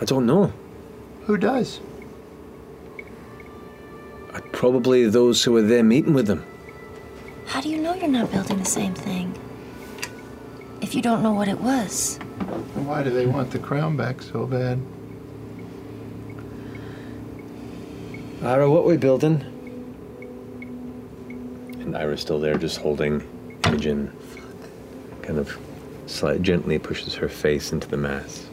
Speaker 13: I don't know.
Speaker 9: Who does?
Speaker 13: Probably those who were there meeting with them.
Speaker 12: How do you know you're not building the same thing? If you don't know what it was.
Speaker 9: And why do they want the crown back so bad?
Speaker 7: Ira, what we building?
Speaker 13: And Ira's still there, just holding Imogen. Kind of slight, gently pushes her face into the mass.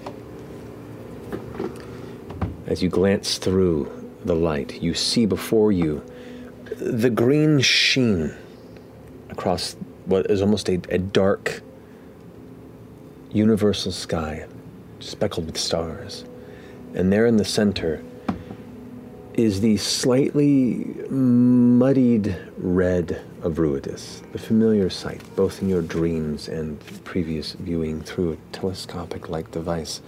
Speaker 13: As you glance through the light, you see before you the green sheen across what is almost a, a dark, universal sky, speckled with stars. And there in the center, is the slightly muddied red of Ruidus, the familiar sight, both in your dreams and previous viewing through a telescopic like device.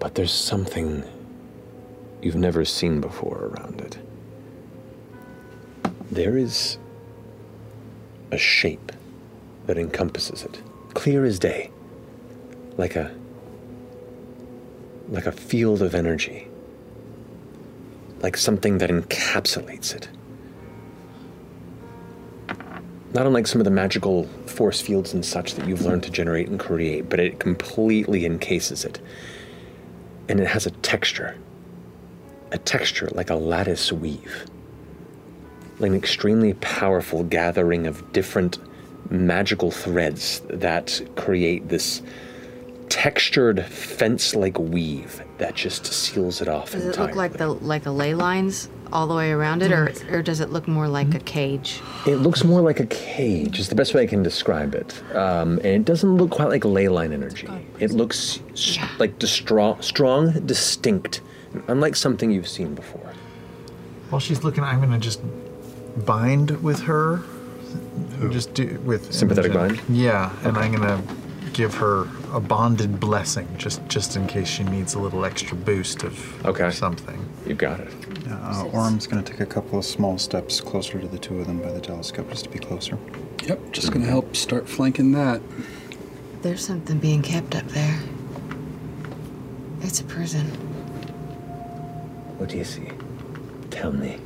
Speaker 13: But there's something you've never seen before around it. There is a shape that encompasses it, clear as day, like a like a field of energy, like something that encapsulates it. Not unlike some of the magical force fields and such that you've learned to generate and create, but it completely encases it. And it has a texture, a texture like a lattice weave, like an extremely powerful gathering of different magical threads that create this textured fence like weave that just seals it off
Speaker 14: Does
Speaker 13: in
Speaker 14: it
Speaker 13: time.
Speaker 14: look like the like the ley lines all the way around it, or or does it look more like a cage?
Speaker 13: It looks more like a cage, is the best way I can describe it. Um, and it doesn't look quite like ley line energy. It looks s like distra- strong, distinct, unlike something you've seen before.
Speaker 3: While she's looking, I'm gonna just bind with her. Just do with
Speaker 13: Sympathetic
Speaker 3: Imogen.
Speaker 13: bind?
Speaker 3: Yeah, and I'm gonna give her a bonded blessing just just in case she needs a little extra boost of
Speaker 13: okay.
Speaker 3: something.
Speaker 13: You got it.
Speaker 4: Uh, Orm's going to take a couple of small steps closer to the two of them by the telescope just to be closer.
Speaker 9: Yep, just going to help start flanking that.
Speaker 14: There's something being kept up there. It's a prison.
Speaker 13: What do you see? Tell me.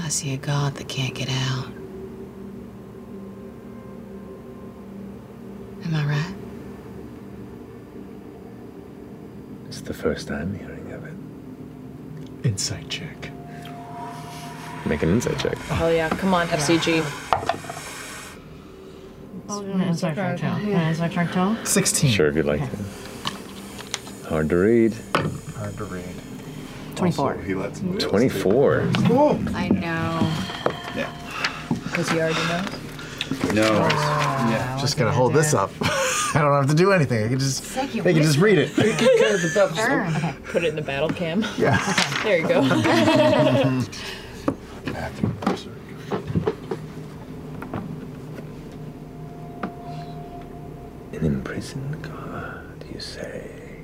Speaker 14: I see a god that can't get out. Am I right?
Speaker 13: It's the first time hearing of it.
Speaker 3: Insight check.
Speaker 13: Make an insight check.
Speaker 8: Oh yeah, come on, FCG.
Speaker 3: Sixteen.
Speaker 13: Sure, if you'd like to. Hard to read.
Speaker 3: Hard to read.
Speaker 14: 24.
Speaker 9: he lets
Speaker 13: Twenty-four.
Speaker 14: I know.
Speaker 9: Yeah.
Speaker 14: Because you already know.
Speaker 3: No. yeah. Just gonna hold this up. *laughs* I don't have to do anything. I can just
Speaker 8: Second
Speaker 3: they can just read it.
Speaker 8: Put it in the battle cam.
Speaker 3: Yeah.
Speaker 8: *laughs* There you go.
Speaker 3: *laughs*
Speaker 13: An imprisoned god, you say?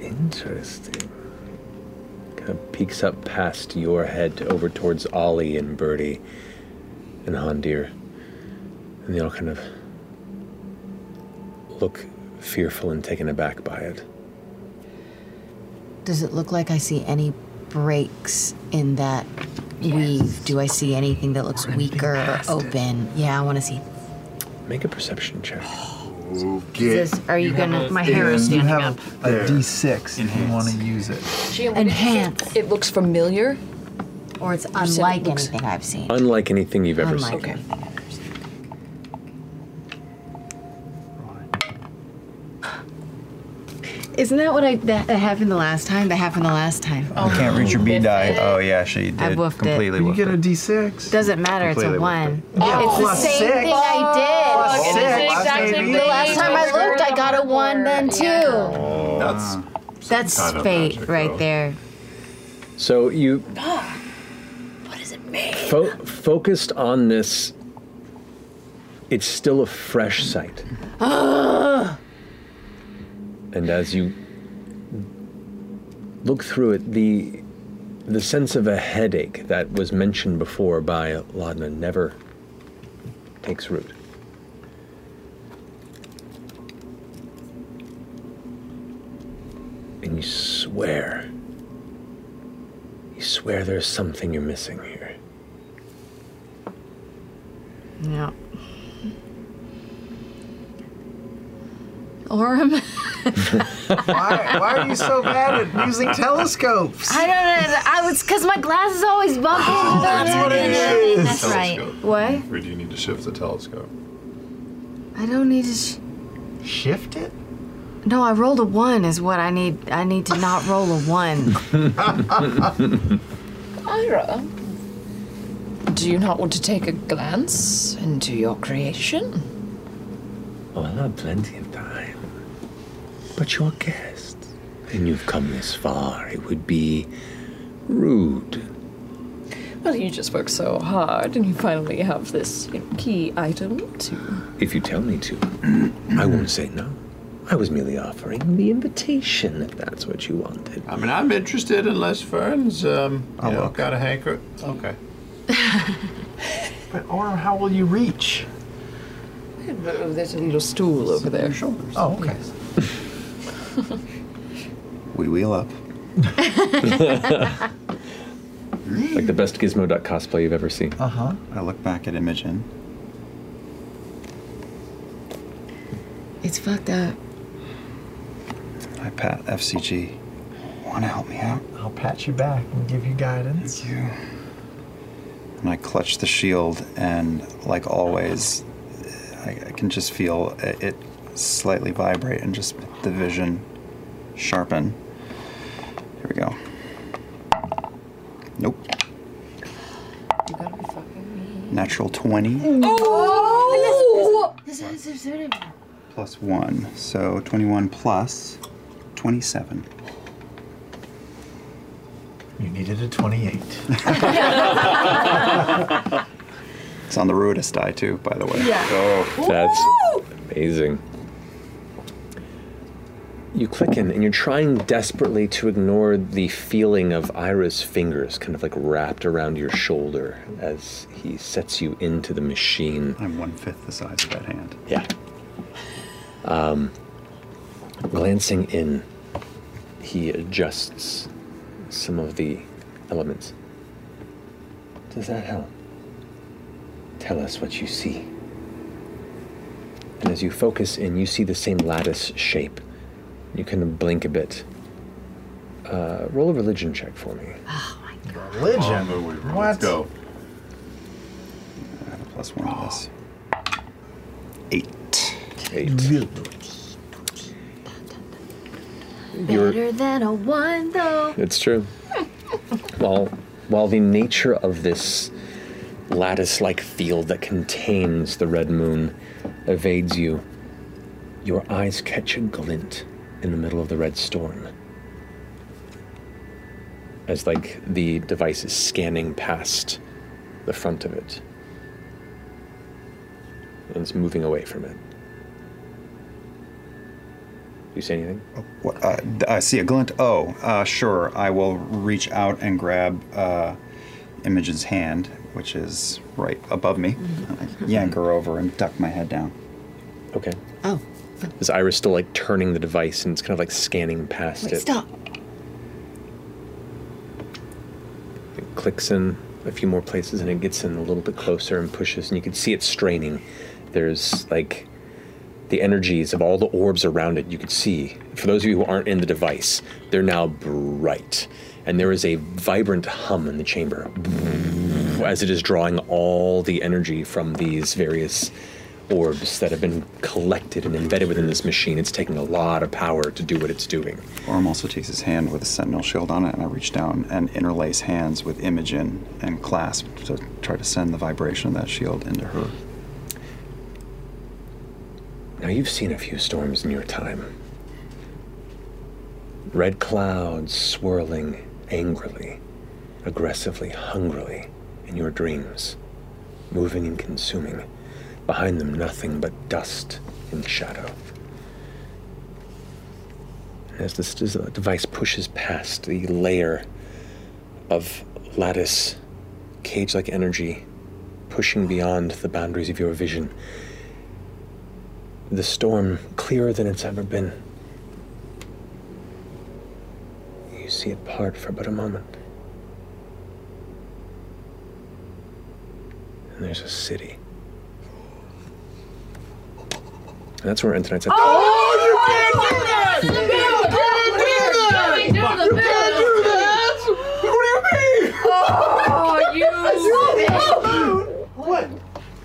Speaker 13: Interesting. Kind of peeks up past your head over towards Ollie and Birdie and Hondir. And they all kind of look fearful and taken aback by it.
Speaker 14: Does it look like I see any breaks in that weave? Do I see anything that looks weaker or open? Yeah, I want to see.
Speaker 13: Make a perception check.
Speaker 14: Says, are you, gonna? My hair is standing up.
Speaker 3: A D6 if you want to use *laughs* it.
Speaker 14: Enhance.
Speaker 8: It looks familiar,
Speaker 14: or it's
Speaker 8: said it
Speaker 14: unlike
Speaker 8: looks-
Speaker 14: anything I've seen.
Speaker 13: Unlike anything you've ever
Speaker 14: Unlike
Speaker 13: seen.
Speaker 14: anything. Isn't that what I that that happened the last time? That happened the last time.
Speaker 4: I can't reach your B die. Oh, yeah, she did.
Speaker 14: Oh. I woofed it.
Speaker 4: completely
Speaker 14: You
Speaker 4: woofed
Speaker 3: get a D6.
Speaker 14: Doesn't matter. It's a
Speaker 4: Completely
Speaker 14: one.
Speaker 4: Oh,
Speaker 14: it's the
Speaker 4: plus
Speaker 14: same
Speaker 4: six.
Speaker 14: thing I did.
Speaker 4: Plus It's the six, exact same
Speaker 14: The
Speaker 4: thing.
Speaker 14: last time I looked, I got a one, then two.
Speaker 9: That's
Speaker 14: That's
Speaker 13: kind of
Speaker 14: fate
Speaker 13: magic,
Speaker 14: right
Speaker 13: though.
Speaker 14: there.
Speaker 13: So you
Speaker 14: What does it mean?
Speaker 13: fo- focused on this, it's still a fresh sight.
Speaker 14: *gasps*
Speaker 13: And as you look through it, the the sense of a headache that was mentioned before by Laudna never takes root. And you swear, you swear there's something you're missing here.
Speaker 14: Yeah. Orem.
Speaker 3: why, why are you so bad at using telescopes?
Speaker 14: I don't know. I was because my glasses always bump into the
Speaker 9: that's what it
Speaker 14: building.
Speaker 9: is.
Speaker 14: That's right.
Speaker 9: Telescope.
Speaker 14: What?
Speaker 9: Or do you need to shift the telescope?
Speaker 14: I don't need to. Sh-
Speaker 3: Shift it.
Speaker 14: no, I rolled a one. Is what I need. I need to not roll a
Speaker 3: *laughs*
Speaker 14: one.
Speaker 5: Ira, do you not want to take a glance into your creation?
Speaker 13: Oh, I'll have plenty of time. But you're a guest, and you've come this far. It would be rude.
Speaker 5: Well, you just work so hard, and you finally have this you know, key item to.
Speaker 13: If you tell me to, I won't say no. I was merely offering the invitation if that's what you wanted.
Speaker 9: I mean, I'm interested unless Fern's um, you know, got a hanker. Okay.
Speaker 3: But Orm, how will you reach?
Speaker 48: Oh, There's a little stool over there. *laughs* Shoulders.
Speaker 3: Oh, okay.
Speaker 4: We wheel up.
Speaker 2: like the best Gizmo Duck cosplay you've ever seen.
Speaker 3: Uh huh.
Speaker 4: I look back at Imogen.
Speaker 12: It's fucked up.
Speaker 4: I pat FCG. Want to help me out?
Speaker 3: I'll pat you back and give you guidance.
Speaker 4: Thank you. And I clutch the shield, and like always, I, I can just feel i- it slightly vibrate and just the vision sharpen. Here we go. Nope. Natural 20
Speaker 14: Oh! This is- this is- this is-
Speaker 4: plus 1, so 21 plus 27.
Speaker 3: You needed a 28.
Speaker 4: *laughs*
Speaker 8: *laughs*
Speaker 4: It's on the Ruidus die, too, by the way.
Speaker 2: Yeah.
Speaker 4: Oh,
Speaker 2: That's amazing. You click in, and you're trying desperately to ignore the feeling of Ira's fingers kind of like wrapped around your shoulder as he sets you into the machine.
Speaker 4: I'm one fifth the size of that hand.
Speaker 2: Yeah. Um, glancing in, he adjusts some of the elements. Does that help? Tell us what you see. And as you focus in, you see the same lattice shape. You kind of blink a bit. Uh, roll a religion check for me.
Speaker 3: Religion. What?
Speaker 2: go.
Speaker 4: Uh, Plus one of this.
Speaker 2: Eight. You're-
Speaker 14: Better than a one, though.
Speaker 2: It's true. while while the nature of this lattice-like field that contains the red moon evades you, your eyes catch a glint in the middle of the red storm. As like the device is scanning past the front of it. And it's moving away from it. Do you say anything?
Speaker 4: What, uh, d- I see a glint. Oh, uh, sure. I will reach out and grab uh, Imogen's hand, which is right above me. I yank her over and duck my head down.
Speaker 2: Okay. Oh. Is Iris still like turning the device and it's kind of like scanning past
Speaker 12: Wait,
Speaker 2: it?
Speaker 12: stop.
Speaker 2: It clicks in a few more places and it gets in a little bit closer and pushes, and you can see it straining. There's like the energies of all the orbs around it. You could see, for those of you who aren't in the device, they're now bright. And there is a vibrant hum in the chamber as it is drawing all the energy from these various orbs that have been collected and embedded within this machine. It's taking a lot of power to do what it's doing.
Speaker 4: Orm also takes his hand with a sentinel shield on it, and I reach down and interlace hands with Imogen and clasp to try to send the vibration of that shield into her.
Speaker 2: Now, you've seen a few storms in your time. Red clouds swirling angrily, aggressively, hungrily in your dreams, moving and consuming. Behind them, nothing but dust and shadow. And as this dis- device pushes past the layer of lattice, cage like energy, pushing beyond the boundaries of your vision, the storm clearer than it's ever been. You see it part for but a moment. And there's a city. And that's where we're in tonight's episode.
Speaker 3: Oh,
Speaker 8: Oh, you can't do that! You can't do that! You can't do that! What do you mean?
Speaker 3: Oh,
Speaker 8: you-
Speaker 3: *laughs* What?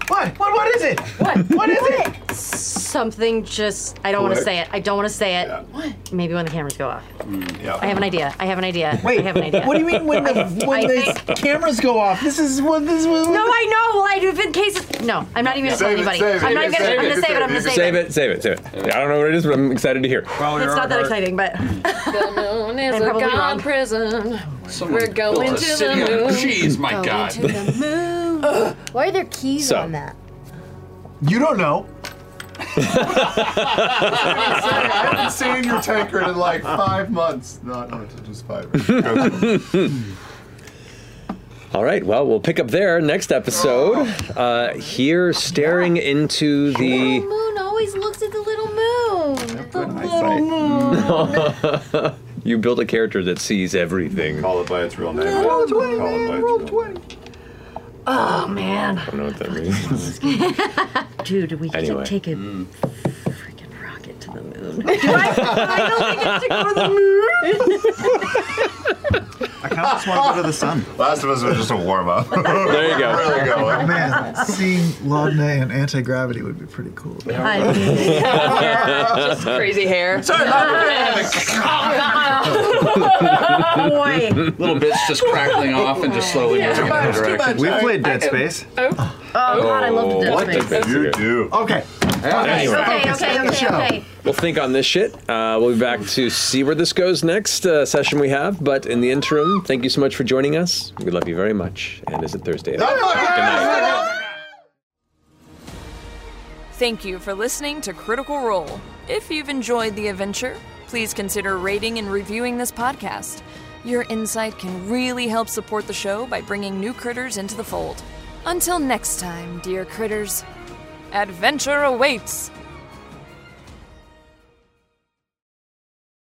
Speaker 3: What? What? What is it? What? What is it?
Speaker 12: Something just. I don't want to
Speaker 3: Click.
Speaker 12: say it. I don't want to say it. What? Maybe when the cameras go off. I
Speaker 1: Oh,
Speaker 12: have an idea. I have an idea.
Speaker 3: Wait,
Speaker 12: I have an idea.
Speaker 3: what do you *laughs* mean when the,
Speaker 12: I-
Speaker 3: when
Speaker 12: Oh, I
Speaker 3: the
Speaker 12: think-
Speaker 3: cameras go off? This is what this was.
Speaker 12: No, I know. Well, I do in case. It's, no, I'm not even gonna tell
Speaker 3: Save it,
Speaker 12: anybody.
Speaker 3: save it.
Speaker 12: I'm not even gonna.
Speaker 3: Save
Speaker 12: I'm gonna
Speaker 3: it,
Speaker 12: save it. I'm gonna save,
Speaker 2: Save it, save it, save it. I don't know what it is, but I'm excited to hear.
Speaker 12: It's not that exciting, but
Speaker 14: *laughs*
Speaker 5: The moon is
Speaker 12: I'm
Speaker 5: a
Speaker 12: probably
Speaker 5: god
Speaker 12: wrong.
Speaker 5: prison. We're
Speaker 1: built
Speaker 5: going
Speaker 1: a
Speaker 5: to the
Speaker 1: city on
Speaker 5: moon.
Speaker 1: cheese, my Going God. to
Speaker 3: *laughs*
Speaker 14: Why are there keys
Speaker 2: So.
Speaker 14: on that?
Speaker 3: You don't know.
Speaker 9: I haven't seen your tankard in like five months. Not no, it's just *laughs* five.
Speaker 2: All right. Well, we'll pick up there next episode. Uh, here, staring into the.
Speaker 1: Moon always looks at the little moon. The little
Speaker 2: eyesight.
Speaker 3: *laughs*
Speaker 1: moon.
Speaker 2: you build a character that sees everything. Call it by its real name. Roll twenty, man. Roll twenty.
Speaker 8: Oh man.
Speaker 2: I don't know what that
Speaker 12: *laughs*
Speaker 2: means.
Speaker 8: Dude, we
Speaker 2: Anyway.
Speaker 8: could take a freaking rocket to the moon.
Speaker 12: I
Speaker 8: don't think it's to go to the
Speaker 12: I kind of just want to go to the sun. Last of Us was just a warm up.
Speaker 2: there
Speaker 9: *laughs*
Speaker 2: you go.
Speaker 12: Really going.
Speaker 3: *laughs* Man, seeing Laudne and anti gravity would be pretty cool.
Speaker 5: Just crazy *laughs* hair.
Speaker 12: Sorry,
Speaker 8: *laughs*
Speaker 5: Boy.
Speaker 7: Little bits just crackling off and just slowly
Speaker 3: Yeah.
Speaker 7: moving in the
Speaker 3: Too much, too
Speaker 7: direction.
Speaker 3: much. We've played Dead Space.
Speaker 8: Oh, God, I love the Dead
Speaker 7: What
Speaker 8: Space.
Speaker 7: did you
Speaker 12: do?
Speaker 3: Okay.
Speaker 2: Anyway.
Speaker 8: Okay, okay, okay, okay.
Speaker 2: We'll think on this shit. Uh, we'll be back to see where this goes next uh, session we have. But in the interim, thank you so much for joining us. We love you very much. And is it Thursday?
Speaker 5: Thank you for listening to Critical Role. If you've enjoyed the adventure, please consider rating and reviewing this podcast. Your insight can really help support the show by bringing new critters into the fold. Until next time, dear critters, adventure awaits!